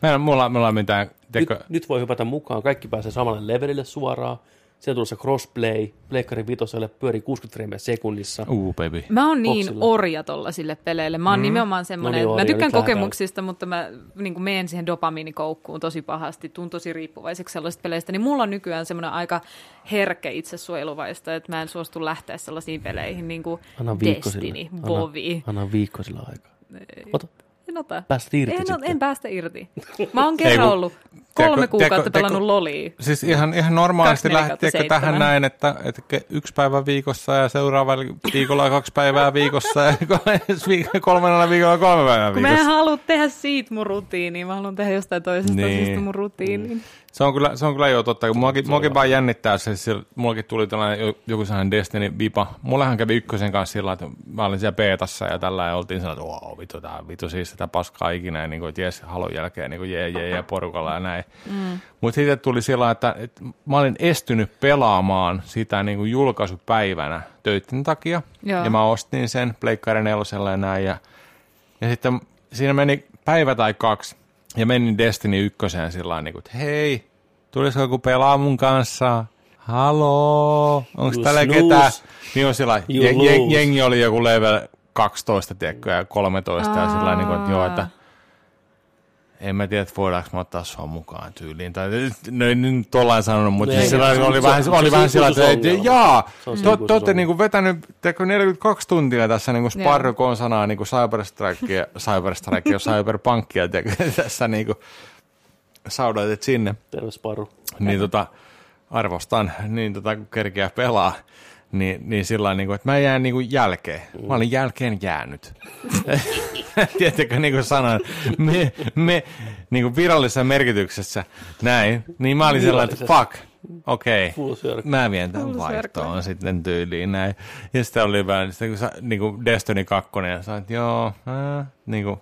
[SPEAKER 3] Meillä, mulla, mulla ei mitään, tiedätkö,
[SPEAKER 1] Nyt, nyt voi hypätä mukaan, kaikki pääsee samalle levelille suoraan. Siellä on tulossa crossplay, Pleikkari vitoselle pyörii 60 freimiä sekunnissa.
[SPEAKER 3] uu baby.
[SPEAKER 4] Mä oon niin
[SPEAKER 1] Boksilla.
[SPEAKER 4] orja tollasille peleille. Mä oon mm. nimenomaan
[SPEAKER 1] No
[SPEAKER 4] semmoinen,
[SPEAKER 1] niin,
[SPEAKER 4] että
[SPEAKER 1] orja,
[SPEAKER 4] mä tykkään
[SPEAKER 1] nyt lähdetään.
[SPEAKER 4] kokemuksista, mutta mä niin menen siihen dopamiinikoukkuun tosi pahasti. Tuun tosi riippuvaiseksi sellaisista peleistä. Niin mulla on nykyään semmoinen aika herkkä itsesuojeluvaisto, että mä en suostu lähteä sellaisiin peleihin niin kuin
[SPEAKER 1] Anna viikko
[SPEAKER 4] Destiny,
[SPEAKER 1] sille.
[SPEAKER 4] Vovi.
[SPEAKER 1] Anna, anna viikko sillä aikaa. Ota,
[SPEAKER 4] En ota.
[SPEAKER 1] päästä irti
[SPEAKER 4] En,
[SPEAKER 1] sitten.
[SPEAKER 4] en päästä irti. Mä oon kerran
[SPEAKER 3] kun-
[SPEAKER 4] ollut
[SPEAKER 3] tiedätkö-
[SPEAKER 4] kolme
[SPEAKER 3] tiedätkö-
[SPEAKER 4] kuukautta
[SPEAKER 3] tiedätkö-
[SPEAKER 4] pelannut lolia.
[SPEAKER 3] Siis ihan, ihan normaalisti
[SPEAKER 4] 24
[SPEAKER 3] lähtiäkö tähän
[SPEAKER 4] seitsemän.
[SPEAKER 3] näin, että, että ke- yksi päivä viikossa ja seuraavalla viikolla kaksi päivää viikossa ja kolmannella viikolla- kolmannella viikolla kolme päivää
[SPEAKER 4] Kun mä en
[SPEAKER 3] viikossa.
[SPEAKER 4] halua tehdä siitä mun rutiiniin, mä haluan tehdä jostain toisesta
[SPEAKER 3] Niin. Mm.
[SPEAKER 4] niin. asiasta mun rutiiniin.
[SPEAKER 3] Se on kyllä, se on kyllä jo totta, kun muakin, muakin vaan jännittää se, sillä- mullakin tuli tällainen jo- joku sellainen Destiny-vipa. Mullahan kävi ykkösen kanssa sillä lailla, että mä olin siellä beetassa ja tällä ja oltiin sellainen, että wow, vittu, tää vittu siis tätä paskaa ikinä, ja niin kuin, että jes, halun jälkeen, niin kuin jee, jee, jee, porukalla ja näin. Mm. Mutta sitten tuli sillä lailla, että, että mä olin estynyt pelaamaan sitä niin kuin julkaisupäivänä töitten takia,
[SPEAKER 4] Joo.
[SPEAKER 3] ja mä ostin sen Pleikkari nelosella ja näin, ja ja sitten siinä meni päivä tai kaksi, ja menin Destiny ykköseen sillä lailla, niin kuin, että hei, tulisiko joku pelaa mun kanssa? Haloo, onko
[SPEAKER 1] You
[SPEAKER 3] täällä
[SPEAKER 1] snooze.
[SPEAKER 3] ketään? Niin on sillä
[SPEAKER 1] You
[SPEAKER 3] jeng, jeng,
[SPEAKER 1] lose.
[SPEAKER 3] jengi oli joku level 12, tiedätkö, ja 13, ja sillä niin kuin, että joo, että en mä tiedä, että voidaanko mä ottaa sua mukaan tyyliin. Tai, no ei nyt tollain sanonut,
[SPEAKER 1] No
[SPEAKER 3] mutta
[SPEAKER 1] ei,
[SPEAKER 3] siis sillä
[SPEAKER 1] se-
[SPEAKER 3] lailla oli
[SPEAKER 1] se-
[SPEAKER 3] vähän,
[SPEAKER 1] se-
[SPEAKER 3] oli
[SPEAKER 1] se-
[SPEAKER 3] vähän
[SPEAKER 1] se-
[SPEAKER 3] sillä
[SPEAKER 1] se-
[SPEAKER 3] lailla, että
[SPEAKER 1] se- se-
[SPEAKER 3] jaa,
[SPEAKER 1] se- se-
[SPEAKER 3] te
[SPEAKER 1] se-
[SPEAKER 3] te
[SPEAKER 1] se-
[SPEAKER 3] olette
[SPEAKER 1] se-
[SPEAKER 3] niinku vetänyt teekö 42 tuntia tässä niinku sparrykon sanaa niinku Cyberstrikea, Cyberstrikea, Cyberpunkia tiedätkö, tässä niinku saudaitit sinne.
[SPEAKER 1] Terve Sparu.
[SPEAKER 3] Niin tota, arvostan, niin tota, kun kerkeä pelaa, niin, niin sillä lailla, niinku, että mä jään niinku jälkeen. Mä olin jälkeen jäänyt. Tiedättekö niin kuin sanan, me, me niin kuin virallisessa merkityksessä näin, niin mä olin sellainen, että fuck, okei, okay,
[SPEAKER 1] Hullusyörkkä.
[SPEAKER 3] mä vien tämän vaihtoon sitten tyyliin näin. Ja sitten oli vähän, sitten kun sä, niin kuin Destiny 2, ja sä olet, joo, äh, niin kuin,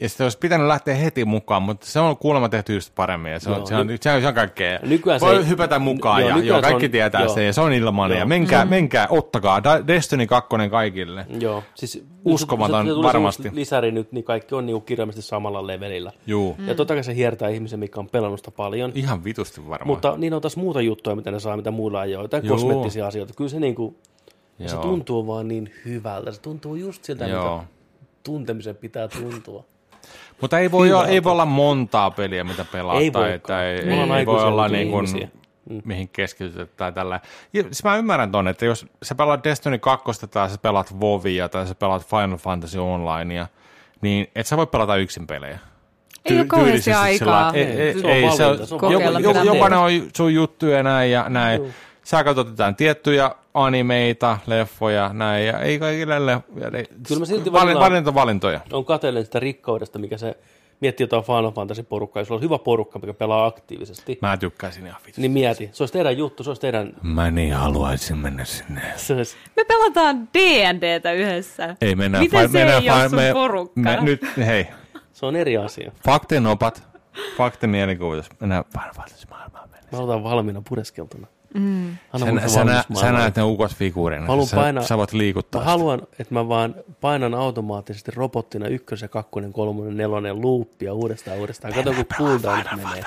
[SPEAKER 3] ja sitten olisi pitänyt lähteä heti mukaan, mutta se on kuulemma tehty just paremmin. Ja se, on, se, on, se, on, se on kaikkea.
[SPEAKER 1] Nykyään se
[SPEAKER 3] Voi
[SPEAKER 1] ei-
[SPEAKER 3] hypätä mukaan
[SPEAKER 1] joo,
[SPEAKER 3] ja joo,
[SPEAKER 1] nykyään se
[SPEAKER 3] kaikki
[SPEAKER 1] on-
[SPEAKER 3] tietää
[SPEAKER 1] joo.
[SPEAKER 3] sen ja se on ilmainen.
[SPEAKER 1] Joo.
[SPEAKER 3] Ja menkää, menkää, ottakaa Da- Destiny 2 kaikille.
[SPEAKER 1] Joo. Siis,
[SPEAKER 3] Uskomaton
[SPEAKER 1] se- se- se tuli
[SPEAKER 3] varmasti.
[SPEAKER 1] se uusi Lisäri nyt, niin kaikki on niinku kirjaimellisesti samalla levelillä.
[SPEAKER 3] Juu,
[SPEAKER 1] Ja totta kai se hiertää ihmisiä, mikä on pelannut sitä paljon.
[SPEAKER 3] ihan vitusti varmaan.
[SPEAKER 1] Mutta niin on taas muuta juttuja, mitä ne saa, mitä muilla ei ole. Jotain
[SPEAKER 3] Juu.
[SPEAKER 1] kosmettisia asioita. Kyllä se niinku, Ja se tuntuu vaan niin hyvältä. Se tuntuu just siltä, Joo.
[SPEAKER 3] Joo.
[SPEAKER 1] mitä tuntemisen pitää tuntua.
[SPEAKER 3] Mutta ei voi, olla, ei voi olla montaa peliä, mitä pelaa,
[SPEAKER 1] Ei
[SPEAKER 3] tai,
[SPEAKER 1] voikaan.
[SPEAKER 3] tai
[SPEAKER 1] Me
[SPEAKER 3] ei,
[SPEAKER 1] ollaan
[SPEAKER 3] ei voi
[SPEAKER 1] aikuisia,
[SPEAKER 3] olla
[SPEAKER 1] mutta
[SPEAKER 3] niin kuin,
[SPEAKER 1] ihmisiä.
[SPEAKER 3] mihin keskityt tai tällä. Ja, siis mä ymmärrän ton, että jos sä pelaat Destiny 2 tai sä pelaat Vovia tai sä pelaat Final Fantasy Onlinea, niin et sä voi pelata yksin pelejä.
[SPEAKER 4] Ei ole kauheasti aikaa.
[SPEAKER 3] ei, ei,
[SPEAKER 1] Se on
[SPEAKER 3] ei, se on,
[SPEAKER 1] valinta, se on
[SPEAKER 4] valinta.
[SPEAKER 3] joku, joku,
[SPEAKER 4] Kokeilla
[SPEAKER 3] jokainen on sun juttuja ja näin ja näin. Sä katsot jotain tiettyjä animeita, leffoja, näin, ja ei kaikille leffoja.
[SPEAKER 1] Kyllä mä silti
[SPEAKER 3] valin,
[SPEAKER 1] välillä-
[SPEAKER 3] valinta valintoja.
[SPEAKER 1] On kateellinen sitä rikkaudesta, mikä se miettii jotain Final Fantasy-porukkaa. Jos sulla on hyvä porukka, mikä pelaa aktiivisesti,
[SPEAKER 3] Mä tykkäsin ihan vittu.
[SPEAKER 1] niin mieti. Se olisi teidän juttu, se olisi teidän...
[SPEAKER 3] Mä niin haluaisin mennä sinne.
[SPEAKER 1] Se olisi...
[SPEAKER 4] Me pelataan D&Dtä yhdessä.
[SPEAKER 3] Ei mennä.
[SPEAKER 4] Miten se
[SPEAKER 3] mennä,
[SPEAKER 4] ei ole sun porukka?
[SPEAKER 3] nyt, hei,
[SPEAKER 1] Se on eri asia.
[SPEAKER 3] faktenopat, fakten mielikuvitus. Mennään varmasti maailmaan mennä.
[SPEAKER 1] Mä otan valmiina pureskeltuna. Mm. Anna
[SPEAKER 3] Sä,
[SPEAKER 1] mulle
[SPEAKER 3] nä- sä, nä,
[SPEAKER 1] valmis
[SPEAKER 3] sä
[SPEAKER 1] maailma.
[SPEAKER 3] näet ne ukot figuurin. niin
[SPEAKER 1] Haluan
[SPEAKER 3] Sä,
[SPEAKER 1] painaa-
[SPEAKER 3] sä voit liikuttaa.
[SPEAKER 1] Mä haluan, että mä vaan painan automaattisesti robottina ykkösen, kakkonen, kolmonen, nelonen loopia uudestaan uudestaan. Kato, kun cooldown menee.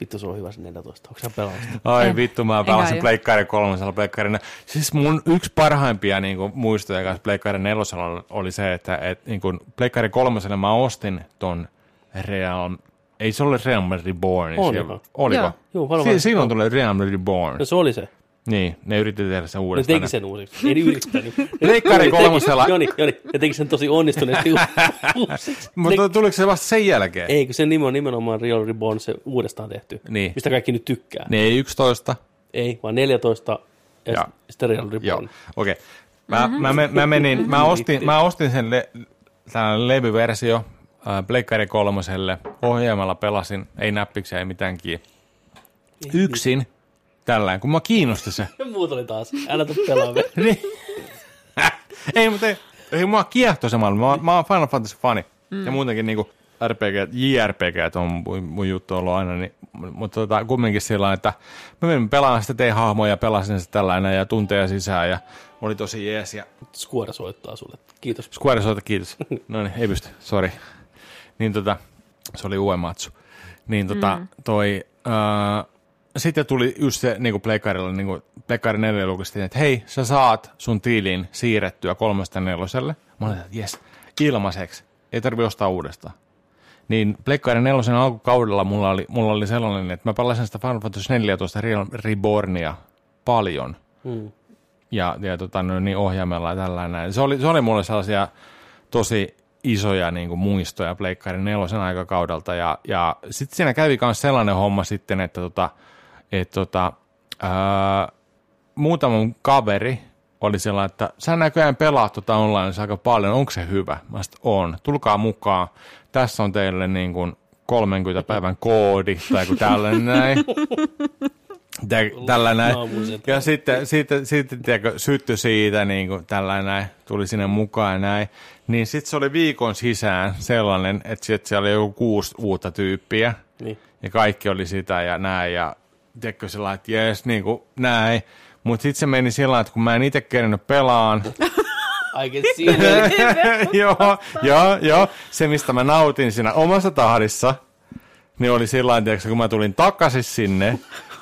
[SPEAKER 1] Vittu, se on hyvä se 14. Onko sä pelannut sitä?
[SPEAKER 3] Ai
[SPEAKER 4] En.
[SPEAKER 3] vittu, mä
[SPEAKER 4] Enkä
[SPEAKER 3] pelasin
[SPEAKER 4] aio.
[SPEAKER 3] Pleikkari kolmosella Pleikkarin. Siis mun yksi parhaimpia niin kuin, muistoja kanssa Pleikkari nelosella oli se, että et, niin kuin, Pleikkari kolmosella mä ostin ton Realm. Ei se ole Realm Reborn.
[SPEAKER 1] Oliko?
[SPEAKER 3] siellä- Oliko?
[SPEAKER 4] Joo.
[SPEAKER 1] Joo, varmaan.
[SPEAKER 3] Si- silloin tulee Realm Reborn.
[SPEAKER 1] No se oli se.
[SPEAKER 3] Niin, ne yritti tehdä sen
[SPEAKER 1] Ne
[SPEAKER 3] uudestaan.
[SPEAKER 1] teki sen uusiksi. Ei niin ne yrittänyt.
[SPEAKER 3] Leikkari kolmosella.
[SPEAKER 1] Joni, Joni, ne teki sen tosi onnistuneesti uusiksi.
[SPEAKER 3] Mutta tuliko se vasta sen jälkeen?
[SPEAKER 1] Ei, kun sen nimi on nimenomaan Real Reborn, se uudestaan tehty.
[SPEAKER 3] Niin.
[SPEAKER 1] Mistä kaikki nyt tykkää.
[SPEAKER 3] Ne Niin, ei 11.
[SPEAKER 1] Ei, vaan 14 ja,
[SPEAKER 3] Joo.
[SPEAKER 1] ja. sitten Real
[SPEAKER 3] Joo,
[SPEAKER 1] Reborn.
[SPEAKER 3] okei. Okay. Mä, mä, men- mä, menin, mä ostin, mä ostin sen le, tällainen levyversio äh, Pleikkari kolmoselle. Ohjaamalla pelasin, ei näppiksiä, ei mitään kiinni. Yksin, tällään, kun mä kiinnosti se.
[SPEAKER 1] Ja muut oli taas. Älä tuu pelaamaan.
[SPEAKER 3] Niin. ei, mutta ei, ei mua kiehtoo se maailma. Mä, oon- mä oon Final Fantasy-fani. Mm. Ja muutenkin niinku RPG, JRPG on mun, mun juttu ollut aina, niin, mutta tota, kumminkin sillä lailla, että mä menin pelaamaan sitä tein hahmoja ja pelasin sitä tällainen ja tunteja sisään ja oli tosi jees ja
[SPEAKER 1] Skuora soittaa sulle. Kiitos.
[SPEAKER 3] Square soita, kiitos. No niin, ei pysty, sori. Niin tota, se oli Uematsu. Niin tota, mm. toi, äh, sitten tuli just se niin kuin Plekarilla, niin kuin Plekari 4 julkaistiin, että hei, sä saat sun tilin siirrettyä kolmesta neloselle. Mä olin, että jes, ilmaiseksi. Ei tarvi ostaa uudestaan. Niin Plekkari 4 alkukaudella mulla oli, mulla oli sellainen, että mä pelasin sitä Final Fantasy 14 Re- Rebornia paljon
[SPEAKER 1] Mm.
[SPEAKER 3] ja, ja tota, no, niin ohjaimella ja tällainen. Se oli, se oli mulle sellaisia tosi isoja niin kuin muistoja Pleikkarin nelosen aikakaudelta. Ja, ja sitten siinä kävi myös sellainen homma sitten, että tota, et, tota, ää, muutama mun kaveri oli sellainen, että sä näköjään pelaat tota online aika paljon, onko se hyvä? Mä sit, on, tulkaa mukaan. Tässä on teille niin kuin 30 päivän koodi tai joku tällainen näin. Tä- Tällainen
[SPEAKER 1] Naamu sen.
[SPEAKER 3] näin. Ja sitten, sitten, sitten tiedätkö, sytty siitä, niin kuin tällainen näin, tuli sinne mukaan ja näin. Niin sitten se oli viikon sisään sellainen, että sit siellä oli joku kuusi uutta tyyppiä.
[SPEAKER 1] Niin.
[SPEAKER 3] Ja kaikki oli sitä ja näin. Ja tiedätkö sillä lailla, että jees, niin kuin näin. Mutta sitten se meni sillä lailla, että kun mä en itse kerännyt pelaan,
[SPEAKER 1] I can see it.
[SPEAKER 3] joo, joo, joo. Se, mistä mä nautin siinä omassa tahdissa, niin oli sillä lailla, tiedätkö, kun mä tulin takaisin sinne,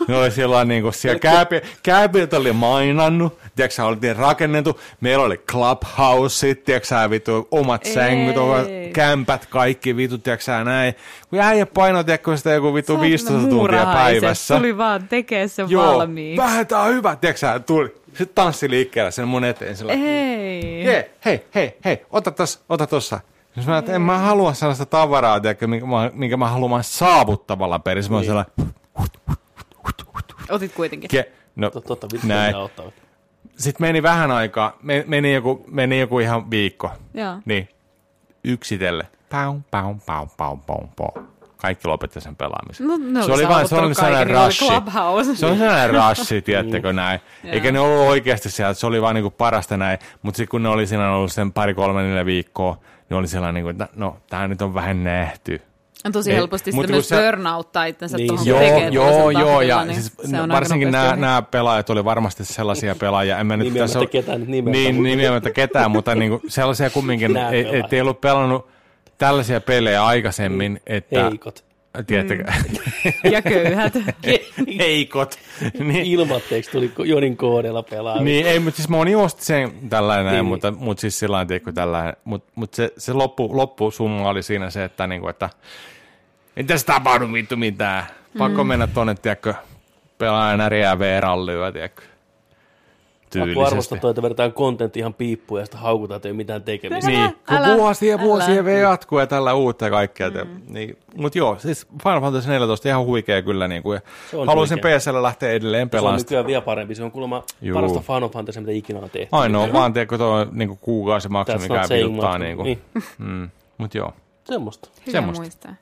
[SPEAKER 3] niin oli sillä lailla, niin kuin siellä kääpi, kääpiöt oli mainannut, tiedätkö, oltiin rakennettu, meillä oli clubhouseit, tiedätkö, sä, vittu, omat
[SPEAKER 4] Ei.
[SPEAKER 3] sängyt, omat kämpät, kaikki vittu, tiedätkö, sä, näin. Kun äijä painoi, tiedätkö, sitä joku vittu 15 tuntia
[SPEAKER 4] Muurahaiset
[SPEAKER 3] päivässä.
[SPEAKER 4] Tuli vaan tekee sen
[SPEAKER 3] Joo,
[SPEAKER 4] valmiiksi.
[SPEAKER 3] vähän tää on hyvä, tiedätkö, sä, tuli. Sitten tanssi liikkeellä sen mun eteen, sillä
[SPEAKER 4] Hei.
[SPEAKER 3] Jee, hei, hei, hei, ota tos, ota tossa. Jos mä, että en mä halua sellaista tavaraa, tiedätkö, minkä, mä, minkä mä haluan saavuttavalla perissä.
[SPEAKER 4] Niin.
[SPEAKER 3] Mä oon sellainen,
[SPEAKER 4] Otit kuitenkin.
[SPEAKER 3] ke, no,
[SPEAKER 1] Tot- Totta, vittu,
[SPEAKER 3] näin.
[SPEAKER 1] pitää ottaa.
[SPEAKER 3] Sitten meni vähän aikaa, me- meni joku, meni joku ihan viikko.
[SPEAKER 4] Joo.
[SPEAKER 3] Niin, yksitelle. Pau, pau, pau, pau, pau, pau. Kaikki lopetti sen pelaamisen.
[SPEAKER 4] No, ne
[SPEAKER 3] se
[SPEAKER 4] oli
[SPEAKER 3] oli vaan se oli
[SPEAKER 4] saavuttanut
[SPEAKER 3] sellainen
[SPEAKER 4] kaiken,
[SPEAKER 3] rashi.
[SPEAKER 4] niin oli Clubhouse.
[SPEAKER 3] Se on sellainen rashi, tiedättekö näin. Eikä ne ollut oikeasti siellä, se oli vaan niinku parasta näin. Mutta sitten kun ne oli siinä ollut sen pari, kolme, neljä viikkoa, niin oli sellainen, niinku, että no, tämä nyt on vähän nähty.
[SPEAKER 4] On tosi
[SPEAKER 3] Ei,
[SPEAKER 4] helposti
[SPEAKER 3] mut
[SPEAKER 4] sitä
[SPEAKER 3] kun
[SPEAKER 4] myös
[SPEAKER 3] sä-
[SPEAKER 4] burnouttaa itsensä
[SPEAKER 1] Niin.
[SPEAKER 4] niin. tuohon,
[SPEAKER 3] Joo,
[SPEAKER 4] kun tekee
[SPEAKER 3] joo,
[SPEAKER 4] tuollaisen
[SPEAKER 3] joo, ja
[SPEAKER 4] tahdilla,
[SPEAKER 3] siis
[SPEAKER 4] se on aika
[SPEAKER 3] varsinkin
[SPEAKER 4] nopeasti
[SPEAKER 3] nämä,
[SPEAKER 4] ohi.
[SPEAKER 3] nämä pelaajat oli varmasti sellaisia pelaajia, en mä nyt
[SPEAKER 1] Nimeämättä
[SPEAKER 3] tässä ole-
[SPEAKER 1] ketään nyt nimeltä,
[SPEAKER 3] niin,
[SPEAKER 1] mutta-
[SPEAKER 3] nimeämättä ketään, mutta niin kuin sellaisia kumminkin,
[SPEAKER 1] Nää
[SPEAKER 3] ei-
[SPEAKER 1] pelaajat.
[SPEAKER 3] et ei ollut pelannut tällaisia pelejä aikaisemmin, että
[SPEAKER 1] Heikot.
[SPEAKER 3] Tiedättekö?
[SPEAKER 4] ja köyhät.
[SPEAKER 3] Heikot. niin,
[SPEAKER 1] Ilmatteeksi tuli ko- Jonin koodella pelaa.
[SPEAKER 3] niin, ei, mutta siis moni osti sen tällainen,
[SPEAKER 1] Niin,
[SPEAKER 3] niin,
[SPEAKER 1] niin.
[SPEAKER 3] mutta, mutta siis sillä lailla, tällainen. Mutta mut se, se loppu, loppusumma oli siinä se, että, niinku, että ei tässä tapahdu vittu mitään. Pakko mm. mennä tonne, tiedätkö, pelaajan näriä V-rallyä, tiedätkö.
[SPEAKER 1] Aku arvostaa
[SPEAKER 3] Tyylisesti.
[SPEAKER 1] toi, että vedetään kontentti ihan piippuun ja sitten haukutaan, että ei ole mitään tekemistä.
[SPEAKER 3] Niin, kun
[SPEAKER 4] älä,
[SPEAKER 3] vuosia ja
[SPEAKER 4] älä.
[SPEAKER 3] vuosia vielä
[SPEAKER 1] Mm.
[SPEAKER 3] jatkuu ja tällä uutta ja kaikkea. Mm. Niin, mutta joo, siis Final Fantasy 14 ihan huikea kyllä. Niin kuin,
[SPEAKER 1] Se on
[SPEAKER 3] haluaisin
[SPEAKER 1] huikea.
[SPEAKER 3] PSL lähteä edelleen
[SPEAKER 1] Se on
[SPEAKER 3] pelaamaan. sitä.
[SPEAKER 1] nykyään vielä parempi. Se on kuulemma
[SPEAKER 3] Juu.
[SPEAKER 1] parasta Final Fantasy, mitä ikinä on tehty.
[SPEAKER 3] Ainoa vaan, tiedätkö, tuo niin kuin kuukausimaksu,
[SPEAKER 1] That's
[SPEAKER 3] mikä
[SPEAKER 1] not saying
[SPEAKER 3] vituttaa.
[SPEAKER 1] much.
[SPEAKER 3] Niin kuin,
[SPEAKER 1] Niin.
[SPEAKER 3] mm. Mutta joo.
[SPEAKER 1] Semmosta.
[SPEAKER 4] Hyvä
[SPEAKER 3] semmoista.
[SPEAKER 4] muistaa.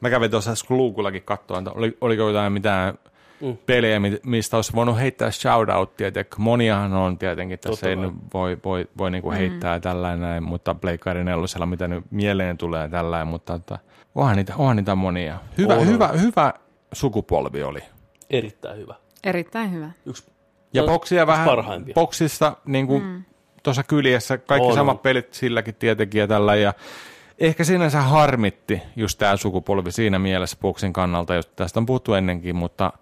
[SPEAKER 3] Mä kävin tuossa Skluukullakin katsoa, että oli, oliko jotain mitään
[SPEAKER 1] Mm.
[SPEAKER 3] pelejä, mi- mistä olisi voinut heittää shoutouttia. Tiedätkö, moniahan on tietenkin, tässä
[SPEAKER 1] Totta
[SPEAKER 3] ei
[SPEAKER 1] kai.
[SPEAKER 3] nyt voi, voi, voi niinku heittää mm. tällainen näin, mutta Pleikari nelosella, mitä nyt mieleen tulee tällainen, mutta että, onhan, niitä, onhan niitä monia. Hyvä,
[SPEAKER 1] On, on.
[SPEAKER 3] hyvä, hyvä sukupolvi oli.
[SPEAKER 1] Erittäin hyvä.
[SPEAKER 4] Erittäin hyvä.
[SPEAKER 1] Yksi
[SPEAKER 3] Ja
[SPEAKER 1] No,
[SPEAKER 3] boksia vähän,
[SPEAKER 1] parhaimpia.
[SPEAKER 3] boksista niin kuin mm. tuossa kyljessä, kaikki
[SPEAKER 1] On,
[SPEAKER 3] on, samat
[SPEAKER 1] on.
[SPEAKER 3] pelit silläkin tietenkin ja tällä. Ja ehkä sinänsä harmitti just tämä sukupolvi siinä mielessä boksin kannalta, jos tästä on puhuttu ennenkin, mutta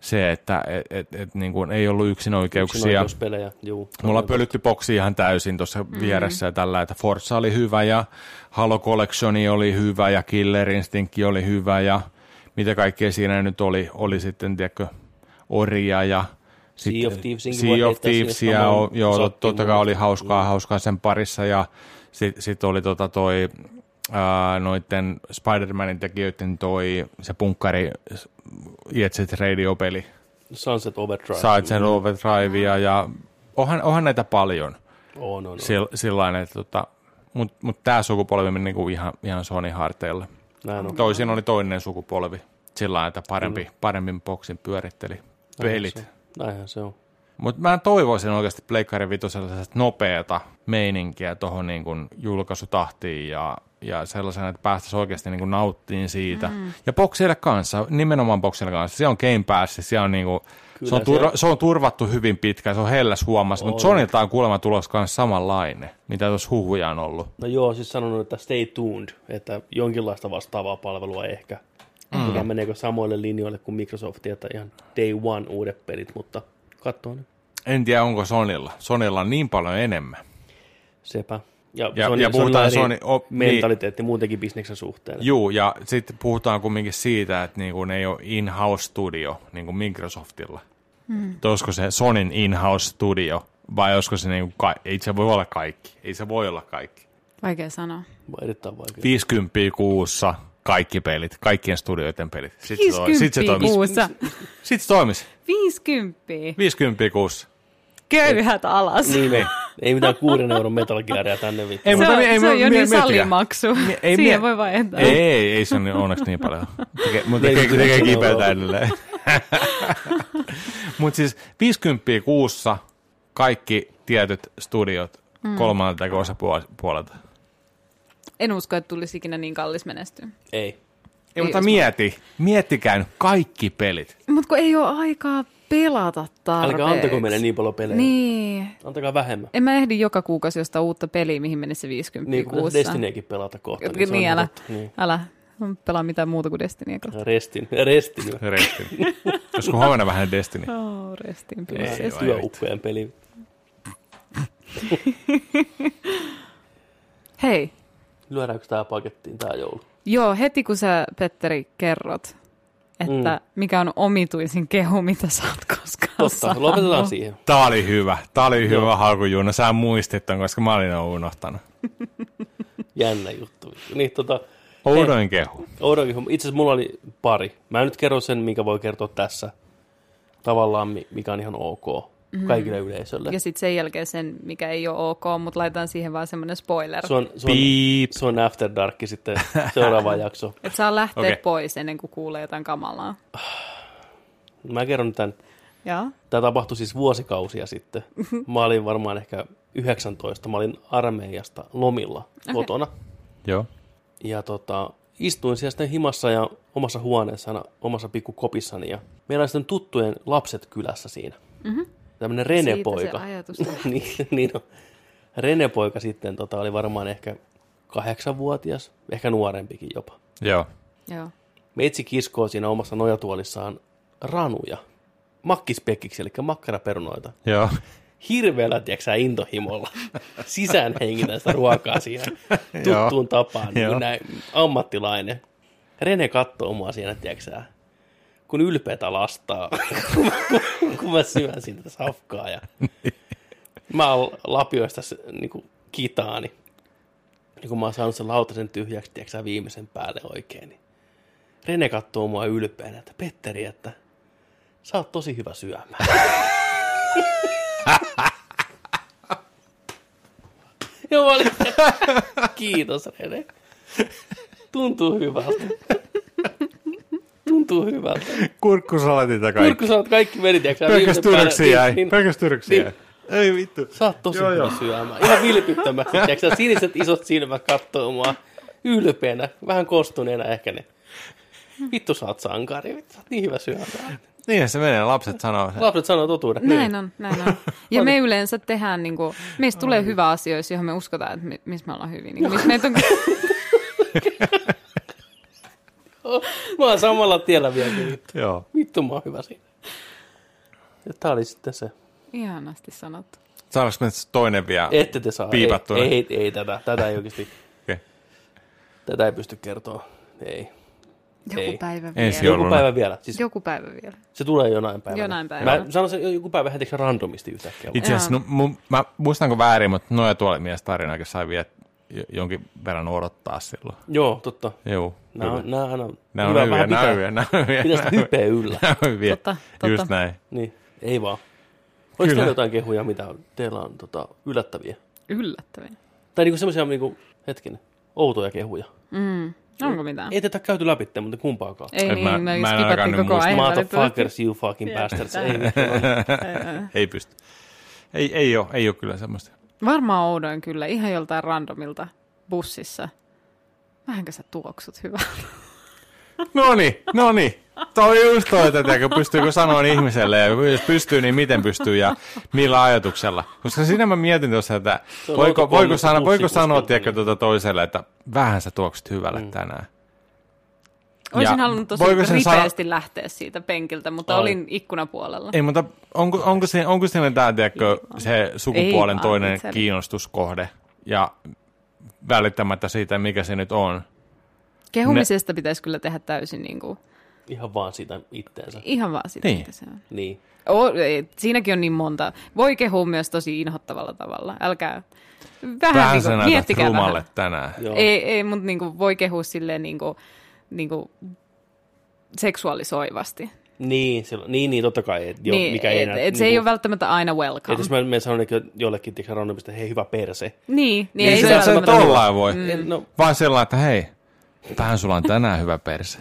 [SPEAKER 3] se, että et, et, et, niin kuin ei ollut yksinoikeuksia.
[SPEAKER 1] pelejä. Juu.
[SPEAKER 3] Me ollaan pölytty boksi ihan täysin tuossa mm-hmm. vieressä ja tällä, että Forza oli hyvä ja Halo Collectioni oli hyvä ja Killer Instinct oli hyvä ja mitä kaikkea siinä nyt oli, oli sitten, tiedätkö, Oria ja
[SPEAKER 1] Sea of
[SPEAKER 3] sitten-
[SPEAKER 1] Thievesinkin voi
[SPEAKER 3] sea of
[SPEAKER 1] heittää sinne
[SPEAKER 3] Thievesia,
[SPEAKER 1] samaan
[SPEAKER 3] o- joo, tot-
[SPEAKER 1] osattiin
[SPEAKER 3] totta kai
[SPEAKER 1] mukaan.
[SPEAKER 3] oli hauskaa, hauskaa sen parissa ja sitten sit oli tota toi, ää, noitten Spider-Manin tekijöiden toi se punkkari Jet Set Radio-peli,
[SPEAKER 1] Sunset Overdrive.
[SPEAKER 3] Sait sen Overdrivea ja onhan, onhan näitä paljon
[SPEAKER 1] On, on, on.
[SPEAKER 3] sil, sillain, että tota, mutta mut tämä sukupolvi meni niinku ihan, ihan Sony harteille.
[SPEAKER 1] Näin on.
[SPEAKER 3] Toisin oli toinen sukupolvi sillä lailla, että parempi, paremmin boksin pyöritteli pelit.
[SPEAKER 1] Näinhän se on.
[SPEAKER 3] Mutta mä toivoisin oikeasti Pleikkari Vitosella sellaista nopeata meininkiä tuohon niin kun julkaisutahtiin ja, ja sellaisena, että päästäisiin oikeasti niin kun nauttiin siitä. Mm. Ja boksille kanssa, nimenomaan boksille kanssa. Se on Game Pass, se on, niin kun, se, on
[SPEAKER 1] se-
[SPEAKER 3] turva, se on turvattu hyvin pitkään, se on helläs huomassa,
[SPEAKER 1] On.
[SPEAKER 3] mutta Sonilta on kuulemma tulos kanssa samanlainen, mitä tuossa huhuja on ollut.
[SPEAKER 1] No joo, siis sanonut, että stay tuned, että jonkinlaista vastaavaa palvelua ehkä. Mm. Tota meneekö samoille linjoille kuin Microsoft, että ihan day one uudet pelit, mutta katsoo nyt.
[SPEAKER 3] En tiedä, onko Sonilla. Sonilla on niin paljon enemmän.
[SPEAKER 1] Sepä. Ja,
[SPEAKER 3] Ja-
[SPEAKER 1] Sony,
[SPEAKER 3] ja puhutaan
[SPEAKER 1] Sony, oh, niin.
[SPEAKER 3] Sony- o-
[SPEAKER 1] mentaliteetti muutenkin bisneksen suhteen.
[SPEAKER 3] Juu, ja sitten puhutaan kumminkin siitä, että niin kuin ei ole in-house studio niin kuin Microsoftilla. Mm. Olisiko se Sonin in-house studio vai olisiko se, niin kuin ka- ei se voi olla kaikki. Ei se voi olla kaikki.
[SPEAKER 4] Vaikea sanoa.
[SPEAKER 1] Vai Erittäin vaikea.
[SPEAKER 3] 50 kuussa kaikki pelit, kaikkien studioiden pelit. Sitten se, toimi- sit se
[SPEAKER 4] 50
[SPEAKER 3] toimisi.
[SPEAKER 4] kuussa.
[SPEAKER 3] Sitten se toimisi.
[SPEAKER 4] 50.
[SPEAKER 3] 50 kuussa.
[SPEAKER 4] Köyhät alas.
[SPEAKER 1] Niin, niin. ei mitään kuuden euron Metal Gearia tänne vittu.
[SPEAKER 3] Ei,
[SPEAKER 4] se
[SPEAKER 3] mutta
[SPEAKER 4] on,
[SPEAKER 3] mi- ei
[SPEAKER 4] se on
[SPEAKER 3] mi-
[SPEAKER 4] jo
[SPEAKER 3] mi-
[SPEAKER 4] niin
[SPEAKER 3] miettikää.
[SPEAKER 4] salimaksu.
[SPEAKER 3] Mi- ei
[SPEAKER 4] Siihen
[SPEAKER 3] mie-
[SPEAKER 4] voi vaihtaa.
[SPEAKER 3] Ei, ei, ei se on onneksi niin paljon. Teke, mutta
[SPEAKER 1] Ei,
[SPEAKER 3] tekee,
[SPEAKER 1] mutta
[SPEAKER 3] tekee
[SPEAKER 1] se on Eurooppa.
[SPEAKER 3] kipeätä edelleen. mutta siis 50 kuussa kaikki tietyt studiot mm. kolmannelta osapuolelta.
[SPEAKER 4] En usko, että tulisi ikinä niin kallis menestyä.
[SPEAKER 1] Ei.
[SPEAKER 3] Ei, mutta
[SPEAKER 4] jos-
[SPEAKER 3] mieti, miettikää nyt kaikki pelit.
[SPEAKER 4] Mutta kun ei ole aikaa pelata tarpeeksi.
[SPEAKER 1] Älkää antako meille niin paljon pelejä.
[SPEAKER 4] Niin.
[SPEAKER 1] Antakaa vähemmän.
[SPEAKER 4] En mä ehdi joka kuukausi jostain uutta peliä, mihin menisi se 50
[SPEAKER 1] Niin kuin
[SPEAKER 4] kuussa.
[SPEAKER 1] Destinyäkin pelata kohta.
[SPEAKER 4] Niin,
[SPEAKER 1] se on
[SPEAKER 4] niin,
[SPEAKER 1] ihan
[SPEAKER 4] älä,
[SPEAKER 1] totta. Niin.
[SPEAKER 4] älä pelaa mitään muuta kuin Destinyä kohta.
[SPEAKER 1] niinku Restin. Restin.
[SPEAKER 3] Reitti. Joskus huomenna vähän Destiny.
[SPEAKER 4] Oh, restin
[SPEAKER 1] Ei,
[SPEAKER 4] prinsessa.
[SPEAKER 1] Työ upean peli.
[SPEAKER 4] Hei,
[SPEAKER 1] Lyödäänkö tämä pakettiin tämä joulu?
[SPEAKER 4] joo, heti kun sä, Petteri, kerrot, että mm. mikä on omituisin kehu, mitä sä oot koskaan
[SPEAKER 1] Totta,
[SPEAKER 4] saanut.
[SPEAKER 1] lopetetaan siihen.
[SPEAKER 3] Tää oli hyvä. Tää oli hyvä hakujuuna. Sä muistit ton, koska mä olin ne unohtanut.
[SPEAKER 1] Jännä juttu. vittu. Niin, tota,
[SPEAKER 3] Oudoin kehu.
[SPEAKER 1] oudonkin homma. Itse asiassa mulla oli pari. Mä nyt kerron sen, minkä voi kertoa tässä. Tavallaan, mi- mikä on ihan ok kaikille yleisölle.
[SPEAKER 4] Ja sitten sen jälkeen sen, mikä ei ole ok, mutta laitan siihen vaan semmoinen spoiler.
[SPEAKER 1] Se on, se on,
[SPEAKER 3] Piip.
[SPEAKER 1] se on After Dark sitten seuraava jakso.
[SPEAKER 4] Että saa lähteä
[SPEAKER 3] Okei.
[SPEAKER 4] okay. pois ennen kuin kuulee jotain kamalaa.
[SPEAKER 1] Mä kerron tämän.
[SPEAKER 4] Joo.
[SPEAKER 1] Tämä tapahtui siis vuosikausia sitten. Mä olin varmaan ehkä 19. Mä olin armeijasta lomilla kotona.
[SPEAKER 3] Joo.
[SPEAKER 1] Ja tota, istuin siellä sitten himassa ja omassa huoneessani, omassa pikkukopissani. Ja meillä oli sitten tuttujen lapset kylässä siinä. Mm-hmm. Tämmöinen
[SPEAKER 4] Mhm. Siitä
[SPEAKER 1] Rene-poika.
[SPEAKER 4] se ajatus
[SPEAKER 1] niin, niin on. Rene-poika sitten tota, oli varmaan ehkä kahdeksanvuotias, ehkä nuorempikin jopa.
[SPEAKER 3] Joo.
[SPEAKER 4] Joo.
[SPEAKER 1] Meitsi kiskoo siinä omassa nojatuolissaan ranuja, makkispekkiksi, eli makkaraperunoita.
[SPEAKER 3] Joo.
[SPEAKER 1] Hirveellä, tiedätkö sä, intohimolla sisään hengitän sitä ruokaa siihen tuttuun tapaan, niin
[SPEAKER 3] Joo.
[SPEAKER 1] kuin näin ammattilainen. Rene katsoo mua siinä, tiedätkö sä, kun ylpeätä lastaa, kun, mä- kun, kun mä syön sitä safkaa ja mä lapioin sitä se- niinku kitaani. Ja kun mä oon saanut sen lautasen tyhjäksi, tiedätkö sä, viimeisen päälle oikein, niin Rene katsoo mua ylpeänä, että Petteri, että sä oot tosi hyvä syömään. ja mä olin, kiitos Rene. Tuntuu hyvältä. Tuntuu hyvältä.
[SPEAKER 3] Kurkkusalatit ja kaikki.
[SPEAKER 1] Kurkku sanoo, että kaikki meni, tiedätkö sä,
[SPEAKER 3] Pelkäs
[SPEAKER 1] viimeisen
[SPEAKER 3] tyrksi
[SPEAKER 1] päälle.
[SPEAKER 3] jäi.
[SPEAKER 1] Niin, niin,
[SPEAKER 3] Pelkäs tyrksi jäi. Ei vittu.
[SPEAKER 1] Sä oot tosi hyvä syömään. Ihan vilpittömästi. Tiedätkö, sä, siniset isot silmät kattoo mua ylpeänä, vähän kostuneena ehkä ne. Vittu sä oot sankari, vittu sä oot niin hyvä syömään.
[SPEAKER 3] Niin se menee, lapset sanoo. sen.
[SPEAKER 1] Lapset sanoo totuuden. Niin.
[SPEAKER 4] Näin on, näin on. Ja me yleensä tehdään, niin kuin, meistä tulee hyvä asia, jos johon me uskotaan, että mi- missä me ollaan hyvin. Niin kuin, missä meitä on...
[SPEAKER 1] Mä oon samalla tiellä vielä. kuin Vittu,
[SPEAKER 3] Joo.
[SPEAKER 1] vittu mä oon hyvä siinä. Ja tää oli sitten se.
[SPEAKER 4] Ihanasti sanottu.
[SPEAKER 3] Saadaanko me nyt toinen vielä?
[SPEAKER 1] Ette te saa.
[SPEAKER 3] Piipattuna.
[SPEAKER 1] Ei, ei, ei tätä. Tätä ei oikeasti.
[SPEAKER 3] Okei.
[SPEAKER 1] Tätä ei pysty kertoa. Ei.
[SPEAKER 4] Joku
[SPEAKER 1] Ei.
[SPEAKER 4] päivä vielä.
[SPEAKER 3] Ensi
[SPEAKER 4] Ensi
[SPEAKER 1] Joku
[SPEAKER 3] jouluna.
[SPEAKER 1] päivä vielä. Siis
[SPEAKER 4] Joku päivä vielä.
[SPEAKER 1] se tulee jonain päivänä.
[SPEAKER 4] Jonain päivänä.
[SPEAKER 1] Mä sanoisin joku päivä heti randomisti yhtäkkiä.
[SPEAKER 3] Itse asiassa, no, mun, mä muistanko väärin, mutta noja tuolla mies tarinakin sai vielä jo- jonkin verran odottaa silloin.
[SPEAKER 1] Joo, totta.
[SPEAKER 3] Joo.
[SPEAKER 1] Nämä on, nämä aina,
[SPEAKER 3] Nämä on
[SPEAKER 1] No, hyvä,
[SPEAKER 3] hyviä,
[SPEAKER 1] vähän
[SPEAKER 3] nämä on
[SPEAKER 1] pitää-
[SPEAKER 3] hyviä, nämä on hyviä.
[SPEAKER 1] Pitää sitä
[SPEAKER 3] nämä on
[SPEAKER 1] hypeä yllä.
[SPEAKER 3] Nämä on hyviä.
[SPEAKER 4] Totta,
[SPEAKER 3] Just
[SPEAKER 4] totta.
[SPEAKER 3] näin.
[SPEAKER 1] Niin, ei vaan. Oliko teillä
[SPEAKER 3] Kyllä.
[SPEAKER 1] jotain kehuja, mitä teillä on tota, yllättäviä?
[SPEAKER 4] Yllättäviä.
[SPEAKER 1] Tai niinku semmoisia, niinku, hetkinen, outoja kehuja.
[SPEAKER 4] Onko mitään?
[SPEAKER 1] Ei tätä käyty läpi, mutta kumpaakaan.
[SPEAKER 4] Ei
[SPEAKER 3] Et
[SPEAKER 4] niin,
[SPEAKER 3] mä-
[SPEAKER 4] mä,
[SPEAKER 3] mä
[SPEAKER 4] me
[SPEAKER 3] en ainakaan
[SPEAKER 4] skipattiin
[SPEAKER 3] nyt
[SPEAKER 4] koko
[SPEAKER 3] muista.
[SPEAKER 4] ajan. valitettavasti.
[SPEAKER 1] Motherfuckers, you fucking bastards. Ei, vittu.
[SPEAKER 3] Ei pysty. Ei, ei ole, ei ole kyllä semmoista.
[SPEAKER 4] Varmaan oudoin kyllä, ihan joltain randomilta bussissa. Vähänkö sä tuoksut hyvältä?
[SPEAKER 3] No niin, no niin. Toi just toi tätä, kun pystyykö sanoa ihmiselle, ja jos pystyy, niin miten pystyy ja millä ajatuksella. Koska siinä mä mietin tuossa, että
[SPEAKER 1] on
[SPEAKER 3] voiko,
[SPEAKER 1] outo
[SPEAKER 3] voiko,
[SPEAKER 1] kommentti
[SPEAKER 3] sanoa, voiko
[SPEAKER 1] bussikuskilta,
[SPEAKER 3] sanoa
[SPEAKER 1] niin.
[SPEAKER 3] tiedätkö, tuota toiselle, että vähän sä tuoksit hyvälle
[SPEAKER 1] Mm.
[SPEAKER 3] tänään.
[SPEAKER 4] Olisin
[SPEAKER 3] Ja
[SPEAKER 4] halunnut tosi
[SPEAKER 3] voiko sen
[SPEAKER 4] ripeästi
[SPEAKER 3] sana-
[SPEAKER 4] lähteä siitä penkiltä, mutta
[SPEAKER 1] Ai.
[SPEAKER 4] olin ikkunapuolella.
[SPEAKER 1] Eh,
[SPEAKER 3] Ei, mutta onko, onko, siinä, onko siinä tämä, tiedätkö, se
[SPEAKER 4] Ei
[SPEAKER 3] sukupuolen
[SPEAKER 4] vaan,
[SPEAKER 3] toinen
[SPEAKER 4] itselle.
[SPEAKER 3] kiinnostuskohde ja välittämättä siitä, mikä se nyt on.
[SPEAKER 4] Kehumisesta pitäisi kyllä tehdä täysin niin kuin,
[SPEAKER 1] Ihan vaan sitä itteensä.
[SPEAKER 4] ihan vaan sitä,
[SPEAKER 3] Niin.
[SPEAKER 4] niin. mitä se on.
[SPEAKER 1] Niin.
[SPEAKER 4] O, ei, siinäkin on niin monta. Voi kehua myös tosi inhottavalla tavalla. Älkää vähän,
[SPEAKER 3] Vähän
[SPEAKER 4] niin
[SPEAKER 3] sä
[SPEAKER 4] kuin,
[SPEAKER 3] näytät
[SPEAKER 4] miettikää
[SPEAKER 3] rumalle
[SPEAKER 4] vähän.
[SPEAKER 3] tänään.
[SPEAKER 1] Joo.
[SPEAKER 4] Ei, ei mutta niin kuin, voi kehua silleen niin kuin, niin kuin seksuaalisoivasti.
[SPEAKER 1] Niin, silloin, niin, niin, totta kai. Et, jo, niin, mikä ei
[SPEAKER 4] et,
[SPEAKER 1] enää,
[SPEAKER 4] et, se ei ole välttämättä aina welcome.
[SPEAKER 1] et jos mä, mä sanon että jollekin tiedätkö, randomista, hei hyvä perse.
[SPEAKER 4] niin, niin,
[SPEAKER 3] Ei
[SPEAKER 4] ei
[SPEAKER 3] se,
[SPEAKER 4] se
[SPEAKER 3] se, se
[SPEAKER 4] välttämättä
[SPEAKER 3] tollain voi. Mm.
[SPEAKER 1] Mm. No,
[SPEAKER 3] Vaan sellainen, että hei, tähän sulla on tänään hyvä perse.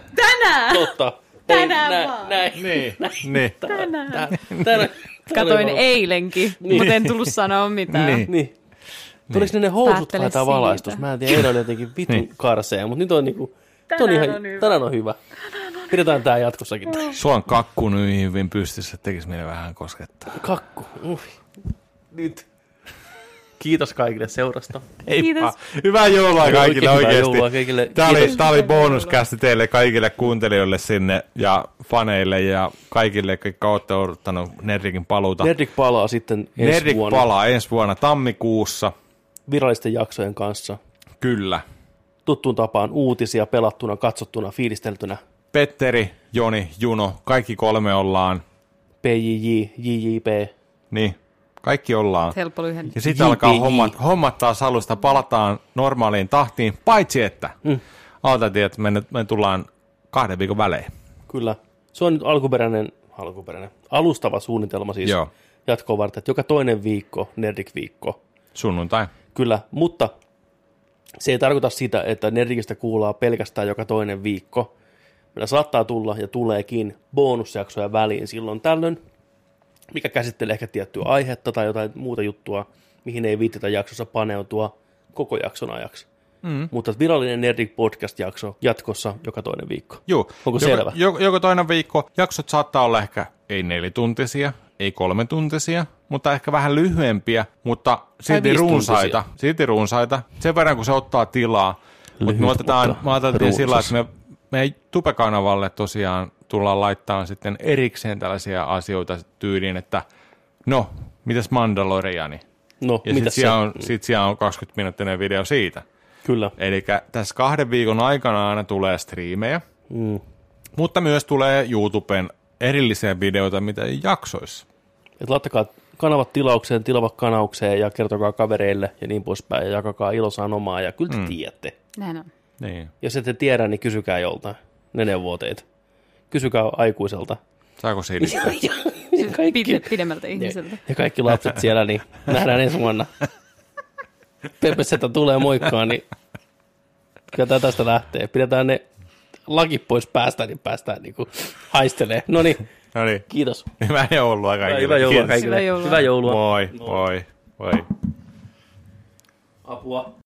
[SPEAKER 1] totta.
[SPEAKER 4] Tänään
[SPEAKER 1] nä-
[SPEAKER 4] vaan.
[SPEAKER 1] Näin.
[SPEAKER 3] Niin, niin.
[SPEAKER 4] Tänään.
[SPEAKER 1] Tää- tänään-
[SPEAKER 4] Katoin
[SPEAKER 1] tänään-
[SPEAKER 4] eilenkin, niin. mutta en tullut sanoa mitään.
[SPEAKER 3] Niin.
[SPEAKER 1] Niin. Tuliko ne ne housut
[SPEAKER 4] Päättele
[SPEAKER 1] vai tämä
[SPEAKER 4] siitä.
[SPEAKER 1] valaistus? Mä en tiedä, eilen oli jotenkin vitun
[SPEAKER 3] Niin.
[SPEAKER 1] karseja, mutta nyt on niinku... Tänään on,
[SPEAKER 4] Tänään
[SPEAKER 1] ihan,
[SPEAKER 4] on hyvä. Mm.
[SPEAKER 1] Tänään on hyvä. Pidetään tää jatkossakin.
[SPEAKER 3] Sulla on kakku nyt hyvin pystyssä, tekis meille vähän koskettaa.
[SPEAKER 1] Kakku. Ui. Nyt. Kiitos kaikille seurasta.
[SPEAKER 4] Kiitos.
[SPEAKER 3] Hyvää joulua kaikille
[SPEAKER 1] Oikein hyvää
[SPEAKER 3] oikeasti.
[SPEAKER 1] joulua kaikille.
[SPEAKER 3] Tämä oli,
[SPEAKER 1] Kiitos.
[SPEAKER 3] tää oli bonuskästi teille kaikille kuuntelijoille sinne ja faneille ja kaikille, jotka olette odottanut Nerdikin paluuta.
[SPEAKER 1] Nerdik palaa sitten ensi
[SPEAKER 3] Nerdik
[SPEAKER 1] vuonna
[SPEAKER 3] palaa ensi vuonna tammikuussa.
[SPEAKER 1] virallisten jaksojen kanssa.
[SPEAKER 3] Kyllä.
[SPEAKER 1] Tuttuun tapaan uutisia pelattuna, katsottuna, fiilisteltynä.
[SPEAKER 3] Petteri, Joni, Juno, kaikki kolme ollaan.
[SPEAKER 1] PJJ, JJP.
[SPEAKER 3] Niin, kaikki ollaan.
[SPEAKER 4] Helppo lyhentää.
[SPEAKER 3] Ja sitten alkaa
[SPEAKER 1] JPJ.
[SPEAKER 3] hommat, hommat taas alusta, palataan normaaliin tahtiin, paitsi että mm. aloitettiin, että me, nyt- me tullaan kahden viikon välein.
[SPEAKER 1] Kyllä. Se on nyt alkuperäinen, alkuperäinen, alustava suunnitelma siis
[SPEAKER 3] Joo.
[SPEAKER 1] jatkoa varten, että joka toinen viikko, Nerdik-viikko,
[SPEAKER 3] Sunnuntai.
[SPEAKER 1] Kyllä, mutta se ei tarkoita sitä, että Nerdikistä kuullaan pelkästään joka toinen viikko. Meillä saattaa tulla ja tuleekin bonusjaksoja väliin silloin tällöin, mikä käsittelee ehkä tiettyä aihetta tai jotain muuta juttua, mihin ei viittitä jaksossa paneutua koko jakson ajaksi. Mm. Mutta virallinen Nerdik podcast-jakso jatkossa joka toinen viikko.
[SPEAKER 3] Juu.
[SPEAKER 1] Onko
[SPEAKER 3] joko,
[SPEAKER 1] selvä?
[SPEAKER 3] Joko, joko toinen viikko. Jaksot saattaa olla ehkä ei nelituntisia, ei kolmetuntisia, mutta ehkä vähän lyhyempiä, mutta silti
[SPEAKER 1] viisituntisia.
[SPEAKER 3] runsaita. Silti runsaita. Sen verran, kun se ottaa tilaa. Mutta me otetaan,
[SPEAKER 1] mutta
[SPEAKER 3] me otettiin sillä,
[SPEAKER 1] runsas.
[SPEAKER 3] että me meidän tupekanavalle tosiaan tullaan laittamaan sitten erikseen tällaisia asioita tyyliin, että no, mitäs Mandaloriani?
[SPEAKER 1] No, mitä
[SPEAKER 3] Ja sitten
[SPEAKER 1] se?
[SPEAKER 3] siellä, on- sit siellä on 20-minuuttinen video siitä.
[SPEAKER 1] Kyllä.
[SPEAKER 3] Eli tässä kahden viikon aikana aina tulee striimejä,
[SPEAKER 1] Mm.
[SPEAKER 3] mutta myös tulee YouTuben erillisiä videoita, mitä ei jaksoissa.
[SPEAKER 1] Et laittakaa kanavat tilaukseen, tilava kanaukseen ja kertokaa kavereille ja niin poispäin ja jakakaa ilosanomaa ja kyllä te mm. tiedätte.
[SPEAKER 4] Näin on.
[SPEAKER 3] Niin.
[SPEAKER 1] Jos ette tiedä, niin kysykää joltain. Ne neuvoo teitä. Kysykää aikuiselta.
[SPEAKER 3] Saako sinistä?
[SPEAKER 1] kaikki,
[SPEAKER 4] Pide- pidemmältä ihmiseltä.
[SPEAKER 1] ja kaikki lapset siellä, niin nähdään ensi vuonna. Pepe Setä tulee moikkaan, niin kyllä tää tästä lähtee. Pidetään ne laki pois päästä, niin päästään niin haistelee. No niin,
[SPEAKER 3] no niin,
[SPEAKER 1] kiitos.
[SPEAKER 3] hyvää joulua kaikille. Kiitos.
[SPEAKER 4] kaikille. Hyvää joulua.
[SPEAKER 1] Hyvää joulua.
[SPEAKER 3] Moi, moi, moi.
[SPEAKER 1] Apua.